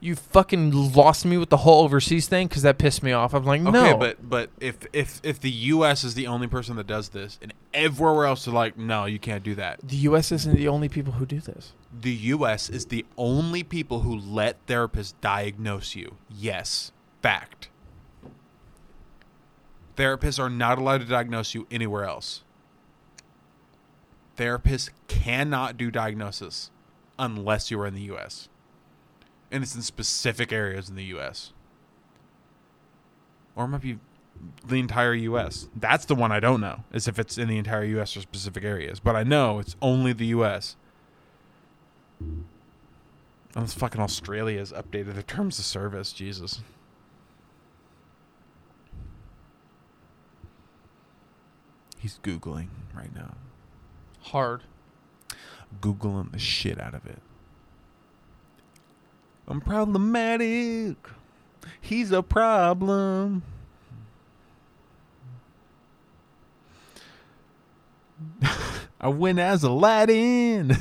[SPEAKER 3] You fucking lost me with the whole overseas thing because that pissed me off. I'm like, no.
[SPEAKER 4] Okay, but but if if if the U.S. is the only person that does this, and everywhere else is like, no, you can't do that.
[SPEAKER 3] the U.S. isn't the only people who do this.
[SPEAKER 4] The U.S. is the only people who let therapists diagnose you. Yes, fact. Therapists are not allowed to diagnose you anywhere else. Therapists cannot do diagnosis unless you are in the U.S. and it's in specific areas in the U.S. or it might be the entire U.S. That's the one I don't know is if it's in the entire U.S. or specific areas, but I know it's only the U.S. Unless fucking Australia's updated their terms of service, Jesus. He's googling right now,
[SPEAKER 3] Hard.
[SPEAKER 4] googling the shit out of it. I'm problematic. He's a problem. [LAUGHS] I went as Aladdin.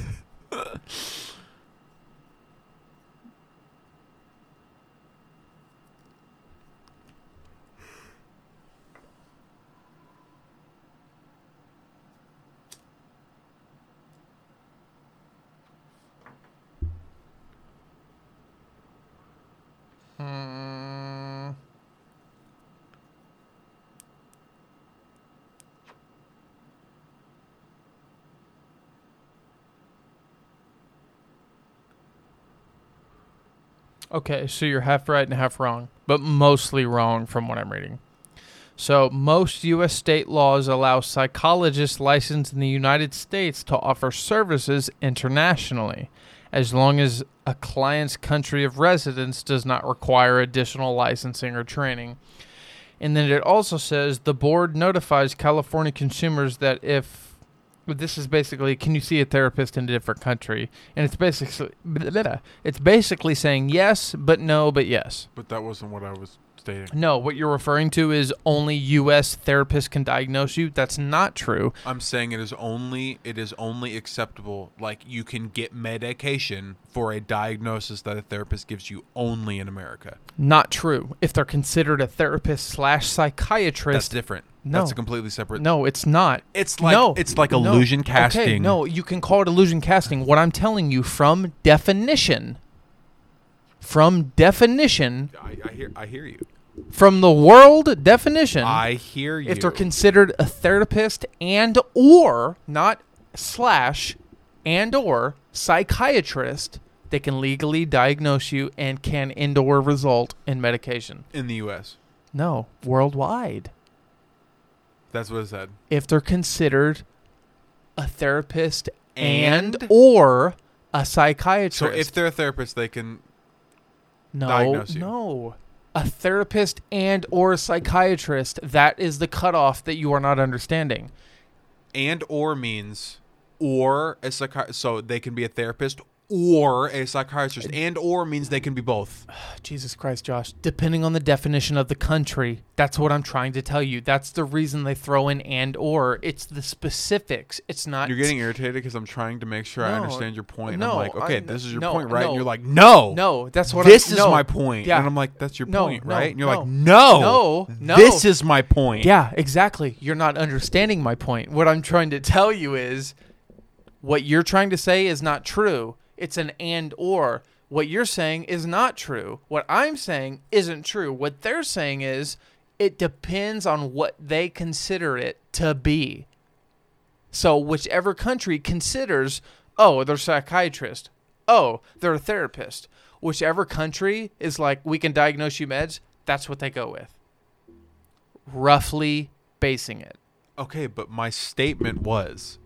[SPEAKER 3] Okay, so you're half right and half wrong, but mostly wrong from what I'm reading. So, most U.S. state laws allow psychologists licensed in the United States to offer services internationally, as long as a client's country of residence does not require additional licensing or training. And then it also says the board notifies California consumers that if but this is basically can you see a therapist in a different country? And it's basically it's basically saying yes, but no, but yes.
[SPEAKER 10] But that wasn't what I was stating.
[SPEAKER 3] No, what you're referring to is only US therapists can diagnose you. That's not true.
[SPEAKER 4] I'm saying it is only it is only acceptable like you can get medication for a diagnosis that a therapist gives you only in America.
[SPEAKER 3] Not true. If they're considered a therapist slash
[SPEAKER 4] That's
[SPEAKER 3] psychiatrist,
[SPEAKER 4] different.
[SPEAKER 3] No.
[SPEAKER 4] That's a completely separate.
[SPEAKER 3] no, it's not.
[SPEAKER 4] It's like
[SPEAKER 3] no.
[SPEAKER 4] it's like
[SPEAKER 3] No.
[SPEAKER 4] illusion casting.
[SPEAKER 3] Okay, no, you can call it illusion casting. What I'm telling you from definition, from definition,
[SPEAKER 4] I, I hear I hear you.
[SPEAKER 3] from the world definition,
[SPEAKER 4] I hear you.
[SPEAKER 3] if they're considered a therapist and or not slash and or psychiatrist, they can legally diagnose you and can and or result in medication.
[SPEAKER 4] in the US.
[SPEAKER 3] No, worldwide.
[SPEAKER 4] That's what it said.
[SPEAKER 3] if they're considered a therapist and,
[SPEAKER 4] And?
[SPEAKER 3] or a psychiatrist.
[SPEAKER 4] So if they're a therapist, they can
[SPEAKER 3] no,
[SPEAKER 4] diagnose you.
[SPEAKER 3] no, a therapist and or a psychiatrist, that is the cutoff that you are not understanding.
[SPEAKER 4] and or means or a psychi- so they can be a therapist or a psychiatrist and or means they can be both.
[SPEAKER 3] Jesus Christ, Josh. Depending on the definition of the country, that's what I'm trying to tell you. That's the reason they throw in and or. It's the specifics. It's not.
[SPEAKER 4] You're getting irritated because I'm trying to make sure I
[SPEAKER 3] No,
[SPEAKER 4] understand your point. and
[SPEAKER 3] no,
[SPEAKER 4] I'm like, okay,
[SPEAKER 3] I'm-
[SPEAKER 4] this is your
[SPEAKER 3] no,
[SPEAKER 4] point, right?
[SPEAKER 3] no.
[SPEAKER 4] and you're like, no,
[SPEAKER 3] no. That's what.
[SPEAKER 4] this
[SPEAKER 3] I'm,
[SPEAKER 4] is
[SPEAKER 3] no.
[SPEAKER 4] my point.
[SPEAKER 3] Yeah.
[SPEAKER 4] And I'm like, that's your
[SPEAKER 3] No,
[SPEAKER 4] point,
[SPEAKER 3] no,
[SPEAKER 4] right? And you're like,
[SPEAKER 3] no.
[SPEAKER 4] no,
[SPEAKER 3] No, no.
[SPEAKER 4] this is my point.
[SPEAKER 3] Yeah, exactly. You're not understanding my point. What I'm trying to tell you is what you're trying to say is not true. It's an and or. What you're saying is not true. What I'm saying isn't true. What they're saying is it depends on what they consider it to be. So, whichever country considers, oh, they're psychiatrist, oh, they're a therapist, whichever country is like, we can diagnose you meds, that's what they go with roughly basing it.
[SPEAKER 4] Okay, but my statement was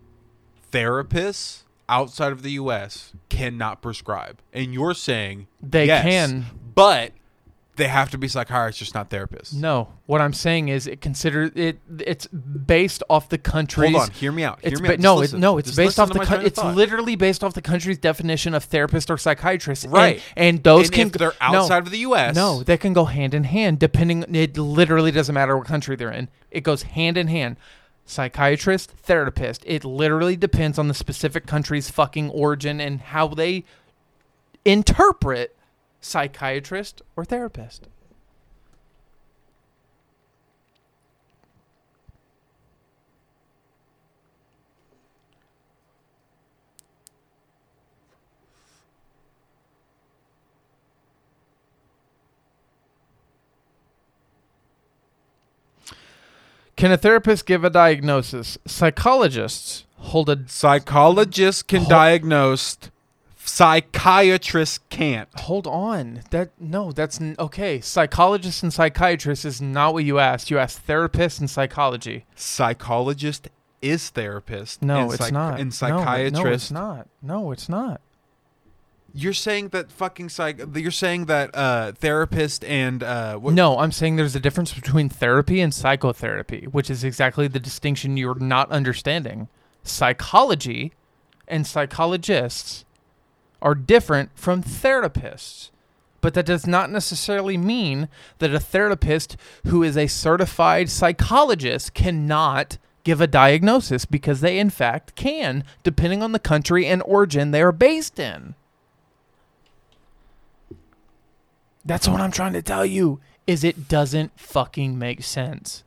[SPEAKER 4] therapists outside of the US cannot prescribe. And you're saying
[SPEAKER 3] They
[SPEAKER 4] yes,
[SPEAKER 3] can.
[SPEAKER 4] but they have to be psychiatrists, not therapists.
[SPEAKER 3] No, what I'm saying is it consider it. It's based off the country's.
[SPEAKER 4] Hold on, hear me out. Hear
[SPEAKER 3] It's
[SPEAKER 4] me
[SPEAKER 3] ba-
[SPEAKER 4] out. Just
[SPEAKER 3] no, it,
[SPEAKER 4] listen.
[SPEAKER 3] no, it's
[SPEAKER 4] Just
[SPEAKER 3] based
[SPEAKER 4] listen
[SPEAKER 3] off
[SPEAKER 4] to
[SPEAKER 3] the.
[SPEAKER 4] my
[SPEAKER 3] coun-
[SPEAKER 4] train of
[SPEAKER 3] it's
[SPEAKER 4] thought.
[SPEAKER 3] literally based off the country's definition of therapist or psychiatrist. And-
[SPEAKER 4] Right.
[SPEAKER 3] and, those
[SPEAKER 4] And
[SPEAKER 3] can
[SPEAKER 4] if they're
[SPEAKER 3] go- no,
[SPEAKER 4] outside of the US-
[SPEAKER 3] No, they can go hand in hand. Depending, it literally doesn't matter what country they're in. It goes hand in hand. Psychiatrist, therapist. It literally depends on the specific country's fucking origin and how they interpret psychiatrist or therapist. Can a therapist give a diagnosis? Psychologists hold a
[SPEAKER 4] Psychologists can diagnose, psychiatrists can't.
[SPEAKER 3] hold on. That no, that's n- okay. Psychologists and psychiatrists is not what you asked. You asked therapists and psychology.
[SPEAKER 4] Psychologist is therapist.
[SPEAKER 3] No,
[SPEAKER 4] and
[SPEAKER 3] it's
[SPEAKER 4] psych-
[SPEAKER 3] not. No,
[SPEAKER 4] And psychiatrist.
[SPEAKER 3] No, it's not. No, it's not.
[SPEAKER 4] You're saying that fucking psych. You're saying that uh, therapist and uh, what,
[SPEAKER 3] No, I'm saying there's a difference between therapy and psychotherapy, which is exactly the distinction you're not understanding. Psychology and psychologists are different from therapists. But that does not necessarily mean that a therapist who is a certified psychologist cannot give a diagnosis because they, in fact, can, depending on the country and origin they are based in. That's what I'm trying to tell you. Is it doesn't fucking make sense.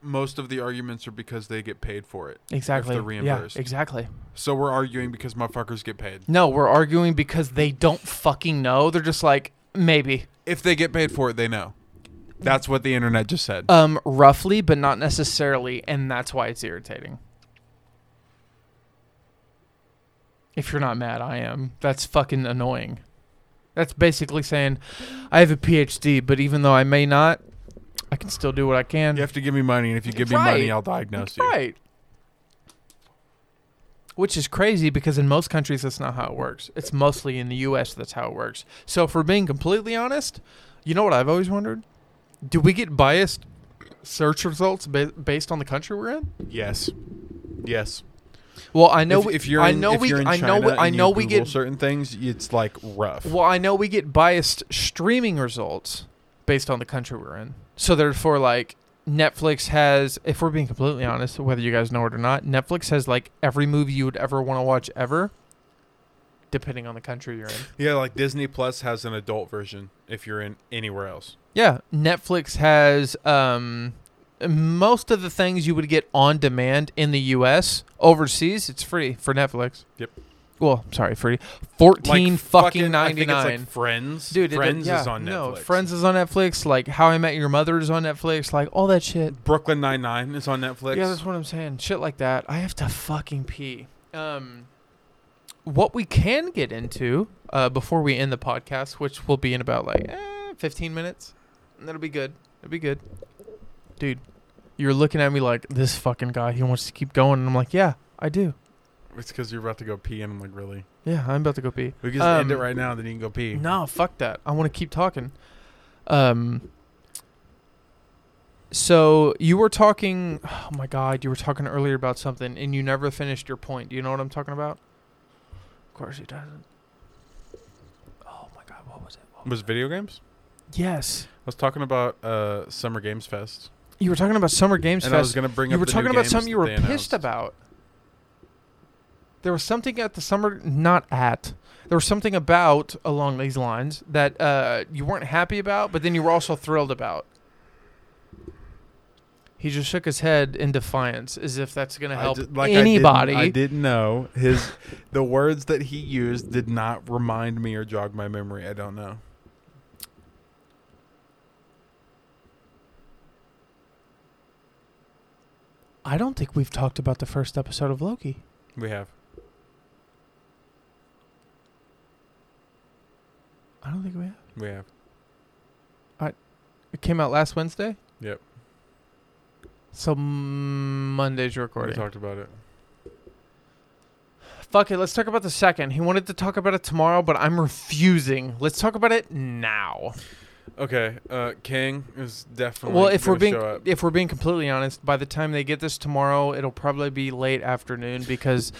[SPEAKER 4] most of the arguments are because they get paid for it.
[SPEAKER 3] Exactly.
[SPEAKER 4] If they're reimbursed.
[SPEAKER 3] Yeah, exactly.
[SPEAKER 4] So we're arguing because motherfuckers get paid.
[SPEAKER 3] No, we're arguing because they don't fucking know. They're just like maybe.
[SPEAKER 4] If they get paid for it, they know. That's what the internet just said.
[SPEAKER 3] Um roughly, but not necessarily, and that's why it's irritating. If you're not mad, I am. That's fucking annoying. That's basically saying, I have a PhD, but even though I may not, I can still do what I can.
[SPEAKER 4] You have to give me money, and if you give me
[SPEAKER 3] Right.
[SPEAKER 4] money, I'll diagnose you.
[SPEAKER 3] Right. Which is crazy because in most countries that's not how it works. It's mostly in the US that's how it works. So for being completely honest, you know what I've always wondered? Do we get biased search results ba- based on the country we're in?
[SPEAKER 4] Yes. Yes.
[SPEAKER 3] Well, I know
[SPEAKER 4] if,
[SPEAKER 3] we,
[SPEAKER 4] if you're
[SPEAKER 3] I
[SPEAKER 4] in-
[SPEAKER 3] know
[SPEAKER 4] if
[SPEAKER 3] we
[SPEAKER 4] you're in
[SPEAKER 3] I know
[SPEAKER 4] China
[SPEAKER 3] we, I
[SPEAKER 4] and you
[SPEAKER 3] know we
[SPEAKER 4] Google
[SPEAKER 3] get
[SPEAKER 4] certain things, it's like rough.
[SPEAKER 3] Well, I know we get biased streaming results based on the country we're in. So therefore, like Netflix has, if we're being completely honest, whether you guys know it or not, Netflix has like every movie you would ever want to watch ever, depending on the country you're in.
[SPEAKER 1] Yeah, like Disney Plus has an adult version if you're in anywhere else.
[SPEAKER 3] Yeah, Netflix has um, most of the things you would get on demand in the U.S. Overseas, it's free for Netflix.
[SPEAKER 1] Yep.
[SPEAKER 3] Well, sorry, free. Fourteen fucking
[SPEAKER 1] I
[SPEAKER 3] ninety
[SPEAKER 1] think
[SPEAKER 3] nine.
[SPEAKER 1] It's like Friends.
[SPEAKER 3] Dude, it-
[SPEAKER 1] Friends
[SPEAKER 3] yeah,
[SPEAKER 1] is on Netflix.
[SPEAKER 3] No, Friends is on Netflix. Like How I Met Your Mother is on Netflix. Like all that shit.
[SPEAKER 1] Brooklyn Nine Nine is on Netflix.
[SPEAKER 3] Yeah, that's what I'm saying. Shit like that. I have to fucking pee. Um, what we can get into uh, before we end the podcast, which will be in about like eh, 15 minutes, and that'll be good. It'll be good, dude. You're looking at me like this fucking guy. He wants to keep going, and I'm like, yeah, I do.
[SPEAKER 1] It's because you're about to go pee, and I'm like, really?
[SPEAKER 3] Yeah, I'm about to go pee.
[SPEAKER 1] We can just end it
[SPEAKER 3] Um,
[SPEAKER 1] right now, then you can go pee.
[SPEAKER 3] No, fuck that. I want to keep talking. Um. So you were talking. Oh my god, you were talking earlier about something, and you never finished your point. Do you know what I'm talking about? Of course he doesn't. Oh my god, what was it? What
[SPEAKER 1] Was video games?
[SPEAKER 3] was- yes,
[SPEAKER 1] I was talking about uh, Summer Games Fest,
[SPEAKER 3] you were talking about Summer Games
[SPEAKER 1] and I was
[SPEAKER 3] Fest.
[SPEAKER 1] gonna bring
[SPEAKER 3] You
[SPEAKER 1] up
[SPEAKER 3] were
[SPEAKER 1] the new
[SPEAKER 3] talking about
[SPEAKER 1] games
[SPEAKER 3] something you
[SPEAKER 1] that
[SPEAKER 3] were
[SPEAKER 1] they
[SPEAKER 3] pissed
[SPEAKER 1] announced.
[SPEAKER 3] about. There was something at the summer, not at. There was something about along these lines that uh, you weren't happy about, but then you were also thrilled about. He just shook his head in defiance, as if that's going to
[SPEAKER 1] I
[SPEAKER 3] help
[SPEAKER 1] did- like I didn't-
[SPEAKER 3] anybody.
[SPEAKER 1] I didn't, know his the words that he used did not remind me or jog my memory. I don't know.
[SPEAKER 3] I don't think we've talked about the first episode of Loki.
[SPEAKER 1] We have.
[SPEAKER 3] I don't think we have.
[SPEAKER 1] We have.
[SPEAKER 3] It came out last Wednesday.
[SPEAKER 1] Yep.
[SPEAKER 3] So mm, Monday's your
[SPEAKER 1] We
[SPEAKER 3] recording.
[SPEAKER 1] talked about it.
[SPEAKER 3] Fuck it, let's talk about the second. He wanted to talk about it tomorrow, but I'm refusing. Let's talk about it now.
[SPEAKER 1] Okay, uh, King is definitely
[SPEAKER 3] well, if we're
[SPEAKER 1] gonna
[SPEAKER 3] being
[SPEAKER 1] show up.
[SPEAKER 3] if we're being completely honest, by the time they get this tomorrow, it'll probably be late afternoon because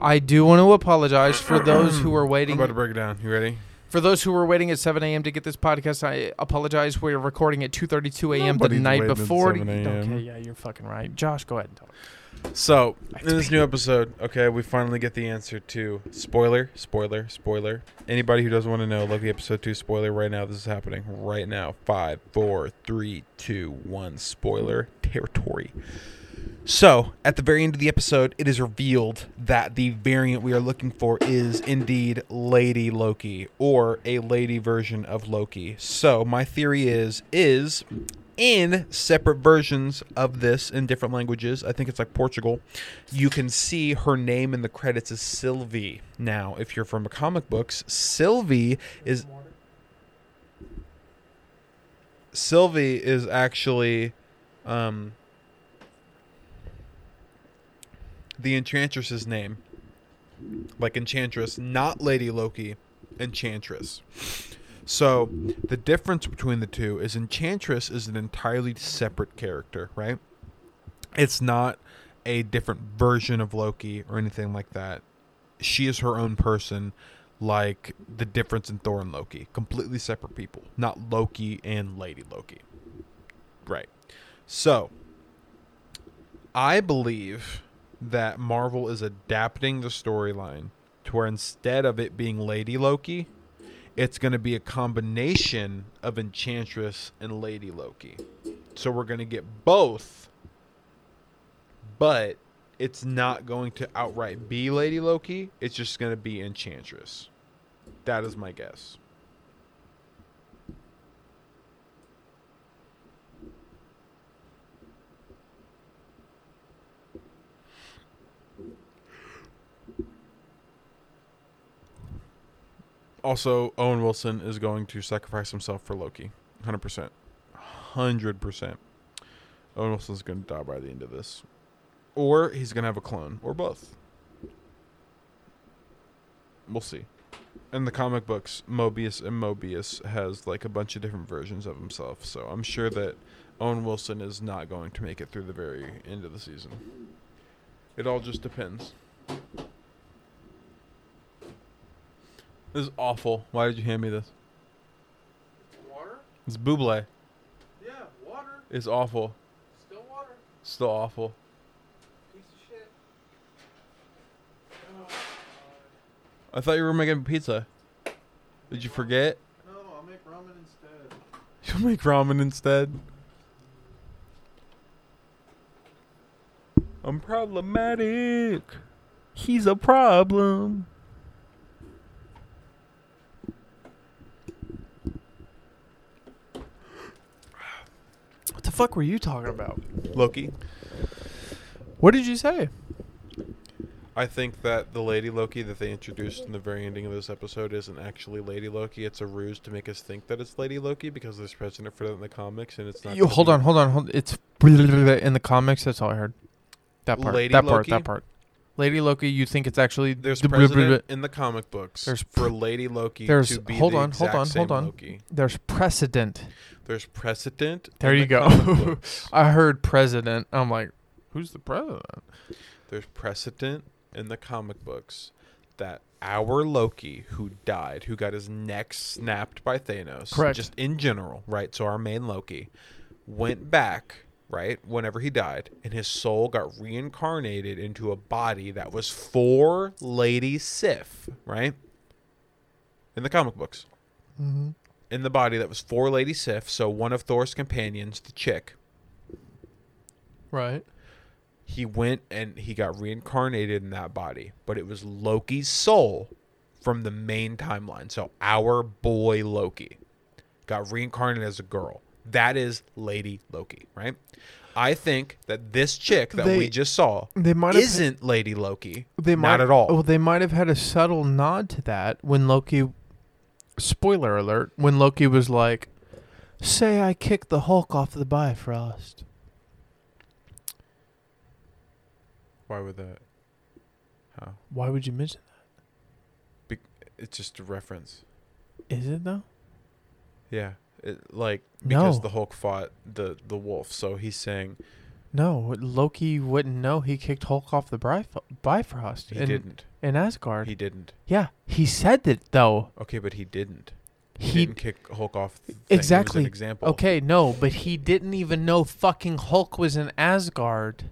[SPEAKER 3] I do want to apologize for those who
[SPEAKER 1] [CLEARS THROAT]
[SPEAKER 3] are
[SPEAKER 1] I'm
[SPEAKER 3] waiting
[SPEAKER 1] about to break it down. You ready?
[SPEAKER 3] for those who were waiting at 7 a.m. to get this podcast. I apologize. We're recording at 2:32 a.m. the
[SPEAKER 1] Nobody's
[SPEAKER 3] night
[SPEAKER 1] waiting at
[SPEAKER 3] before.
[SPEAKER 1] 7 a.m..
[SPEAKER 3] Okay, yeah, you're fucking right. Josh, go ahead and talk.
[SPEAKER 1] So, in this new episode, okay, we finally get the answer to spoiler, spoiler, spoiler. Anybody who doesn't want to know, Loki episode two spoiler right now. This is happening right now. Five, four, three, two, one. Spoiler territory. So, at the very end of the episode, it is revealed that the variant we are looking for is indeed Lady Loki or a lady version of Loki. So, my theory is is in separate versions of this in different languages, I think it's like Portugal, you can see her name in the credits as Sylvie. Now, if you're from comic books, Sylvie is Sylvie is actually um the enchantress's name like enchantress not lady loki enchantress so the difference between the two is enchantress is an entirely separate character right it's not a different version of loki or anything like that she is her own person like the difference in thor and loki completely separate people not loki and lady loki right so I believe that Marvel is adapting the storyline to where instead of it being Lady Loki, it's going to be a combination of Enchantress and Lady Loki. So we're going to get both, but it's not going to outright be Lady Loki. It's just going to be Enchantress. That is my guess.
[SPEAKER 4] Also, Owen Wilson is going to sacrifice himself for Loki. 100%. 100%. Owen Wilson's going to die by the end of this. Or he's going to have a clone, or both. We'll see. In the comic books, Mobius and Mobius has like a bunch of different versions of himself, so I'm sure that Owen Wilson is not going to make it through the very end of the season. It all just depends. This is awful. Why did you hand me this?
[SPEAKER 3] Water?
[SPEAKER 4] It's buble.
[SPEAKER 3] Yeah, water.
[SPEAKER 4] It's awful.
[SPEAKER 3] Still water.
[SPEAKER 4] Still awful.
[SPEAKER 3] Piece of shit. Oh,
[SPEAKER 4] I thought you were making pizza. Did you forget?
[SPEAKER 3] No, I'll make ramen instead.
[SPEAKER 4] You'll make ramen instead. I'm problematic. He's a problem.
[SPEAKER 3] What the fuck were you talking about?
[SPEAKER 4] Loki.
[SPEAKER 3] What did you say?
[SPEAKER 4] I think that the Lady Loki that they introduced in the very ending of this episode isn't actually Lady Loki. It's a ruse to make us think that it's Lady Loki because there's precedent for that in the comics, and it's not.
[SPEAKER 3] You
[SPEAKER 4] gonna
[SPEAKER 3] hold
[SPEAKER 4] be-
[SPEAKER 3] on, hold on, hold. It's [LAUGHS] in the comics. That's all I heard. That part.
[SPEAKER 4] Lady
[SPEAKER 3] that part.
[SPEAKER 4] Loki?
[SPEAKER 3] That part. Lady Loki. You think it's actually
[SPEAKER 4] There's
[SPEAKER 3] the- blah, blah,
[SPEAKER 4] precedent
[SPEAKER 3] blah.
[SPEAKER 4] in the comic books
[SPEAKER 3] There's
[SPEAKER 4] for Lady Loki
[SPEAKER 3] there's-
[SPEAKER 4] to be
[SPEAKER 3] hold
[SPEAKER 4] the
[SPEAKER 3] on, hold
[SPEAKER 4] exact
[SPEAKER 3] on,
[SPEAKER 4] same
[SPEAKER 3] hold on.
[SPEAKER 4] Loki.
[SPEAKER 3] There's precedent.
[SPEAKER 4] There's precedent.
[SPEAKER 3] There
[SPEAKER 4] in
[SPEAKER 3] you
[SPEAKER 4] the
[SPEAKER 3] go. [LAUGHS]
[SPEAKER 4] comic books.
[SPEAKER 3] I heard president. I'm like, who's the president?
[SPEAKER 4] There's precedent in the comic books that our Loki, who died, who got his neck snapped by Thanos,
[SPEAKER 3] Correct.
[SPEAKER 4] just in general, right? So our main Loki went back, right, whenever he died, and his soul got reincarnated into a body that was for Lady Sif, right? In the comic books. In the body that was for Lady Sif, so one of Thor's companions, the chick,
[SPEAKER 3] Right.
[SPEAKER 4] he went and he got reincarnated in that body, but it was Loki's soul from the main timeline. So our boy Loki got reincarnated as a girl. That is Lady Loki, right? I think that this chick that
[SPEAKER 3] They-
[SPEAKER 4] we just saw
[SPEAKER 3] they might have-
[SPEAKER 4] isn't Lady Loki.
[SPEAKER 3] They might,
[SPEAKER 4] not at all.
[SPEAKER 3] Well, they might have had a subtle nod to that when Loki. Spoiler alert! When Loki was like, "Say I kicked the Hulk off the Bifrost."
[SPEAKER 4] Why would that? How?
[SPEAKER 3] Why would you mention
[SPEAKER 4] Be- it's just a reference.
[SPEAKER 3] that? Is it though?
[SPEAKER 4] Yeah. It, like because
[SPEAKER 3] No.
[SPEAKER 4] the Hulk fought the the wolf, so he's saying
[SPEAKER 3] No, Loki wouldn't know he kicked Hulk off the Bif- Bifrost
[SPEAKER 4] he
[SPEAKER 3] in,
[SPEAKER 4] didn't.
[SPEAKER 3] in Asgard.
[SPEAKER 4] He didn't.
[SPEAKER 3] yeah, he said that though.
[SPEAKER 4] Okay, but he didn't.
[SPEAKER 3] He
[SPEAKER 4] didn't kick Hulk off. th- thing. It was an
[SPEAKER 3] exactly.
[SPEAKER 4] example.
[SPEAKER 3] Okay, no, but he didn't even know fucking Hulk was in Asgard.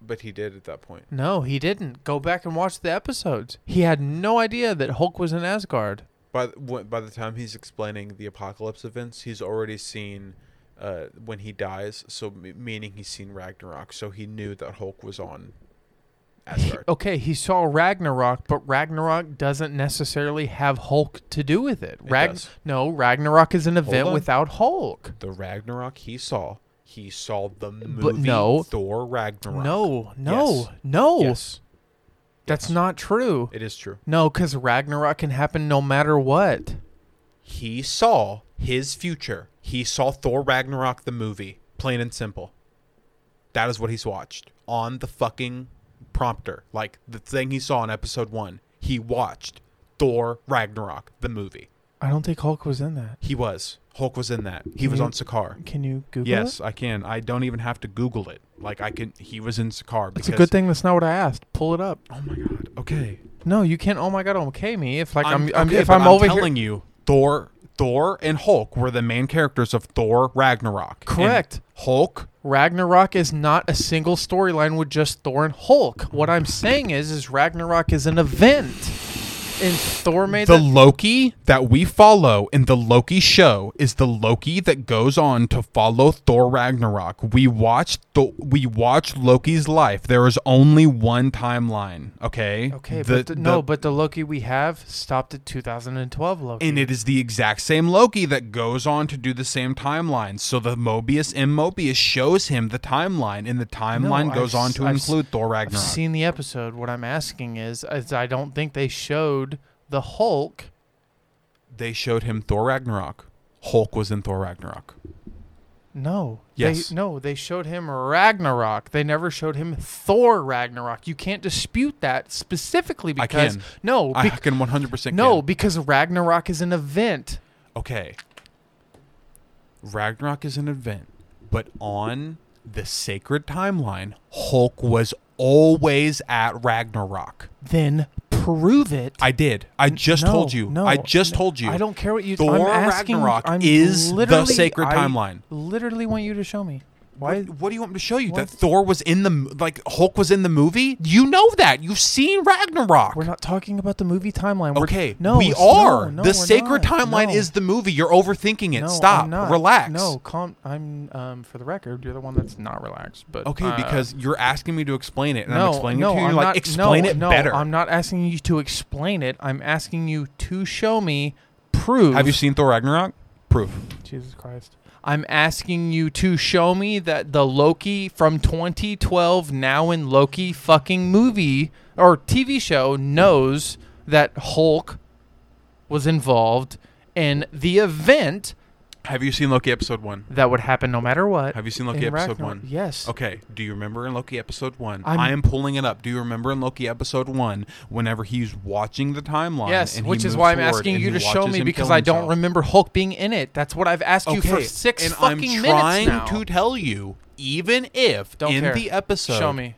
[SPEAKER 4] But he did at that point.
[SPEAKER 3] No, he didn't. Go back and watch the episodes. He had no idea that Hulk was in Asgard.
[SPEAKER 4] By th- wh- by the time he's explaining the apocalypse events, he's already seen uh, when he dies. So m- meaning he's seen Ragnarok. So he knew that Hulk was on
[SPEAKER 3] He- [LAUGHS]
[SPEAKER 4] Asgard.
[SPEAKER 3] okay, he saw Ragnarok, but Ragnarok doesn't necessarily have Hulk to do with it. Rag-
[SPEAKER 4] does.
[SPEAKER 3] No, Ragnarok is an event
[SPEAKER 4] on.
[SPEAKER 3] without Hulk.
[SPEAKER 4] The Ragnarok he saw. He saw the movie
[SPEAKER 3] But no.
[SPEAKER 4] Thor Ragnarok.
[SPEAKER 3] No, no,
[SPEAKER 4] Yes.
[SPEAKER 3] no.
[SPEAKER 4] Yes,
[SPEAKER 3] That's
[SPEAKER 4] Yes.
[SPEAKER 3] not true.
[SPEAKER 4] it is true.
[SPEAKER 3] No, because Ragnarok can happen no matter what.
[SPEAKER 4] He saw his future. He saw Thor Ragnarok the movie, plain and simple. That is what he's watched on the fucking prompter. Like the thing he saw in episode 1. He watched Thor Ragnarok the movie.
[SPEAKER 3] I don't think Hulk was in that.
[SPEAKER 4] He was. Hulk was in that. He was
[SPEAKER 3] you-
[SPEAKER 4] on Sakaar.
[SPEAKER 3] Can you Google
[SPEAKER 4] Yes,
[SPEAKER 3] it?
[SPEAKER 4] I can. I don't even have to google it. Like I can he was in Sakaar
[SPEAKER 3] It's
[SPEAKER 4] because
[SPEAKER 3] a good thing that's not what I asked. Pull it up.
[SPEAKER 4] Oh my god. Okay.
[SPEAKER 3] No, you can't. Oh my god, okay me. If like I'm, I'm,
[SPEAKER 4] okay,
[SPEAKER 3] if
[SPEAKER 4] but
[SPEAKER 3] I'm, over
[SPEAKER 4] telling
[SPEAKER 3] here,
[SPEAKER 4] you Thor Thor and Hulk were the main characters of Thor Ragnarok. And
[SPEAKER 3] Correct.
[SPEAKER 4] Hulk
[SPEAKER 3] Ragnarok is not a single storyline with just Thor and Hulk. What I'm saying is, is Ragnarok is an event, and Thor made
[SPEAKER 4] the
[SPEAKER 3] that-
[SPEAKER 4] Loki that we follow in the Loki show is the Loki that goes on to follow Thor Ragnarok. We watch Th- we watch Loki's life. There is only one timeline. Okay.
[SPEAKER 3] Okay,
[SPEAKER 4] The-
[SPEAKER 3] but the, no, but the Loki we have stopped at 2012 Loki.
[SPEAKER 4] and it is the exact same Loki that goes on to do the same timeline. So the Mobius and Mobius shows him the timeline, and the timeline
[SPEAKER 3] I've
[SPEAKER 4] goes on
[SPEAKER 3] s-
[SPEAKER 4] to
[SPEAKER 3] I've s-
[SPEAKER 4] include Thor
[SPEAKER 3] I've
[SPEAKER 4] Ragnarok.
[SPEAKER 3] seen the episode. What I'm asking is, is I don't think they showed the Hulk
[SPEAKER 6] They showed him Thor Ragnarok. Hulk was in Thor Ragnarok.
[SPEAKER 3] No.
[SPEAKER 6] Yes.
[SPEAKER 3] They, no, they showed him Ragnarok. They never showed him Thor Ragnarok. You can't dispute that specifically
[SPEAKER 6] I
[SPEAKER 3] because
[SPEAKER 6] can.
[SPEAKER 3] no,
[SPEAKER 6] I
[SPEAKER 3] be-
[SPEAKER 6] can 100%
[SPEAKER 3] no,
[SPEAKER 6] can.
[SPEAKER 3] because Ragnarok is an event.
[SPEAKER 6] okay. Ragnarok is an event, but on the sacred timeline, Hulk was always at Ragnarok.
[SPEAKER 3] Then prove it.
[SPEAKER 6] I did. I just
[SPEAKER 3] No,
[SPEAKER 6] told you.
[SPEAKER 3] No,
[SPEAKER 6] I just
[SPEAKER 3] no,
[SPEAKER 6] told you.
[SPEAKER 3] I don't care what you.
[SPEAKER 6] Thor
[SPEAKER 3] I'm asking,
[SPEAKER 6] Ragnarok
[SPEAKER 3] I'm
[SPEAKER 6] is the
[SPEAKER 3] literally-
[SPEAKER 6] sacred
[SPEAKER 3] I
[SPEAKER 6] timeline.
[SPEAKER 3] Literally want you to show me. Why?
[SPEAKER 6] What, what do you want me to show you?
[SPEAKER 3] What?
[SPEAKER 6] That Thor was in the m- like Hulk was in the movie. You know that. You've seen Ragnarok.
[SPEAKER 3] We're not talking about the movie timeline. We're,
[SPEAKER 6] okay.
[SPEAKER 3] no,
[SPEAKER 6] we
[SPEAKER 3] it's-
[SPEAKER 6] are.
[SPEAKER 3] no, no,
[SPEAKER 6] the
[SPEAKER 3] we're
[SPEAKER 6] sacred
[SPEAKER 3] not.
[SPEAKER 6] timeline
[SPEAKER 3] No.
[SPEAKER 6] is the movie. You're overthinking it.
[SPEAKER 3] No,
[SPEAKER 6] Stop.
[SPEAKER 3] I'm not.
[SPEAKER 6] Relax.
[SPEAKER 3] No, calm. I'm um for the record, you're the one that's not relaxed. But
[SPEAKER 6] Okay,
[SPEAKER 3] uh,
[SPEAKER 6] because you're asking me to explain it, and
[SPEAKER 3] no,
[SPEAKER 6] I'm explaining
[SPEAKER 3] no,
[SPEAKER 6] it to you.
[SPEAKER 3] I'm
[SPEAKER 6] You're like,
[SPEAKER 3] not,
[SPEAKER 6] explain
[SPEAKER 3] no,
[SPEAKER 6] it
[SPEAKER 3] no,
[SPEAKER 6] better.
[SPEAKER 3] I'm not asking you to explain it. I'm asking you to show me proof.
[SPEAKER 6] Have you seen Thor Ragnarok? Proof.
[SPEAKER 3] Jesus Christ. I'm asking you to show me that the Loki from 2012 now in Loki fucking movie or TV show knows that Hulk was involved in the event
[SPEAKER 6] Have you seen Loki episode one?
[SPEAKER 3] that would happen no matter what.
[SPEAKER 6] Have you seen Loki
[SPEAKER 3] in
[SPEAKER 6] episode
[SPEAKER 3] Ragnarok.
[SPEAKER 6] one?
[SPEAKER 3] Yes.
[SPEAKER 6] Okay. Do you remember in Loki episode one?
[SPEAKER 3] I'm-
[SPEAKER 6] I am pulling it up. Do you remember in Loki episode one, whenever he's watching the timeline?
[SPEAKER 3] Yes,
[SPEAKER 6] and he
[SPEAKER 3] which is
[SPEAKER 6] moves
[SPEAKER 3] why I'm
[SPEAKER 6] forward
[SPEAKER 3] asking
[SPEAKER 6] and
[SPEAKER 3] you
[SPEAKER 6] he
[SPEAKER 3] to show
[SPEAKER 6] watches
[SPEAKER 3] me
[SPEAKER 6] him
[SPEAKER 3] because
[SPEAKER 6] kill
[SPEAKER 3] I don't
[SPEAKER 6] himself?
[SPEAKER 3] remember Hulk being in it. That's what I've asked you for
[SPEAKER 6] Okay,
[SPEAKER 3] six
[SPEAKER 6] and
[SPEAKER 3] fucking
[SPEAKER 6] I'm
[SPEAKER 3] minutes
[SPEAKER 6] trying
[SPEAKER 3] now.
[SPEAKER 6] to tell you, even if
[SPEAKER 3] Don't
[SPEAKER 6] in
[SPEAKER 3] care.
[SPEAKER 6] the episode,
[SPEAKER 3] show me.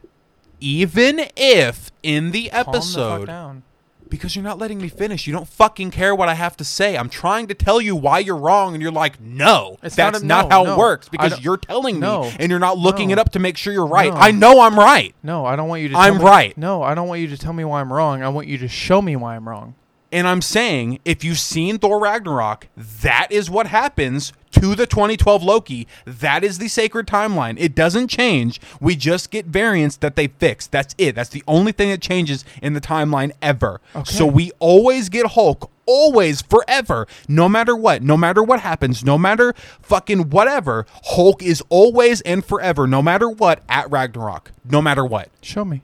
[SPEAKER 6] even if in the
[SPEAKER 3] Calm the fuck
[SPEAKER 6] episode,
[SPEAKER 3] down.
[SPEAKER 6] because you're not letting me finish. You don't fucking care what I have to say. I'm trying to tell you why you're wrong, and you're like, no,
[SPEAKER 3] It's not
[SPEAKER 6] that's
[SPEAKER 3] a-
[SPEAKER 6] not,
[SPEAKER 3] no,
[SPEAKER 6] how
[SPEAKER 3] no.
[SPEAKER 6] it works
[SPEAKER 3] I
[SPEAKER 6] because
[SPEAKER 3] don't-
[SPEAKER 6] you're telling me,
[SPEAKER 3] No.
[SPEAKER 6] and you're not looking
[SPEAKER 3] No.
[SPEAKER 6] it up to make sure you're right.
[SPEAKER 3] No.
[SPEAKER 6] I know I'm right,
[SPEAKER 3] No, I don't want you to.
[SPEAKER 6] I'm
[SPEAKER 3] tell me-
[SPEAKER 6] right.
[SPEAKER 3] No, I don't want you to tell me why I'm wrong. I want you to show me why I'm wrong.
[SPEAKER 6] and I'm saying if you've seen Thor Ragnarok, that is what happens to the 2012 Loki. That is the sacred timeline. It doesn't change. We just get variants that they fix. That's it. That's the only thing that changes in the timeline ever. So
[SPEAKER 3] Okay.
[SPEAKER 6] we always get Hulk, always, forever, no matter what, no matter what happens, no matter fucking whatever. Hulk is always and forever, no matter what, at Ragnarok, no matter what.
[SPEAKER 3] Show me.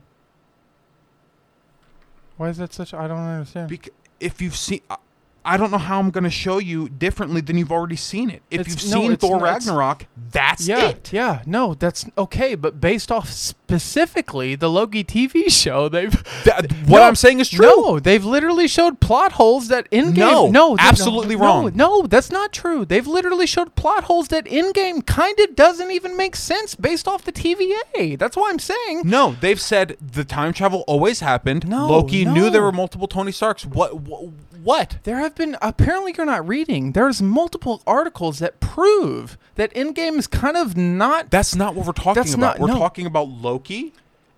[SPEAKER 3] Why is that such? I don't understand.
[SPEAKER 6] Bec- if you've seen. I- I don't know how I'm going to show you differently than you've already seen it. If
[SPEAKER 3] It's-
[SPEAKER 6] you've
[SPEAKER 3] no,
[SPEAKER 6] seen
[SPEAKER 3] it's
[SPEAKER 6] Thor
[SPEAKER 3] not- it's-
[SPEAKER 6] Ragnarok, that's
[SPEAKER 3] yeah,
[SPEAKER 6] it.
[SPEAKER 3] yeah, no, that's okay, but based off specifically the Loki TV [LAUGHS] show, they've
[SPEAKER 6] That- what
[SPEAKER 3] No,
[SPEAKER 6] I'm saying is true.
[SPEAKER 3] No, they've literally showed plot holes that in game.
[SPEAKER 6] No,
[SPEAKER 3] no, they-
[SPEAKER 6] absolutely
[SPEAKER 3] no,
[SPEAKER 6] wrong.
[SPEAKER 3] No, that's not true. They've literally showed plot holes that in game kind of doesn't even make sense based off the TVA. That's why I'm saying.
[SPEAKER 6] No, they've said the time travel always happened.
[SPEAKER 3] No,
[SPEAKER 6] Loki knew there
[SPEAKER 3] no.
[SPEAKER 6] were multiple Tony Starks. What? What? what?
[SPEAKER 3] There have been apparently you're not reading. There's multiple articles that prove that Endgame is kind of not
[SPEAKER 6] That's not what we're talking
[SPEAKER 3] That's not-
[SPEAKER 6] about. we're
[SPEAKER 3] no.
[SPEAKER 6] talking about Loki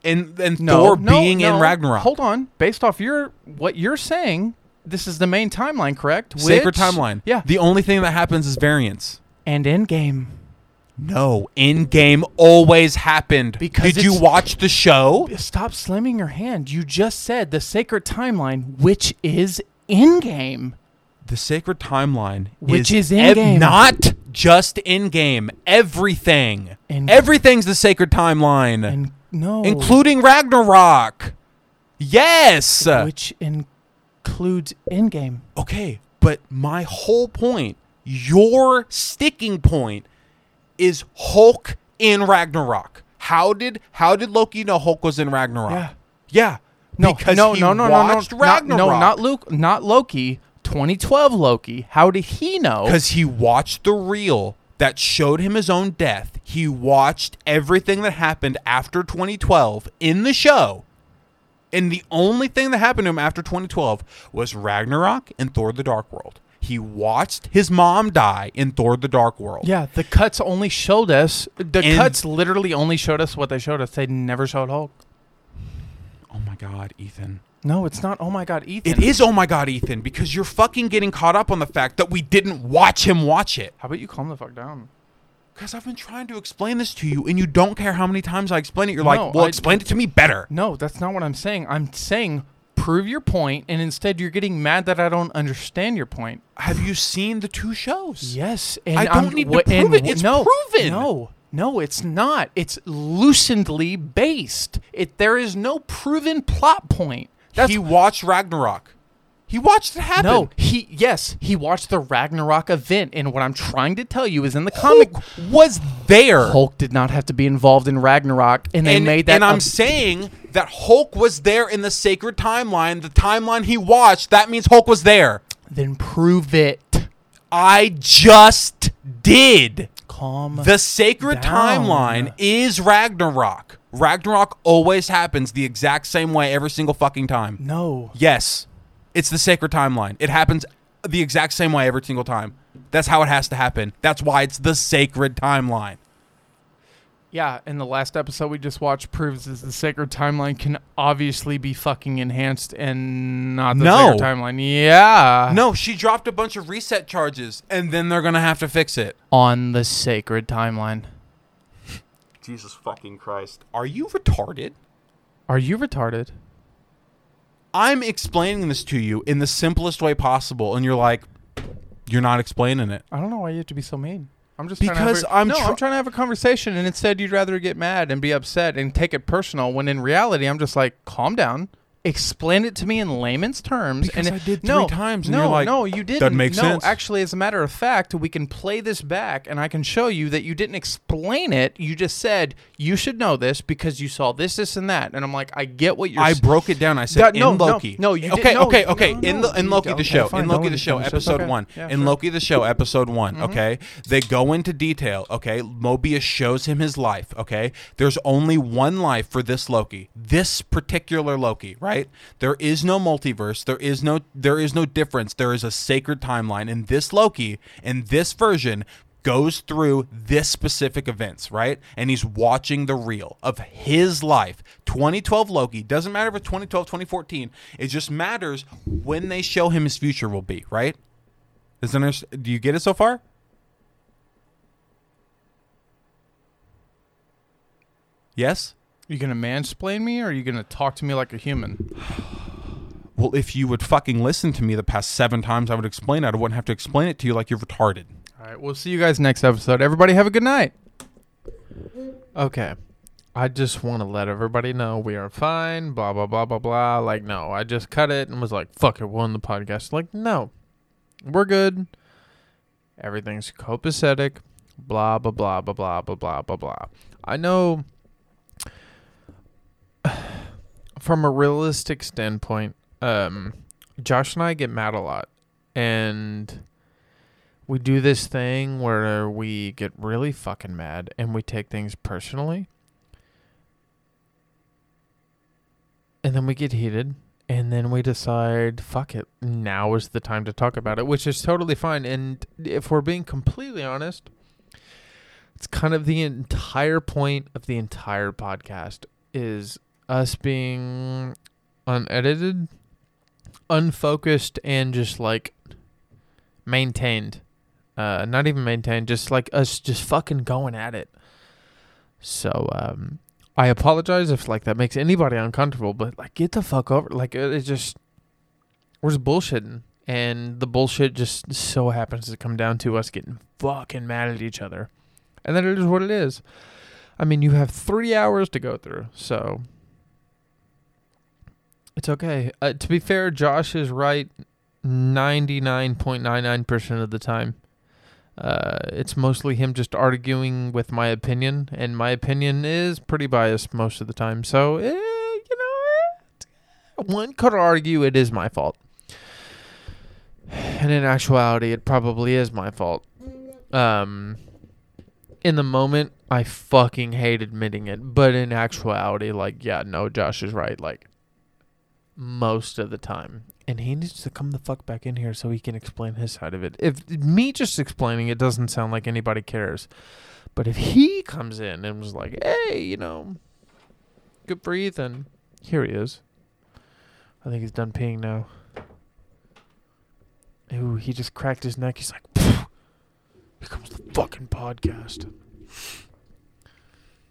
[SPEAKER 6] and and
[SPEAKER 3] no,
[SPEAKER 6] Thor
[SPEAKER 3] no,
[SPEAKER 6] being
[SPEAKER 3] no.
[SPEAKER 6] in Ragnarok.
[SPEAKER 3] Hold on, based off your what you're saying, this is the main timeline, correct?
[SPEAKER 6] Sacred
[SPEAKER 3] Which-
[SPEAKER 6] timeline.
[SPEAKER 3] Yeah,
[SPEAKER 6] The only thing that happens is variance.
[SPEAKER 3] and Endgame.
[SPEAKER 6] No, in game always happened.
[SPEAKER 3] Because
[SPEAKER 6] did you
[SPEAKER 3] it's-
[SPEAKER 6] watch the show?
[SPEAKER 3] Stop slamming your hand. You just said the sacred timeline, which is Endgame.
[SPEAKER 6] The sacred timeline,
[SPEAKER 3] Which is
[SPEAKER 6] ev-
[SPEAKER 3] in-game.
[SPEAKER 6] not just in game. Everything,
[SPEAKER 3] In-
[SPEAKER 6] everything's the sacred timeline,
[SPEAKER 3] And no,
[SPEAKER 6] including Ragnarok. Yes.
[SPEAKER 3] which includes Endgame.
[SPEAKER 6] Okay, but my whole point, your sticking point, is Hulk in Ragnarok. How did how did Loki know Hulk was in Ragnarok?
[SPEAKER 3] Yeah.
[SPEAKER 6] yeah.
[SPEAKER 3] No,
[SPEAKER 6] because
[SPEAKER 3] no,
[SPEAKER 6] he
[SPEAKER 3] no, no,
[SPEAKER 6] watched
[SPEAKER 3] no, no, not-
[SPEAKER 6] Ragnarok.
[SPEAKER 3] no, not Luke, not Loki. 2012 Loki. How did he know?
[SPEAKER 6] because he watched the reel that showed him his own death. He watched everything that happened after 2012 in the show. And the only thing that happened to him after 2012 was Ragnarok and Thor the Dark World. He watched his mom die in Thor the Dark World.
[SPEAKER 3] Yeah, the cuts only showed us. The
[SPEAKER 6] And-
[SPEAKER 3] cuts literally only showed us what they showed us. They never showed Hulk.
[SPEAKER 6] Oh my God, Ethan.
[SPEAKER 3] No, it's not. Oh my God, Ethan.
[SPEAKER 6] It is oh my God, Ethan, because you're fucking getting caught up on the fact that we didn't watch him watch it.
[SPEAKER 3] How about you calm the fuck down?
[SPEAKER 6] Because I've been trying to explain this to you, and you don't care how many times I explain it. You're
[SPEAKER 3] No,
[SPEAKER 6] like, well,
[SPEAKER 3] I-
[SPEAKER 6] explain it to me better.
[SPEAKER 3] No, that's not what I'm saying. I'm saying prove your point, and instead you're getting mad that I don't understand your point.
[SPEAKER 6] Have you seen the two shows?
[SPEAKER 3] Yes, and
[SPEAKER 6] I don't
[SPEAKER 3] I'm-
[SPEAKER 6] need to
[SPEAKER 3] wha- and
[SPEAKER 6] prove it.
[SPEAKER 3] wha-
[SPEAKER 6] It's
[SPEAKER 3] no,
[SPEAKER 6] proven.
[SPEAKER 3] No, no, it's not. It's lucidly based. It there is no proven plot point. That's
[SPEAKER 6] he watched Ragnarok. He watched it happen.
[SPEAKER 11] No, he yes, he watched the Ragnarok event, and what I'm trying to tell you is in the comic, Hulk,
[SPEAKER 6] was there.
[SPEAKER 11] did not have to be involved in Ragnarok, and they
[SPEAKER 6] and,
[SPEAKER 11] made that.
[SPEAKER 6] and I'm
[SPEAKER 11] a-
[SPEAKER 6] saying that Hulk was there in the sacred timeline, the timeline he watched. That means Hulk was there.
[SPEAKER 11] then prove it.
[SPEAKER 6] I just did.
[SPEAKER 11] Calm.
[SPEAKER 6] The sacred
[SPEAKER 11] Down.
[SPEAKER 6] timeline is Ragnarok. Ragnarok always happens the exact same way every single fucking time.
[SPEAKER 11] no.
[SPEAKER 6] Yes. It's the sacred timeline. It happens the exact same way every single time. That's how it has to happen. That's why it's the sacred timeline.
[SPEAKER 11] Yeah, and the last episode we just watched proves is the sacred timeline can obviously be fucking enhanced and not the
[SPEAKER 6] No.
[SPEAKER 11] sacred timeline. Yeah.
[SPEAKER 6] No, she dropped a bunch of reset charges and then they're going to have to fix it.
[SPEAKER 11] On the sacred timeline.
[SPEAKER 6] Jesus fucking Christ. Are you retarded?
[SPEAKER 11] Are you retarded?
[SPEAKER 6] I'm explaining this to you in the simplest way possible and you're like you're not explaining it.
[SPEAKER 11] I don't know why you have to be so mean. I'm just
[SPEAKER 6] Because
[SPEAKER 11] trying to have a,
[SPEAKER 6] I'm
[SPEAKER 11] no,
[SPEAKER 6] try-
[SPEAKER 11] I'm trying to have a conversation, and instead you'd rather get mad and be upset and take it personal. When in reality, I'm just like, calm down, explain it to me in layman's terms.
[SPEAKER 6] Because
[SPEAKER 11] and
[SPEAKER 6] I did three
[SPEAKER 11] no,
[SPEAKER 6] times, and
[SPEAKER 11] no,
[SPEAKER 6] you're like,
[SPEAKER 11] no, you didn't.
[SPEAKER 6] make
[SPEAKER 11] no,
[SPEAKER 6] sense.
[SPEAKER 11] Actually, as a matter of fact, we can play this back, and I can show you that you didn't explain it. You just said you should know this because you saw this, this, and that. And I'm like, I get what you're.
[SPEAKER 6] I
[SPEAKER 11] s-
[SPEAKER 6] broke it down. I said
[SPEAKER 11] That- no,
[SPEAKER 6] in
[SPEAKER 11] no,
[SPEAKER 6] Loki.
[SPEAKER 11] no, you
[SPEAKER 6] okay,
[SPEAKER 11] did- no,
[SPEAKER 6] okay, okay.
[SPEAKER 11] no,
[SPEAKER 6] in
[SPEAKER 11] no,
[SPEAKER 6] the in
[SPEAKER 11] you
[SPEAKER 6] Loki
[SPEAKER 11] don't.
[SPEAKER 6] the show,
[SPEAKER 11] Okay, fine,
[SPEAKER 6] in
[SPEAKER 11] don't
[SPEAKER 6] Loki
[SPEAKER 11] let
[SPEAKER 6] the
[SPEAKER 11] me
[SPEAKER 6] show,
[SPEAKER 11] finish this.
[SPEAKER 6] episode
[SPEAKER 11] Okay,
[SPEAKER 6] one,
[SPEAKER 11] yeah,
[SPEAKER 6] in
[SPEAKER 11] sure.
[SPEAKER 6] Loki the show, episode one. Okay, they go into detail. Okay, Mobius shows him his life. Okay, there's only one life for this Loki, this particular Loki. Right? There is no multiverse. There is no there is no difference. There is a sacred timeline, and this Loki in this version goes through this specific events, right? And he's watching the reel of his life. 2012 Loki, doesn't matter if it's 2012, 2014, it just matters when they show him his future will be, right? Does under- do you get it so far? Yes?
[SPEAKER 11] You gonna mansplain me, or are you gonna talk to me like a human?
[SPEAKER 6] Well, if you would fucking listen to me the past seven times I would explain it, I wouldn't have to explain it to you like you're retarded.
[SPEAKER 11] All right, we'll see you guys next episode. Everybody have a good night.
[SPEAKER 3] Okay. I just want to let everybody know we are fine, blah, blah, blah, blah, blah. Like, no, I just cut it and was like, fuck it, we'll end the podcast. Like, no, we're good. Everything's copacetic, blah, blah, blah, blah, blah, blah, blah, blah, blah. I know [SIGHS] from a realistic standpoint, um, Josh and I get mad a lot. And we do this thing where we get really fucking mad and we take things personally. And then we get heated and then we decide, fuck it, now is the time to talk about it, which is totally fine. And if we're being completely honest, it's kind of the entire point of the entire podcast is us being unedited, unfocused, and just like maintained. Uh, not even maintained, just like us just fucking going at it. So, um, I apologize if like that makes anybody uncomfortable, but like get the fuck over. Like it, it just we're just bullshitting, and the bullshit just so happens to come down to us getting fucking mad at each other, and that is what it is. I mean, you have three hours to go through, so it's okay. Uh, to be fair, Josh is right. 99.99% of the time. Uh, it's mostly him just arguing with my opinion, and my opinion is pretty biased most of the time. So, eh, you know, eh, one could argue it is my fault. And in actuality, it probably is my fault. Um, in the moment, I fucking hate admitting it, but in actuality, like, yeah, no, Josh is right. Like, most of the time. And he needs to come the fuck back in here so he can explain his side of it. If me just explaining it doesn't sound like anybody cares. But if he comes in and was like, hey, you know, good for Ethan. Here he is. I think he's done peeing now. Ooh, he just cracked his neck. He's like, "Phew, here comes the fucking podcast.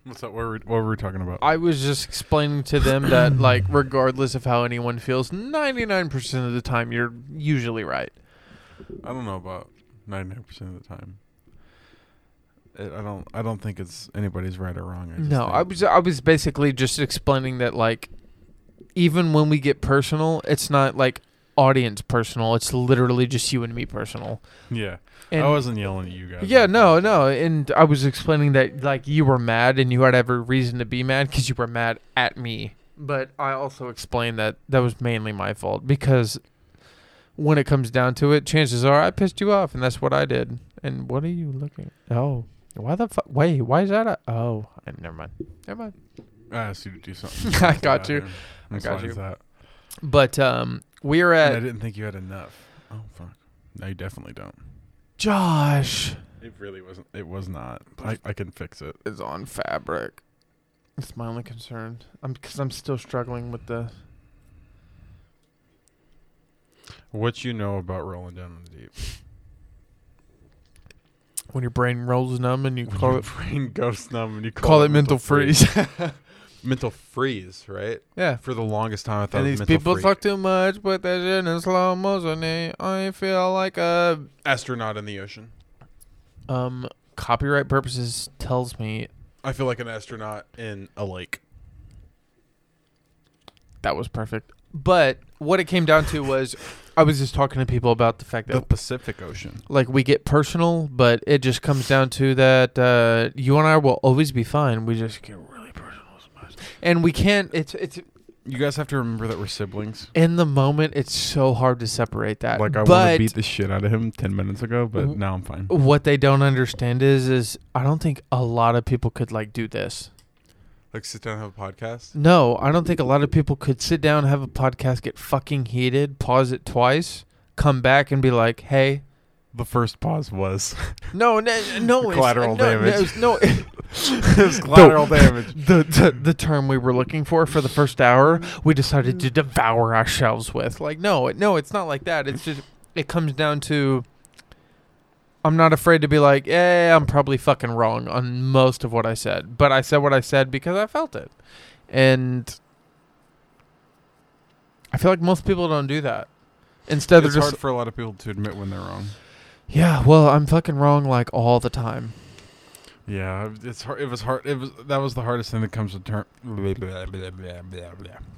[SPEAKER 4] What's that? What were, what were we talking about?
[SPEAKER 3] I was just explaining to them that,
[SPEAKER 4] [CLEARS THROAT]
[SPEAKER 3] like, regardless of how anyone feels, 99% of the time you're usually right.
[SPEAKER 4] I don't know about ninety nine percent of the time. It, I don't. I don't think it's anybody's right or wrong. I just
[SPEAKER 3] No,
[SPEAKER 4] think-
[SPEAKER 3] I was I was basically just explaining that like even when we get personal, it's not like audience personal. It's literally just you and me personal.
[SPEAKER 1] Yeah.
[SPEAKER 3] And
[SPEAKER 1] I wasn't yelling at you guys.
[SPEAKER 3] yeah, no, no. And I was explaining that like you were mad and you had every reason to be mad because you were mad at me. But I also explained that that was mainly my fault because when it comes down to it, chances are I pissed you off and that's what I did. And what are you looking? Oh, why the fuck? Wait, why is that? A- oh, never mind. Never mind. [LAUGHS]
[SPEAKER 1] I asked you to do something.
[SPEAKER 3] I got you.
[SPEAKER 1] I
[SPEAKER 3] got you. Uh,
[SPEAKER 1] That.
[SPEAKER 3] But um, we're
[SPEAKER 1] And I
[SPEAKER 3] at
[SPEAKER 1] didn't think you had enough. Oh fuck. No, you definitely don't.
[SPEAKER 3] Josh.
[SPEAKER 1] It really wasn't. It was not. I, I can fix it.
[SPEAKER 3] is on fabric. That's my only concern. I'm because I'm still struggling with the.
[SPEAKER 1] What you know about rolling down on the deep?
[SPEAKER 3] When your brain rolls numb and you
[SPEAKER 1] When
[SPEAKER 3] call
[SPEAKER 1] your
[SPEAKER 3] it
[SPEAKER 1] brain goes numb and you call,
[SPEAKER 3] call it mental freeze.
[SPEAKER 1] mental freeze, right?
[SPEAKER 3] [LAUGHS] yeah.
[SPEAKER 1] For the longest time, I thought
[SPEAKER 3] And
[SPEAKER 1] it
[SPEAKER 3] these
[SPEAKER 1] was mental
[SPEAKER 3] people
[SPEAKER 1] freak.
[SPEAKER 3] talk too much, but they're shit in slow motion. eh? I feel like a
[SPEAKER 1] astronaut in the ocean.
[SPEAKER 3] um copyright purposes tells me
[SPEAKER 1] I feel like an astronaut in a lake.
[SPEAKER 3] that was perfect. But what it came down to was, I was just talking to people about the fact that
[SPEAKER 1] The Pacific Ocean.
[SPEAKER 3] like we get personal, but it just comes down to that uh, you and I will always be fine. We just get really personal sometimes, and we can't. It's it's
[SPEAKER 1] You guys have to remember that we're siblings.
[SPEAKER 3] in the moment. It's so hard to separate that.
[SPEAKER 1] Like I Mm-hmm. want to
[SPEAKER 3] but
[SPEAKER 1] beat the shit out of him ten minutes ago, but
[SPEAKER 3] W-
[SPEAKER 1] now I'm fine.
[SPEAKER 3] what they don't understand is, is I don't think a lot of people could like do this.
[SPEAKER 1] Like sit down and have a podcast.
[SPEAKER 3] No, I don't think a lot of people could sit down, have a podcast, get fucking heated, pause it twice, come back, and be like, "Hey,
[SPEAKER 1] The first pause [LAUGHS] was
[SPEAKER 3] no, no, no, it's-
[SPEAKER 1] [LAUGHS] Collateral
[SPEAKER 3] no, no,
[SPEAKER 1] damage.
[SPEAKER 3] it's- No,
[SPEAKER 1] [LAUGHS] collateral damage.
[SPEAKER 3] the, the the term we were looking for for the first hour, we decided to devour ourselves with. Like, no, it, no, it's not like that. It's just it comes down to I'm not afraid to be like, yeah, I'm probably fucking wrong on most of what I said, but I said what I said because I felt it, and I feel like most people don't do that. Instead,
[SPEAKER 1] It's
[SPEAKER 3] they're just
[SPEAKER 1] hard for a lot of people to admit when they're wrong.
[SPEAKER 3] yeah, well, I'm fucking wrong like all the time.
[SPEAKER 1] Yeah, it's hard. It was hard. It was that was the hardest thing that comes to term.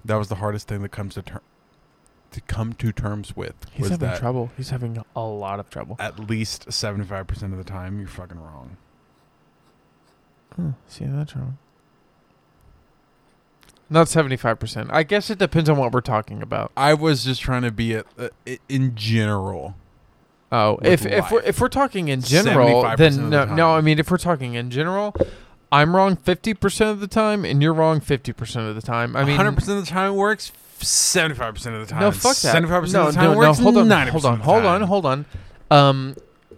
[SPEAKER 1] That was the hardest thing that comes to term to come to terms with.
[SPEAKER 3] He's
[SPEAKER 1] was
[SPEAKER 3] having
[SPEAKER 1] that
[SPEAKER 3] trouble. He's having a lot of trouble.
[SPEAKER 1] at least seventy five percent of the time you're fucking wrong.
[SPEAKER 3] Huh, see, that's wrong. Not 75%. I guess it depends on what we're talking about.
[SPEAKER 1] I was just trying to be a, a, in general.
[SPEAKER 3] Oh, if,
[SPEAKER 1] With
[SPEAKER 3] if we're
[SPEAKER 1] life.
[SPEAKER 3] if we're talking in general,
[SPEAKER 1] 75%
[SPEAKER 3] then
[SPEAKER 1] of
[SPEAKER 3] no,
[SPEAKER 1] the
[SPEAKER 3] no, I
[SPEAKER 1] time.
[SPEAKER 3] mean if we're talking in general, I'm wrong 50% of the time and you're wrong 50% of the time. I mean
[SPEAKER 1] 100% of the time it works. 75% of the time.
[SPEAKER 3] No, fuck that.
[SPEAKER 1] 75%
[SPEAKER 3] no,
[SPEAKER 1] of the time
[SPEAKER 3] no,
[SPEAKER 1] works.
[SPEAKER 3] No, hold on,
[SPEAKER 1] 90%
[SPEAKER 3] hold on,
[SPEAKER 1] of the
[SPEAKER 3] hold on,
[SPEAKER 1] time.
[SPEAKER 3] hold on. Um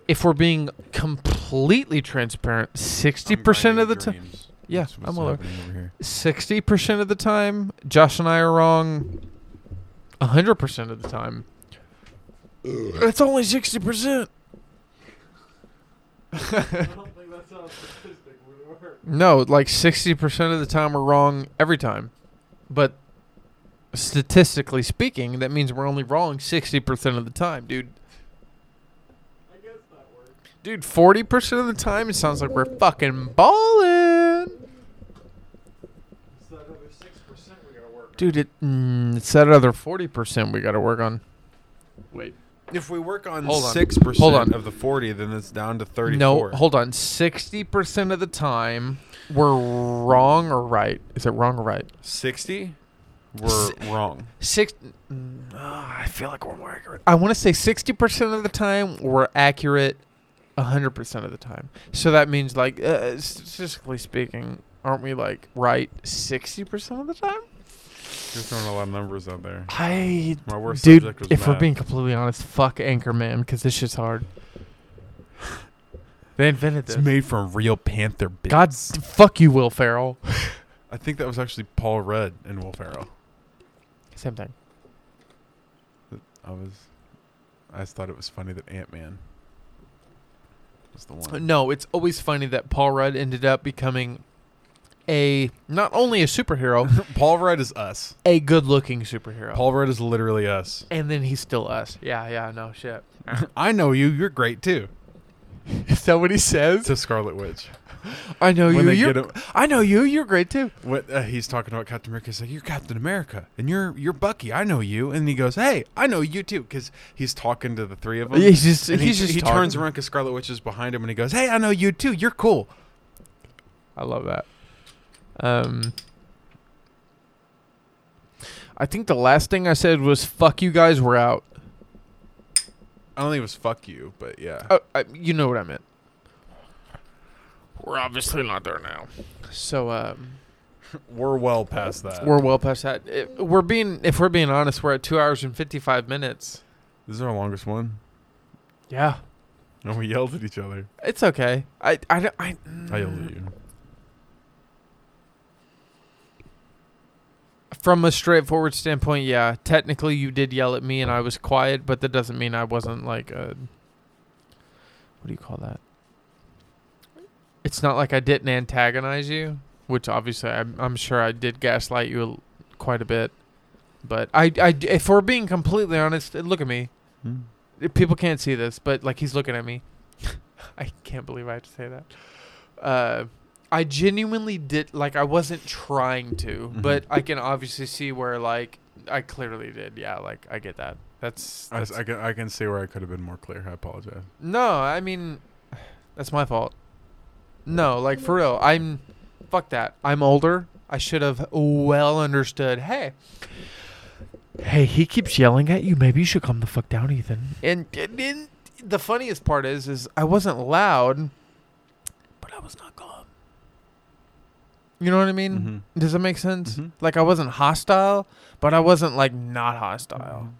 [SPEAKER 3] if we're being completely transparent, 60% of the time Yeah,
[SPEAKER 1] That's what's
[SPEAKER 3] I'm all over.
[SPEAKER 1] happening over here.
[SPEAKER 3] sixty percent of the time, Josh and I are wrong. hundred percent of the time. It's only sixty percent. [LAUGHS] No, like sixty percent of the time we're wrong every time, but statistically speaking, that means we're only wrong sixty percent of the time, dude. Dude, forty percent of the time it sounds like we're fucking balling. Dude, it, mm, it's that other forty percent we got to work on.
[SPEAKER 1] If we work on
[SPEAKER 3] Hold on.
[SPEAKER 1] 6%
[SPEAKER 3] Hold on.
[SPEAKER 1] of the 40, then it's down to 34.
[SPEAKER 3] No, hold on. Sixty percent of the time, we're wrong or right. Is it wrong or right?
[SPEAKER 1] 60?
[SPEAKER 3] S-
[SPEAKER 1] We're wrong.
[SPEAKER 3] Six. mm, ah, I feel like we're more accurate. I want to say sixty percent of the time we're accurate, hundred percent of the time. So that means, like, uh, statistically speaking, aren't we like right sixty percent of the time?
[SPEAKER 1] You're throwing a lot of numbers out there.
[SPEAKER 3] I,
[SPEAKER 1] My worst
[SPEAKER 3] dude,
[SPEAKER 1] subject was
[SPEAKER 3] if we're
[SPEAKER 1] math.
[SPEAKER 3] being completely honest, fuck Anchorman because this shit's hard. They invented
[SPEAKER 1] It's
[SPEAKER 3] this.
[SPEAKER 1] made from real panther bits.
[SPEAKER 3] God, d- fuck you, Will Ferrell.
[SPEAKER 1] I think that was actually Paul Rudd and Will Ferrell.
[SPEAKER 3] Same thing.
[SPEAKER 1] I was. I just thought it was funny that Ant Man was the one.
[SPEAKER 3] Uh, No, it's always funny that Paul Rudd ended up becoming a not only a superhero,
[SPEAKER 6] [LAUGHS]
[SPEAKER 1] Paul Rudd is us.
[SPEAKER 3] a good-looking superhero.
[SPEAKER 1] Paul Rudd is literally us.
[SPEAKER 3] and then he's still us. Yeah, yeah, no shit.
[SPEAKER 1] I know you. You're great too.
[SPEAKER 3] Is that what he says?
[SPEAKER 6] to Scarlet Witch.
[SPEAKER 3] [LAUGHS] I know
[SPEAKER 6] When
[SPEAKER 3] you.
[SPEAKER 6] they
[SPEAKER 3] You're,
[SPEAKER 6] get him,
[SPEAKER 3] I know you. You're great too.
[SPEAKER 6] what uh, he's talking about Captain America, he's like, "You're Captain America, and you're you're Bucky. I know you." And he goes, "Hey, I know you too," because he's talking to the three of them.
[SPEAKER 3] Yeah, he's just-
[SPEAKER 6] and
[SPEAKER 3] he's
[SPEAKER 6] he,
[SPEAKER 3] just
[SPEAKER 6] he turns
[SPEAKER 3] talking.
[SPEAKER 6] around because Scarlet Witch is behind him, and he goes, "Hey, I know you too. You're cool."
[SPEAKER 3] I love that. Um, I think the last thing I said was "fuck you guys, we're out."
[SPEAKER 6] I don't think it was "fuck you," but yeah.
[SPEAKER 3] Oh, I, you know what I meant. We're obviously not there now. So um,
[SPEAKER 6] We're well past that.
[SPEAKER 3] we're well past that. If we're being, if we're being honest, we're at two hours and fifty-five minutes.
[SPEAKER 6] this is our longest one,
[SPEAKER 12] Yeah.
[SPEAKER 6] and we yelled at each other.
[SPEAKER 3] It's okay. I, I, don't- I,
[SPEAKER 6] I yelled at you.
[SPEAKER 3] from a straightforward standpoint, yeah. Technically, you did yell at me, and I was quiet, but that doesn't mean I wasn't like a. What do you call that? It's not like I didn't antagonize you, which obviously I'm, I'm sure I did gaslight you a l- quite a bit. But I, I, if we're being completely honest, look at me. Mm-hmm. People can't see this, but like he's looking at me. [LAUGHS] I can't believe I have to say that. Uh, I genuinely did like I wasn't trying to,
[SPEAKER 6] Mm-hmm.
[SPEAKER 3] but I can obviously see where like I clearly did. Yeah, like I get that. That's,
[SPEAKER 6] I,
[SPEAKER 3] that's
[SPEAKER 6] I can I can see where I could have been more clear. I apologize.
[SPEAKER 3] no, I mean, that's my fault. No, like for real, I'm fuck that. I'm older. I should have well understood. Hey, hey, he keeps yelling at you. Maybe you should calm the fuck down, Ethan. And and, and the funniest part is, is I wasn't loud, but I was not calm. You know what I mean? Does that make sense?
[SPEAKER 6] Mhm.
[SPEAKER 3] Like I wasn't hostile, but I wasn't like not hostile.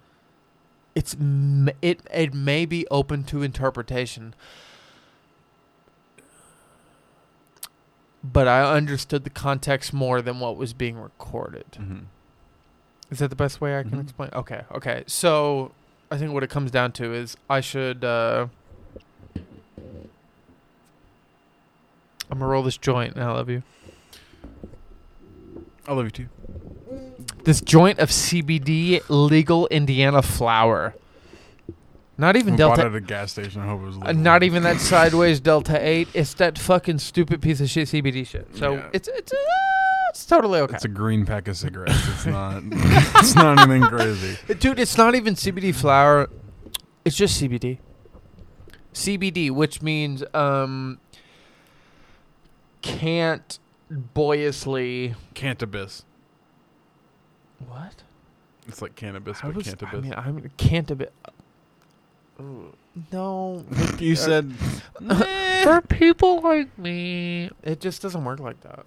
[SPEAKER 3] It's m- it it may be open to interpretation. But I understood the context more than what was being recorded.
[SPEAKER 6] Mhm.
[SPEAKER 3] Is that the best way I can explain? Okay, okay. So I think what it comes down to is I should. Uh, I'm gonna roll this joint, and I love you.
[SPEAKER 6] I love you too.
[SPEAKER 3] This joint of CBD legal Indiana flower. Not even
[SPEAKER 6] I bought it
[SPEAKER 3] Delta.
[SPEAKER 6] at a gas station. I hope it was.
[SPEAKER 3] uh,
[SPEAKER 6] legal.
[SPEAKER 3] Not even that sideways Delta Eight. It's that fucking stupid piece of shit CBD shit. So
[SPEAKER 6] Yeah.
[SPEAKER 3] it's it's uh, it's totally okay.
[SPEAKER 6] It's a green pack of cigarettes. It's not. [LAUGHS] it's not anything crazy.
[SPEAKER 3] Uh, Dude, it's not even CBD flower. It's just CBD. CBD, which means um can't boyously
[SPEAKER 6] Cannabis.
[SPEAKER 3] what?
[SPEAKER 6] It's like cannabis,
[SPEAKER 3] I
[SPEAKER 6] but
[SPEAKER 3] was-
[SPEAKER 6] cannabis.
[SPEAKER 3] I mean, I'm cannabis. Ooh, [LAUGHS] No, uh,
[SPEAKER 6] you said
[SPEAKER 3] for people like me, it just doesn't work like that.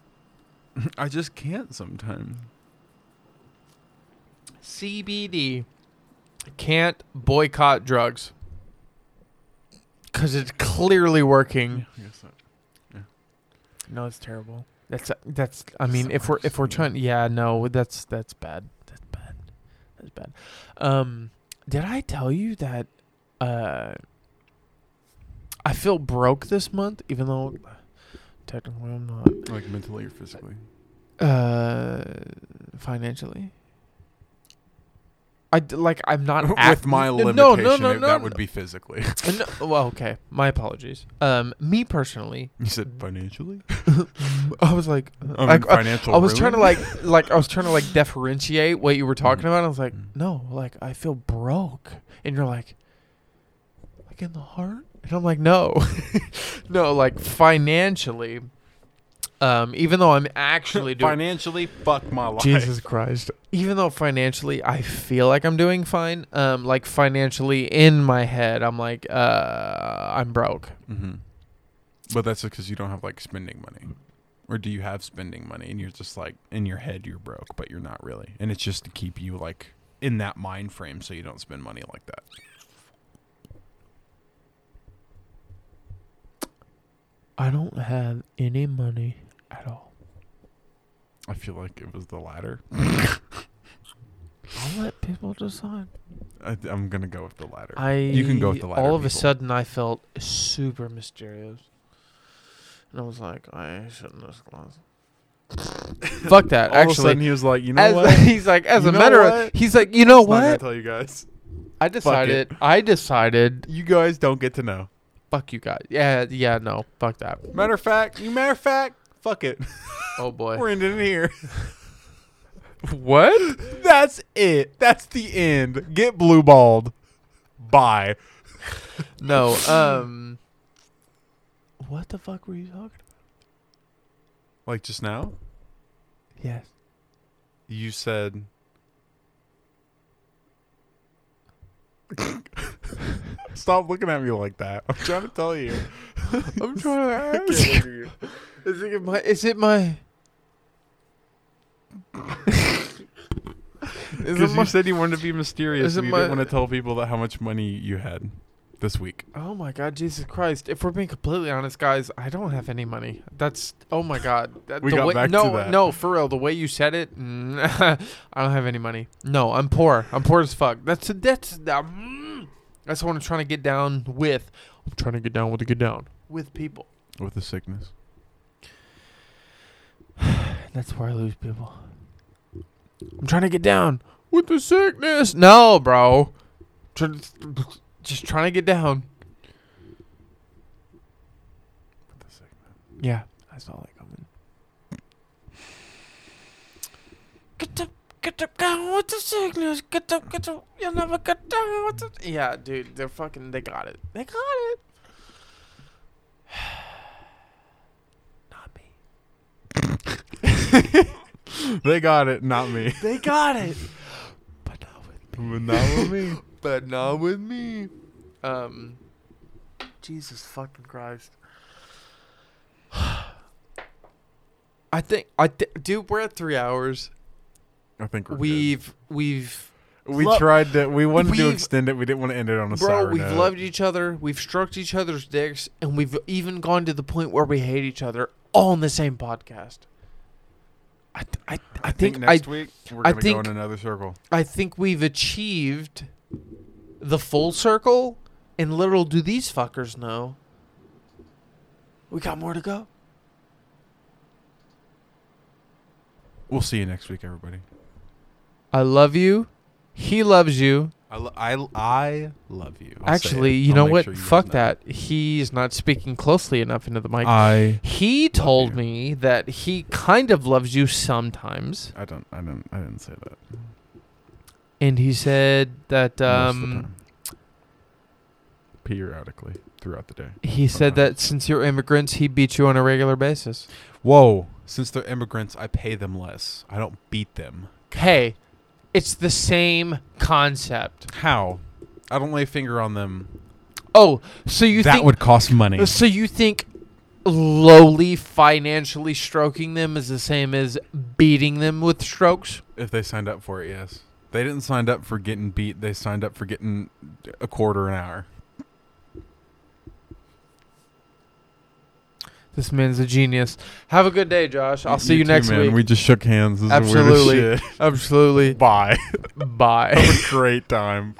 [SPEAKER 6] I just can't sometimes.
[SPEAKER 3] CBD can't boycott drugs because it's clearly working.
[SPEAKER 6] I guess so.
[SPEAKER 3] No, it's terrible. That's that's. I
[SPEAKER 6] Just
[SPEAKER 3] mean,
[SPEAKER 6] the
[SPEAKER 3] if we're if we're
[SPEAKER 6] worst, yeah.
[SPEAKER 3] trying, yeah, no, that's that's bad. That's bad. That's bad. Um, did I tell you that? Uh, I feel broke this month, even though technically I'm not.
[SPEAKER 6] Like mentally or physically.
[SPEAKER 3] Uh, financially. I d- like I'm not
[SPEAKER 6] [LAUGHS] With
[SPEAKER 3] act-
[SPEAKER 6] my
[SPEAKER 3] no,
[SPEAKER 6] limitation,
[SPEAKER 3] No, no,
[SPEAKER 6] it-
[SPEAKER 3] no,
[SPEAKER 6] that
[SPEAKER 3] no,
[SPEAKER 6] would be physically.
[SPEAKER 3] No, well, okay. My apologies. Um, me
[SPEAKER 6] [LAUGHS]
[SPEAKER 3] personally,
[SPEAKER 6] [LAUGHS] You said financially.
[SPEAKER 3] I was like,
[SPEAKER 6] I mean,
[SPEAKER 3] I- I-
[SPEAKER 6] financial.
[SPEAKER 3] I was trying
[SPEAKER 6] ruin?
[SPEAKER 3] to like like I was trying to
[SPEAKER 6] [LAUGHS]
[SPEAKER 3] like differentiate what you were talking about. I was like,
[SPEAKER 6] Mm.
[SPEAKER 3] no, like I feel broke, and you're like, like in the heart, and I'm like, no, [LAUGHS] no, like financially, um, even though I'm actually
[SPEAKER 6] [LAUGHS]
[SPEAKER 3] doing
[SPEAKER 6] financially. Fuck my
[SPEAKER 3] [LAUGHS]
[SPEAKER 6] life.
[SPEAKER 3] Jesus Christ, even though financially I feel like I'm doing fine, um, like financially in my head, I'm like, uh, I'm broke.
[SPEAKER 6] hmm But that's because you don't have like spending money, or do you have spending money and you're just like in your head you're broke, but you're not really, and it's just to keep you like in that mind frame so you don't spend money like that.
[SPEAKER 3] I don't have any money at all.
[SPEAKER 6] I feel like it was the [LAUGHS] latter.
[SPEAKER 3] I'll let people decide.
[SPEAKER 6] I, th- I'm gonna go with the latter.
[SPEAKER 3] I
[SPEAKER 6] You can go with the latter,
[SPEAKER 3] All of a
[SPEAKER 6] people.
[SPEAKER 3] sudden, I felt super mysterious, and I was like,
[SPEAKER 6] [LAUGHS]
[SPEAKER 3] I shouldn't disclose. Fuck that.
[SPEAKER 6] All of a
[SPEAKER 3] actually,
[SPEAKER 6] sudden, he was like, you know
[SPEAKER 3] as, [LAUGHS]
[SPEAKER 6] what?
[SPEAKER 3] he's like, as
[SPEAKER 6] You
[SPEAKER 3] a
[SPEAKER 6] know
[SPEAKER 3] matter of,
[SPEAKER 6] what?
[SPEAKER 3] he's like, you know
[SPEAKER 6] Just not gonna
[SPEAKER 3] what?
[SPEAKER 6] tell you guys.
[SPEAKER 3] I
[SPEAKER 6] it.
[SPEAKER 3] decided. I decided.
[SPEAKER 6] You guys don't get to know.
[SPEAKER 3] fuck you guys. Yeah, yeah, no, fuck that.
[SPEAKER 6] Matter of fact, you matter of fact, fuck it.
[SPEAKER 3] Oh boy.
[SPEAKER 6] [LAUGHS] We're ending it here.
[SPEAKER 3] what?
[SPEAKER 6] That's it. That's the end. Get blue balled. Bye.
[SPEAKER 3] No. Um. What the fuck were you talking? about?
[SPEAKER 6] Like just now, [LAUGHS]
[SPEAKER 3] Yes.
[SPEAKER 6] you said [LAUGHS] Stop looking at me like that. I'm trying to tell you.
[SPEAKER 3] I'm trying [LAUGHS] to
[SPEAKER 6] [LAUGHS]
[SPEAKER 3] ask. is it my? Is it my? [LAUGHS] is it
[SPEAKER 6] Because
[SPEAKER 3] my?
[SPEAKER 6] you said you wanted to be mysterious
[SPEAKER 3] is
[SPEAKER 6] and
[SPEAKER 3] it
[SPEAKER 6] you
[SPEAKER 3] my-
[SPEAKER 6] didn't want to tell people that how much money you had this week.
[SPEAKER 3] Oh my God, Jesus Christ! If we're being completely honest, guys, I don't have any money. That's oh my
[SPEAKER 6] [LAUGHS]
[SPEAKER 3] God. That,
[SPEAKER 6] We
[SPEAKER 3] the
[SPEAKER 6] got
[SPEAKER 3] way,
[SPEAKER 6] back to
[SPEAKER 3] no,
[SPEAKER 6] that.
[SPEAKER 3] no, for real. The way you said it, [LAUGHS] mm, I don't have any money. No, I'm poor. I'm poor as fuck. That's that's um, that's what I'm trying to get down with. I'm trying to get down with the get down with people.
[SPEAKER 6] With the sickness.
[SPEAKER 3] That's where I lose people. I'm trying to get down with the sickness. No, bro. Tr- Just trying to get down.
[SPEAKER 6] the sickness.
[SPEAKER 3] Yeah, I saw that coming. Get up, get up, down with the sickness. Get up, get up. You'll never get down with the. Yeah, dude, they're fucking. They got it. They got it. [SIGHS] Not me.
[SPEAKER 6] They got it, not [LAUGHS] me.
[SPEAKER 3] They got it. [LAUGHS] but not with me.
[SPEAKER 6] not with [LAUGHS] me.
[SPEAKER 3] But not with me. Um. Jesus fucking Christ. [SIGHS] I think I thi- dude, we're at three hours.
[SPEAKER 6] I think we're
[SPEAKER 3] We've we've
[SPEAKER 6] good. we
[SPEAKER 3] lo-
[SPEAKER 6] tried to we wanted to
[SPEAKER 3] We've-
[SPEAKER 6] extend it. We didn't want to end it on a
[SPEAKER 3] bro,
[SPEAKER 6] sour
[SPEAKER 3] we've
[SPEAKER 6] note.
[SPEAKER 3] loved each other. We've stroked each other's dicks, and we've even gone to the point where we hate each other all in the same podcast. I th- I, I think I
[SPEAKER 6] next week we're
[SPEAKER 3] I
[SPEAKER 6] gonna go
[SPEAKER 3] think-
[SPEAKER 6] in another circle.
[SPEAKER 3] I think we've achieved the full circle, and little do these fuckers know. We got more to go.
[SPEAKER 6] We'll see you next week, everybody.
[SPEAKER 3] I love you. He loves you.
[SPEAKER 6] I, lo- I, I love you. I'll say
[SPEAKER 3] Actually,
[SPEAKER 6] it.
[SPEAKER 3] you
[SPEAKER 6] I'll
[SPEAKER 3] know
[SPEAKER 6] make
[SPEAKER 3] what?
[SPEAKER 6] sure you guys
[SPEAKER 3] Fuck
[SPEAKER 6] know.
[SPEAKER 3] that. He's not speaking closely enough into the mic.
[SPEAKER 6] I
[SPEAKER 3] He told
[SPEAKER 6] you.
[SPEAKER 3] me that he kind of loves you sometimes,
[SPEAKER 6] I don't I didn't I didn't say that.
[SPEAKER 3] and he said that
[SPEAKER 6] Most of the
[SPEAKER 3] um,
[SPEAKER 6] time. periodically throughout the day.
[SPEAKER 3] he said that since you're immigrants, he beats you on a regular basis.
[SPEAKER 6] Whoa! Since they're immigrants, I pay them less. I don't beat them.
[SPEAKER 3] Hey, it's the same concept.
[SPEAKER 6] How? I don't lay a finger on them.
[SPEAKER 3] Oh, so you
[SPEAKER 6] that
[SPEAKER 3] think
[SPEAKER 6] would cost money.
[SPEAKER 3] so you think lowly financially stroking them is the same as beating them with strokes?
[SPEAKER 6] If they signed up for it, yes. They didn't sign up for getting beat. They signed up for getting a quarter an hour.
[SPEAKER 3] This man's a genius. Have a good day, Josh. I'll see you,
[SPEAKER 6] too,
[SPEAKER 3] next
[SPEAKER 6] man.
[SPEAKER 3] week.
[SPEAKER 6] We just shook hands. [LAUGHS] This is the weirdest
[SPEAKER 3] Absolutely.
[SPEAKER 6] [LAUGHS] shit.
[SPEAKER 3] Absolutely.
[SPEAKER 6] Bye.
[SPEAKER 3] Bye.
[SPEAKER 6] Have a great time.